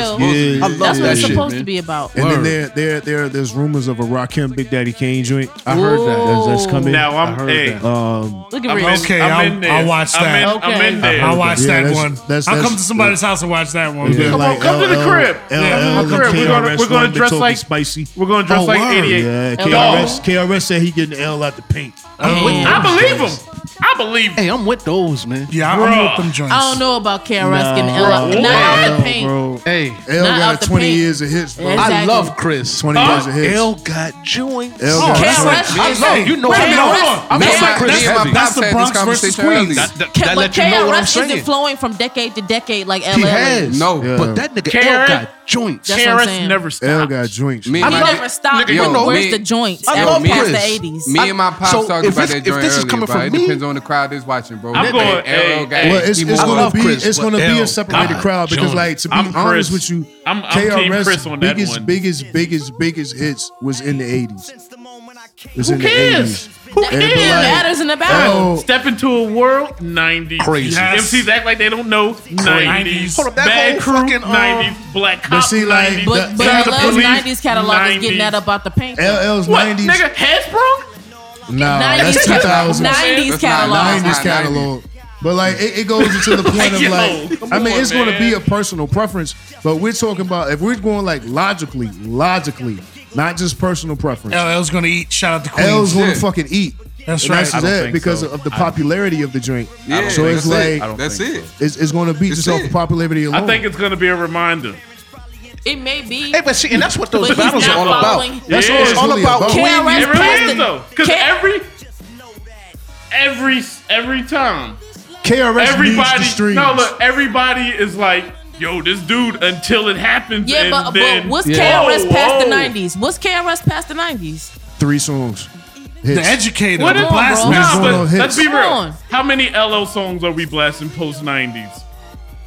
Speaker 4: I love
Speaker 6: That's what
Speaker 4: that
Speaker 6: it's
Speaker 4: shit,
Speaker 6: supposed
Speaker 4: man.
Speaker 6: to be about.
Speaker 2: And then
Speaker 5: Word.
Speaker 2: there, there, there, there's rumors of a Rakim Big Daddy Kane joint. I
Speaker 6: heard that.
Speaker 2: That's, that's coming.
Speaker 3: Now I'm-
Speaker 2: I heard
Speaker 3: hey.
Speaker 2: that. Um,
Speaker 6: Look
Speaker 3: I'm
Speaker 6: at
Speaker 3: in-
Speaker 6: Rose.
Speaker 1: Okay,
Speaker 3: I'm
Speaker 1: I'll-
Speaker 3: in there.
Speaker 1: I'll watch that.
Speaker 3: I'm in, I'm in
Speaker 6: Okay.
Speaker 3: there.
Speaker 1: I watched
Speaker 2: Yeah,
Speaker 1: that
Speaker 2: that's-
Speaker 1: one.
Speaker 2: that's-
Speaker 1: I'll
Speaker 2: that's-
Speaker 1: come to somebody's house and watch that one.
Speaker 2: yeah,
Speaker 3: Come on,
Speaker 2: like
Speaker 3: come to the
Speaker 2: LL,
Speaker 3: crib.
Speaker 2: LL,
Speaker 3: Yeah, come to the crib. We're gonna-
Speaker 2: KRS
Speaker 3: we're gonna
Speaker 2: One,
Speaker 3: dress
Speaker 2: Bitoki
Speaker 3: like-
Speaker 2: spicy.
Speaker 3: We're gonna dress
Speaker 1: Oh,
Speaker 3: like
Speaker 1: word.
Speaker 3: '88.
Speaker 2: Yeah,
Speaker 6: Dog.
Speaker 2: KRS, KRS said he getting L out the paint.
Speaker 3: I
Speaker 6: Damn.
Speaker 3: believe him. I believe him.
Speaker 4: Hey, I'm with those, man.
Speaker 1: Yeah, I'm
Speaker 3: Bruh.
Speaker 1: with them joints.
Speaker 6: I don't know about KRS getting L. Not out the paint.
Speaker 2: Oh, Bro,
Speaker 4: Hey,
Speaker 2: L
Speaker 6: Not out
Speaker 2: got
Speaker 6: the
Speaker 2: 20
Speaker 6: paint.
Speaker 2: years of hits, bro.
Speaker 6: Exactly.
Speaker 4: I love Chris.
Speaker 2: 20 years of hits.
Speaker 4: L got joints.
Speaker 2: L got
Speaker 6: KRS
Speaker 2: 20.
Speaker 6: is-
Speaker 4: I love you know
Speaker 6: Wait a
Speaker 4: I
Speaker 6: minute,
Speaker 4: love-
Speaker 6: hold on.
Speaker 4: I'm
Speaker 6: Man,
Speaker 4: not like Chris
Speaker 5: that's the-
Speaker 4: Heavy.
Speaker 5: that's the Bronx versus Queens.
Speaker 4: That, that,
Speaker 6: K-
Speaker 4: that
Speaker 6: but
Speaker 4: let you know what I'm
Speaker 6: KRS
Speaker 4: saying.
Speaker 6: isn't flowing from decade to decade like LL.
Speaker 4: He has
Speaker 6: is.
Speaker 5: No,
Speaker 2: Yeah.
Speaker 4: but that nigga
Speaker 3: Karen.
Speaker 4: L got joints.
Speaker 6: That's what I'm
Speaker 3: Karis
Speaker 6: saying.
Speaker 3: never stopped.
Speaker 2: L got joints.
Speaker 5: Me
Speaker 6: He
Speaker 5: and my-
Speaker 6: never stopped.
Speaker 4: nigga, you
Speaker 6: Where-
Speaker 4: know
Speaker 6: Where's
Speaker 5: me-
Speaker 6: the joints?
Speaker 4: I
Speaker 6: After
Speaker 4: love
Speaker 6: past
Speaker 4: Chris.
Speaker 6: the 80s.
Speaker 5: Me and my pops
Speaker 4: so
Speaker 5: talked
Speaker 4: if
Speaker 5: about
Speaker 4: it's-
Speaker 5: that
Speaker 4: if
Speaker 5: joint
Speaker 4: this is
Speaker 5: earlier,
Speaker 4: coming
Speaker 5: bro.
Speaker 4: from
Speaker 5: It
Speaker 4: me-
Speaker 5: depends on the crowd that's watching, bro.
Speaker 3: I'm
Speaker 5: That
Speaker 3: going,
Speaker 5: man,
Speaker 3: hey,
Speaker 5: LL got-
Speaker 3: hey.
Speaker 2: Well, it's,
Speaker 5: he
Speaker 2: it's
Speaker 5: more-
Speaker 2: gonna
Speaker 4: love
Speaker 2: be
Speaker 4: Chris,
Speaker 2: it's
Speaker 4: but
Speaker 2: gonna be
Speaker 4: L
Speaker 2: a separated
Speaker 4: got
Speaker 2: crowd because
Speaker 4: Jones.
Speaker 2: like to be
Speaker 3: I'm
Speaker 2: honest
Speaker 3: Chris.
Speaker 2: with you,
Speaker 3: I'm- I'm Team
Speaker 2: KRS
Speaker 3: Chris
Speaker 2: 's
Speaker 3: on that
Speaker 2: biggest
Speaker 3: one.
Speaker 2: biggest biggest biggest hits was in the eighties. Was in
Speaker 3: Who cares? Who
Speaker 6: That
Speaker 2: And
Speaker 6: it
Speaker 2: like-
Speaker 3: cares?
Speaker 6: matters in the
Speaker 2: L-
Speaker 6: battle.
Speaker 3: Step into a world 90s.
Speaker 4: Crazy.
Speaker 1: Yes.
Speaker 3: MCs act like they don't know 90s.
Speaker 1: Hold up,
Speaker 4: that
Speaker 3: Bad
Speaker 4: whole
Speaker 3: crew
Speaker 4: fucking, um,
Speaker 3: 90s. Black cop
Speaker 2: see, like,
Speaker 3: 90s.
Speaker 2: that-
Speaker 6: But but
Speaker 3: Sound of
Speaker 6: LL's
Speaker 3: Police,
Speaker 6: 90s catalog is getting
Speaker 3: 90s.
Speaker 6: that up out the paint.
Speaker 2: the LL's
Speaker 3: What
Speaker 2: nineties.
Speaker 3: nigga Hasbro?
Speaker 2: Nah, that's
Speaker 6: 90s,
Speaker 2: two thousands.
Speaker 6: 90s
Speaker 5: That's not
Speaker 6: catalog.
Speaker 2: 90s
Speaker 5: Nah, 90s.
Speaker 2: catalog. But like it, it goes into
Speaker 3: [laughs]
Speaker 2: the point of
Speaker 3: Yo,
Speaker 2: like
Speaker 3: come
Speaker 2: I mean
Speaker 3: on,
Speaker 2: it's going to
Speaker 3: man.
Speaker 2: be a personal preference, but we're talking about if we're going like logically, logically, not just personal preference.
Speaker 1: LL's gonna eat. Shout out to Queens.
Speaker 2: L's going
Speaker 5: Yeah.
Speaker 2: to fucking eat.
Speaker 1: That's
Speaker 2: And
Speaker 1: right.
Speaker 2: That's
Speaker 1: I
Speaker 3: don't
Speaker 2: it
Speaker 3: think
Speaker 2: because
Speaker 3: so.
Speaker 2: of the popularity of the drink.
Speaker 5: Yeah,
Speaker 2: so it's
Speaker 5: that's it.
Speaker 2: like
Speaker 5: I don't that's
Speaker 3: think
Speaker 5: it.
Speaker 2: it's, it's going to beat
Speaker 5: That's
Speaker 2: yourself
Speaker 5: it.
Speaker 2: for popularity alone.
Speaker 3: I think it's going to be a reminder.
Speaker 6: It may be.
Speaker 4: Hey, but see, and that's what
Speaker 6: But
Speaker 4: those
Speaker 6: he's
Speaker 4: battles
Speaker 6: not
Speaker 4: are all
Speaker 6: following-
Speaker 4: about. That's
Speaker 3: Yeah.
Speaker 4: all it's all
Speaker 2: Really
Speaker 4: about.
Speaker 2: about-
Speaker 4: when
Speaker 6: KRS
Speaker 3: It really is, though.
Speaker 6: plastic.
Speaker 3: Because
Speaker 6: K-
Speaker 3: every, every, every time,
Speaker 2: KRS needs
Speaker 3: everybody,
Speaker 2: the streams.
Speaker 3: no, look, everybody is like, yo, this dude until it happens.
Speaker 6: Yeah,
Speaker 3: and
Speaker 6: but,
Speaker 3: then,
Speaker 6: but what's
Speaker 3: Whoa,
Speaker 6: KRS past
Speaker 3: whoa.
Speaker 6: the 90s? What's KRS past the 90s?
Speaker 2: Three songs.
Speaker 1: The
Speaker 2: Hits.
Speaker 1: educator,
Speaker 3: What
Speaker 1: the
Speaker 3: is
Speaker 6: Come on,
Speaker 1: blast
Speaker 6: bro.
Speaker 2: Just
Speaker 3: nah,
Speaker 1: master.
Speaker 2: going on
Speaker 3: but let's
Speaker 2: hits.
Speaker 3: be real.
Speaker 6: Come on.
Speaker 3: How many LL songs are we blasting post 90s?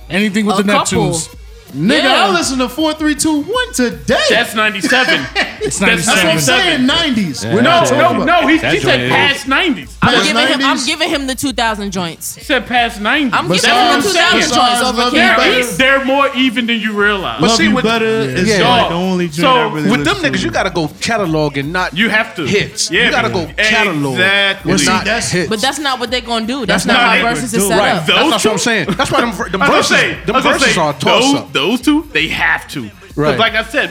Speaker 1: Anything with
Speaker 6: A
Speaker 1: the
Speaker 6: couple.
Speaker 1: Neptunes.
Speaker 2: Nigga,
Speaker 6: Yeah.
Speaker 2: I listened to 4-3-2-1 today.
Speaker 3: That's 97.
Speaker 9: [laughs]
Speaker 1: It's
Speaker 3: That's
Speaker 2: That's what I'm
Speaker 1: 97.
Speaker 2: saying. 90s. We're not
Speaker 3: No,
Speaker 2: talking
Speaker 3: no,
Speaker 2: about
Speaker 3: no. He, he
Speaker 7: joint
Speaker 3: said
Speaker 7: is-
Speaker 3: past 90s. I
Speaker 6: I'm
Speaker 2: Past
Speaker 6: giving, him, I'm
Speaker 2: 90s?
Speaker 6: giving him the 2000 joints.
Speaker 3: He said past 90s.
Speaker 6: I'm
Speaker 3: That's
Speaker 6: giving
Speaker 3: what
Speaker 6: him
Speaker 3: I'm
Speaker 6: the
Speaker 3: saying.
Speaker 6: 2000
Speaker 2: Stars
Speaker 6: joints over
Speaker 2: love you
Speaker 3: They're,
Speaker 6: KRS.
Speaker 2: better.
Speaker 3: e- they're more even than you realize.
Speaker 4: But
Speaker 9: Love
Speaker 4: see,
Speaker 9: you
Speaker 4: with-
Speaker 9: better is
Speaker 4: yeah.
Speaker 9: like
Speaker 3: Dog.
Speaker 9: the only joint I
Speaker 3: So,
Speaker 9: really
Speaker 4: With them
Speaker 9: listen to.
Speaker 4: niggas, you gotta go catalog and not
Speaker 3: you have to.
Speaker 4: hits.
Speaker 3: Yeah,
Speaker 4: you gotta go catalog.
Speaker 3: Exactly.
Speaker 4: Well, see,
Speaker 2: Not
Speaker 4: that's hits.
Speaker 6: But that's not what they're going to do. That's,
Speaker 3: That's
Speaker 6: not
Speaker 3: not
Speaker 6: how
Speaker 3: it.
Speaker 6: verses is
Speaker 3: Do
Speaker 6: set
Speaker 4: right.
Speaker 6: up.
Speaker 3: Those
Speaker 4: that's what
Speaker 3: two-
Speaker 4: I'm saying. That's why them, ver- them
Speaker 3: I was
Speaker 4: verses,
Speaker 3: gonna say, I
Speaker 4: them
Speaker 3: was gonna
Speaker 4: verses
Speaker 3: say,
Speaker 4: are toss
Speaker 3: those,
Speaker 4: up.
Speaker 3: those two, they have to. 'Cause
Speaker 4: Right.
Speaker 3: like I said,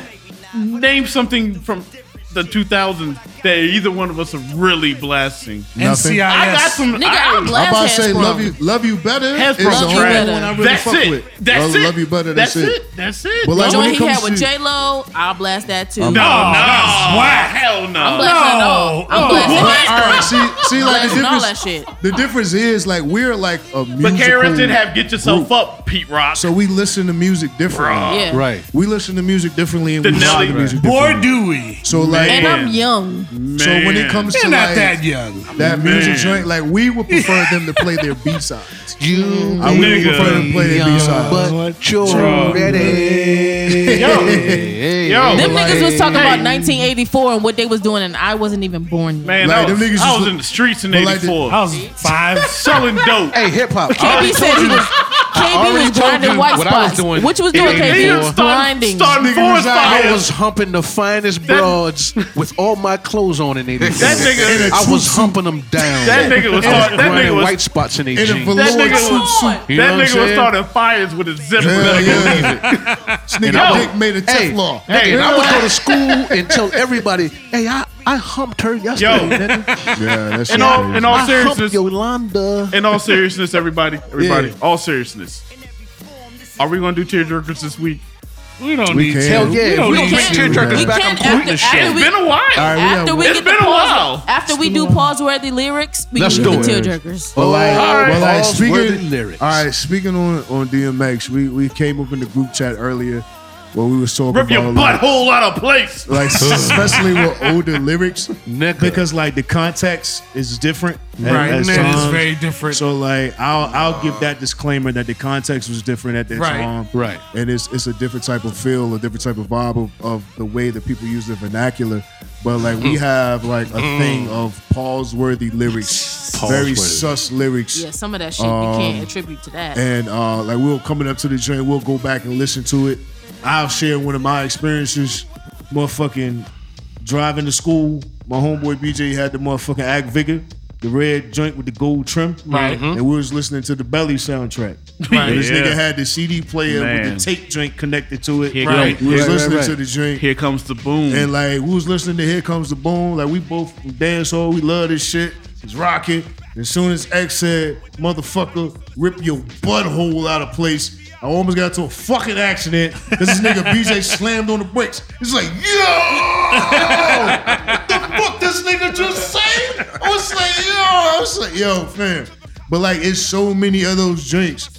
Speaker 3: name something from the 2000s that either one of us are really blasting.
Speaker 1: Nothing. NCIS.
Speaker 3: I got some.
Speaker 6: Nigga, I'll
Speaker 2: I'm
Speaker 6: blast
Speaker 2: about to say
Speaker 6: Hasbro.
Speaker 2: love you, love you better.
Speaker 3: Hasbro
Speaker 2: is the only
Speaker 6: trash.
Speaker 2: one I really
Speaker 3: that's
Speaker 2: fuck
Speaker 3: it.
Speaker 2: with.
Speaker 3: That's
Speaker 2: love,
Speaker 3: it.
Speaker 2: love you better. That's, it.
Speaker 3: That's it.
Speaker 2: But like
Speaker 6: the
Speaker 2: when
Speaker 6: joint
Speaker 2: it
Speaker 6: he
Speaker 2: comes
Speaker 6: had with
Speaker 2: to
Speaker 6: J Lo, I'll blast that too.
Speaker 5: I'm
Speaker 3: no,
Speaker 5: not-
Speaker 3: no,
Speaker 1: whack.
Speaker 3: hell no.
Speaker 6: I'm blasting it all. I'm blasting
Speaker 1: what?
Speaker 6: it all.
Speaker 2: Alright, see, see, like the
Speaker 6: Blasting all
Speaker 2: difference.
Speaker 6: that shit.
Speaker 2: The difference is like we're like a musical.
Speaker 3: But Karen did have get yourself
Speaker 2: group.
Speaker 3: up, Pete Rock.
Speaker 2: So we listen to music differently.
Speaker 6: Yeah.
Speaker 17: Right.
Speaker 2: We listen to music differently, and
Speaker 3: The
Speaker 2: we listen
Speaker 3: Nelly-
Speaker 2: to music
Speaker 1: Boy,
Speaker 2: differently.
Speaker 1: do we?
Speaker 2: So like,
Speaker 6: And I'm
Speaker 3: Man.
Speaker 6: young.
Speaker 2: so when it
Speaker 3: Man.
Speaker 2: comes to
Speaker 1: They're not
Speaker 2: like,
Speaker 1: that young.
Speaker 2: that
Speaker 3: Man.
Speaker 2: music joint, like we would prefer them to play their B sides.
Speaker 4: You
Speaker 2: I would
Speaker 3: Nigga.
Speaker 2: prefer them to play their B sides.
Speaker 4: but you're ready.
Speaker 3: Yo,
Speaker 6: Them
Speaker 2: Like-
Speaker 6: niggas was talking
Speaker 3: Hey.
Speaker 6: about 1984 and what they was doing, and I wasn't even born yet.
Speaker 3: man,
Speaker 2: Like,
Speaker 3: I, was,
Speaker 2: them niggas
Speaker 3: I
Speaker 2: just
Speaker 3: was
Speaker 2: look-
Speaker 3: in the streets in
Speaker 2: But like the-
Speaker 3: '84,
Speaker 1: I was five.
Speaker 3: selling dope.
Speaker 4: Hey, hip hop.
Speaker 6: KB said he was. KB
Speaker 4: already
Speaker 6: was
Speaker 4: told
Speaker 6: grinding
Speaker 4: you
Speaker 6: white
Speaker 4: what I was
Speaker 6: spots.
Speaker 4: doing
Speaker 6: What you was doing,
Speaker 4: in '84.
Speaker 6: KB?
Speaker 3: Start-
Speaker 6: Grinding.
Speaker 3: starting
Speaker 2: Nigga
Speaker 3: forest
Speaker 2: reside-
Speaker 3: fires. [laughs]
Speaker 4: I was humping the finest broads with all my clothes on in 84.
Speaker 3: That nigga-
Speaker 4: I was humping them down.
Speaker 3: That nigga was hard- that
Speaker 4: running
Speaker 3: nigga was-
Speaker 4: white spots in their
Speaker 2: In a
Speaker 4: jeans.
Speaker 2: velour
Speaker 3: [laughs] That nigga
Speaker 2: suit
Speaker 3: was-
Speaker 2: suit.
Speaker 4: You know
Speaker 3: that
Speaker 4: what
Speaker 3: nigga
Speaker 4: I'm
Speaker 3: was
Speaker 4: saying?
Speaker 3: starting fires with a zipper. [laughs]
Speaker 2: Hell
Speaker 3: Like,
Speaker 2: yeah. This nigga
Speaker 3: Yo.
Speaker 2: dick made a
Speaker 4: Hey,
Speaker 2: Teflon.
Speaker 3: Hey,
Speaker 4: And I would go to school and tell everybody, hey, I, I humped her yesterday. nigga.
Speaker 2: Yeah, that's
Speaker 3: in all, in all
Speaker 4: I humped
Speaker 3: seriousness,
Speaker 4: Yolanda.
Speaker 3: in all seriousness, everybody, everybody, all seriousness. Are we gonna do tearjerkers this week?
Speaker 1: We don't
Speaker 2: We
Speaker 1: need
Speaker 2: can.
Speaker 1: to.
Speaker 4: Hell yeah.
Speaker 1: We
Speaker 4: We
Speaker 1: don't
Speaker 4: don't
Speaker 1: need
Speaker 4: make
Speaker 1: to,
Speaker 4: tearjerkers
Speaker 6: man.
Speaker 4: back.
Speaker 6: We
Speaker 4: I'm
Speaker 6: can't
Speaker 4: quitting this
Speaker 6: after-
Speaker 4: shit.
Speaker 3: It's
Speaker 6: we-
Speaker 3: been a while.
Speaker 6: After we
Speaker 3: It's
Speaker 6: get the
Speaker 3: been a
Speaker 6: pause,
Speaker 3: while.
Speaker 6: after we do pause-worthy lyrics, we
Speaker 4: Let's
Speaker 6: can
Speaker 4: do
Speaker 6: do the
Speaker 4: it.
Speaker 6: tearjerkers.
Speaker 2: Well, like,
Speaker 3: All right.
Speaker 2: well, like
Speaker 4: All's worthy
Speaker 2: speaking,
Speaker 4: lyrics.
Speaker 2: all right, speaking on, on DMX, we, we came up in the group chat earlier where we was talking
Speaker 3: Rip your
Speaker 2: about like,
Speaker 3: butthole out of place. [laughs]
Speaker 2: like, especially with older lyrics.
Speaker 4: Nigga.
Speaker 17: Because like the context is different. at-
Speaker 1: Right,
Speaker 17: at
Speaker 1: and it is
Speaker 17: times.
Speaker 1: very different.
Speaker 17: So like I'll I'll give that disclaimer that the context was different at that
Speaker 1: Right.
Speaker 17: time.
Speaker 4: Right.
Speaker 2: And it's it's a different type of feel, a different type of vibe of, of the way that people use the vernacular. But like we
Speaker 1: Mm.
Speaker 2: have like a thing of pause worthy lyrics, very sus lyrics.
Speaker 6: Yeah, some of that shit you can't attribute to that.
Speaker 2: and uh, like we were coming up to the joint, we'll go back and listen to it. I'll share one of my experiences.
Speaker 17: Motherfucking driving to school, my homeboy BJ had the motherfucking Act Vigor, the red joint with the gold trim.
Speaker 1: Right.
Speaker 17: And we was listening to the Belly soundtrack.
Speaker 1: Right.
Speaker 17: And this
Speaker 3: Yeah.
Speaker 17: nigga had the CD player
Speaker 3: Man.
Speaker 17: with the tape joint connected to it.
Speaker 3: Here,
Speaker 1: Right.
Speaker 3: come-
Speaker 2: We was
Speaker 5: Right, right,
Speaker 2: listening
Speaker 5: right.
Speaker 2: to the joint.
Speaker 3: here comes the boom.
Speaker 2: And like we was listening to Here Comes the Boom. Like we both from dance hall, we love this shit. It's rocking. As soon as X said, motherfucker, rip your butthole out of place. I almost got into a fucking accident. 'cause This nigga BJ slammed on the brakes. It's like, yo! What the fuck this nigga just say? I was like, yo, I was like, yo, fam. But like it's so many of those drinks.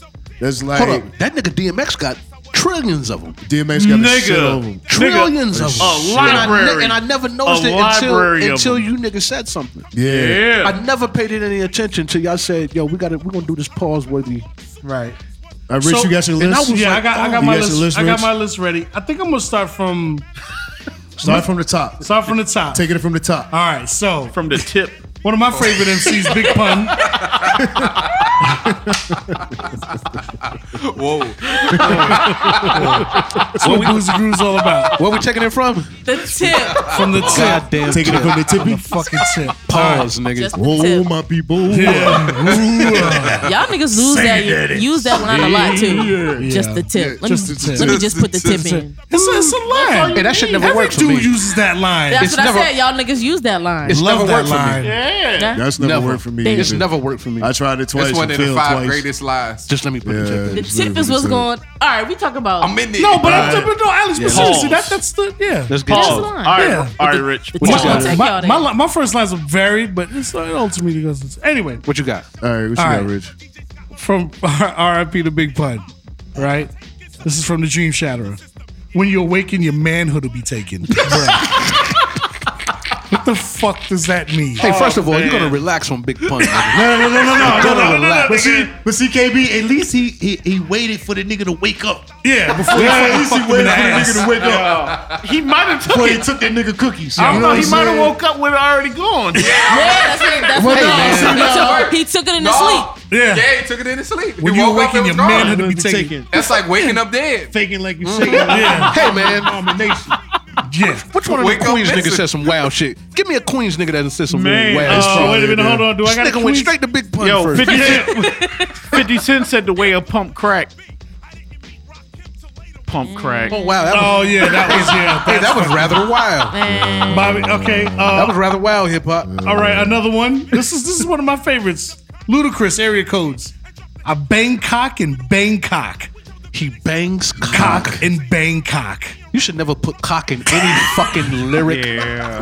Speaker 2: That's like
Speaker 4: Hold up. That nigga DMX got trillions of them.
Speaker 2: DMX got a shit
Speaker 3: Nigga.
Speaker 2: over him.
Speaker 4: Trillions of them.
Speaker 3: A library.
Speaker 4: And I, never noticed
Speaker 3: A
Speaker 4: it until,
Speaker 3: library of
Speaker 4: until
Speaker 3: them.
Speaker 4: you niggas said something.
Speaker 2: yeah.
Speaker 3: yeah.
Speaker 4: I never paid it any attention till y'all said, yo, we gotta we're gonna do this pause worthy.
Speaker 1: Right.
Speaker 2: I Rich,
Speaker 1: So-
Speaker 2: you got your
Speaker 1: And I
Speaker 2: list.
Speaker 1: was yeah, I got, I got
Speaker 2: You
Speaker 1: my
Speaker 2: got your
Speaker 1: list.
Speaker 2: list,
Speaker 1: I got
Speaker 2: Rich?
Speaker 1: my list ready. I think I'm gonna start from
Speaker 2: Start from the top.
Speaker 1: start from the top.
Speaker 2: Taking it from the top.
Speaker 1: All right. So
Speaker 3: From the tip.
Speaker 1: one of my favorite MCs, Big Pun.
Speaker 5: Whoa.
Speaker 1: That's what Booze and Groove's all about.
Speaker 4: Where we taking it from?
Speaker 6: The
Speaker 1: [laughs]
Speaker 6: tip,
Speaker 1: From the
Speaker 2: Oh,
Speaker 1: tip.
Speaker 4: Goddamn
Speaker 2: Taking it from the tippy.
Speaker 1: Fucking tip.
Speaker 4: pause, nigga.
Speaker 6: just the
Speaker 2: Oh,
Speaker 6: tip.
Speaker 2: my people.
Speaker 6: Y'all niggas lose that. Use that line a lot too.
Speaker 1: Yeah.
Speaker 6: Just the tip. Let
Speaker 1: Just
Speaker 6: me
Speaker 1: the tip.
Speaker 6: let me
Speaker 5: Just
Speaker 6: just
Speaker 5: the
Speaker 6: put the
Speaker 5: tip.
Speaker 6: tip in.
Speaker 1: It's, a- it's a line.
Speaker 4: Hey, that shit never
Speaker 1: Every
Speaker 4: worked for
Speaker 1: dude
Speaker 4: me.
Speaker 1: uses that line.
Speaker 6: That's
Speaker 4: It's
Speaker 6: what
Speaker 4: never-
Speaker 6: I said. Y'all niggas use that line.
Speaker 4: It's
Speaker 1: Love
Speaker 4: never
Speaker 1: that
Speaker 4: worked for
Speaker 1: line.
Speaker 4: me.
Speaker 6: Nah.
Speaker 2: That's never,
Speaker 4: Never.
Speaker 2: worked for me.
Speaker 4: It's
Speaker 2: either.
Speaker 4: never worked for me.
Speaker 2: I tried it twice.
Speaker 5: That's one
Speaker 2: and
Speaker 5: of the
Speaker 2: failed
Speaker 5: five
Speaker 2: twice.
Speaker 5: greatest lies.
Speaker 4: Just let me put
Speaker 2: Yeah,
Speaker 4: it in.
Speaker 6: The
Speaker 2: it's never
Speaker 6: tip
Speaker 2: worked
Speaker 6: is what's
Speaker 2: for me.
Speaker 6: going. All right, we talk about.
Speaker 5: I'm in there.
Speaker 1: No, but I'm
Speaker 2: Right.
Speaker 1: but no, Alex. But seriously,
Speaker 3: Pause.
Speaker 1: that, that's the yeah.
Speaker 4: Let's get
Speaker 3: Pause.
Speaker 4: to
Speaker 6: the
Speaker 4: it.
Speaker 3: All
Speaker 6: line.
Speaker 3: right,
Speaker 1: Yeah.
Speaker 3: all right, Rich.
Speaker 6: The
Speaker 3: What
Speaker 6: tip
Speaker 3: you
Speaker 6: will
Speaker 3: got?
Speaker 6: take
Speaker 1: my,
Speaker 6: y'all there.
Speaker 1: my, li- my first lines are varied, but it's, it ultimately goes. this- Anyway,
Speaker 4: What you got?
Speaker 2: All right, what you
Speaker 1: All
Speaker 2: got,
Speaker 1: right.
Speaker 2: Rich?
Speaker 1: from [laughs] RIP to Big Pun, right? This is from the Dream Shatterer. When you awaken, your manhood will be taken. [laughs] Bruh. what the fuck does that mean?
Speaker 4: Hey, first of all, you're
Speaker 3: Oh, man.
Speaker 4: gonna relax on Big
Speaker 3: [laughs]
Speaker 4: Pun. nigga.
Speaker 2: No, no, no, no,
Speaker 4: You're gonna relax.
Speaker 2: But see, but see, KB, at least he, he he waited for the nigga to wake [laughs] up.
Speaker 1: Yeah, before you
Speaker 2: at
Speaker 1: fucking
Speaker 2: least he
Speaker 1: fuck him in
Speaker 2: waited
Speaker 1: the
Speaker 2: for the
Speaker 1: ass.
Speaker 2: nigga to wake up.
Speaker 3: He might have took
Speaker 2: Before he
Speaker 3: it.
Speaker 2: took that nigga cookies.
Speaker 3: I don't
Speaker 2: You know
Speaker 3: know.
Speaker 2: what
Speaker 3: He
Speaker 2: I'm
Speaker 3: might have
Speaker 2: saying?
Speaker 3: woke up when it already gone.
Speaker 6: Yeah, that's it. That's what
Speaker 2: no, see,
Speaker 6: it is. He took it in his sleep.
Speaker 1: Yeah.
Speaker 5: Yeah. he took it in his sleep.
Speaker 1: When
Speaker 5: he
Speaker 1: you
Speaker 5: woke up,
Speaker 1: awaken,
Speaker 5: it
Speaker 1: your
Speaker 5: was gone.
Speaker 1: manhood will be
Speaker 17: Be taken.
Speaker 1: taken.
Speaker 5: That's like waking up dead.
Speaker 17: Faking like you say. yeah.
Speaker 4: Hey man,
Speaker 1: Yeah.
Speaker 4: which one of the
Speaker 5: Wake up,
Speaker 4: Queens
Speaker 5: Vincent.
Speaker 4: niggas said some wild shit? Give me a Queens nigga that said some
Speaker 3: Man, uh,
Speaker 4: wild shit.
Speaker 1: wait a minute,
Speaker 2: yeah.
Speaker 1: hold on. Do I
Speaker 4: This
Speaker 1: got
Speaker 4: nigga
Speaker 1: a
Speaker 4: went
Speaker 1: tweet?
Speaker 4: straight to Big Pun
Speaker 3: Yo,
Speaker 4: first.
Speaker 3: 50 Cent, 50 Cent said the way a pump crack. pump crack.
Speaker 4: Oh wow! That
Speaker 1: Oh, yeah, that was- yeah,
Speaker 4: Hey, that
Speaker 1: that's
Speaker 4: was
Speaker 1: fucking-
Speaker 4: rather wild.
Speaker 1: Bobby, okay.
Speaker 4: That
Speaker 1: Uh,
Speaker 4: was rather wild, hip hop.
Speaker 1: all right, another one. This is this is one of my favorites. Ludicrous area codes. I Bangkok and Bangkok.
Speaker 4: He bangs cock.
Speaker 1: Cock and Bangkok.
Speaker 4: You should never put cock in any fucking lyric,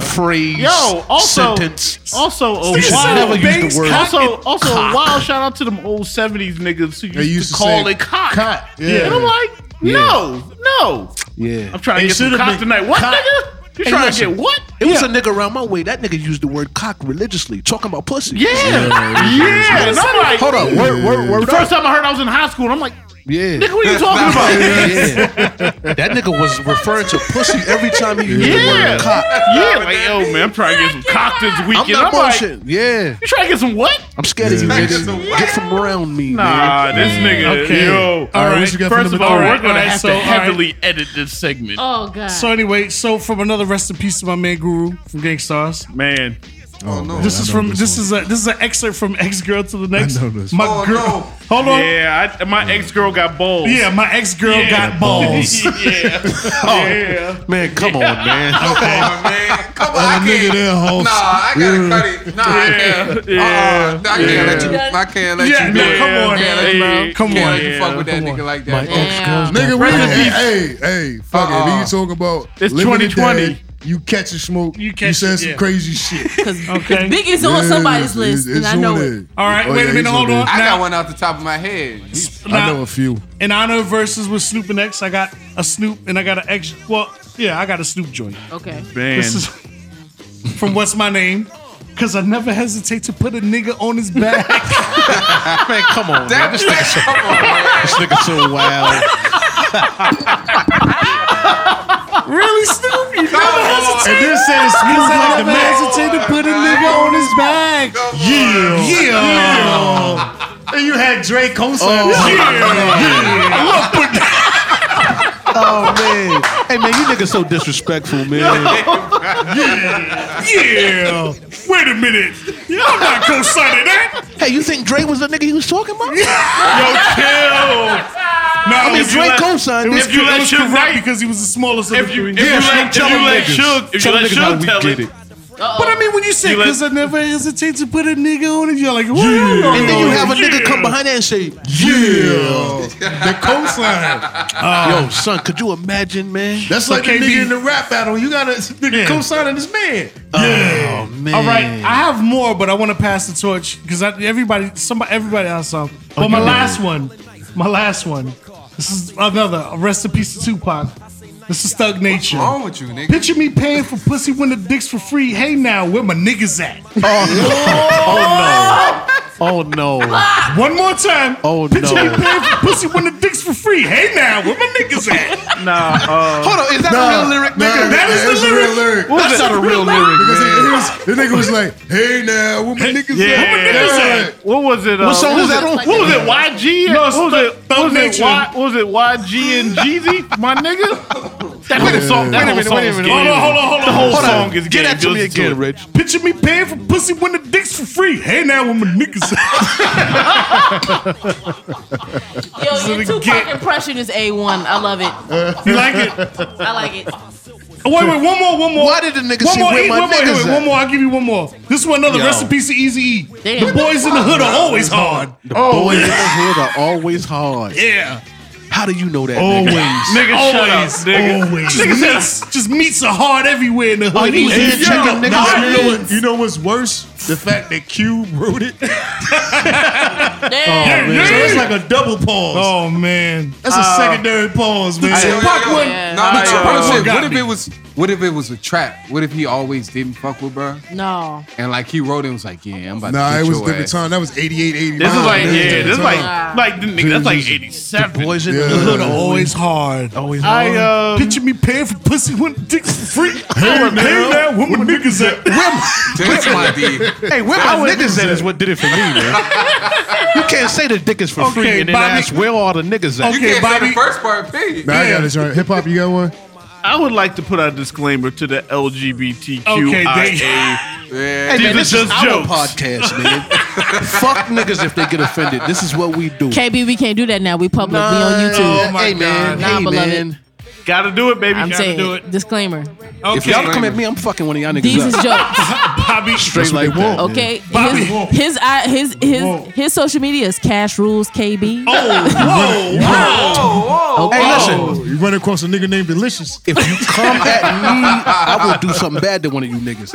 Speaker 4: phrase,
Speaker 3: Yo, also,
Speaker 4: sentence.
Speaker 3: also a
Speaker 1: Steve
Speaker 3: wild,
Speaker 1: Never used the Banks word. cock
Speaker 3: Also,
Speaker 1: and
Speaker 3: also a
Speaker 1: cock.
Speaker 3: wild shout out to them old seventies niggas who used,
Speaker 2: They used
Speaker 3: to,
Speaker 2: to
Speaker 3: call
Speaker 2: say
Speaker 3: it cock.
Speaker 2: cock, yeah.
Speaker 3: And I'm like, no, no.
Speaker 4: Yeah.
Speaker 3: I'm trying to
Speaker 2: It
Speaker 3: get some
Speaker 2: should've
Speaker 3: cock
Speaker 2: been
Speaker 3: tonight. What
Speaker 2: cock.
Speaker 3: nigga? You
Speaker 4: Hey,
Speaker 3: trying to
Speaker 4: listen.
Speaker 3: get what?
Speaker 4: It was a nigga around my way. That nigga used the word cock religiously, talking about pussy.
Speaker 3: Yeah, yeah. And I'm like,
Speaker 4: Hold up. Word, word,
Speaker 3: The
Speaker 4: word up.
Speaker 3: first time I heard, I was in high school, and I'm like,
Speaker 4: Yeah.
Speaker 3: nigga, what are you talking about?
Speaker 4: Yeah. That nigga was referring to pussy every time he used the
Speaker 3: Yeah,
Speaker 4: word cock.
Speaker 3: yeah. Like, yo, man, I'm trying to get some cock this weekend.
Speaker 4: I'm not
Speaker 3: like,
Speaker 4: bullshit. yeah.
Speaker 3: you trying to get some what?
Speaker 4: I'm scared of you,
Speaker 5: Yeah.
Speaker 4: nigga. Get from around me, man.
Speaker 3: Nah, this nigga.
Speaker 1: Okay.
Speaker 3: Yo.
Speaker 1: All right.
Speaker 2: what you got for
Speaker 3: First of
Speaker 2: number
Speaker 3: all,
Speaker 1: two?
Speaker 3: we're
Speaker 1: Alright,
Speaker 3: gonna
Speaker 1: alright,
Speaker 3: have
Speaker 1: so,
Speaker 3: to
Speaker 1: alright.
Speaker 3: heavily edit this segment.
Speaker 10: Oh god.
Speaker 1: So anyway, so from another rest in peace to my man Guru from Gangstars.
Speaker 3: Man,
Speaker 5: Oh no.
Speaker 1: This
Speaker 2: I
Speaker 1: is
Speaker 2: know
Speaker 1: from
Speaker 2: this
Speaker 1: this, is a this is an excerpt from [laughs] X Girl to the next.
Speaker 2: know this
Speaker 1: My
Speaker 5: Oh,
Speaker 1: girl,
Speaker 5: no.
Speaker 1: hold on. Yeah,
Speaker 3: yeah, I,
Speaker 1: Mm.
Speaker 3: my ex girl got balls. [laughs]
Speaker 1: my ex girl got balls.
Speaker 3: yeah.
Speaker 4: [laughs] Oh,
Speaker 3: yeah.
Speaker 4: Man, come on, man.
Speaker 2: [laughs]
Speaker 5: Come on, man. [laughs] Come on. I
Speaker 2: And a nigga
Speaker 5: can't-
Speaker 2: there, host.
Speaker 5: Nah, I gotta cut it. Nah, I can't.
Speaker 3: Yeah.
Speaker 5: Uh-uh. I can't
Speaker 3: Yeah.
Speaker 5: let you. I can't let
Speaker 1: Yeah,
Speaker 5: you.
Speaker 1: nah,
Speaker 5: do it.
Speaker 1: come on,
Speaker 5: Can't let
Speaker 1: hey,
Speaker 5: you-
Speaker 1: man, come
Speaker 5: can't
Speaker 1: on.
Speaker 5: let you fuck with that
Speaker 1: Come on.
Speaker 5: nigga like that.
Speaker 10: Damn.
Speaker 2: Nigga, we
Speaker 3: Rest in peace.
Speaker 2: hey, hey, fuck it.
Speaker 5: Uh-uh.
Speaker 2: Then you talking about
Speaker 3: It's
Speaker 2: living it
Speaker 3: 2020.
Speaker 2: down. You catch a smoke.
Speaker 1: You
Speaker 2: You,
Speaker 1: catch
Speaker 2: said
Speaker 1: it,
Speaker 2: some
Speaker 1: yeah.
Speaker 2: crazy shit.
Speaker 10: Cause
Speaker 1: [laughs] Okay.
Speaker 10: Biggie's [laughs] on
Speaker 2: Yeah,
Speaker 10: somebody's list,
Speaker 2: it's-
Speaker 10: and I
Speaker 2: it's
Speaker 10: know
Speaker 2: on
Speaker 10: it.
Speaker 2: it.
Speaker 1: All right,
Speaker 2: Oh,
Speaker 1: wait
Speaker 2: yeah,
Speaker 1: a minute,
Speaker 2: it's on
Speaker 1: hold
Speaker 2: it.
Speaker 1: on.
Speaker 5: I
Speaker 1: Now-
Speaker 5: got one off the top of my head.
Speaker 2: I
Speaker 1: now,
Speaker 2: know a few.
Speaker 1: in honor of verses with Snoop and X, I got a Snoop and I got an X. Well, yeah, I got a Snoop joint.
Speaker 10: Okay.
Speaker 3: Man.
Speaker 1: This is [laughs] from what's my name? Cause I never hesitate to put a nigga on his back.
Speaker 4: Man, come on, man.
Speaker 5: Damn,
Speaker 4: This
Speaker 5: come on, man.
Speaker 4: nigga so wild.
Speaker 1: [laughs] really, Snoop? You never
Speaker 5: on.
Speaker 1: hesitate.
Speaker 5: And
Speaker 1: this says Snoop like the hesitate to put a nigga on his back.
Speaker 2: Yeah.
Speaker 1: Yeah.
Speaker 7: And you had Drake co-sign.
Speaker 4: [laughs] Oh man. Hey man, you niggas so disrespectful, man.
Speaker 1: Yeah. Wait a minute. I'm not co-signing that.
Speaker 4: Hey, you think Dre was the nigga he was talking about?
Speaker 1: Yo, chill. No, I
Speaker 4: mean, Drake co-signed
Speaker 1: It was,
Speaker 3: If you let
Speaker 1: it was
Speaker 3: Suge
Speaker 1: correct
Speaker 3: Knight-
Speaker 1: because he was the smallest of the
Speaker 3: If you,
Speaker 1: three.
Speaker 3: if you let, if you let Suge, if you
Speaker 4: Tell
Speaker 3: let
Speaker 4: niggas how
Speaker 3: Suge
Speaker 4: we
Speaker 3: tell
Speaker 4: get
Speaker 3: it,
Speaker 4: it.
Speaker 1: But I mean, when you say
Speaker 3: You let-
Speaker 1: because I never hesitate to put a nigga on it, you're like, what?
Speaker 4: And then you have a nigga come behind that and say,
Speaker 2: Yeah. the coastline.
Speaker 4: Yo, son, could you imagine, man?
Speaker 2: That's like
Speaker 1: Okay,
Speaker 2: the nigga
Speaker 1: B.
Speaker 2: in the rap battle. You got a nigga
Speaker 1: Yeah.
Speaker 2: co-signing this man.
Speaker 4: Oh man.
Speaker 1: All right, I have more, but I want to pass the torch because everybody, somebody, everybody else saw. But my last one, my last one. This is another. Rest in peace to Tupac. This is Thug Nature.
Speaker 4: Oh
Speaker 5: What's wrong with you, nigga?
Speaker 1: Picture me paying for pussy when the dick's for free. Hey now, where my niggas
Speaker 4: [laughs]
Speaker 1: at?
Speaker 4: Oh no.
Speaker 1: One more time.
Speaker 4: Oh,
Speaker 1: Picture me
Speaker 4: no.
Speaker 1: paying for pussy when the dick's for free. Hey now, where my niggas at?
Speaker 3: nah,
Speaker 4: [laughs]
Speaker 3: uh,
Speaker 4: Hold on, is that a real lyric, nigga?
Speaker 1: that is the
Speaker 2: it's a
Speaker 1: lyric.
Speaker 2: real lyric.
Speaker 4: That's not a real lyric.
Speaker 2: Because it was- the nigga was like, hey now, what my niggas
Speaker 3: yeah,
Speaker 2: at?
Speaker 1: Where my niggas at?
Speaker 3: What was it? Uh,
Speaker 4: What song
Speaker 3: what
Speaker 4: was that on?
Speaker 3: What was it? YG?
Speaker 1: No, it's
Speaker 3: what was
Speaker 1: Thug-
Speaker 3: it?
Speaker 1: Thug
Speaker 3: What was it?
Speaker 1: Nature.
Speaker 3: Y, what was it?
Speaker 4: [laughs]
Speaker 3: YG and Jeezy? My nigga. That whole song. That whole
Speaker 4: minute,
Speaker 3: song.
Speaker 4: wait a
Speaker 3: is
Speaker 4: minute,
Speaker 3: gay.
Speaker 4: hold on, hold on,
Speaker 3: The whole
Speaker 4: Hold on.
Speaker 3: song is
Speaker 4: Get
Speaker 3: gay.
Speaker 4: that to me
Speaker 3: Just listen
Speaker 4: again,
Speaker 3: to it.
Speaker 4: Rich.
Speaker 1: Picture me paying for pussy when the dick's for free. Hey now, where my niggas at?
Speaker 10: Yo, your
Speaker 1: the
Speaker 10: Tupac
Speaker 1: get-
Speaker 10: impression is a one. I love it.
Speaker 1: You like it?
Speaker 10: I like it.
Speaker 1: Oh, wait, wait, one more, one more.
Speaker 4: Why did the nigga
Speaker 1: one
Speaker 4: say
Speaker 1: more,
Speaker 4: where
Speaker 1: eat,
Speaker 4: my
Speaker 1: one more,
Speaker 4: niggas
Speaker 1: wait,
Speaker 4: at?
Speaker 1: one more. I'll give you one more. This one, another
Speaker 4: Yo.
Speaker 1: recipe to Easy E.
Speaker 10: Damn.
Speaker 1: The boys in the hood are always hard.
Speaker 4: Boys in the hood are always hard.
Speaker 1: Yeah,
Speaker 4: How do you know that?
Speaker 2: Oh,
Speaker 1: always,
Speaker 4: Nigga?
Speaker 1: nigga,
Speaker 3: Nigga, shut up,
Speaker 1: always,
Speaker 3: nigga.
Speaker 1: always. Just meats, just meats are hard everywhere in the hood.
Speaker 4: you was
Speaker 1: Easy E.
Speaker 4: here checking niggas'
Speaker 1: I know it.
Speaker 2: You know what's worse? The fact that Cube wrote it. So
Speaker 10: Damn.
Speaker 2: it's like a double pause.
Speaker 1: Oh man,
Speaker 2: That's a secondary pause, man.
Speaker 5: Yo, yo,
Speaker 1: Tupac
Speaker 5: yo.
Speaker 1: one-
Speaker 5: Nah,
Speaker 10: Nah,
Speaker 5: nah,
Speaker 1: Tupac
Speaker 5: nah,
Speaker 1: one
Speaker 5: shit,
Speaker 1: got
Speaker 5: What if
Speaker 1: me.
Speaker 5: it was? What if it was a trap? What if he always didn't fuck with bruh?
Speaker 10: No.
Speaker 5: And like he wrote it and was like, yeah, I'm about to
Speaker 2: Nah,
Speaker 5: get
Speaker 2: it was a
Speaker 5: your
Speaker 2: different
Speaker 5: ass.
Speaker 2: time. That was 88, 89.
Speaker 3: This is like,
Speaker 2: That was a
Speaker 3: yeah,
Speaker 2: different
Speaker 3: this is
Speaker 2: time.
Speaker 3: like, like, the nigga, that's like 87.
Speaker 4: Boys in the
Speaker 2: Yeah.
Speaker 1: hood
Speaker 4: hood
Speaker 1: are
Speaker 4: are
Speaker 1: um, always hard.
Speaker 4: always
Speaker 3: I,
Speaker 4: hard.
Speaker 3: um,
Speaker 1: Picture me paying for pussy when the dick's for free. Hey now, where my niggas at?
Speaker 5: That's my D.
Speaker 4: Hey, where my niggas at is what did it for me, man. you can't say the dick is for
Speaker 1: Okay,
Speaker 4: free and then
Speaker 1: Bobby-
Speaker 4: ask where are the niggas at.
Speaker 5: You
Speaker 1: Okay,
Speaker 5: can't say
Speaker 1: Bobby.
Speaker 5: the first part, P.
Speaker 2: Nah, I got it. Hip hop, you got one?
Speaker 3: I would like to put out a disclaimer to the LGBTQIA.
Speaker 1: Okay, they-
Speaker 5: Yeah.
Speaker 4: Hey,
Speaker 3: These
Speaker 4: man,
Speaker 3: are
Speaker 4: this
Speaker 3: just
Speaker 4: is our
Speaker 3: jokes.
Speaker 4: podcast, man. Fuck niggas if they get offended. This is what we do.
Speaker 10: KB, we can't do that now. We public. we on
Speaker 4: Nah,
Speaker 10: YouTube.
Speaker 4: oh my Hey, man. God.
Speaker 10: Nah,
Speaker 4: Hey,
Speaker 10: beloved.
Speaker 4: man.
Speaker 3: [laughs] Gotta do it, baby.
Speaker 10: I'm
Speaker 3: Gotta
Speaker 10: saying
Speaker 3: do it.
Speaker 10: disclaimer.
Speaker 4: If y'all come at me, I'm fucking one of y'all niggas.
Speaker 10: These is
Speaker 1: [laughs]
Speaker 4: up.
Speaker 10: jokes.
Speaker 3: Bobby.
Speaker 4: Straight like that.
Speaker 10: Okay.
Speaker 1: Bobby.
Speaker 10: His his I- his his,
Speaker 1: Whoa.
Speaker 10: his social media is cash rules KB. [laughs]
Speaker 1: Oh, whoa,
Speaker 4: Hey, listen.
Speaker 2: You run across a nigga named Delicious.
Speaker 4: If you come at me, I will do something bad to one of you niggas.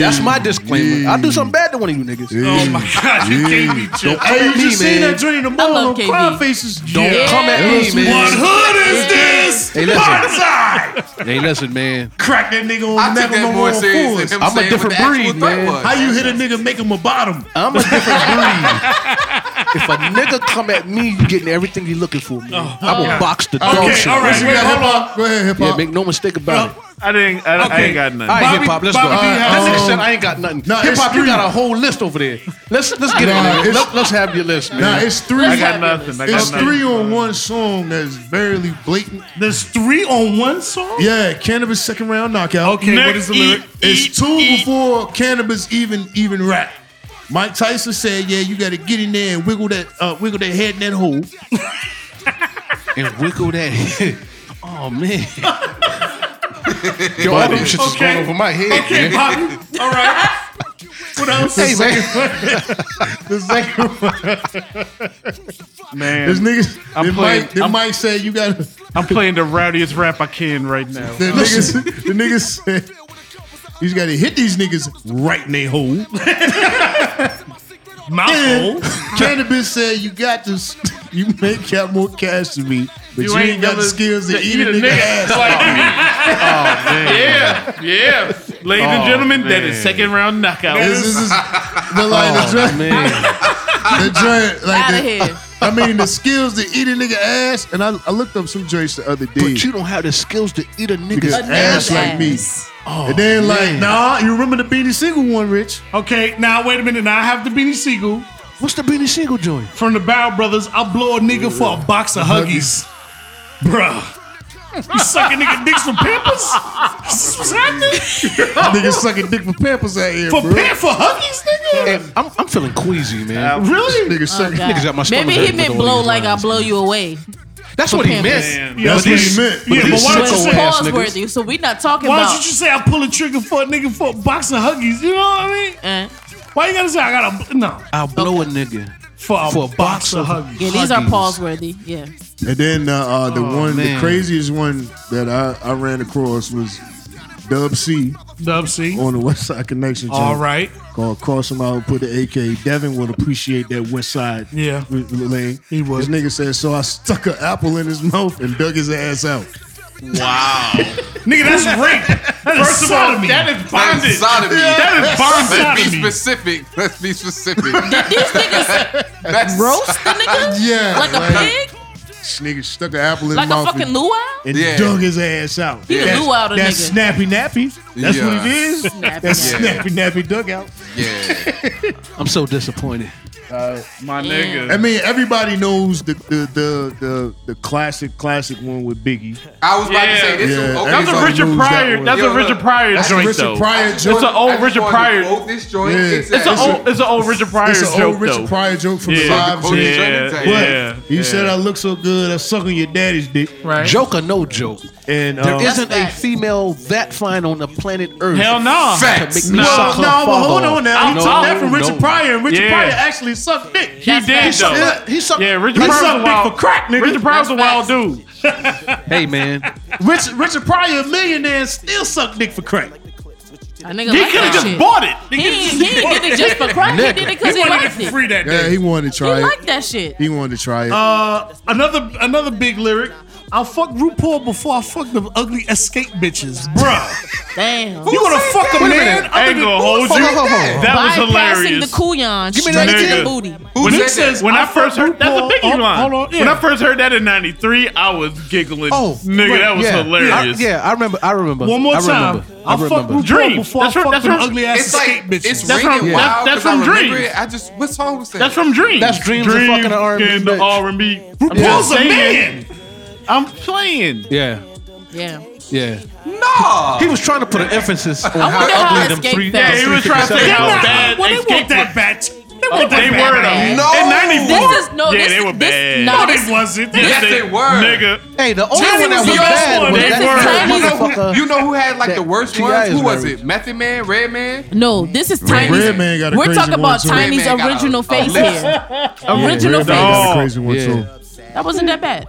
Speaker 4: That's my disclaimer. I'll do something bad to one of you niggas.
Speaker 1: oh my God, you gave me chills.
Speaker 4: Come at
Speaker 2: Hey,
Speaker 4: me,
Speaker 2: you seen
Speaker 4: man.
Speaker 2: that joint in the
Speaker 10: I
Speaker 2: mall
Speaker 10: love
Speaker 2: on
Speaker 10: KB.
Speaker 2: Cry Faces?
Speaker 4: Don't
Speaker 10: Yeah.
Speaker 4: come at me,
Speaker 1: What
Speaker 4: man.
Speaker 1: hood is this?
Speaker 4: Hey, listen.
Speaker 1: Banzai!
Speaker 4: Hey, listen, man.
Speaker 2: Crack that nigga
Speaker 5: I
Speaker 2: on Magnum
Speaker 5: took that
Speaker 2: on
Speaker 5: more
Speaker 2: all
Speaker 5: serious
Speaker 2: fours.
Speaker 5: than him
Speaker 4: I'm a
Speaker 5: saying what
Speaker 4: different
Speaker 5: the actual
Speaker 4: breed,
Speaker 5: threat
Speaker 4: man.
Speaker 5: was.
Speaker 2: How you hit a nigga, make him a bottom?
Speaker 4: I'm a different breed. If a nigga come at me, you getting everything you looking for. Man. I will box the dog
Speaker 1: Okay,
Speaker 4: shit.
Speaker 1: all right, wait, hold on.
Speaker 2: Go ahead, hip
Speaker 4: Yeah,
Speaker 2: hop.
Speaker 4: make no mistake about it.
Speaker 3: I didn't. I, I
Speaker 1: Okay.
Speaker 3: ain't got nothing.
Speaker 4: All right,
Speaker 1: Bobby-
Speaker 4: hip hop, let's
Speaker 1: Bobby
Speaker 4: go.
Speaker 1: B
Speaker 4: That
Speaker 1: has-
Speaker 4: nigga said I ain't got nothing.
Speaker 2: Nah,
Speaker 4: hip hop,
Speaker 2: it's
Speaker 4: you
Speaker 2: three.
Speaker 4: got a whole list over there. Let's let's get
Speaker 2: Nah,
Speaker 4: it. Man.
Speaker 2: it's-
Speaker 4: Let, let's have your list, man.
Speaker 2: Nah, it's three.
Speaker 3: I got nothing. I got
Speaker 2: It's
Speaker 3: nothing.
Speaker 2: three on one song that's very blatant.
Speaker 1: There's three on one song?
Speaker 2: Yeah, cannabis second round knockout.
Speaker 1: Okay, what is the lyric?
Speaker 2: It's two before cannabis even even rap. Mike Tyson said, "Yeah, you got to get in there and wiggle that uh, wiggle that head in that hole."
Speaker 4: and wiggle that. oh man. Yo, all them shits is going over my head,
Speaker 1: Okay,
Speaker 4: man.
Speaker 1: Bobby. All right. What else?
Speaker 4: Hey man,
Speaker 2: The second [laughs] one,
Speaker 3: man.
Speaker 2: this niggas,
Speaker 3: I'm
Speaker 2: then
Speaker 3: playing-
Speaker 2: Mike, then
Speaker 3: I'm-
Speaker 2: Mike said, "You got to."
Speaker 3: I'm playing the rowdiest rap I can right now.
Speaker 2: The niggas, the niggas said, "You got to hit these niggas right in their hole."
Speaker 1: Mouthful.
Speaker 2: [laughs] cannabis said, "You got to, s- [laughs] you make out more cash than me, but you, ain't, got the
Speaker 3: gonna
Speaker 2: skills to
Speaker 3: th-
Speaker 2: eat a nigga ass."
Speaker 3: Like, Oh, Yeah, yeah. Ladies and gentlemen, that is second round knockout.
Speaker 2: [laughs] This is- this is- the like
Speaker 4: Oh,
Speaker 2: the joint, [laughs] the joint, like
Speaker 10: Outta
Speaker 2: the-
Speaker 10: here.
Speaker 2: I mean, the skills to eat a nigga ass, and I, I looked up some joints the other day.
Speaker 4: but you don't have the skills to eat a nigga's
Speaker 2: Nigga's
Speaker 4: ass.
Speaker 2: ass like me. and
Speaker 4: Oh,
Speaker 2: then like, nah, you remember the Beanie Single one, Rich?
Speaker 1: Okay, now wait a minute. Now I have the Beanie Siegel
Speaker 4: What's the Beanie Single joint?
Speaker 1: from the Barrel Brothers. I'll blow a nigga for a box of Huggies. Bruh. You sucking nigga dicks for pampers? This is what's happening?
Speaker 2: Niggas sucking dick for pampers out here,
Speaker 1: For
Speaker 2: bro.
Speaker 1: pam for Huggies, nigga?
Speaker 4: And I'm, I'm feeling queasy, man.
Speaker 2: Really? Niggas sucking.
Speaker 10: Oh, God.
Speaker 4: Niggas got my stomach
Speaker 10: Maybe he
Speaker 4: hurt
Speaker 10: meant
Speaker 4: with all
Speaker 10: blow
Speaker 4: these
Speaker 10: like I
Speaker 4: lines.
Speaker 10: blow you away.
Speaker 4: That's what he meant.
Speaker 3: Man.
Speaker 2: That's
Speaker 1: But
Speaker 2: what
Speaker 1: these-
Speaker 2: he meant.
Speaker 1: Yeah, but
Speaker 4: these
Speaker 1: why don't you
Speaker 10: But
Speaker 4: sicko
Speaker 1: say
Speaker 4: ass
Speaker 10: pause
Speaker 4: niggas.
Speaker 10: worthy. So we not talking
Speaker 1: Why
Speaker 10: about.
Speaker 1: don't you just say I pull a trigger for a nigga for a box of Huggies? You know what I mean?
Speaker 10: Eh.
Speaker 1: Why you gotta say I got a no
Speaker 4: I'll blow a nigga.
Speaker 1: for a,
Speaker 4: For a
Speaker 1: box,
Speaker 4: box
Speaker 1: of
Speaker 4: of-
Speaker 1: Huggies?
Speaker 10: yeah, these are
Speaker 4: Huggies.
Speaker 10: pause worthy. Yeah.
Speaker 2: And then uh, uh, the one, the
Speaker 4: Oh, man.
Speaker 2: craziest one that I, I ran across was Dub C
Speaker 1: Dub C.
Speaker 2: on the West Side
Speaker 4: Oh,
Speaker 2: Connection.
Speaker 1: All
Speaker 2: joint.
Speaker 1: right.
Speaker 2: Called cross him out, put the AK. Devin would appreciate that West Side
Speaker 1: Yeah.
Speaker 2: r- lane.
Speaker 1: He would.
Speaker 2: This nigga said, so I stuck an apple in his mouth and dug his ass out.
Speaker 1: Nigga,
Speaker 4: [laughs]
Speaker 1: that's rape. First of all, that is
Speaker 5: That
Speaker 1: bondage.
Speaker 5: is sodomy.
Speaker 1: That is
Speaker 5: Let's be
Speaker 1: sodomy.
Speaker 5: specific. Let's be [laughs] specific.
Speaker 10: These niggas
Speaker 5: That's
Speaker 10: roast the nigga
Speaker 2: Yeah.
Speaker 10: like a
Speaker 2: right?
Speaker 10: pig,
Speaker 2: This nigga stuck an apple in
Speaker 10: like
Speaker 2: his
Speaker 10: a
Speaker 2: mouth
Speaker 10: fucking
Speaker 2: and,
Speaker 10: luau.
Speaker 2: and
Speaker 5: Yeah.
Speaker 2: dug his ass out.
Speaker 10: He
Speaker 5: Yeah.
Speaker 10: a luau the
Speaker 2: That
Speaker 10: nigga.
Speaker 2: snappy nappy. That's what it
Speaker 5: Yeah.
Speaker 2: is.
Speaker 10: Snappy
Speaker 2: That
Speaker 10: nappy.
Speaker 2: snappy nappy dugout.
Speaker 5: yeah.
Speaker 4: I'm so disappointed.
Speaker 3: My
Speaker 10: Damn.
Speaker 3: nigga.
Speaker 2: I mean, everybody knows the the the the, the classic classic one with Biggie.
Speaker 5: I was about to
Speaker 3: Yeah.
Speaker 5: say this.
Speaker 2: Yeah.
Speaker 5: Yeah. Okay,
Speaker 3: That's
Speaker 2: Everybody
Speaker 3: a
Speaker 5: so
Speaker 3: Richard
Speaker 2: knows that
Speaker 3: Pryor.
Speaker 2: one.
Speaker 3: That's
Speaker 5: Yo,
Speaker 3: a Richard Pryor
Speaker 2: That's
Speaker 3: joint
Speaker 2: Richard
Speaker 3: though.
Speaker 2: Pryor
Speaker 3: It's
Speaker 2: joint.
Speaker 3: an
Speaker 5: I
Speaker 3: old
Speaker 5: just
Speaker 3: Richard
Speaker 5: wanted to
Speaker 3: Pryor.
Speaker 5: quote This joint.
Speaker 2: Yeah.
Speaker 5: It's,
Speaker 3: It's
Speaker 5: a-
Speaker 3: an old. It's an old Richard Pryor
Speaker 2: It's an
Speaker 3: joke
Speaker 2: old Richard
Speaker 3: though.
Speaker 2: Pryor joke from
Speaker 3: Yeah.
Speaker 2: the
Speaker 5: Quote
Speaker 2: five.
Speaker 3: Yeah.
Speaker 5: this joint
Speaker 2: But
Speaker 5: intact.
Speaker 3: Yeah.
Speaker 2: he said
Speaker 3: uh,
Speaker 2: I look so good, I'm sucking your daddy's dick.
Speaker 1: Right.
Speaker 4: Joke or no joke,
Speaker 2: And
Speaker 4: there
Speaker 2: uh,
Speaker 4: not a female that fine on the planet Earth.
Speaker 3: Hell no.
Speaker 4: To
Speaker 5: Facts.
Speaker 4: make me
Speaker 3: No.
Speaker 4: suck her
Speaker 2: no, but
Speaker 4: father
Speaker 2: hold
Speaker 4: off.
Speaker 2: on now. He
Speaker 3: No,
Speaker 2: took that from
Speaker 4: no.
Speaker 2: Richard Pryor, and Richard
Speaker 3: Yeah.
Speaker 2: Pryor actually sucked dick.
Speaker 3: He did
Speaker 10: facts.
Speaker 3: though.
Speaker 2: Yeah, he sucked.
Speaker 3: Yeah, Richard
Speaker 2: he
Speaker 3: Pryor was
Speaker 2: sucked
Speaker 3: a
Speaker 2: dick
Speaker 3: wild.
Speaker 2: for crack, nigga.
Speaker 3: Richard Pryor was a
Speaker 10: That's
Speaker 3: wild dude.
Speaker 4: Hey man,
Speaker 2: Richard, Richard Pryor, a millionaire, and still sucked dick for crack.
Speaker 10: A nigga
Speaker 3: He
Speaker 10: like
Speaker 3: could
Speaker 10: that
Speaker 3: have just
Speaker 10: shit.
Speaker 3: bought it.
Speaker 10: He,
Speaker 3: He
Speaker 10: he didn't get it just for crack. He did it because he,
Speaker 1: He wanted it
Speaker 10: liked
Speaker 1: for
Speaker 10: it.
Speaker 1: free that day.
Speaker 2: Yeah, he wanted to
Speaker 10: He
Speaker 2: try it.
Speaker 10: liked that shit.
Speaker 2: He wanted to try it.
Speaker 1: Uh, another another big lyric. I'll fuck RuPaul before I fuck the ugly escape bitches, bruh.
Speaker 10: Damn.
Speaker 1: You wanna fuck a man?
Speaker 3: I ain't gonna hold you. That was
Speaker 10: Bypassing the
Speaker 3: hilarious.
Speaker 10: couyon
Speaker 4: me
Speaker 10: straight
Speaker 3: that
Speaker 10: to the
Speaker 3: nigga.
Speaker 10: booty.
Speaker 3: When,
Speaker 5: Who
Speaker 3: he
Speaker 5: said
Speaker 3: says,
Speaker 5: that?
Speaker 3: when I,
Speaker 1: I
Speaker 3: first
Speaker 1: fuck
Speaker 3: heard that's a
Speaker 1: RuPaul.
Speaker 3: Biggie
Speaker 1: Oh,
Speaker 3: line.
Speaker 1: hold on, yeah.
Speaker 3: When I first heard that in '93, I was giggling.
Speaker 4: Oh,
Speaker 3: nigga, that was
Speaker 4: yeah,
Speaker 3: hilarious.
Speaker 4: Yeah I, yeah, I remember. I remember.
Speaker 1: One more
Speaker 4: I
Speaker 1: time.
Speaker 4: remember. I
Speaker 1: I'll fuck
Speaker 4: remember.
Speaker 1: RuPaul
Speaker 3: Dream.
Speaker 1: before
Speaker 3: That's
Speaker 1: I fuck
Speaker 3: from- that's
Speaker 1: them
Speaker 3: from-
Speaker 1: ugly ass
Speaker 5: It's like
Speaker 1: escape bitches.
Speaker 5: it's
Speaker 1: That's
Speaker 5: ringing
Speaker 1: from-
Speaker 5: wild.
Speaker 3: that's- that's
Speaker 5: 'cause I
Speaker 3: from
Speaker 5: remember
Speaker 3: Dream.
Speaker 5: it. I just what song was that?
Speaker 3: That's from Dreams.
Speaker 4: That's Dreams and
Speaker 3: Dreams
Speaker 4: fucking R&B
Speaker 3: and the
Speaker 4: bitch.
Speaker 3: R&B.
Speaker 1: RuPaul's
Speaker 3: Yeah.
Speaker 1: a man.
Speaker 3: Saying. I'm playing.
Speaker 4: Yeah,
Speaker 10: Yeah.
Speaker 4: yeah.
Speaker 5: no.
Speaker 4: He was trying to put an emphasis on
Speaker 10: wonder
Speaker 4: how
Speaker 10: how
Speaker 4: ugly them
Speaker 10: escape
Speaker 4: three.
Speaker 10: that-
Speaker 4: them
Speaker 10: Yeah, he
Speaker 4: three
Speaker 3: was trying to
Speaker 4: fifty
Speaker 3: say
Speaker 4: seven
Speaker 3: how
Speaker 4: was.
Speaker 3: bad-
Speaker 1: Well, they
Speaker 3: [laughs] escape
Speaker 1: want that bad. They They weren't
Speaker 3: Oh, They
Speaker 1: that
Speaker 3: were
Speaker 1: bad.
Speaker 3: though.
Speaker 4: No.
Speaker 3: in '94.
Speaker 6: This is- no,
Speaker 3: yeah,
Speaker 6: this
Speaker 3: they
Speaker 6: is-
Speaker 3: were
Speaker 6: this-
Speaker 3: bad.
Speaker 6: no,
Speaker 1: No,
Speaker 6: this-
Speaker 1: they wasn't.
Speaker 3: yes,
Speaker 5: Yes,
Speaker 3: they,
Speaker 5: they were.
Speaker 3: were, nigga.
Speaker 4: Hey, the only
Speaker 1: Tiny
Speaker 4: one that
Speaker 1: was
Speaker 4: was
Speaker 1: the best
Speaker 4: bad
Speaker 1: one.
Speaker 4: was
Speaker 1: They
Speaker 4: that
Speaker 6: were.
Speaker 4: motherfucker.
Speaker 5: You know who had like the worst
Speaker 4: T.I.
Speaker 5: ones?
Speaker 4: is
Speaker 5: Who was
Speaker 4: married.
Speaker 5: it? Method Man, Red Man.
Speaker 6: No, this is Tiny's.
Speaker 2: Man got a
Speaker 6: We're
Speaker 2: crazy one,
Speaker 6: talking about
Speaker 2: too.
Speaker 6: Tiny's
Speaker 5: Red Man got a-
Speaker 6: original
Speaker 5: a
Speaker 6: face
Speaker 5: list.
Speaker 6: here.
Speaker 2: Real [laughs]
Speaker 6: original
Speaker 2: Bad got a
Speaker 6: face.
Speaker 2: crazy one too.
Speaker 6: That wasn't that bad.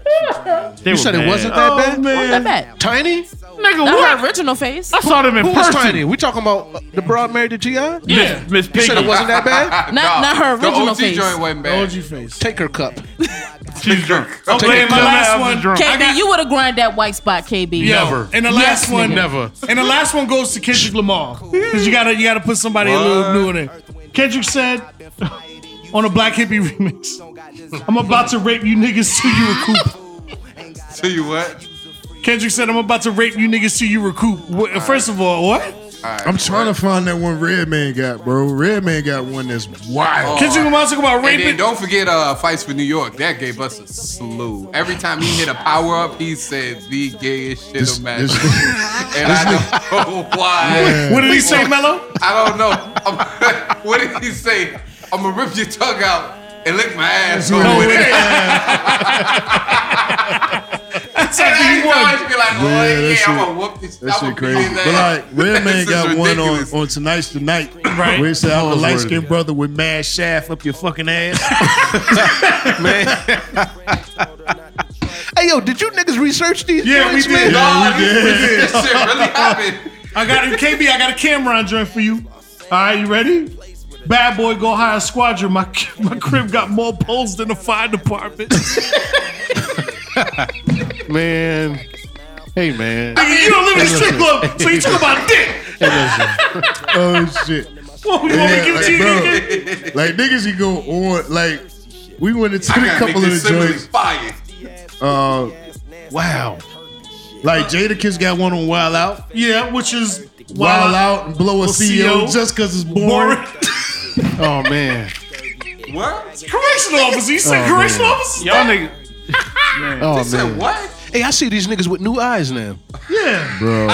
Speaker 3: They
Speaker 4: You
Speaker 3: were
Speaker 4: said
Speaker 1: Oh,
Speaker 3: bad.
Speaker 4: it wasn't that bad?
Speaker 6: Wasn't that bad.
Speaker 4: Tiny?
Speaker 3: Nigga,
Speaker 6: Not
Speaker 3: what?
Speaker 6: her original face.
Speaker 3: I saw them in
Speaker 4: Who was
Speaker 3: person.
Speaker 4: Tiny? We talking about uh, the broad married to G.I.?
Speaker 3: Yeah, Miss
Speaker 4: You said
Speaker 3: Piggy.
Speaker 4: it wasn't that bad?
Speaker 2: [laughs]
Speaker 6: Not not her
Speaker 5: The
Speaker 6: original
Speaker 5: OG
Speaker 6: face.
Speaker 5: joint wasn't bad.
Speaker 1: OG face.
Speaker 4: Take her
Speaker 1: [laughs]
Speaker 4: cup.
Speaker 3: She's drunk.
Speaker 1: Okay,
Speaker 3: Take
Speaker 1: and
Speaker 3: it
Speaker 1: my
Speaker 3: till
Speaker 1: last
Speaker 3: now,
Speaker 1: one,
Speaker 3: I'm drunk.
Speaker 6: KB, you would have grind that white spot, KB.
Speaker 1: Yo,
Speaker 3: Never.
Speaker 1: And the last
Speaker 6: Yes,
Speaker 1: one,
Speaker 6: nigga.
Speaker 3: Never.
Speaker 1: And the last one goes to Kendrick Lamar because you gotta you gotta put somebody a little new in there. Kendrick said on a Black Hippie remix, "I'm about to rape you niggas till you recoup."
Speaker 5: Tell you what.
Speaker 1: Kendrick said, "I'm about to rape you niggas till you recoup." Wh- First of all, what?
Speaker 2: I'm trying to find that one Red Man got, bro. Red Man got one that's wild.
Speaker 1: Kendrick Lamar talking about
Speaker 5: Oh. And then
Speaker 1: raping.
Speaker 5: don't forget uh, Fights for New York. That gave us a slew. Every time he hit a power up, he said the gayest shit
Speaker 2: This- [laughs]
Speaker 5: imaginable.
Speaker 2: this-
Speaker 5: and I don't know [laughs] why.
Speaker 1: What did he say, Mello?
Speaker 5: I don't know. I'm- [laughs] what did he say? I'm gonna rip your tongue out and lick my ass. Oh, No
Speaker 1: No
Speaker 5: with
Speaker 1: way.
Speaker 5: it.
Speaker 1: That's
Speaker 5: And
Speaker 1: after
Speaker 5: every
Speaker 1: he
Speaker 5: time
Speaker 1: won.
Speaker 5: he'd be like, oh,
Speaker 2: Yeah,
Speaker 5: yeah,
Speaker 2: that shit-
Speaker 5: I'm gonna whoop this.
Speaker 2: That
Speaker 5: I'm
Speaker 2: shit
Speaker 5: gonna beat
Speaker 2: crazy.
Speaker 5: his
Speaker 2: But
Speaker 5: ass."
Speaker 2: like Red
Speaker 5: [laughs] This
Speaker 2: Man
Speaker 5: is
Speaker 2: got one on,
Speaker 5: [laughs] ridiculous.
Speaker 2: on tonight's tonight.
Speaker 1: Right.
Speaker 2: Where it said I was a light skinned
Speaker 9: Your brother with mad shaft up your fucking ass.
Speaker 4: Hey, yo, did you niggas research these?
Speaker 1: Yeah, we
Speaker 4: joints, man?
Speaker 1: did.
Speaker 5: Nah, this, this shit really happened.
Speaker 1: I got KB. I got a Cameron joint for you. All right, you ready? Bad boy, go hire a squadron. My my crib got more poles than the fire department.
Speaker 4: [laughs] Man. Hey, man.
Speaker 1: Nigga, you don't live in the strip club, so you talk about dick.
Speaker 2: Oh shit.
Speaker 1: What you want me to give it to you, nigga?
Speaker 2: like, bro, like niggas can go on like we went into
Speaker 5: I
Speaker 2: a
Speaker 5: gotta make
Speaker 2: couple of
Speaker 5: this
Speaker 2: the
Speaker 5: simile
Speaker 2: joints.
Speaker 5: fire.
Speaker 2: Uh,
Speaker 4: Wow.
Speaker 2: like Jadakiss got one on Wild Out.
Speaker 1: Yeah, which is
Speaker 2: Wild
Speaker 1: wild. out.
Speaker 2: Out and blow a CO,
Speaker 1: CO.
Speaker 2: just cause it's boring.
Speaker 1: Boring.
Speaker 4: Oh, man.
Speaker 5: What?
Speaker 1: [laughs] correctional officer. You said correctional officer?
Speaker 3: Y'all niggas.
Speaker 4: Oh,
Speaker 5: Said
Speaker 4: man.
Speaker 5: what?
Speaker 4: Hey, I see these niggas with new eyes now.
Speaker 1: Yeah.
Speaker 2: Bro.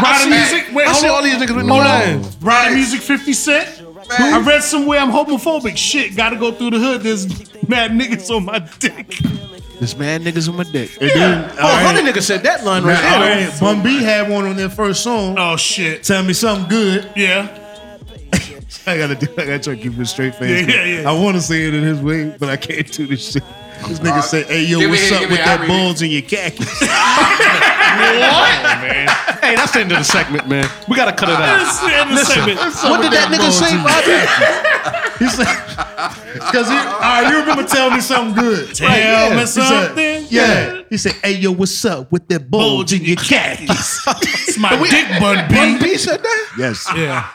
Speaker 1: Riding music. Wait,
Speaker 4: I
Speaker 1: hold
Speaker 4: see all
Speaker 1: on.
Speaker 4: these niggas with new eyes.
Speaker 1: Riding music 50 Cent. I read somewhere I'm homophobic. Shit, gotta go through the hood. There's mad niggas on my dick.
Speaker 4: This mad niggas on my dick.
Speaker 2: And then
Speaker 4: Oh, honey nigga said that line right
Speaker 2: Now, all
Speaker 4: there.
Speaker 2: right, Bun B had one on their first song.
Speaker 1: Oh, shit.
Speaker 2: Tell me something good.
Speaker 1: Yeah.
Speaker 2: [laughs] I gotta do. I gotta try to keep it straight face.
Speaker 1: Yeah, yeah, yeah.
Speaker 2: I want to say it in his way, but I can't do this shit. This nigga
Speaker 5: Uh,
Speaker 2: said, "Hey yo,
Speaker 5: give me
Speaker 2: what's
Speaker 5: here,
Speaker 2: up
Speaker 5: give me
Speaker 2: with
Speaker 5: here, I
Speaker 2: that
Speaker 5: read it."
Speaker 2: bulge in your khakis?"
Speaker 4: Hey, that's the end of the segment, man. We gotta cut it out.
Speaker 1: That's the end of the segment.
Speaker 4: What did that nigga say, Bobby?
Speaker 2: He said, [laughs] "Cause he, all right, you remember telling me something good."
Speaker 1: Tell
Speaker 2: yeah.
Speaker 1: me
Speaker 2: He said-
Speaker 1: something
Speaker 2: yeah.
Speaker 1: good.
Speaker 2: He said, "Hey yo, what's up with that bulge in your khakis?"
Speaker 1: It's my dick bun, B.
Speaker 4: He said that?
Speaker 2: yes.
Speaker 1: Yeah.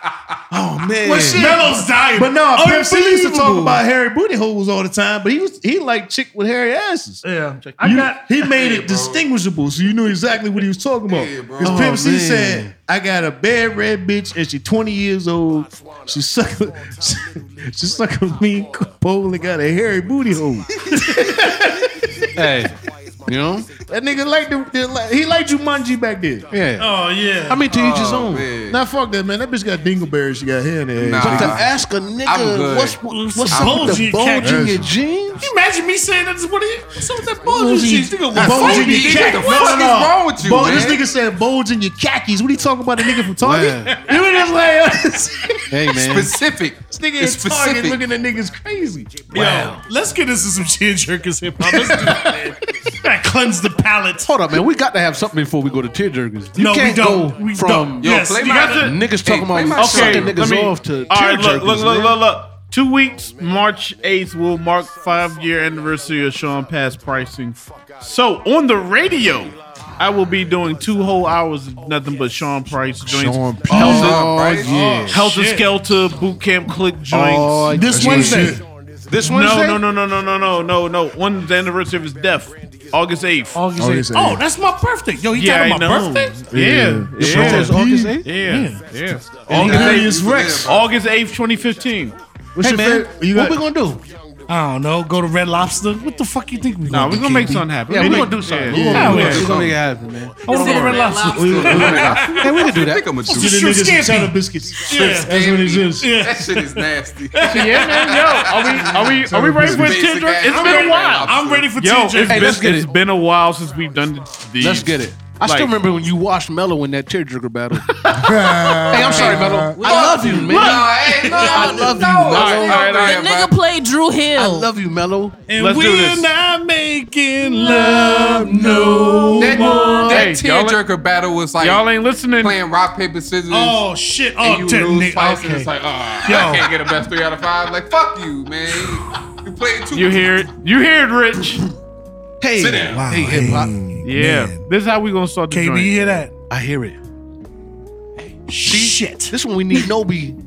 Speaker 2: Oh man.
Speaker 1: Melo's dying.
Speaker 2: But no, Pimp C used to talk
Speaker 1: Unbelievable.
Speaker 2: about hairy booty holes all the time, but he was he liked chick with hairy asses.
Speaker 1: Yeah. I
Speaker 2: You-
Speaker 1: got.
Speaker 2: he made it distinguishable, so you knew exactly what he was talking about.
Speaker 5: Yeah, bro.
Speaker 2: Because
Speaker 5: Oh,
Speaker 2: Pimp C
Speaker 4: man.
Speaker 2: said, "I got a bad red bitch, and she 20 years old. She suck, she, she suck a mean pole and got a hairy booty hole."
Speaker 4: Hey. You know?
Speaker 2: That nigga liked the, the like- he liked Jumanji back then.
Speaker 4: Yeah.
Speaker 1: Oh, yeah.
Speaker 4: I mean, to each his
Speaker 1: Oh,
Speaker 4: own.
Speaker 5: Man.
Speaker 2: Now fuck that man. That bitch got dingleberries. She got hair in her ass.
Speaker 5: Nah.
Speaker 4: But to ask a nigga
Speaker 5: good.
Speaker 4: what's what's
Speaker 1: I'm
Speaker 4: up with
Speaker 1: good.
Speaker 4: the bulge in your
Speaker 2: That's-
Speaker 4: jeans?
Speaker 1: Can you imagine me saying that? What are you? What's up with that bulge? You think of
Speaker 2: Bulge in
Speaker 1: what?
Speaker 2: your
Speaker 5: Nigga,
Speaker 2: khakis.
Speaker 5: what the fuck
Speaker 2: No,
Speaker 5: is
Speaker 2: no.
Speaker 5: wrong with you,
Speaker 2: Bulge- This
Speaker 5: man?
Speaker 2: nigga said bulge in your khakis. What are you talking about? A nigga from Target?
Speaker 4: [laughs] Wow.
Speaker 2: You was just like,
Speaker 4: Hey, man.
Speaker 5: Specific.
Speaker 2: this nigga in
Speaker 5: It's
Speaker 2: Target
Speaker 5: specific.
Speaker 2: looking at niggas crazy.
Speaker 1: Yo, let's get into some chin jerkers hip hop. Let's do that, man. Gotta cleanse the palate.
Speaker 4: Hold up, man. We got to have something before we go to tearjerkers. You
Speaker 1: no, we
Speaker 4: can't
Speaker 1: don't.
Speaker 4: go
Speaker 1: we
Speaker 4: from
Speaker 1: don't.
Speaker 5: Yo,
Speaker 1: yes,
Speaker 5: play
Speaker 1: you
Speaker 5: my-
Speaker 1: got to.
Speaker 4: niggas talking
Speaker 5: play my
Speaker 4: about
Speaker 5: song.
Speaker 4: sucking
Speaker 5: Let
Speaker 4: niggas off to
Speaker 3: all right, look,
Speaker 4: tearjerkers,
Speaker 3: look, look,
Speaker 4: man.
Speaker 3: look, look. Two weeks, March 8th, will mark five year anniversary of Sean Pass pricing. So on the radio, I will be doing two whole hours of nothing but Sean Price joints.
Speaker 2: Sean P.
Speaker 3: Health,
Speaker 5: right?
Speaker 4: yeah.
Speaker 3: Health and Skelter, Boot Camp Click joints.
Speaker 4: Oh,
Speaker 1: This Wednesday.
Speaker 4: This Wednesday?
Speaker 3: no, no, no, no, no, no, no, no, no. On the anniversary of his death, August 8th.
Speaker 2: Oh, this
Speaker 1: Oh,
Speaker 2: ain't-
Speaker 1: that's my birthday. Yo, he
Speaker 3: yeah,
Speaker 1: got
Speaker 3: I
Speaker 1: on my
Speaker 3: know.
Speaker 1: birthday?
Speaker 3: Yeah.
Speaker 2: Yeah.
Speaker 3: Yeah.
Speaker 4: Wednesday
Speaker 3: Yeah.
Speaker 4: is August 8th?
Speaker 3: Yeah.
Speaker 2: August
Speaker 5: Hey,
Speaker 2: Rex.
Speaker 5: yeah, bro.
Speaker 3: August 8th, 2015.
Speaker 2: What's
Speaker 4: Hey,
Speaker 2: your
Speaker 4: man.
Speaker 2: favorite? You
Speaker 4: what
Speaker 2: got,
Speaker 4: we going to do?
Speaker 1: I don't know. Go to Red Lobster. What the fuck you think we?
Speaker 3: Nah,
Speaker 1: do,
Speaker 3: we're gonna make
Speaker 1: KB?
Speaker 3: something happen.
Speaker 1: Yeah,
Speaker 3: we
Speaker 1: we
Speaker 3: gonna do something.
Speaker 1: Yeah, we
Speaker 3: Yeah, yeah.
Speaker 1: gonna- we
Speaker 3: we
Speaker 1: gonna
Speaker 3: gonna
Speaker 1: make
Speaker 3: make
Speaker 1: it
Speaker 3: it happen, man.
Speaker 1: I want to go to Red Lobster.
Speaker 4: Hey, we can do
Speaker 5: I
Speaker 4: that.
Speaker 5: think I'm gonna
Speaker 1: Get
Speaker 5: choose.
Speaker 1: the niggas some cheddar
Speaker 5: biscuits.
Speaker 1: Yeah.
Speaker 5: That's
Speaker 9: what it is.
Speaker 5: That shit is nasty.
Speaker 3: Yeah, man. Yo, are we are we are we ready for
Speaker 5: Basic
Speaker 3: Tinder?
Speaker 5: ass
Speaker 3: It's been a
Speaker 5: Red
Speaker 3: while.
Speaker 5: Lobster.
Speaker 1: I'm ready for
Speaker 3: Yo, it's
Speaker 1: TJ.
Speaker 3: been,
Speaker 4: let's get
Speaker 3: it's
Speaker 4: it.
Speaker 3: been a while since we've done th- these.
Speaker 4: Let's get it. I
Speaker 3: Like-
Speaker 4: still remember when you watched Mello in that tearjerker battle. hey,
Speaker 1: [laughs]
Speaker 2: Ah,
Speaker 4: I'm sorry, Mello. I love you, man.
Speaker 5: hey, no,
Speaker 4: I love you,
Speaker 5: no,
Speaker 4: Mello.
Speaker 5: it's not
Speaker 3: All right,
Speaker 5: fair,
Speaker 3: all
Speaker 5: bro.
Speaker 10: Nigga played Drew Hill.
Speaker 4: I love you, Mello.
Speaker 1: and
Speaker 3: let's do
Speaker 1: we're
Speaker 3: this.
Speaker 1: not making love no
Speaker 5: That,
Speaker 1: more.
Speaker 5: that
Speaker 3: Hey, y'all ain't-
Speaker 5: tearjerker battle was like
Speaker 3: Y'all ain't listening.
Speaker 5: playing rock paper scissors.
Speaker 1: Oh shit! Oh,
Speaker 5: and you lose
Speaker 1: technique.
Speaker 5: twice, and
Speaker 1: Okay.
Speaker 5: it's like, oh, I
Speaker 1: Yo.
Speaker 5: can't get a best three out of five. Like, fuck you, man. You played two.
Speaker 3: You hear it? You hear it, Rich?
Speaker 4: Hey,
Speaker 5: Sit down.
Speaker 1: wow.
Speaker 4: hey, hip hop.
Speaker 1: hey,
Speaker 3: Yeah.
Speaker 1: man.
Speaker 3: This is how we gonna start the
Speaker 1: KB, you
Speaker 3: joint.
Speaker 1: hear that?
Speaker 4: I hear it.
Speaker 1: Shit.
Speaker 4: This one we need Nobi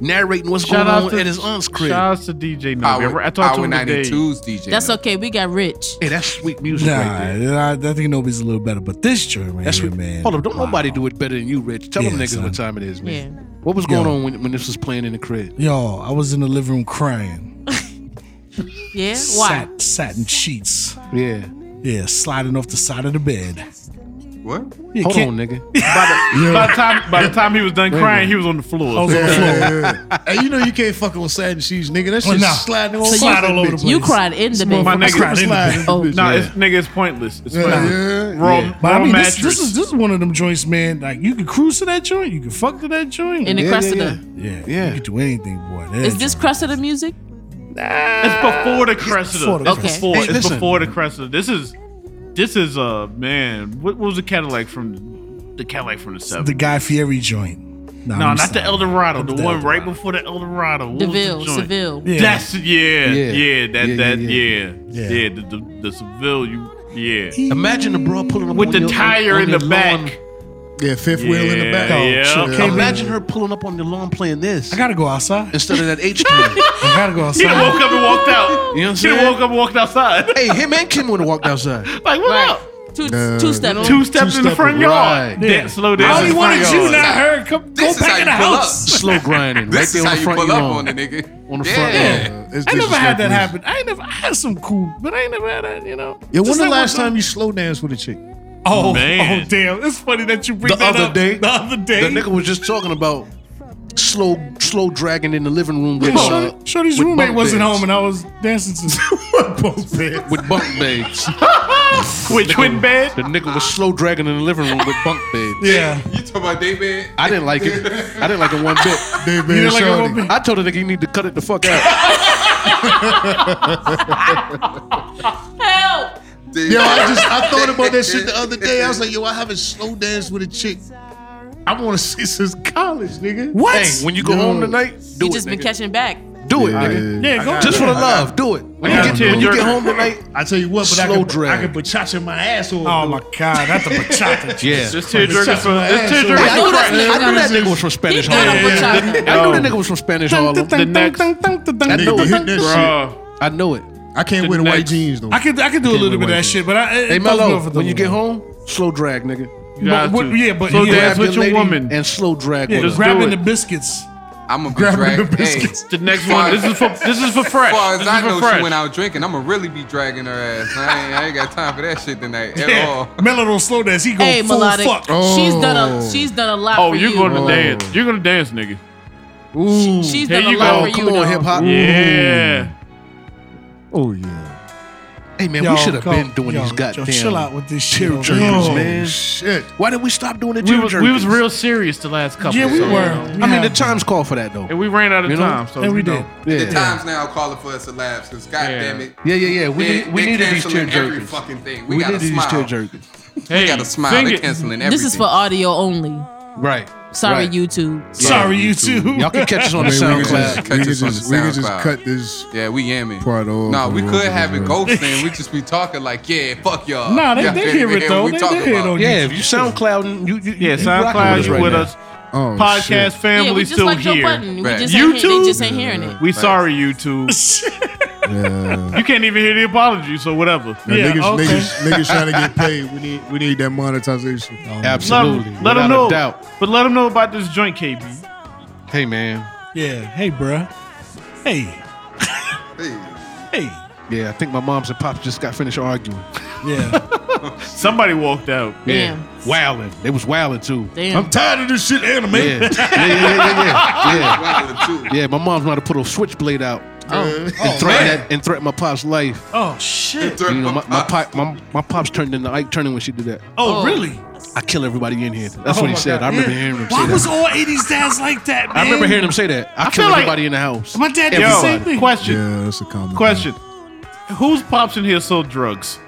Speaker 4: narrating what's
Speaker 3: Shout
Speaker 4: going
Speaker 3: out
Speaker 4: on
Speaker 3: to
Speaker 4: at his aunt's crib.
Speaker 3: Shout out to DJ Nugget.
Speaker 5: Power,
Speaker 3: I talked to
Speaker 5: Power
Speaker 3: him today.
Speaker 5: 92's DJ.
Speaker 10: That's
Speaker 5: now.
Speaker 10: okay. We got rich.
Speaker 4: Hey, that's sweet music right there.
Speaker 1: Nah, I, I think nobody's a little better, but this joint right
Speaker 4: That's
Speaker 1: here,
Speaker 4: what,
Speaker 1: man.
Speaker 4: Hold up, don't
Speaker 1: wow.
Speaker 4: nobody do it better than you, Rich. Tell them
Speaker 1: Yeah,
Speaker 4: niggas
Speaker 1: son.
Speaker 4: what time it is, man.
Speaker 10: Yeah.
Speaker 4: What was going
Speaker 1: Yo.
Speaker 4: on when, when this was playing in the crib?
Speaker 1: Yo, I was in the living room crying.
Speaker 10: Yeah. Why?
Speaker 1: Sat, satin sheets.
Speaker 4: Yeah.
Speaker 1: Yeah, sliding off the side of the bed.
Speaker 5: What?
Speaker 1: Yeah,
Speaker 4: Hold
Speaker 1: can't- [laughs]
Speaker 4: on,
Speaker 2: [laughs]
Speaker 4: nigga.
Speaker 3: By the time by the time he was done crying, he was on the floor.
Speaker 1: I
Speaker 4: Oh,
Speaker 1: was on the floor.
Speaker 2: Hey, you know you can't fucking with satin sheets, nigga. That shit's
Speaker 1: Well, Oh, nah.
Speaker 2: sliding all,
Speaker 1: So you-
Speaker 2: slide all over the place.
Speaker 10: You cried in the bed.
Speaker 3: My nigga-
Speaker 1: Cried in the bed.
Speaker 2: Sliding
Speaker 10: Oh.
Speaker 2: in the
Speaker 3: Nah,
Speaker 2: bitch.
Speaker 3: it's nigga, it's pointless. It's
Speaker 2: Yeah,
Speaker 3: pointless.
Speaker 2: yeah,
Speaker 3: Raw,
Speaker 2: yeah.
Speaker 3: raw
Speaker 1: But I mean, this,
Speaker 3: mattress.
Speaker 1: this is this is one of them joints, man. Like you can cruise to that joint, you can fuck to that joint.
Speaker 10: In the
Speaker 1: yeah,
Speaker 10: crust of
Speaker 4: yeah,
Speaker 10: the.
Speaker 1: you can do anything, boy. That
Speaker 10: Is this
Speaker 1: joint-
Speaker 10: crust of the music?
Speaker 3: it's
Speaker 4: Uh,
Speaker 3: before the Cressida.
Speaker 1: before the
Speaker 3: It's
Speaker 10: Cressida.
Speaker 3: before,
Speaker 4: Hey,
Speaker 3: it's
Speaker 4: listen.
Speaker 3: before the Cressida. This is this is uh man. What, what was the Cadillac from the Cadillac from the
Speaker 1: the
Speaker 3: seventies?
Speaker 1: Guy Fieri joint? Nah,
Speaker 3: No,
Speaker 1: I'm
Speaker 3: not the
Speaker 1: sorry.
Speaker 3: El Dorado. The
Speaker 1: The
Speaker 3: one
Speaker 1: El
Speaker 3: right before the El Dorado. What was the
Speaker 10: Deville,
Speaker 3: joint?
Speaker 10: Seville.
Speaker 1: Yeah.
Speaker 3: That's yeah, yeah,
Speaker 4: Yeah.
Speaker 3: that
Speaker 4: Yeah,
Speaker 3: that
Speaker 4: yeah,
Speaker 3: yeah, yeah,
Speaker 1: Yeah.
Speaker 3: the, the, the Seville, you yeah,
Speaker 4: Imagine the bra pulling up
Speaker 3: with
Speaker 4: on
Speaker 3: the
Speaker 4: your-
Speaker 3: tire
Speaker 4: on
Speaker 3: in
Speaker 4: your
Speaker 3: the
Speaker 4: lawn.
Speaker 3: back.
Speaker 2: Yeah, fifth wheel in the back.
Speaker 3: Yeah, yeah.
Speaker 2: Shit.
Speaker 1: Okay, man.
Speaker 4: Imagine her pulling up on your lawn playing this
Speaker 1: I gotta go outside.
Speaker 4: instead of that H
Speaker 3: [laughs]
Speaker 4: tune.
Speaker 1: I gotta go
Speaker 3: She done
Speaker 1: outside.
Speaker 3: woke up and walked out.
Speaker 4: [laughs] You know what I'm
Speaker 3: She done
Speaker 4: saying?
Speaker 3: woke up and walked outside. [laughs]
Speaker 4: hey, him and Kim would have walked outside.
Speaker 3: like what
Speaker 10: Right.
Speaker 3: up?
Speaker 10: Two two step.
Speaker 3: Two steps in the
Speaker 2: Two-step,
Speaker 3: front yard.
Speaker 4: right.
Speaker 3: Dan-
Speaker 1: Yeah.
Speaker 3: slow
Speaker 1: I
Speaker 3: dance. in
Speaker 1: only
Speaker 3: the front
Speaker 1: wanted you,
Speaker 3: yard.
Speaker 1: not her. Come, go
Speaker 5: This is how
Speaker 1: back in the
Speaker 5: you pull
Speaker 1: house.
Speaker 4: Slow grinding right
Speaker 5: This
Speaker 4: there
Speaker 5: is
Speaker 4: on
Speaker 5: how
Speaker 4: the
Speaker 5: you
Speaker 4: front
Speaker 5: pull
Speaker 4: lawn.
Speaker 5: up on the nigga.
Speaker 4: On the
Speaker 5: yeah.
Speaker 4: front lawn.
Speaker 2: Uh, it's
Speaker 1: I never had
Speaker 2: disrespectful.
Speaker 1: that happen. I ain't never I had some cool, but I ain't never had that. You know.
Speaker 2: Yeah,
Speaker 1: Just
Speaker 2: when the
Speaker 1: like
Speaker 2: last
Speaker 1: one-
Speaker 2: time you slow danced with a chick?
Speaker 1: Oh,
Speaker 3: Man.
Speaker 1: oh, damn! It's funny that you bring
Speaker 4: The
Speaker 1: that
Speaker 4: other
Speaker 1: up.
Speaker 4: day?
Speaker 1: The other day,
Speaker 4: The nigga was just talking about slow, slow dragging in the living room with,
Speaker 1: Shorty-
Speaker 4: uh,
Speaker 1: Shorty's
Speaker 4: with
Speaker 1: roommate
Speaker 4: bunk
Speaker 1: wasn't
Speaker 4: beds.
Speaker 1: home, and I was dancing to [laughs] both beds.
Speaker 4: [laughs] with bunk beds.
Speaker 3: with twin bed.
Speaker 4: The nigga was slow dragging in the living room with bunk beds.
Speaker 1: Yeah,
Speaker 5: You talking about David?
Speaker 4: I didn't like it. I didn't like it one bit.
Speaker 2: They
Speaker 1: you
Speaker 2: been
Speaker 1: know, like a
Speaker 2: shorty.
Speaker 1: woman-
Speaker 4: I told the nigga you need to cut it the fuck out.
Speaker 10: Help!
Speaker 2: Yo, I just [laughs] I thought about that shit the other day. I was like, yo, I haven't slow danced with a chick. I want to see since college, nigga.
Speaker 1: what?
Speaker 4: Hey, when you go
Speaker 2: Yo.
Speaker 4: home tonight, do
Speaker 10: You
Speaker 4: it.
Speaker 10: just been
Speaker 4: nigga.
Speaker 10: catching back.
Speaker 4: do it, nigga.
Speaker 1: yeah, go
Speaker 4: Just for the love, do it. When you
Speaker 3: got
Speaker 4: get,
Speaker 3: a
Speaker 4: when you get
Speaker 3: tearjerker.
Speaker 4: home tonight,
Speaker 2: I tell you what, but
Speaker 4: Slow
Speaker 2: I can
Speaker 4: drag.
Speaker 2: I can bachata my ass off.
Speaker 1: Oh my god, that's a bachata.
Speaker 4: [laughs] yeah.
Speaker 3: This tearjerker from this
Speaker 10: I
Speaker 4: I
Speaker 10: know
Speaker 3: tearjerker.
Speaker 4: knew
Speaker 10: that's
Speaker 4: that,
Speaker 10: what
Speaker 4: I
Speaker 10: he's
Speaker 4: knew
Speaker 10: gonna
Speaker 4: that
Speaker 10: do.
Speaker 4: nigga was from Spanish
Speaker 10: He got
Speaker 4: Harlem.
Speaker 10: him with
Speaker 3: Yeah,
Speaker 10: China.
Speaker 3: yeah.
Speaker 4: I knew that nigga was from Spanish Harlem.
Speaker 3: The next-
Speaker 1: I
Speaker 2: Nigga, hit that shit.
Speaker 4: I know it.
Speaker 2: I can't wear the white jeans though.
Speaker 1: could I could do a little bit of that shit, but I, it
Speaker 4: Hey,
Speaker 1: it throws me
Speaker 4: Mello,
Speaker 1: off at the
Speaker 4: when you get
Speaker 1: moment.
Speaker 4: home, slow drag, nigga.
Speaker 3: You got
Speaker 1: But-
Speaker 3: to.
Speaker 1: yeah, but-
Speaker 3: so
Speaker 1: yeah.
Speaker 3: dance
Speaker 4: Grab
Speaker 3: with your
Speaker 4: lady
Speaker 3: woman.
Speaker 4: and slow drag
Speaker 1: yeah,
Speaker 4: with
Speaker 3: just
Speaker 4: her.
Speaker 1: grabbing
Speaker 3: do
Speaker 1: the
Speaker 3: it.
Speaker 1: biscuits.
Speaker 5: I'm gonna be dragging.
Speaker 1: the
Speaker 5: Hey,
Speaker 1: biscuits.
Speaker 3: the next one. This is for this is for fresh.
Speaker 5: as far
Speaker 3: this
Speaker 5: as
Speaker 3: is
Speaker 5: I
Speaker 3: for
Speaker 5: know,
Speaker 3: fresh.
Speaker 5: she went out drinking. I'm gonna really be dragging her ass. I ain't, I ain't got time for that shit tonight at all.
Speaker 1: [laughs] Yeah, Mello don't slow dance. He go
Speaker 10: Hey,
Speaker 1: full
Speaker 10: melodic.
Speaker 1: Oh, fuck.
Speaker 10: She's done a she's done a lot.
Speaker 3: Oh,
Speaker 10: for
Speaker 3: you're
Speaker 10: you.
Speaker 3: going to dance. You're going to dance, nigga.
Speaker 10: She- She's
Speaker 3: Here
Speaker 10: done a
Speaker 3: you
Speaker 10: lot
Speaker 3: go.
Speaker 10: for you.
Speaker 4: Come on,
Speaker 10: though.
Speaker 4: hip hop.
Speaker 3: Yeah.
Speaker 2: Oh yeah.
Speaker 4: Hey man,
Speaker 1: Yo,
Speaker 4: we should have
Speaker 1: go-
Speaker 4: been doing
Speaker 1: yo,
Speaker 4: these goddamn.
Speaker 1: Yo, chill out with this shit,
Speaker 4: tear
Speaker 1: yo.
Speaker 4: jerkers, man.
Speaker 2: Shit.
Speaker 4: Why did we stop doing the
Speaker 3: We
Speaker 4: tear
Speaker 3: was, we was real serious the last couple.
Speaker 1: Yeah, we
Speaker 3: so,
Speaker 1: were. We
Speaker 4: I mean,
Speaker 1: had-
Speaker 4: the times call for that though.
Speaker 3: And we ran out of
Speaker 4: You know?
Speaker 3: time. So
Speaker 1: and we
Speaker 3: you know.
Speaker 1: did.
Speaker 4: Yeah,
Speaker 5: The times now calling for us to laugh because goddamn it,
Speaker 4: yeah, yeah, yeah. We
Speaker 5: they,
Speaker 4: need- we
Speaker 5: they
Speaker 4: needed these tear
Speaker 5: canceling every
Speaker 4: jerkers.
Speaker 5: fucking thing. We,
Speaker 4: We
Speaker 5: gotta
Speaker 4: needed these
Speaker 5: smile.
Speaker 4: tear jerkers.
Speaker 3: Hey,
Speaker 5: We gotta smile.
Speaker 3: sing
Speaker 5: They
Speaker 3: it.
Speaker 5: canceling everything.
Speaker 10: This is for audio only.
Speaker 4: Right.
Speaker 10: Sorry,
Speaker 4: right.
Speaker 10: YouTube.
Speaker 1: Sorry, you too.
Speaker 4: Y'all can catch us on the
Speaker 2: [laughs] I mean, we could
Speaker 4: SoundCloud.
Speaker 2: just,
Speaker 5: Cut
Speaker 2: we could
Speaker 5: this on
Speaker 2: just,
Speaker 5: the
Speaker 2: we could just
Speaker 5: SoundCloud.
Speaker 2: got this.
Speaker 5: Yeah, we yamming.
Speaker 2: Part of-
Speaker 5: No, we
Speaker 2: of-
Speaker 5: could have it
Speaker 2: of-
Speaker 5: ghosting. we just be talking like, yeah, fuck y'all.
Speaker 1: Nah, they-
Speaker 5: Y'all
Speaker 1: they
Speaker 5: can't
Speaker 1: hear
Speaker 5: even
Speaker 1: it, though.
Speaker 5: what we
Speaker 1: They-
Speaker 5: talking
Speaker 1: they hear it
Speaker 5: about.
Speaker 1: on
Speaker 4: Yeah, if you SoundCloud, you, you
Speaker 3: Yeah,
Speaker 4: you rocking
Speaker 3: SoundCloud,
Speaker 4: us
Speaker 3: you
Speaker 4: right
Speaker 3: with
Speaker 4: now.
Speaker 3: us.
Speaker 2: Oh,
Speaker 3: Podcast
Speaker 2: shit.
Speaker 3: family
Speaker 10: Yeah, we just
Speaker 3: still
Speaker 10: like Joe
Speaker 3: here.
Speaker 10: Button. We
Speaker 5: Right.
Speaker 10: just ain't, hear-
Speaker 3: YouTube?
Speaker 10: they just ain't hearing it.
Speaker 3: We sorry, YouTube.
Speaker 2: Yeah.
Speaker 3: you can't even hear the apology, so whatever.
Speaker 2: Now,
Speaker 1: Yeah,
Speaker 2: Uh, niggas,
Speaker 1: okay.
Speaker 2: niggas, niggas trying to get paid. We need, we need that monetization.
Speaker 3: Let 'em-
Speaker 4: Absolutely.
Speaker 3: let them
Speaker 4: Without a
Speaker 3: know.
Speaker 4: doubt.
Speaker 3: But let them know about this joint, KB.
Speaker 4: Hey man.
Speaker 1: Yeah. Hey, bruh. Hey.
Speaker 5: Hey,
Speaker 1: Hey.
Speaker 4: Yeah, I think my mom's and pops just got finished arguing.
Speaker 1: Yeah.
Speaker 3: Somebody walked out.
Speaker 4: Yeah. Wilding. They was wilding too.
Speaker 10: Damn.
Speaker 1: I'm tired of this shit anime.
Speaker 4: Yeah. Yeah, yeah, yeah, yeah, yeah. [laughs] yeah. my mom's about to put a switchblade out.
Speaker 1: Oh.
Speaker 4: and
Speaker 1: Oh,
Speaker 4: threaten
Speaker 1: man.
Speaker 4: that, and threaten my pop's life.
Speaker 1: Oh shit.
Speaker 4: You know, my, my, pop, my, my pops turned into Ike Turner when she did that.
Speaker 1: Oh, really?
Speaker 4: I kill everybody in here. That's
Speaker 1: Oh
Speaker 4: what he
Speaker 1: my
Speaker 4: said.
Speaker 1: God,
Speaker 4: I remember
Speaker 1: yeah.
Speaker 4: hearing him
Speaker 1: Why
Speaker 4: say
Speaker 1: was
Speaker 4: that.
Speaker 1: all 80s dads like that, man?
Speaker 4: I remember hearing him say that. I,
Speaker 3: I
Speaker 4: kill
Speaker 3: feel like-
Speaker 4: everybody in the house.
Speaker 1: My dad did the
Speaker 3: Yo,
Speaker 1: same thing.
Speaker 3: question.
Speaker 2: Yeah, that's a common
Speaker 3: Question. Whose pops in here sold drugs?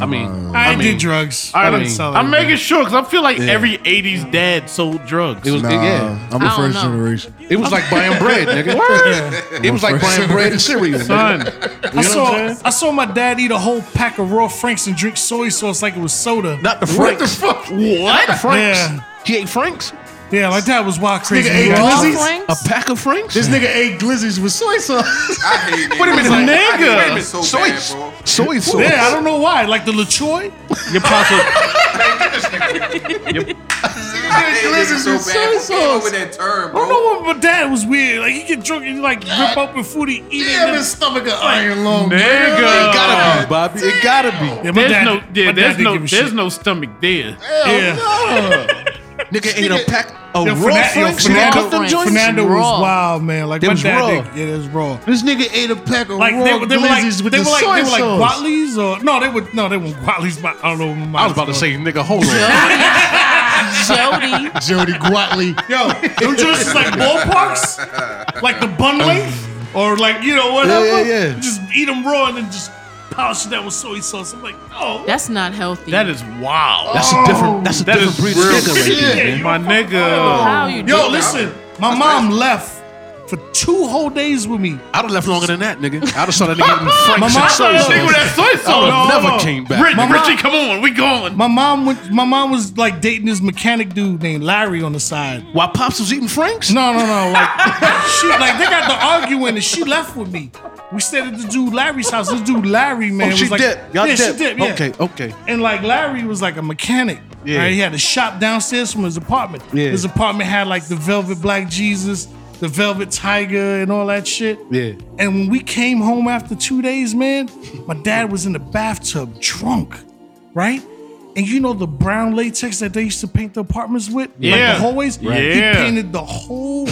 Speaker 4: I mean,
Speaker 1: I,
Speaker 4: I mean,
Speaker 1: did drugs.
Speaker 3: I
Speaker 1: I,
Speaker 4: mean,
Speaker 1: didn't sell
Speaker 3: I'm making sure because I feel like
Speaker 4: Yeah.
Speaker 3: every 80s dad sold drugs.
Speaker 4: it was
Speaker 2: Nah,
Speaker 4: yeah.
Speaker 2: I'm
Speaker 10: I
Speaker 2: a
Speaker 10: don't
Speaker 2: first
Speaker 10: know.
Speaker 2: generation.
Speaker 4: It was like buying bread, nigga. It was like buying bread and cereal.
Speaker 3: Son,
Speaker 1: I saw I saw my dad eat a whole pack of raw Franks and drink soy sauce like it was soda.
Speaker 4: Not the Franks. What the fuck? What? Franks.
Speaker 1: Yeah.
Speaker 4: He ate Franks?
Speaker 1: Yeah, like that was wild crazy.
Speaker 7: nigga ate
Speaker 1: Raw
Speaker 7: glizzies?
Speaker 4: A pack of Franks?
Speaker 7: This nigga ate glizzies with soy sauce.
Speaker 5: I hate niggas.
Speaker 4: Wait a minute,
Speaker 5: I hate
Speaker 3: nigga.
Speaker 5: niggas
Speaker 3: Wait a minute,
Speaker 5: So
Speaker 4: soy,
Speaker 5: bad,
Speaker 4: [laughs]
Speaker 5: bro.
Speaker 4: soy sauce.
Speaker 1: Yeah, I don't know why. Like the LaCroix.
Speaker 3: your pops was,
Speaker 5: I hate niggas so bad.
Speaker 7: soy
Speaker 5: Came up
Speaker 7: sauce.
Speaker 5: with that term,
Speaker 1: I don't
Speaker 5: bro.
Speaker 1: know what my dad was weird. Like he get drunk and he like rip open food and eat
Speaker 7: Damn,
Speaker 1: it.
Speaker 7: his stomach an iron lung.
Speaker 3: nigga.
Speaker 4: gotta be, Bobby. It gotta be.
Speaker 1: Yeah, my
Speaker 3: There's
Speaker 1: dad-
Speaker 3: no, yeah,
Speaker 1: my dad
Speaker 3: there's
Speaker 1: didn't
Speaker 3: no,
Speaker 1: give a
Speaker 3: there's
Speaker 1: shit.
Speaker 3: no stomach there.
Speaker 1: Yeah.
Speaker 4: Nigga ate a pack of
Speaker 1: Yo,
Speaker 4: raw
Speaker 1: Fernan- yo,
Speaker 4: Franks. He didn't cook
Speaker 1: Fernando,
Speaker 4: them
Speaker 10: Franks.
Speaker 4: joints.
Speaker 1: Fernando was
Speaker 10: Raw.
Speaker 1: wild, man. Like
Speaker 4: They
Speaker 1: my
Speaker 4: was
Speaker 1: dad,
Speaker 4: raw.
Speaker 1: did- yeah, it was raw.
Speaker 7: This nigga ate a pack of
Speaker 1: Like
Speaker 7: raw
Speaker 1: they, they were like
Speaker 7: glizzies with
Speaker 1: they
Speaker 7: the
Speaker 1: were like
Speaker 7: soy
Speaker 1: they were like
Speaker 7: sauce.
Speaker 1: Watley's or no they were no they were Watley's. My, I don't know.
Speaker 4: I was about to say, nigga, hold on.
Speaker 10: Jody.
Speaker 7: Jody Guatley.
Speaker 1: [laughs] Yo, them joints is like ballparks, like the bun length, or like you know whatever.
Speaker 4: Um, Yeah, yeah, yeah.
Speaker 1: Just eat them raw and then just polish it down with soy sauce. I'm like, oh,
Speaker 10: That's not healthy.
Speaker 3: That is wild.
Speaker 4: That's a different. That's a
Speaker 3: That
Speaker 4: different
Speaker 3: is
Speaker 4: breed of
Speaker 3: real
Speaker 4: nigga right there.
Speaker 1: Yeah,
Speaker 4: man.
Speaker 1: you
Speaker 3: my
Speaker 1: don't fuck-
Speaker 10: How
Speaker 3: nigga.
Speaker 10: you do
Speaker 1: Yo,
Speaker 10: that?
Speaker 1: listen, my mom left for two whole days with me.
Speaker 4: I'd have left longer than that, nigga. I'd have saw that nigga eating
Speaker 1: My
Speaker 4: Franks
Speaker 1: mom-
Speaker 4: and
Speaker 1: I
Speaker 4: soy
Speaker 1: thought
Speaker 4: sauce.
Speaker 1: that nigga
Speaker 3: Nigga, that soy sauce.
Speaker 1: no,
Speaker 4: never
Speaker 1: no.
Speaker 4: came back.
Speaker 3: Rich,
Speaker 1: My mom-
Speaker 3: Richie, come on, we going.
Speaker 1: My mom went. My mom was like dating this mechanic dude named Larry on the side.
Speaker 4: Why pops was eating Franks?
Speaker 1: No, no, no. Like [laughs] she, like they got to arguing, and she left with me. We stayed at the dude Larry's house. This dude Larry, man,
Speaker 4: oh, she
Speaker 1: was like,
Speaker 4: did. Y'all
Speaker 1: yeah,
Speaker 4: did.
Speaker 1: she did. Yeah.
Speaker 4: Okay, okay.
Speaker 1: And like Larry was like a mechanic.
Speaker 4: Yeah.
Speaker 1: Right? He had a shop downstairs from his apartment.
Speaker 4: Yeah.
Speaker 1: His apartment had like the Velvet Black Jesus, the Velvet Tiger, and all that shit.
Speaker 4: Yeah.
Speaker 1: And when we came home after two days, man, my dad was in the bathtub drunk, right? And you know the brown latex that they used to paint the apartments with? Like
Speaker 3: Yeah.
Speaker 1: the hallways?
Speaker 3: Right.
Speaker 1: He
Speaker 3: Yeah.
Speaker 1: painted the whole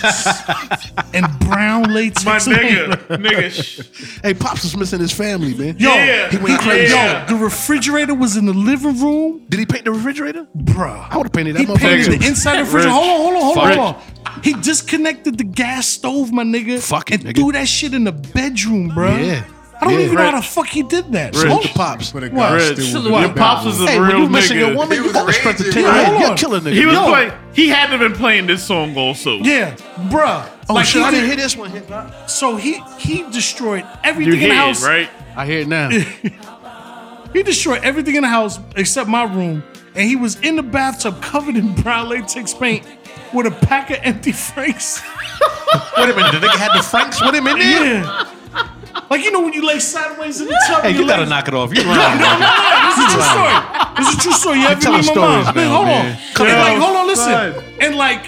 Speaker 1: house in brown latex.
Speaker 3: My nigga,
Speaker 1: paint.
Speaker 3: nigga. sh-
Speaker 4: Hey, pops was missing his family, man.
Speaker 1: Yo,
Speaker 3: Yeah.
Speaker 1: he
Speaker 4: went crazy.
Speaker 1: yo, the refrigerator was in the living room.
Speaker 4: Did he paint the refrigerator?
Speaker 1: Bruh.
Speaker 4: I would've painted that
Speaker 1: He
Speaker 4: motherfucker too.
Speaker 1: painted the inside of the fridge.
Speaker 3: Rich.
Speaker 1: Hold on, hold on, hold on,
Speaker 3: Fuck.
Speaker 1: hold on. He disconnected the gas stove, my nigga.
Speaker 4: Fuck it,
Speaker 1: and
Speaker 4: nigga.
Speaker 1: threw that shit in the bedroom, bruh.
Speaker 4: Yeah.
Speaker 1: I don't
Speaker 4: Yeah.
Speaker 1: even know how the
Speaker 3: Rich.
Speaker 1: fuck he did that.
Speaker 3: Rich.
Speaker 4: Hold the pops.
Speaker 2: But a
Speaker 1: What?
Speaker 2: guy still
Speaker 3: Your pops was a
Speaker 4: Hey, when
Speaker 3: real
Speaker 4: you missing your
Speaker 3: nigga.
Speaker 4: woman,
Speaker 5: He
Speaker 4: you
Speaker 5: was
Speaker 4: got respect to
Speaker 5: raging.
Speaker 4: take
Speaker 1: Yeah,
Speaker 4: yeah,
Speaker 1: hold
Speaker 4: You're
Speaker 1: on.
Speaker 4: killing nigga.
Speaker 3: He was
Speaker 4: Yo.
Speaker 3: playing. He had to been playing this song also.
Speaker 1: Yeah, bruh.
Speaker 4: Oh
Speaker 1: like he
Speaker 4: shit! I didn't
Speaker 1: did-
Speaker 4: hear this one. Hit.
Speaker 1: So he he destroyed
Speaker 3: you
Speaker 1: everything in
Speaker 3: hear
Speaker 1: the
Speaker 3: it,
Speaker 1: house.
Speaker 3: right?
Speaker 4: I hear it now.
Speaker 1: [laughs] He destroyed everything in the house except my room, and he was in the bathtub covered in brown latex paint with a pack of empty franks. [laughs]
Speaker 4: Wait a minute. The nigga had the Franks with him in there.
Speaker 1: Yeah.
Speaker 4: [laughs]
Speaker 1: Like you know when you lay sideways in the tub.
Speaker 4: Hey,
Speaker 1: your
Speaker 4: you gotta
Speaker 1: legs-
Speaker 4: knock
Speaker 1: [laughs]
Speaker 4: it off. You lying.
Speaker 1: This is a true story. This is a true story. You ever
Speaker 4: telling
Speaker 1: meet my
Speaker 4: stories
Speaker 1: mom?
Speaker 4: now,
Speaker 1: Man, hold
Speaker 4: man.
Speaker 1: on. And like,
Speaker 3: Yo,
Speaker 1: hold on, listen.
Speaker 3: son.
Speaker 1: And like,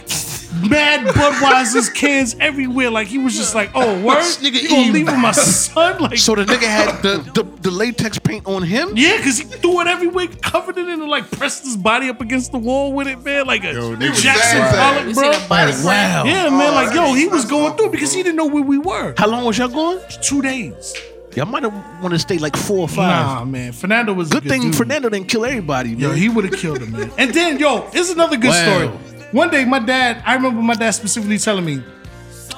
Speaker 1: mad Budweiser's cans everywhere. Like he was just like, oh, word.
Speaker 4: This [laughs] nigga
Speaker 1: you gonna
Speaker 4: Eve.
Speaker 1: leave with my
Speaker 4: [laughs]
Speaker 1: son? Like,
Speaker 4: so the nigga had the, the the latex paint on him.
Speaker 1: yeah, because he threw it everywhere, covered it in, and like pressed his body up against the wall with it, man. Like a
Speaker 2: Yo, nigga
Speaker 1: Jackson
Speaker 2: was sad.
Speaker 1: Pollock,
Speaker 10: You
Speaker 1: bro.
Speaker 10: see the body wow.
Speaker 1: Yeah, man. Like, yo, he was going through it because he didn't know where we were.
Speaker 4: How long was y'all going?
Speaker 1: Two days.
Speaker 4: Y'all might have want to stay like four or five.
Speaker 1: Nah, man. Fernando was a
Speaker 4: Good thing
Speaker 1: dude.
Speaker 4: Fernando didn't kill everybody,
Speaker 1: Yo,
Speaker 4: man.
Speaker 1: he would have killed him, man. And then, yo, here's another good
Speaker 4: Wow.
Speaker 1: story. One day, my dad, I remember my dad specifically telling me,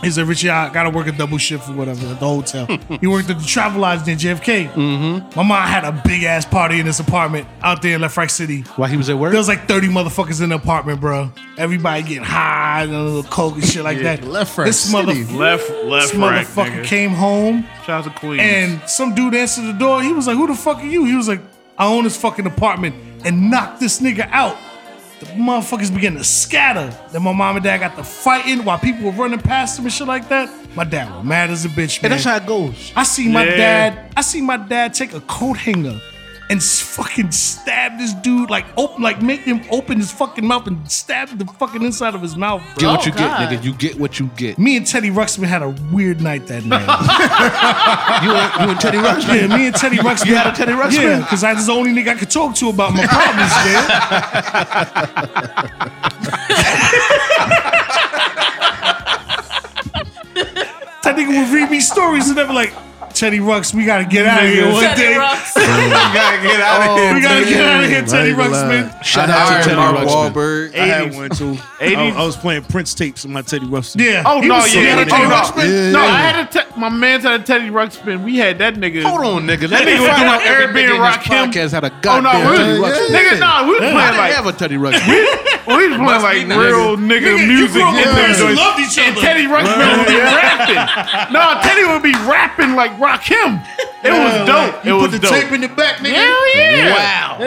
Speaker 1: he said, Richie, I gotta work a double shift or whatever at the hotel. he worked at the Travel Lodge in JFK. Mm-hmm. My mom had a big ass party in this apartment out there in Lafayette City.
Speaker 4: While he was at work?
Speaker 1: There was like 30 motherfuckers in the apartment, bro. Everybody getting high and a little coke and shit like that.
Speaker 2: Lafayette
Speaker 1: this
Speaker 2: City.
Speaker 3: Left, left,
Speaker 1: this
Speaker 3: right,
Speaker 1: motherfucker
Speaker 3: nigga.
Speaker 1: came home
Speaker 3: Shout out to Queens.
Speaker 1: and some dude answered the door. He was like, "Who the fuck are you?" He was like, "I own this fucking apartment," and knocked this nigga out. The motherfuckers began to scatter. Then my mom and dad got to fighting while people were running past them and shit like that. My dad was mad as a bitch, man.
Speaker 4: and that's how it goes.
Speaker 1: I see my
Speaker 3: Yeah.
Speaker 1: dad. I see my dad take a coat hanger and s- fucking stab this dude, like open, like make him open his fucking mouth and stab the fucking inside of his mouth. bro.
Speaker 4: Get what you
Speaker 10: God.
Speaker 4: get, nigga. You get what you get.
Speaker 1: Me and Teddy Ruxpin had a weird night that night.
Speaker 4: [laughs] You and, you and Teddy Ruxpin.
Speaker 1: Yeah, me and Teddy Ruxpin.
Speaker 4: You had a Teddy Ruxpin?
Speaker 1: Yeah, because I was the only nigga I could talk to about my problems, man.
Speaker 4: [laughs]
Speaker 1: that nigga would read me stories and they be like, Teddy Rux, we gotta get out of here one
Speaker 10: Teddy
Speaker 1: day.
Speaker 10: Ruxpin.
Speaker 3: gotta get
Speaker 2: [laughs]
Speaker 3: out of
Speaker 1: We gotta get out of here, Teddy
Speaker 2: Oh, I ain't gonna lie.
Speaker 1: Ruxpin.
Speaker 4: Shout
Speaker 5: I
Speaker 4: out to
Speaker 5: hired
Speaker 4: Teddy
Speaker 5: Mark
Speaker 4: Ruxpin.
Speaker 5: Wahlberg.
Speaker 9: I had one too. I,
Speaker 3: Eighties.
Speaker 9: I was playing Prince tapes on my Teddy Ruxpin.
Speaker 1: Yeah.
Speaker 3: Oh
Speaker 1: he
Speaker 3: no,
Speaker 1: was so
Speaker 3: yeah,
Speaker 1: good.
Speaker 3: Teddy
Speaker 1: Teddy Ruxpin.
Speaker 3: Ruxpin. No, I had a te- my man's had a Teddy Ruxpin. We had that nigga.
Speaker 4: Hold on, nigga.
Speaker 3: That nigga was doing Airbnb and Rock Him.
Speaker 4: podcast had a
Speaker 3: Oh
Speaker 4: goddamn
Speaker 3: no, we
Speaker 4: Teddy
Speaker 3: was,
Speaker 4: Ruxpin.
Speaker 3: nigga, nah, we was
Speaker 4: I didn't
Speaker 3: playing like
Speaker 4: have a Teddy Ruxpin.
Speaker 3: we was playing like real nigga,
Speaker 1: Nigga, you
Speaker 3: music.
Speaker 1: grew up with
Speaker 3: and
Speaker 1: parents who
Speaker 3: doing-
Speaker 1: loved each
Speaker 3: And
Speaker 1: other.
Speaker 3: Teddy Ruxpin would be rapping. No, Teddy would be rapping like Rock Him. It was dope. It
Speaker 2: You put the
Speaker 3: was
Speaker 2: tape
Speaker 3: dope.
Speaker 2: in the back, nigga.
Speaker 3: Hell yeah!
Speaker 2: Wow.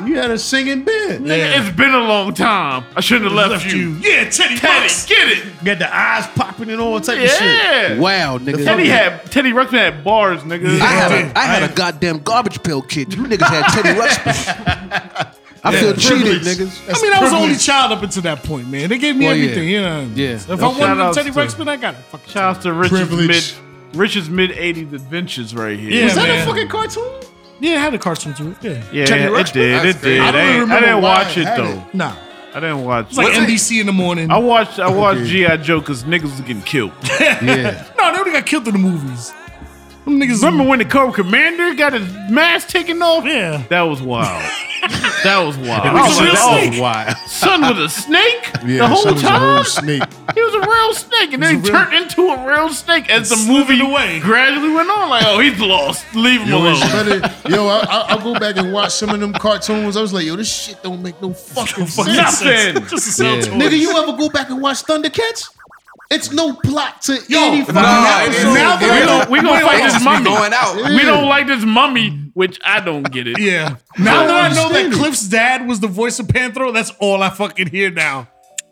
Speaker 2: Nigga. You had a singing band.
Speaker 3: Nigga, it's been a long time. I shouldn't have left you.
Speaker 1: Yeah, Teddy,
Speaker 3: Teddy,
Speaker 1: Rux.
Speaker 3: get it.
Speaker 9: Got the eyes popping and all type of shit.
Speaker 3: Yeah.
Speaker 4: Wow, nigga.
Speaker 3: Teddy had Teddy Ruxpin had bars, nigga.
Speaker 4: I had, a, I had a goddamn garbage pail kid. You niggas had Teddy Ruxpin. I feel cheated, niggas.
Speaker 1: I mean, I was the only child up until that point, man. They gave me
Speaker 4: Well, yeah.
Speaker 1: everything, you know.
Speaker 4: Yeah.
Speaker 1: If
Speaker 4: Shout
Speaker 1: I wanted
Speaker 3: outs
Speaker 1: Teddy
Speaker 3: to-
Speaker 1: Ruxpin, I got it. Fuck
Speaker 3: Shout out to Rich's
Speaker 2: Privilege.
Speaker 3: mid Rich's mid eighties adventures right here.
Speaker 1: Yeah,
Speaker 3: Yeah,
Speaker 1: Was that a man.
Speaker 2: fucking cartoon?
Speaker 1: Yeah, it had a cartoon to it. Yeah.
Speaker 3: it did.
Speaker 5: That's
Speaker 3: It
Speaker 5: crazy.
Speaker 3: did.
Speaker 5: I
Speaker 3: I,
Speaker 2: don't even
Speaker 3: ain't- I
Speaker 2: remember
Speaker 3: didn't
Speaker 2: why
Speaker 3: watch
Speaker 2: I
Speaker 3: it
Speaker 2: had
Speaker 3: though.
Speaker 2: it.
Speaker 1: Nah.
Speaker 3: I didn't watch.
Speaker 1: It's like NBC in the morning.
Speaker 3: I watched. I watched GI Joe because niggas was getting killed.
Speaker 1: No, they only got killed in the movies. Them niggas.
Speaker 3: Remember when the Cobra Commander got his mask taken off?
Speaker 1: Yeah.
Speaker 3: That was wild. that was wild.
Speaker 1: was a
Speaker 3: I was like,
Speaker 1: real
Speaker 3: oh,
Speaker 1: snake.
Speaker 9: Why?
Speaker 3: son was a snake
Speaker 2: Yeah,
Speaker 3: the whole
Speaker 2: son was a
Speaker 3: time.
Speaker 2: real snake.
Speaker 3: He was a real snake, and then he turned into a real snake as the movie gradually went on. Like, oh, he's lost. Leave him
Speaker 2: Yo,
Speaker 3: alone.
Speaker 2: it's better- yo, I, I, I'll go back and watch some of them cartoons. I was like, yo, this shit don't make no fucking sense.
Speaker 3: Nothing.
Speaker 1: Just a sound toy.
Speaker 2: Nigga, you ever go back and watch Thundercats? It's no plot to
Speaker 1: Yo,
Speaker 2: any fucking
Speaker 5: nah, it
Speaker 2: episode.
Speaker 5: is.
Speaker 1: Now
Speaker 3: We
Speaker 1: that
Speaker 3: gon- we gonna fight
Speaker 5: It's
Speaker 3: this
Speaker 5: just
Speaker 3: mummy.
Speaker 5: be going out.
Speaker 3: We don't like this mummy, which I don't get it.
Speaker 1: yeah. Now that I know that
Speaker 2: understand it.
Speaker 1: Cliff's dad was the voice of Panthro, that's all I fucking hear now.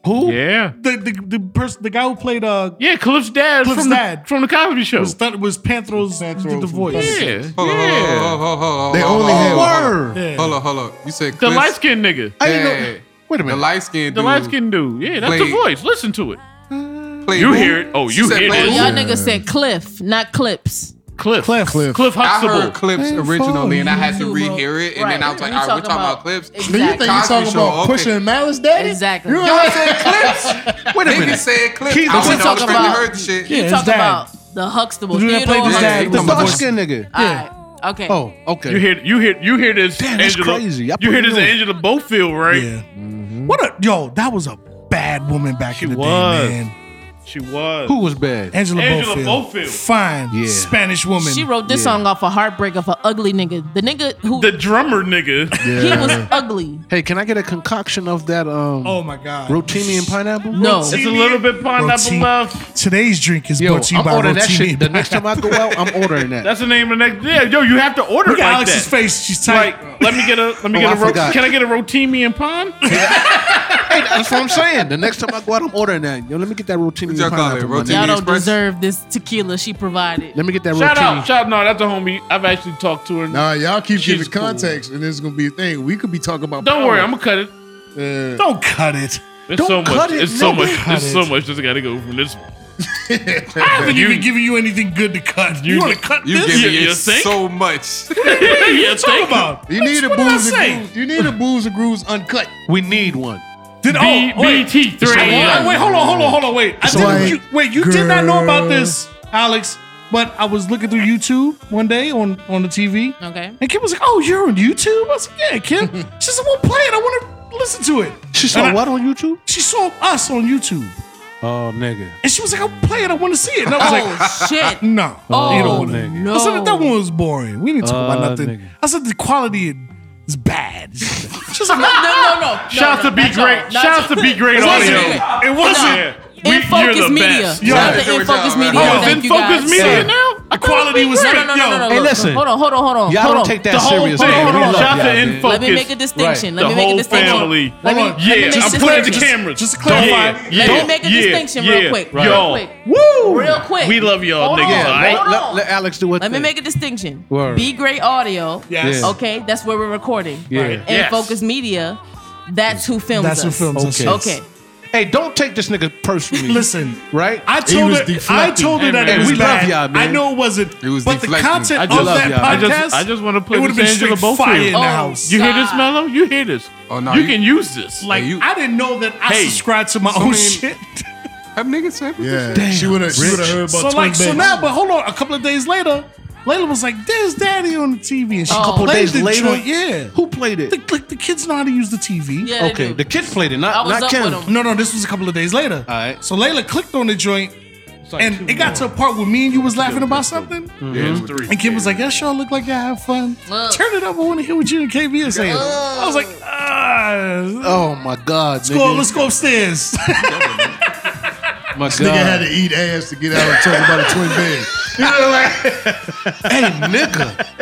Speaker 1: Who?
Speaker 3: Yeah.
Speaker 1: The the the person the guy who played uh
Speaker 3: Yeah, Cliff's dad
Speaker 1: Cliff's
Speaker 3: from the-
Speaker 1: dad.
Speaker 3: from the Cosby Show.
Speaker 1: was that was Panthro's the, the voice.
Speaker 3: Yeah,
Speaker 5: Hold on, hold on, hold on, hold on, hold on,
Speaker 2: They
Speaker 4: Oh.
Speaker 5: hold
Speaker 2: only
Speaker 5: on,
Speaker 2: had
Speaker 5: hold on,
Speaker 2: word.
Speaker 1: Yeah.
Speaker 5: Hold on, hold on. You said
Speaker 3: the
Speaker 5: Cliff-
Speaker 3: light skinned nigga,
Speaker 5: Yeah.
Speaker 4: Wait a
Speaker 5: The
Speaker 4: minute.
Speaker 5: light skinned
Speaker 3: the
Speaker 5: dude.
Speaker 3: light skinned dude. Yeah, that's the
Speaker 5: Played-
Speaker 3: voice. Listen to it.
Speaker 5: played
Speaker 3: You
Speaker 5: who?
Speaker 3: hear it? Oh,
Speaker 5: She
Speaker 3: you
Speaker 5: said
Speaker 3: hear
Speaker 5: played
Speaker 3: it?
Speaker 5: who?
Speaker 10: Y'all niggas said cliff, not clips.
Speaker 3: Cliff,
Speaker 1: Cliff.
Speaker 2: Cliff.
Speaker 3: Cliff
Speaker 5: I
Speaker 3: Huxtable.
Speaker 5: heard clips originally, and I had to
Speaker 10: YouTube,
Speaker 5: rehear it, and then I was
Speaker 10: right.
Speaker 5: like,
Speaker 10: You
Speaker 5: "All right, we're
Speaker 10: talking
Speaker 5: talking about
Speaker 10: about-
Speaker 5: clips."
Speaker 10: Exactly.
Speaker 2: Nigga, you think you
Speaker 5: Cosby
Speaker 2: talking
Speaker 5: Show,
Speaker 2: about
Speaker 5: okay.
Speaker 2: pushing and Malice, daddy?
Speaker 10: Exactly.
Speaker 2: You know
Speaker 5: Y'all
Speaker 2: what I'm
Speaker 5: said clips. Wait a minute. Nigga said clips.
Speaker 4: Keith,
Speaker 5: I
Speaker 4: what
Speaker 5: went
Speaker 10: you
Speaker 5: on the
Speaker 10: talking
Speaker 5: and
Speaker 10: about?
Speaker 5: heard the shit.
Speaker 1: Yeah,
Speaker 10: You
Speaker 1: his
Speaker 10: talking
Speaker 1: dad.
Speaker 10: about the Huxtable.
Speaker 1: The dude that
Speaker 10: Theodore
Speaker 1: played his
Speaker 5: dad.
Speaker 10: Huxtable.
Speaker 5: The
Speaker 4: The dark skinned nigga.
Speaker 10: All right. Okay.
Speaker 4: Oh, okay.
Speaker 3: You hear, you hear, you hear this
Speaker 4: Damn, that's
Speaker 3: Angela.
Speaker 4: crazy. I
Speaker 3: You hear
Speaker 4: put
Speaker 3: this
Speaker 4: it on.
Speaker 3: Angela Bofield, right?
Speaker 1: Yeah. What a yo, that was a bad woman back
Speaker 3: She
Speaker 1: in the
Speaker 3: was.
Speaker 1: day, man.
Speaker 3: She was.
Speaker 4: Who was bad?
Speaker 1: Angela,
Speaker 3: Angela
Speaker 1: Bofield.
Speaker 3: Bofield.
Speaker 1: Fine
Speaker 4: Yeah.
Speaker 1: Spanish woman.
Speaker 10: She wrote this song off a heartbreak of an ugly nigga. The nigga who
Speaker 3: The drummer nigga.
Speaker 10: he was ugly.
Speaker 4: Hey, can I get a concoction of that um
Speaker 1: oh my god.
Speaker 4: rotini and pineapple?
Speaker 10: No.
Speaker 3: It's a little bit pineapple
Speaker 1: Rotini.
Speaker 3: left.
Speaker 1: Today's drink is
Speaker 4: Yo,
Speaker 1: brought to you
Speaker 4: I'm
Speaker 1: by
Speaker 4: ordering that
Speaker 1: Rotini.
Speaker 4: shit. The next time I go out, I'm ordering
Speaker 3: [laughs]
Speaker 4: that.
Speaker 3: That's the name of the next. Yeah, yo, you have to order
Speaker 1: Look
Speaker 3: it
Speaker 1: at
Speaker 3: like
Speaker 1: Alex's
Speaker 3: that.
Speaker 1: face. She's tight.
Speaker 3: Like, let me get a let me
Speaker 4: Oh,
Speaker 3: get
Speaker 4: I
Speaker 3: a ro-
Speaker 4: forgot.
Speaker 3: can I get a rotimi and pond?
Speaker 4: Hey, that's what I'm saying. The next time I go out, I'm ordering that. Yo, let me get that rotini
Speaker 5: What y'all
Speaker 4: and
Speaker 5: call it?
Speaker 4: pineapple. my
Speaker 5: Rotini?
Speaker 4: nigga.
Speaker 10: Y'all don't
Speaker 5: Express?
Speaker 10: deserve this tequila she provided.
Speaker 4: Let me get that
Speaker 3: Shout
Speaker 4: rotini.
Speaker 3: out, shout out. No, that's a homie. I've actually talked to her.
Speaker 2: Nah, y'all keep
Speaker 3: She's
Speaker 2: giving context, and this is gonna be a thing. We could be talking about.
Speaker 3: Don't worry, I'm gonna cut it.
Speaker 2: gonna.
Speaker 1: Don't cut it.
Speaker 3: It's
Speaker 4: Don't
Speaker 3: so much.
Speaker 4: cut it,
Speaker 3: it's so
Speaker 4: nigga.
Speaker 3: much.
Speaker 1: Cut
Speaker 3: It's
Speaker 1: it.
Speaker 3: so much. Just gotta go from this. one.
Speaker 1: I haven't even given you anything good to cut. You,
Speaker 3: You-
Speaker 1: want to cut
Speaker 5: You
Speaker 1: this?
Speaker 5: giving
Speaker 3: You-
Speaker 5: it
Speaker 3: you think?
Speaker 5: so much. [laughs]
Speaker 3: yeah,
Speaker 1: Talk
Speaker 3: thank you.
Speaker 1: about.
Speaker 2: you need a
Speaker 1: What did I
Speaker 2: booze
Speaker 1: say?
Speaker 2: and grooves. You need a booze and grooves uncut.
Speaker 4: We need one.
Speaker 1: Did
Speaker 3: B-
Speaker 1: oh wait.
Speaker 3: BT three.
Speaker 1: Wait, wait, hold on, hold on, hold on. Wait, I
Speaker 2: So
Speaker 1: didn't,
Speaker 2: like,
Speaker 1: you, wait, you did not know about
Speaker 2: girl.
Speaker 1: this, Alex. But I was looking through YouTube one day on on the TV,
Speaker 10: Okay.
Speaker 3: [laughs]
Speaker 1: and Kim was like, "Oh, you're on YouTube." I was like, "Yeah, Kim."
Speaker 10: [laughs]
Speaker 1: She said, "Well, play it. I want to listen to it."
Speaker 4: She
Speaker 1: And
Speaker 4: saw
Speaker 1: I-
Speaker 4: what on YouTube?
Speaker 1: She saw us on YouTube,
Speaker 4: Oh, nigga.
Speaker 1: and she was like, "I'll play it. I want to see it." And I was like,
Speaker 10: Oh shit.
Speaker 1: No.
Speaker 10: Oh,
Speaker 1: you don't want
Speaker 4: nigga.
Speaker 1: I said that, that one was boring. We didn't talk
Speaker 4: Uh,
Speaker 1: about nothing.
Speaker 4: nigga.
Speaker 1: I said the quality is bad. Just
Speaker 10: No, no, no, no.
Speaker 3: Shout out
Speaker 10: no,
Speaker 3: to be
Speaker 10: not
Speaker 3: great.
Speaker 10: y'all, not
Speaker 3: Shout out to
Speaker 10: y'all.
Speaker 3: be great
Speaker 10: It wasn't
Speaker 3: audio.
Speaker 10: me.
Speaker 3: It wasn't.
Speaker 6: In
Speaker 3: We- you're
Speaker 6: Focus
Speaker 3: the
Speaker 6: Media.
Speaker 3: best.
Speaker 6: Shout out
Speaker 1: Yeah.
Speaker 6: to In Focus Media.
Speaker 3: Oh, it's
Speaker 6: Thank
Speaker 3: in
Speaker 6: you
Speaker 3: Focus
Speaker 6: guys.
Speaker 3: Media
Speaker 6: Yeah.
Speaker 3: now?
Speaker 6: I quality was
Speaker 1: respect,
Speaker 6: No, no, no, no, no.
Speaker 1: yo.
Speaker 6: Hey,
Speaker 4: listen.
Speaker 6: Hold on, hold on, hold on.
Speaker 4: Y'all
Speaker 6: Oh, hold
Speaker 4: don't
Speaker 6: on.
Speaker 4: take
Speaker 3: The
Speaker 4: that
Speaker 3: whole
Speaker 4: serious.
Speaker 3: thing.
Speaker 4: Hold on, hold on, hold on.
Speaker 3: Shout to In
Speaker 6: Let
Speaker 3: Focus.
Speaker 6: me make a distinction. Let
Speaker 3: the
Speaker 6: me make a
Speaker 3: whole
Speaker 6: distinction.
Speaker 3: family.
Speaker 6: Let me,
Speaker 1: Hold on.
Speaker 6: let me
Speaker 3: Yeah,
Speaker 6: make
Speaker 3: I'm
Speaker 6: this
Speaker 3: putting the
Speaker 6: distinction.
Speaker 3: cameras.
Speaker 1: Just to clarify,
Speaker 3: Yeah,
Speaker 6: Let me
Speaker 3: yeah,
Speaker 6: make a
Speaker 3: yeah,
Speaker 6: distinction
Speaker 3: yeah.
Speaker 6: real quick. Real
Speaker 3: Y'all,
Speaker 6: quick. Real quick.
Speaker 3: We love y'all
Speaker 6: Hold
Speaker 3: niggas,
Speaker 6: on,
Speaker 3: all
Speaker 6: hold
Speaker 3: right?
Speaker 6: on.
Speaker 4: Let, let Alex do what.
Speaker 6: Let me
Speaker 4: thing.
Speaker 6: make a distinction.
Speaker 4: Word.
Speaker 6: Be great audio.
Speaker 1: Yes. Yeah.
Speaker 6: Okay, that's where we're recording.
Speaker 4: Yeah.
Speaker 6: And
Speaker 3: Yes.
Speaker 6: Focus Media, that's who films
Speaker 1: That's who
Speaker 6: us.
Speaker 1: films us.
Speaker 4: Okay.
Speaker 1: yes.
Speaker 6: Okay.
Speaker 4: Hey, don't take this nigga personally.
Speaker 1: Listen,
Speaker 4: right?
Speaker 1: I told
Speaker 18: was
Speaker 1: her. I
Speaker 18: deflecting.
Speaker 1: told her that
Speaker 3: Hey,
Speaker 1: it was
Speaker 4: we love
Speaker 1: bad.
Speaker 4: y'all, man.
Speaker 1: I know it wasn't.
Speaker 5: It was
Speaker 1: but the
Speaker 5: deflecting.
Speaker 1: content
Speaker 3: I
Speaker 1: of
Speaker 3: just love
Speaker 1: that
Speaker 4: y'all.
Speaker 1: podcast,
Speaker 3: I just, I just want to play
Speaker 1: it would
Speaker 3: this
Speaker 1: have been
Speaker 3: Angela
Speaker 1: straight fire in
Speaker 3: Bofield.
Speaker 1: the
Speaker 6: Oh,
Speaker 1: house.
Speaker 3: You hear this,
Speaker 6: Stop.
Speaker 3: Mello? You hear this?
Speaker 5: Oh, no,
Speaker 3: you,
Speaker 5: you-
Speaker 3: can use this.
Speaker 1: Like
Speaker 5: Hey, you-
Speaker 1: I didn't know that I
Speaker 3: Hey,
Speaker 1: subscribed to my
Speaker 5: so
Speaker 1: own
Speaker 5: many-
Speaker 1: shit.
Speaker 5: Have niggas have
Speaker 2: Yeah, she would have. She would have heard about
Speaker 1: So
Speaker 2: Twin
Speaker 1: like, so
Speaker 2: Beds.
Speaker 1: now, but hold on. A couple of days later, Layla was like, "There's Daddy on the TV," and she
Speaker 6: A couple
Speaker 1: played
Speaker 4: days
Speaker 1: the
Speaker 4: later?
Speaker 1: joint. Yeah,
Speaker 4: Who played it?
Speaker 1: the, like the kids know how to use the TV.
Speaker 6: Yeah, they
Speaker 4: okay,
Speaker 6: do.
Speaker 4: the kid played it,
Speaker 6: I
Speaker 4: not
Speaker 6: was
Speaker 4: not
Speaker 6: up
Speaker 4: Kim.
Speaker 6: with him.
Speaker 1: No, no, this was a couple of days later.
Speaker 2: Uh,
Speaker 1: All
Speaker 4: right.
Speaker 1: So Layla clicked on the joint, and it got to a part where me and you was laughing about something. And Kim was like, "Y'all sure look like y'all have fun.
Speaker 6: Look.
Speaker 1: Turn it up. I want to hear what you and KB are saying." I was like, "Ah,
Speaker 4: Oh my God,
Speaker 1: let's go,
Speaker 4: nigga.
Speaker 1: let's go
Speaker 2: [laughs]
Speaker 1: upstairs."
Speaker 4: my
Speaker 2: Nigga
Speaker 4: God.
Speaker 2: had to eat ass to get out and talk about a twin bed.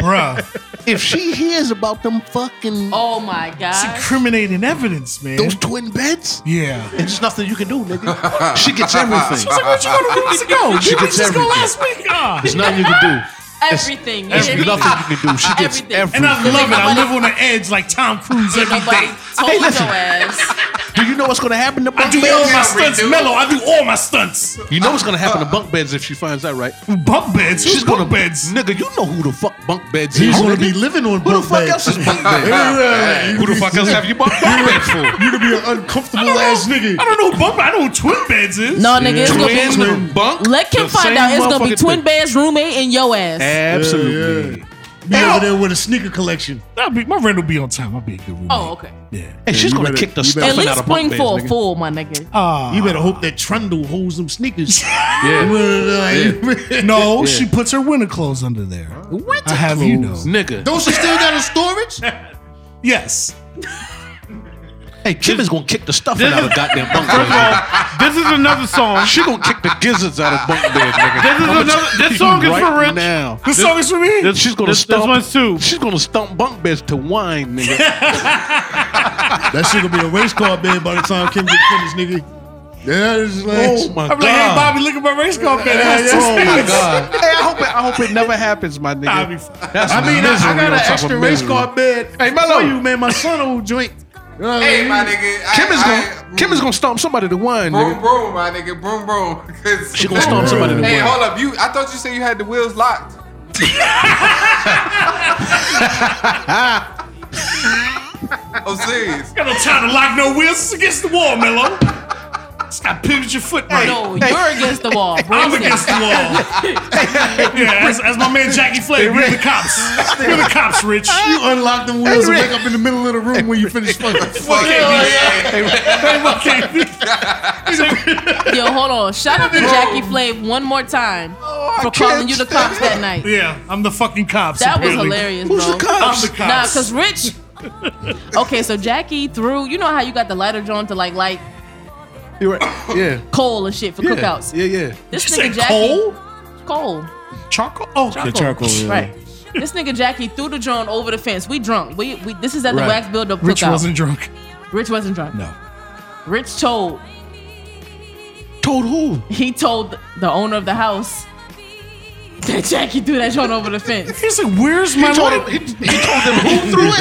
Speaker 1: Bruh,
Speaker 4: if she hears about them fucking
Speaker 6: Oh my God.
Speaker 1: incriminating evidence, man.
Speaker 4: those twin beds,
Speaker 1: yeah.
Speaker 4: there's nothing you can do, nigga. [laughs] she gets everything.
Speaker 1: So what you gonna do weeks ago?
Speaker 4: She
Speaker 1: You
Speaker 4: gets
Speaker 1: just go
Speaker 4: everything.
Speaker 1: last week. Ah.
Speaker 4: There's nothing you can
Speaker 6: Everything.
Speaker 4: do. There's nothing you can do. She gets
Speaker 6: Everything.
Speaker 4: everything.
Speaker 1: And I love it. I live on the edge like Tom Cruise every
Speaker 6: Nobody
Speaker 1: day.
Speaker 6: told
Speaker 4: Hey,
Speaker 6: your
Speaker 4: listen.
Speaker 6: [laughs] ass.
Speaker 4: Do you know what's gonna happen to
Speaker 1: I
Speaker 4: bunk
Speaker 1: do all
Speaker 4: beds?
Speaker 1: my stunts, Mellow. I do all my stunts.
Speaker 4: You know what's gonna happen to bunk beds if she finds out, right?
Speaker 1: Bunk beds. Who's
Speaker 4: She's gonna
Speaker 1: bunk beds?
Speaker 4: nigga. You know who the fuck bunk beds
Speaker 2: [laughs] He's
Speaker 4: is?
Speaker 2: gonna
Speaker 4: nigga.
Speaker 2: be living on
Speaker 4: Who the
Speaker 2: bunk
Speaker 4: fuck else
Speaker 2: beds. [laughs]
Speaker 4: is bunk beds? Who the fuck else have you bunk bunk beds for?
Speaker 2: You could be an uncomfortable ass nigga.
Speaker 1: I don't know who bunk. I know who twin beds is.
Speaker 6: No, nigga, it's gonna be.
Speaker 4: Twin bunk.
Speaker 6: Let Kim
Speaker 4: The same
Speaker 6: find out. It's gonna be
Speaker 4: motherfucking
Speaker 6: twin
Speaker 4: thing.
Speaker 6: beds, roommate, and your ass.
Speaker 4: Absolutely.
Speaker 2: Be over there with a sneaker collection.
Speaker 1: I'll be, my rent will be on time. I'll be a good roommate.
Speaker 6: Oh, okay.
Speaker 1: yeah.
Speaker 4: And she's
Speaker 2: you
Speaker 4: gonna
Speaker 2: better-
Speaker 4: kick the
Speaker 2: you better-
Speaker 4: stuffing
Speaker 6: At least
Speaker 4: out of
Speaker 6: spring
Speaker 4: bunk
Speaker 6: for a
Speaker 4: beds. nigga.
Speaker 6: fool, my nigga.
Speaker 1: Ah.
Speaker 2: You better hope that Trundle holds them [laughs] sneakers.
Speaker 1: no, Oh, she puts her winter clothes under there. Winter I have you know.
Speaker 4: Nigga.
Speaker 2: Don't she still got a storage?
Speaker 1: Yes.
Speaker 4: Hey, Kim is gonna kick the stuffing out of goddamn bunk
Speaker 3: First of
Speaker 4: beds.
Speaker 3: all, this is another
Speaker 1: [laughs]
Speaker 3: song.
Speaker 4: She gonna kick the gizzards out of bunk beds, nigga.
Speaker 3: This is
Speaker 4: I'ma
Speaker 3: another-
Speaker 4: tell
Speaker 3: this
Speaker 4: you
Speaker 3: song is
Speaker 4: right
Speaker 3: for Rich.
Speaker 4: Now.
Speaker 1: The song is for me.
Speaker 3: This,
Speaker 4: She's gonna
Speaker 3: this,
Speaker 4: stomp.
Speaker 3: this one's too.
Speaker 4: She's gonna stomp bunk beds to wine, nigga.
Speaker 2: That shit gonna be a race car bed by the time Kim gets finished, nigga. Yeah, this is like,
Speaker 4: oh my
Speaker 1: I'm
Speaker 4: god.
Speaker 1: like, hey, Bobby, look at my race car bed. It has two
Speaker 4: Oh my
Speaker 1: [laughs] speeds.
Speaker 4: god. Hey, I hope it, I hope it never happens, my nigga.
Speaker 1: I'll be fine.
Speaker 4: That's
Speaker 2: I mean, I,
Speaker 4: misery
Speaker 2: I got
Speaker 4: on
Speaker 2: an
Speaker 4: top of
Speaker 2: extra race
Speaker 4: misery.
Speaker 2: car bed
Speaker 4: Hey, Mello.
Speaker 2: for you, man. My son old joint.
Speaker 5: Hey, my nigga.
Speaker 4: Kim
Speaker 5: I,
Speaker 4: is
Speaker 5: I,
Speaker 4: gonna Kim is gonna stomp somebody to wine,
Speaker 5: Broom,
Speaker 4: nigga.
Speaker 5: broom, my nigga. Broom, broom. 'Cause-
Speaker 4: She gonna stomp somebody to
Speaker 5: Hey,
Speaker 4: wine.
Speaker 5: hold up. You. I thought you said you had the wheels [laughs] locked. I'm Oh, serious.
Speaker 1: Got no time to lock no wheels. It's against the wall, Mello. Just got to pivot your foot right.
Speaker 6: No, you're against the wall.
Speaker 1: I'm
Speaker 6: Brace it.
Speaker 1: against the wall.
Speaker 4: [laughs]
Speaker 1: yeah, as, as my man Jackie Flay, we're the cops. We're the cops, Rich.
Speaker 2: You unlock them wheels and wake up in the middle of the room when you finish fucking.
Speaker 5: Fuck yeah.
Speaker 6: Yo, hold on. Shout out to Jackie Flave one more time for calling you the cops that night.
Speaker 1: Yeah, I'm the fucking cops.
Speaker 6: That was
Speaker 1: apparently.
Speaker 6: hilarious,
Speaker 4: Who's
Speaker 6: bro.
Speaker 4: the cops?
Speaker 1: I'm the cops.
Speaker 6: Nah, cause Rich. Okay, so Jackie threw. You know how you got the lighter drawn to like light
Speaker 4: You're right. Yeah.
Speaker 6: coal and shit for
Speaker 4: Yeah.
Speaker 6: cookouts.
Speaker 4: Yeah, yeah.
Speaker 6: This
Speaker 1: you said
Speaker 6: nigga Jackie
Speaker 1: coal?
Speaker 6: Coal.
Speaker 1: Charcoal? Oh, okay.
Speaker 19: charcoal, yeah.
Speaker 6: Right. This nigga Jackie threw the drone over the fence. We drunk. We, we this is at the
Speaker 4: Right.
Speaker 6: wax build up
Speaker 1: Rich
Speaker 6: cookout.
Speaker 1: wasn't drunk.
Speaker 6: Rich wasn't drunk.
Speaker 1: No.
Speaker 6: Rich told
Speaker 4: Told who?
Speaker 6: he told the owner of the house that Jackie threw that drone over the fence.
Speaker 1: He's like, where's my
Speaker 4: He told,
Speaker 1: light?
Speaker 4: him, he, he told them who threw it.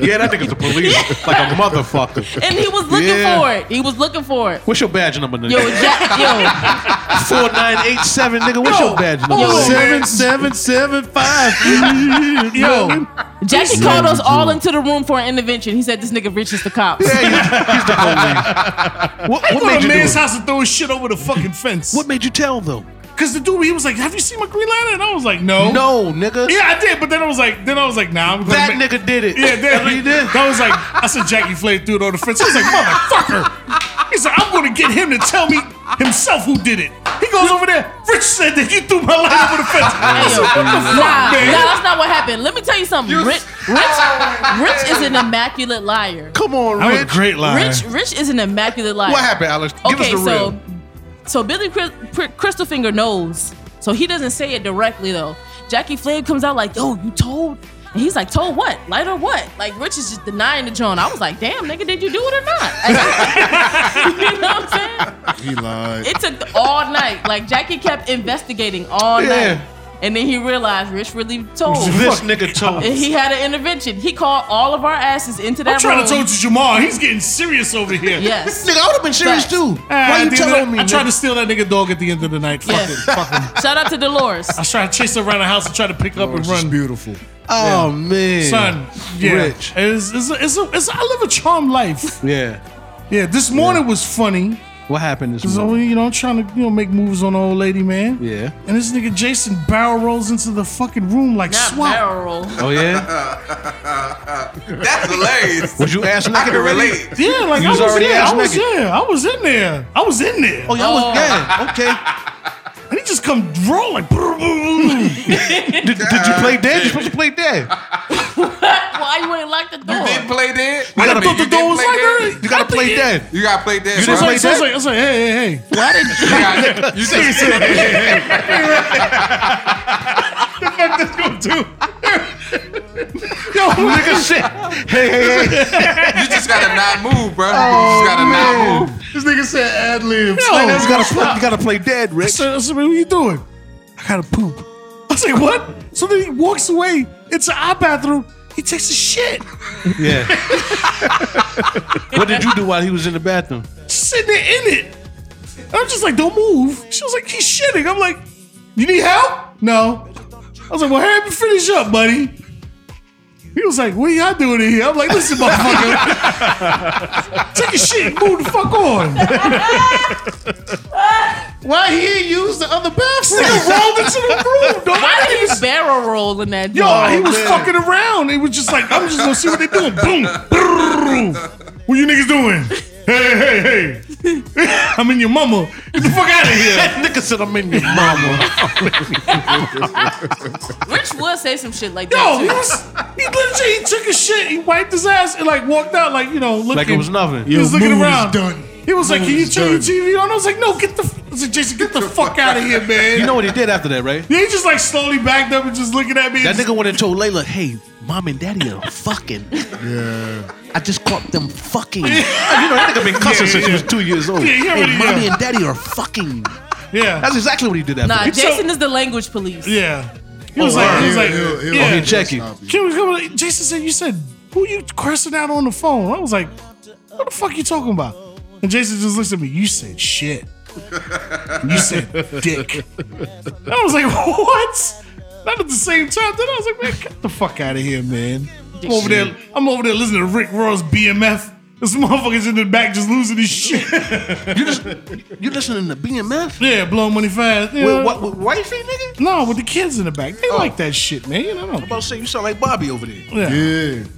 Speaker 4: yeah, that nigga's the police. [laughs] Like a motherfucker.
Speaker 6: And he was looking
Speaker 4: Yeah.
Speaker 6: for it. He was looking for it.
Speaker 4: What's your badge number, nigga?
Speaker 6: Yo, Jack, yo,
Speaker 4: [laughs] 4987, nigga. What's your badge number?
Speaker 6: Yo.
Speaker 4: nigga?
Speaker 19: Seven seven seven five.
Speaker 1: Yo,
Speaker 6: Jackie called us all into the room for an intervention. He said, "This nigga Rich is the cops."
Speaker 4: What,
Speaker 1: I go
Speaker 4: what made
Speaker 1: to a
Speaker 4: you do
Speaker 1: man's
Speaker 4: it?
Speaker 1: house and throw his shit over the fucking fence.
Speaker 4: What made you tell though?
Speaker 1: Because the dude, he was like, have you seen my Green Lantern? And I was like, no.
Speaker 4: No, nigga.
Speaker 1: Yeah, I did, but then I was like, then I was like, nah, I'm gonna
Speaker 4: That
Speaker 1: make-
Speaker 4: nigga did it.
Speaker 1: Yeah, then
Speaker 4: he did.
Speaker 1: That was like, I said Jackie Flay threw it on the fence. I was like, motherfucker. He said, I'm gonna get him to tell me himself who did it. He goes over there. Rich said that you threw my light over the
Speaker 4: [laughs]
Speaker 1: fence. I
Speaker 6: Hey, yo,
Speaker 1: said,
Speaker 6: nah,
Speaker 1: what the fuck,
Speaker 6: nah,
Speaker 1: man?
Speaker 6: that's not what happened. Let me tell you something.
Speaker 5: You-
Speaker 6: Rich, Rich, Rich is an immaculate liar.
Speaker 4: Come on,
Speaker 1: I'm a
Speaker 4: Rich.
Speaker 1: great liar.
Speaker 6: Rich, Rich is an immaculate liar.
Speaker 4: What happened, Alex? Give
Speaker 6: okay,
Speaker 4: us the
Speaker 6: so
Speaker 4: real.
Speaker 6: So Billy Cri- Pri- Crystal Finger knows. So he doesn't say it directly though. Jackie Flav comes out like, "Yo, you told." And he's like, told what? Light or what? Like, Rich is just denying the joint. I was like, damn, nigga, did you do it or not? [laughs] you know what I'm saying?
Speaker 2: He lied.
Speaker 6: It took all night. Like Jackie kept investigating all
Speaker 4: Yeah.
Speaker 6: night. And then he realized Rich really told.
Speaker 4: [laughs] This nigga told.
Speaker 6: And he had an intervention. He called all of our asses into that
Speaker 1: I'm trying
Speaker 6: room.
Speaker 1: to tell you, Jamal, he's getting serious over here.
Speaker 4: [laughs]
Speaker 6: Yes.
Speaker 4: Nigga, I would have been serious
Speaker 6: Facts.
Speaker 4: too.
Speaker 1: Ah,
Speaker 4: Why
Speaker 1: at
Speaker 4: you
Speaker 1: the end of
Speaker 4: telling
Speaker 1: the-
Speaker 4: me?
Speaker 1: I tried
Speaker 4: nigga?
Speaker 1: to steal that nigga dog at the end of the night. Fuck
Speaker 6: Yeah.
Speaker 1: him. Fuck him.
Speaker 6: Shout out to Dolores.
Speaker 1: I tried to chase him around the house and try to pick up and
Speaker 2: It's
Speaker 1: run.
Speaker 2: beautiful.
Speaker 4: Oh man,
Speaker 1: Son, yeah,
Speaker 4: Rich.
Speaker 1: It's, it's, a- it's, a- it's a- I live a charmed life.
Speaker 4: Yeah.
Speaker 1: Yeah, this morning was funny.
Speaker 4: What happened this
Speaker 1: So
Speaker 4: morning?
Speaker 1: you know, I'm trying to you know make moves on the old lady, man.
Speaker 4: Yeah.
Speaker 1: And this nigga Jason barrel rolls into the fucking room like
Speaker 6: Not
Speaker 1: swat.
Speaker 6: barrel roll.
Speaker 4: Oh yeah.
Speaker 5: That's hilarious.
Speaker 4: Was you ass
Speaker 5: I
Speaker 4: naked
Speaker 5: can
Speaker 4: already?
Speaker 5: relate.
Speaker 1: Yeah, like I was,
Speaker 4: already
Speaker 1: there. I
Speaker 4: ass
Speaker 1: was
Speaker 4: naked.
Speaker 1: there. I was in there. I was in there.
Speaker 4: Oh, y'all
Speaker 6: Oh.
Speaker 4: was yeah. Okay.
Speaker 1: And he just come rolling.
Speaker 4: Did, did you play dead? You supposed to play dead.
Speaker 6: Why you ain't lock the door?
Speaker 5: Didn't play dead.
Speaker 1: I
Speaker 5: Wait a
Speaker 1: thought
Speaker 5: minute,
Speaker 1: the
Speaker 5: you
Speaker 1: door
Speaker 5: didn't
Speaker 1: was
Speaker 5: play
Speaker 1: like
Speaker 5: dead?
Speaker 1: that.
Speaker 4: You gotta play dead.
Speaker 5: You gotta play dead.
Speaker 1: I was
Speaker 5: bro.
Speaker 1: like, so I was like, I was like, hey, hey, hey.
Speaker 6: Why did
Speaker 5: You gotta- you
Speaker 4: [laughs]
Speaker 5: just-
Speaker 4: Nigga shit. Hey, hey, hey.
Speaker 5: [laughs] you just gotta not move, bro.
Speaker 1: Oh,
Speaker 5: you just gotta not move.
Speaker 20: This nigga said ad libs.
Speaker 1: Yo,
Speaker 4: You gotta, play, you gotta play dead,
Speaker 1: I
Speaker 4: Rich.
Speaker 1: said, I said, man, what you doing? I gotta poop. I say, what? So then he walks away into our bathroom. He takes a shit.
Speaker 4: Yeah. [laughs] what did you do while he was in the bathroom?
Speaker 1: Just sitting there in it. And I'm just like, don't move. She was like, he's shitting. I'm like, you need help? No. I was like, well, hurry up and finish up, buddy. He was like, what are y'all doing in here? I'm like, listen, motherfucker. Take a shit and move the fuck on.
Speaker 20: Why he used the other bathroom?
Speaker 1: Nigga rolled into the room, dog.
Speaker 6: why did he barrel roll in that
Speaker 1: Yo,
Speaker 6: door?
Speaker 4: Oh,
Speaker 1: he was fucking around. He was just like, I'm just gonna see what they doing. Boom. Brrrr. What you niggas doing? Hey, hey, hey. [laughs] I'm in your mama. Get the fuck out of here.
Speaker 4: [laughs] Nigga said I'm in your mama.
Speaker 6: Rich would say some shit like
Speaker 1: Yo,
Speaker 6: that.
Speaker 1: he
Speaker 6: too.
Speaker 1: was he literally he took his shit, he wiped his ass and like walked out like, you know, looking
Speaker 4: like it was nothing.
Speaker 1: He was looking
Speaker 20: Moon is
Speaker 1: around.
Speaker 20: done.
Speaker 1: He was like,
Speaker 20: Moon
Speaker 1: Can you
Speaker 20: is
Speaker 1: turn your
Speaker 20: done.
Speaker 1: TV on? I was like, No, get the f-. I was like, Jason, get the fuck out of here, man.
Speaker 4: You know what he did after that, right?
Speaker 1: Yeah, he just like slowly backed up and just looking at me.
Speaker 4: That
Speaker 1: and just-
Speaker 4: nigga went and told Layla, hey, mom and daddy are fucking. Yeah. I just caught them fucking. you know, that nigga been cussing since he was two years old.
Speaker 1: Yeah, he already-
Speaker 4: hey, mommy
Speaker 1: yeah.
Speaker 4: and daddy are fucking.
Speaker 1: yeah.
Speaker 4: That's exactly what he did after
Speaker 6: Nah,
Speaker 4: that.
Speaker 6: Jason is the language police.
Speaker 1: yeah. He
Speaker 4: Oh,
Speaker 1: was like, he was like,
Speaker 2: He'll- he'll-
Speaker 1: yeah.
Speaker 4: He check you.
Speaker 1: Can we come? in? Jason said, "You said who you cursing out on the phone?" I was like, "What the fuck you talking about?" And Jason just looks at me. You said shit. You said dick. I was like, [laughs] "What?" Not at the same time. Then I was like, "Man, get the fuck out of here, man." I'm over there. I'm over there listening to Rick Ross BMF. This motherfucker's in the back just losing his
Speaker 2: [laughs]
Speaker 1: shit.
Speaker 4: You listening to BMF?
Speaker 1: yeah, blowing money fast. Yeah.
Speaker 4: With, what, with wifey, nigga?
Speaker 1: No, with the kids in the back. They like that shit, man. You know. I
Speaker 4: I'm
Speaker 1: don't-
Speaker 4: about to say, you sound like Bobby over there.
Speaker 1: Yeah.
Speaker 2: Oh. Yeah.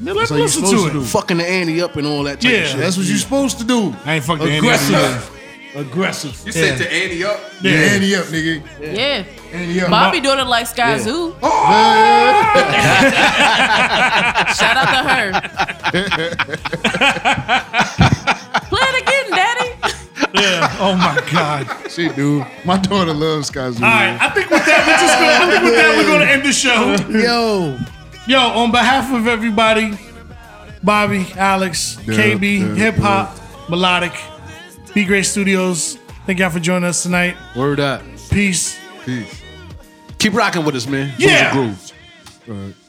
Speaker 1: Yeah, let's
Speaker 2: That's how you
Speaker 1: listen
Speaker 2: supposed
Speaker 1: to it.
Speaker 2: to do.
Speaker 4: Fucking the Annie up and all that type
Speaker 1: Yeah.
Speaker 4: of shit.
Speaker 2: That's what you're supposed to do.
Speaker 1: I ain't fucking
Speaker 2: Aggressive. Aggressive.
Speaker 5: You said to Annie up.
Speaker 2: Yeah, Andy up, nigga.
Speaker 6: Yeah.
Speaker 2: Andy up.
Speaker 6: Bobby doing it like Sky Zoo.
Speaker 1: [laughs]
Speaker 6: Shout out to
Speaker 1: [laughs]
Speaker 6: her. Play it again, Daddy.
Speaker 1: [laughs] Oh my god.
Speaker 2: She do. My daughter loves Skyzoo.
Speaker 1: All right, I think with that, we're just gonna, I think with that, we're gonna end the show.
Speaker 2: Yo.
Speaker 1: Yo, on behalf of everybody, Bobby, Alex, KB,
Speaker 2: yeah,
Speaker 1: Hip Hop, Melodic, B Great Studios. Thank y'all for joining us tonight.
Speaker 4: Word up.
Speaker 1: Peace.
Speaker 5: Peace.
Speaker 4: Keep rocking with us, man.
Speaker 1: Yeah.
Speaker 4: Blues and grooves.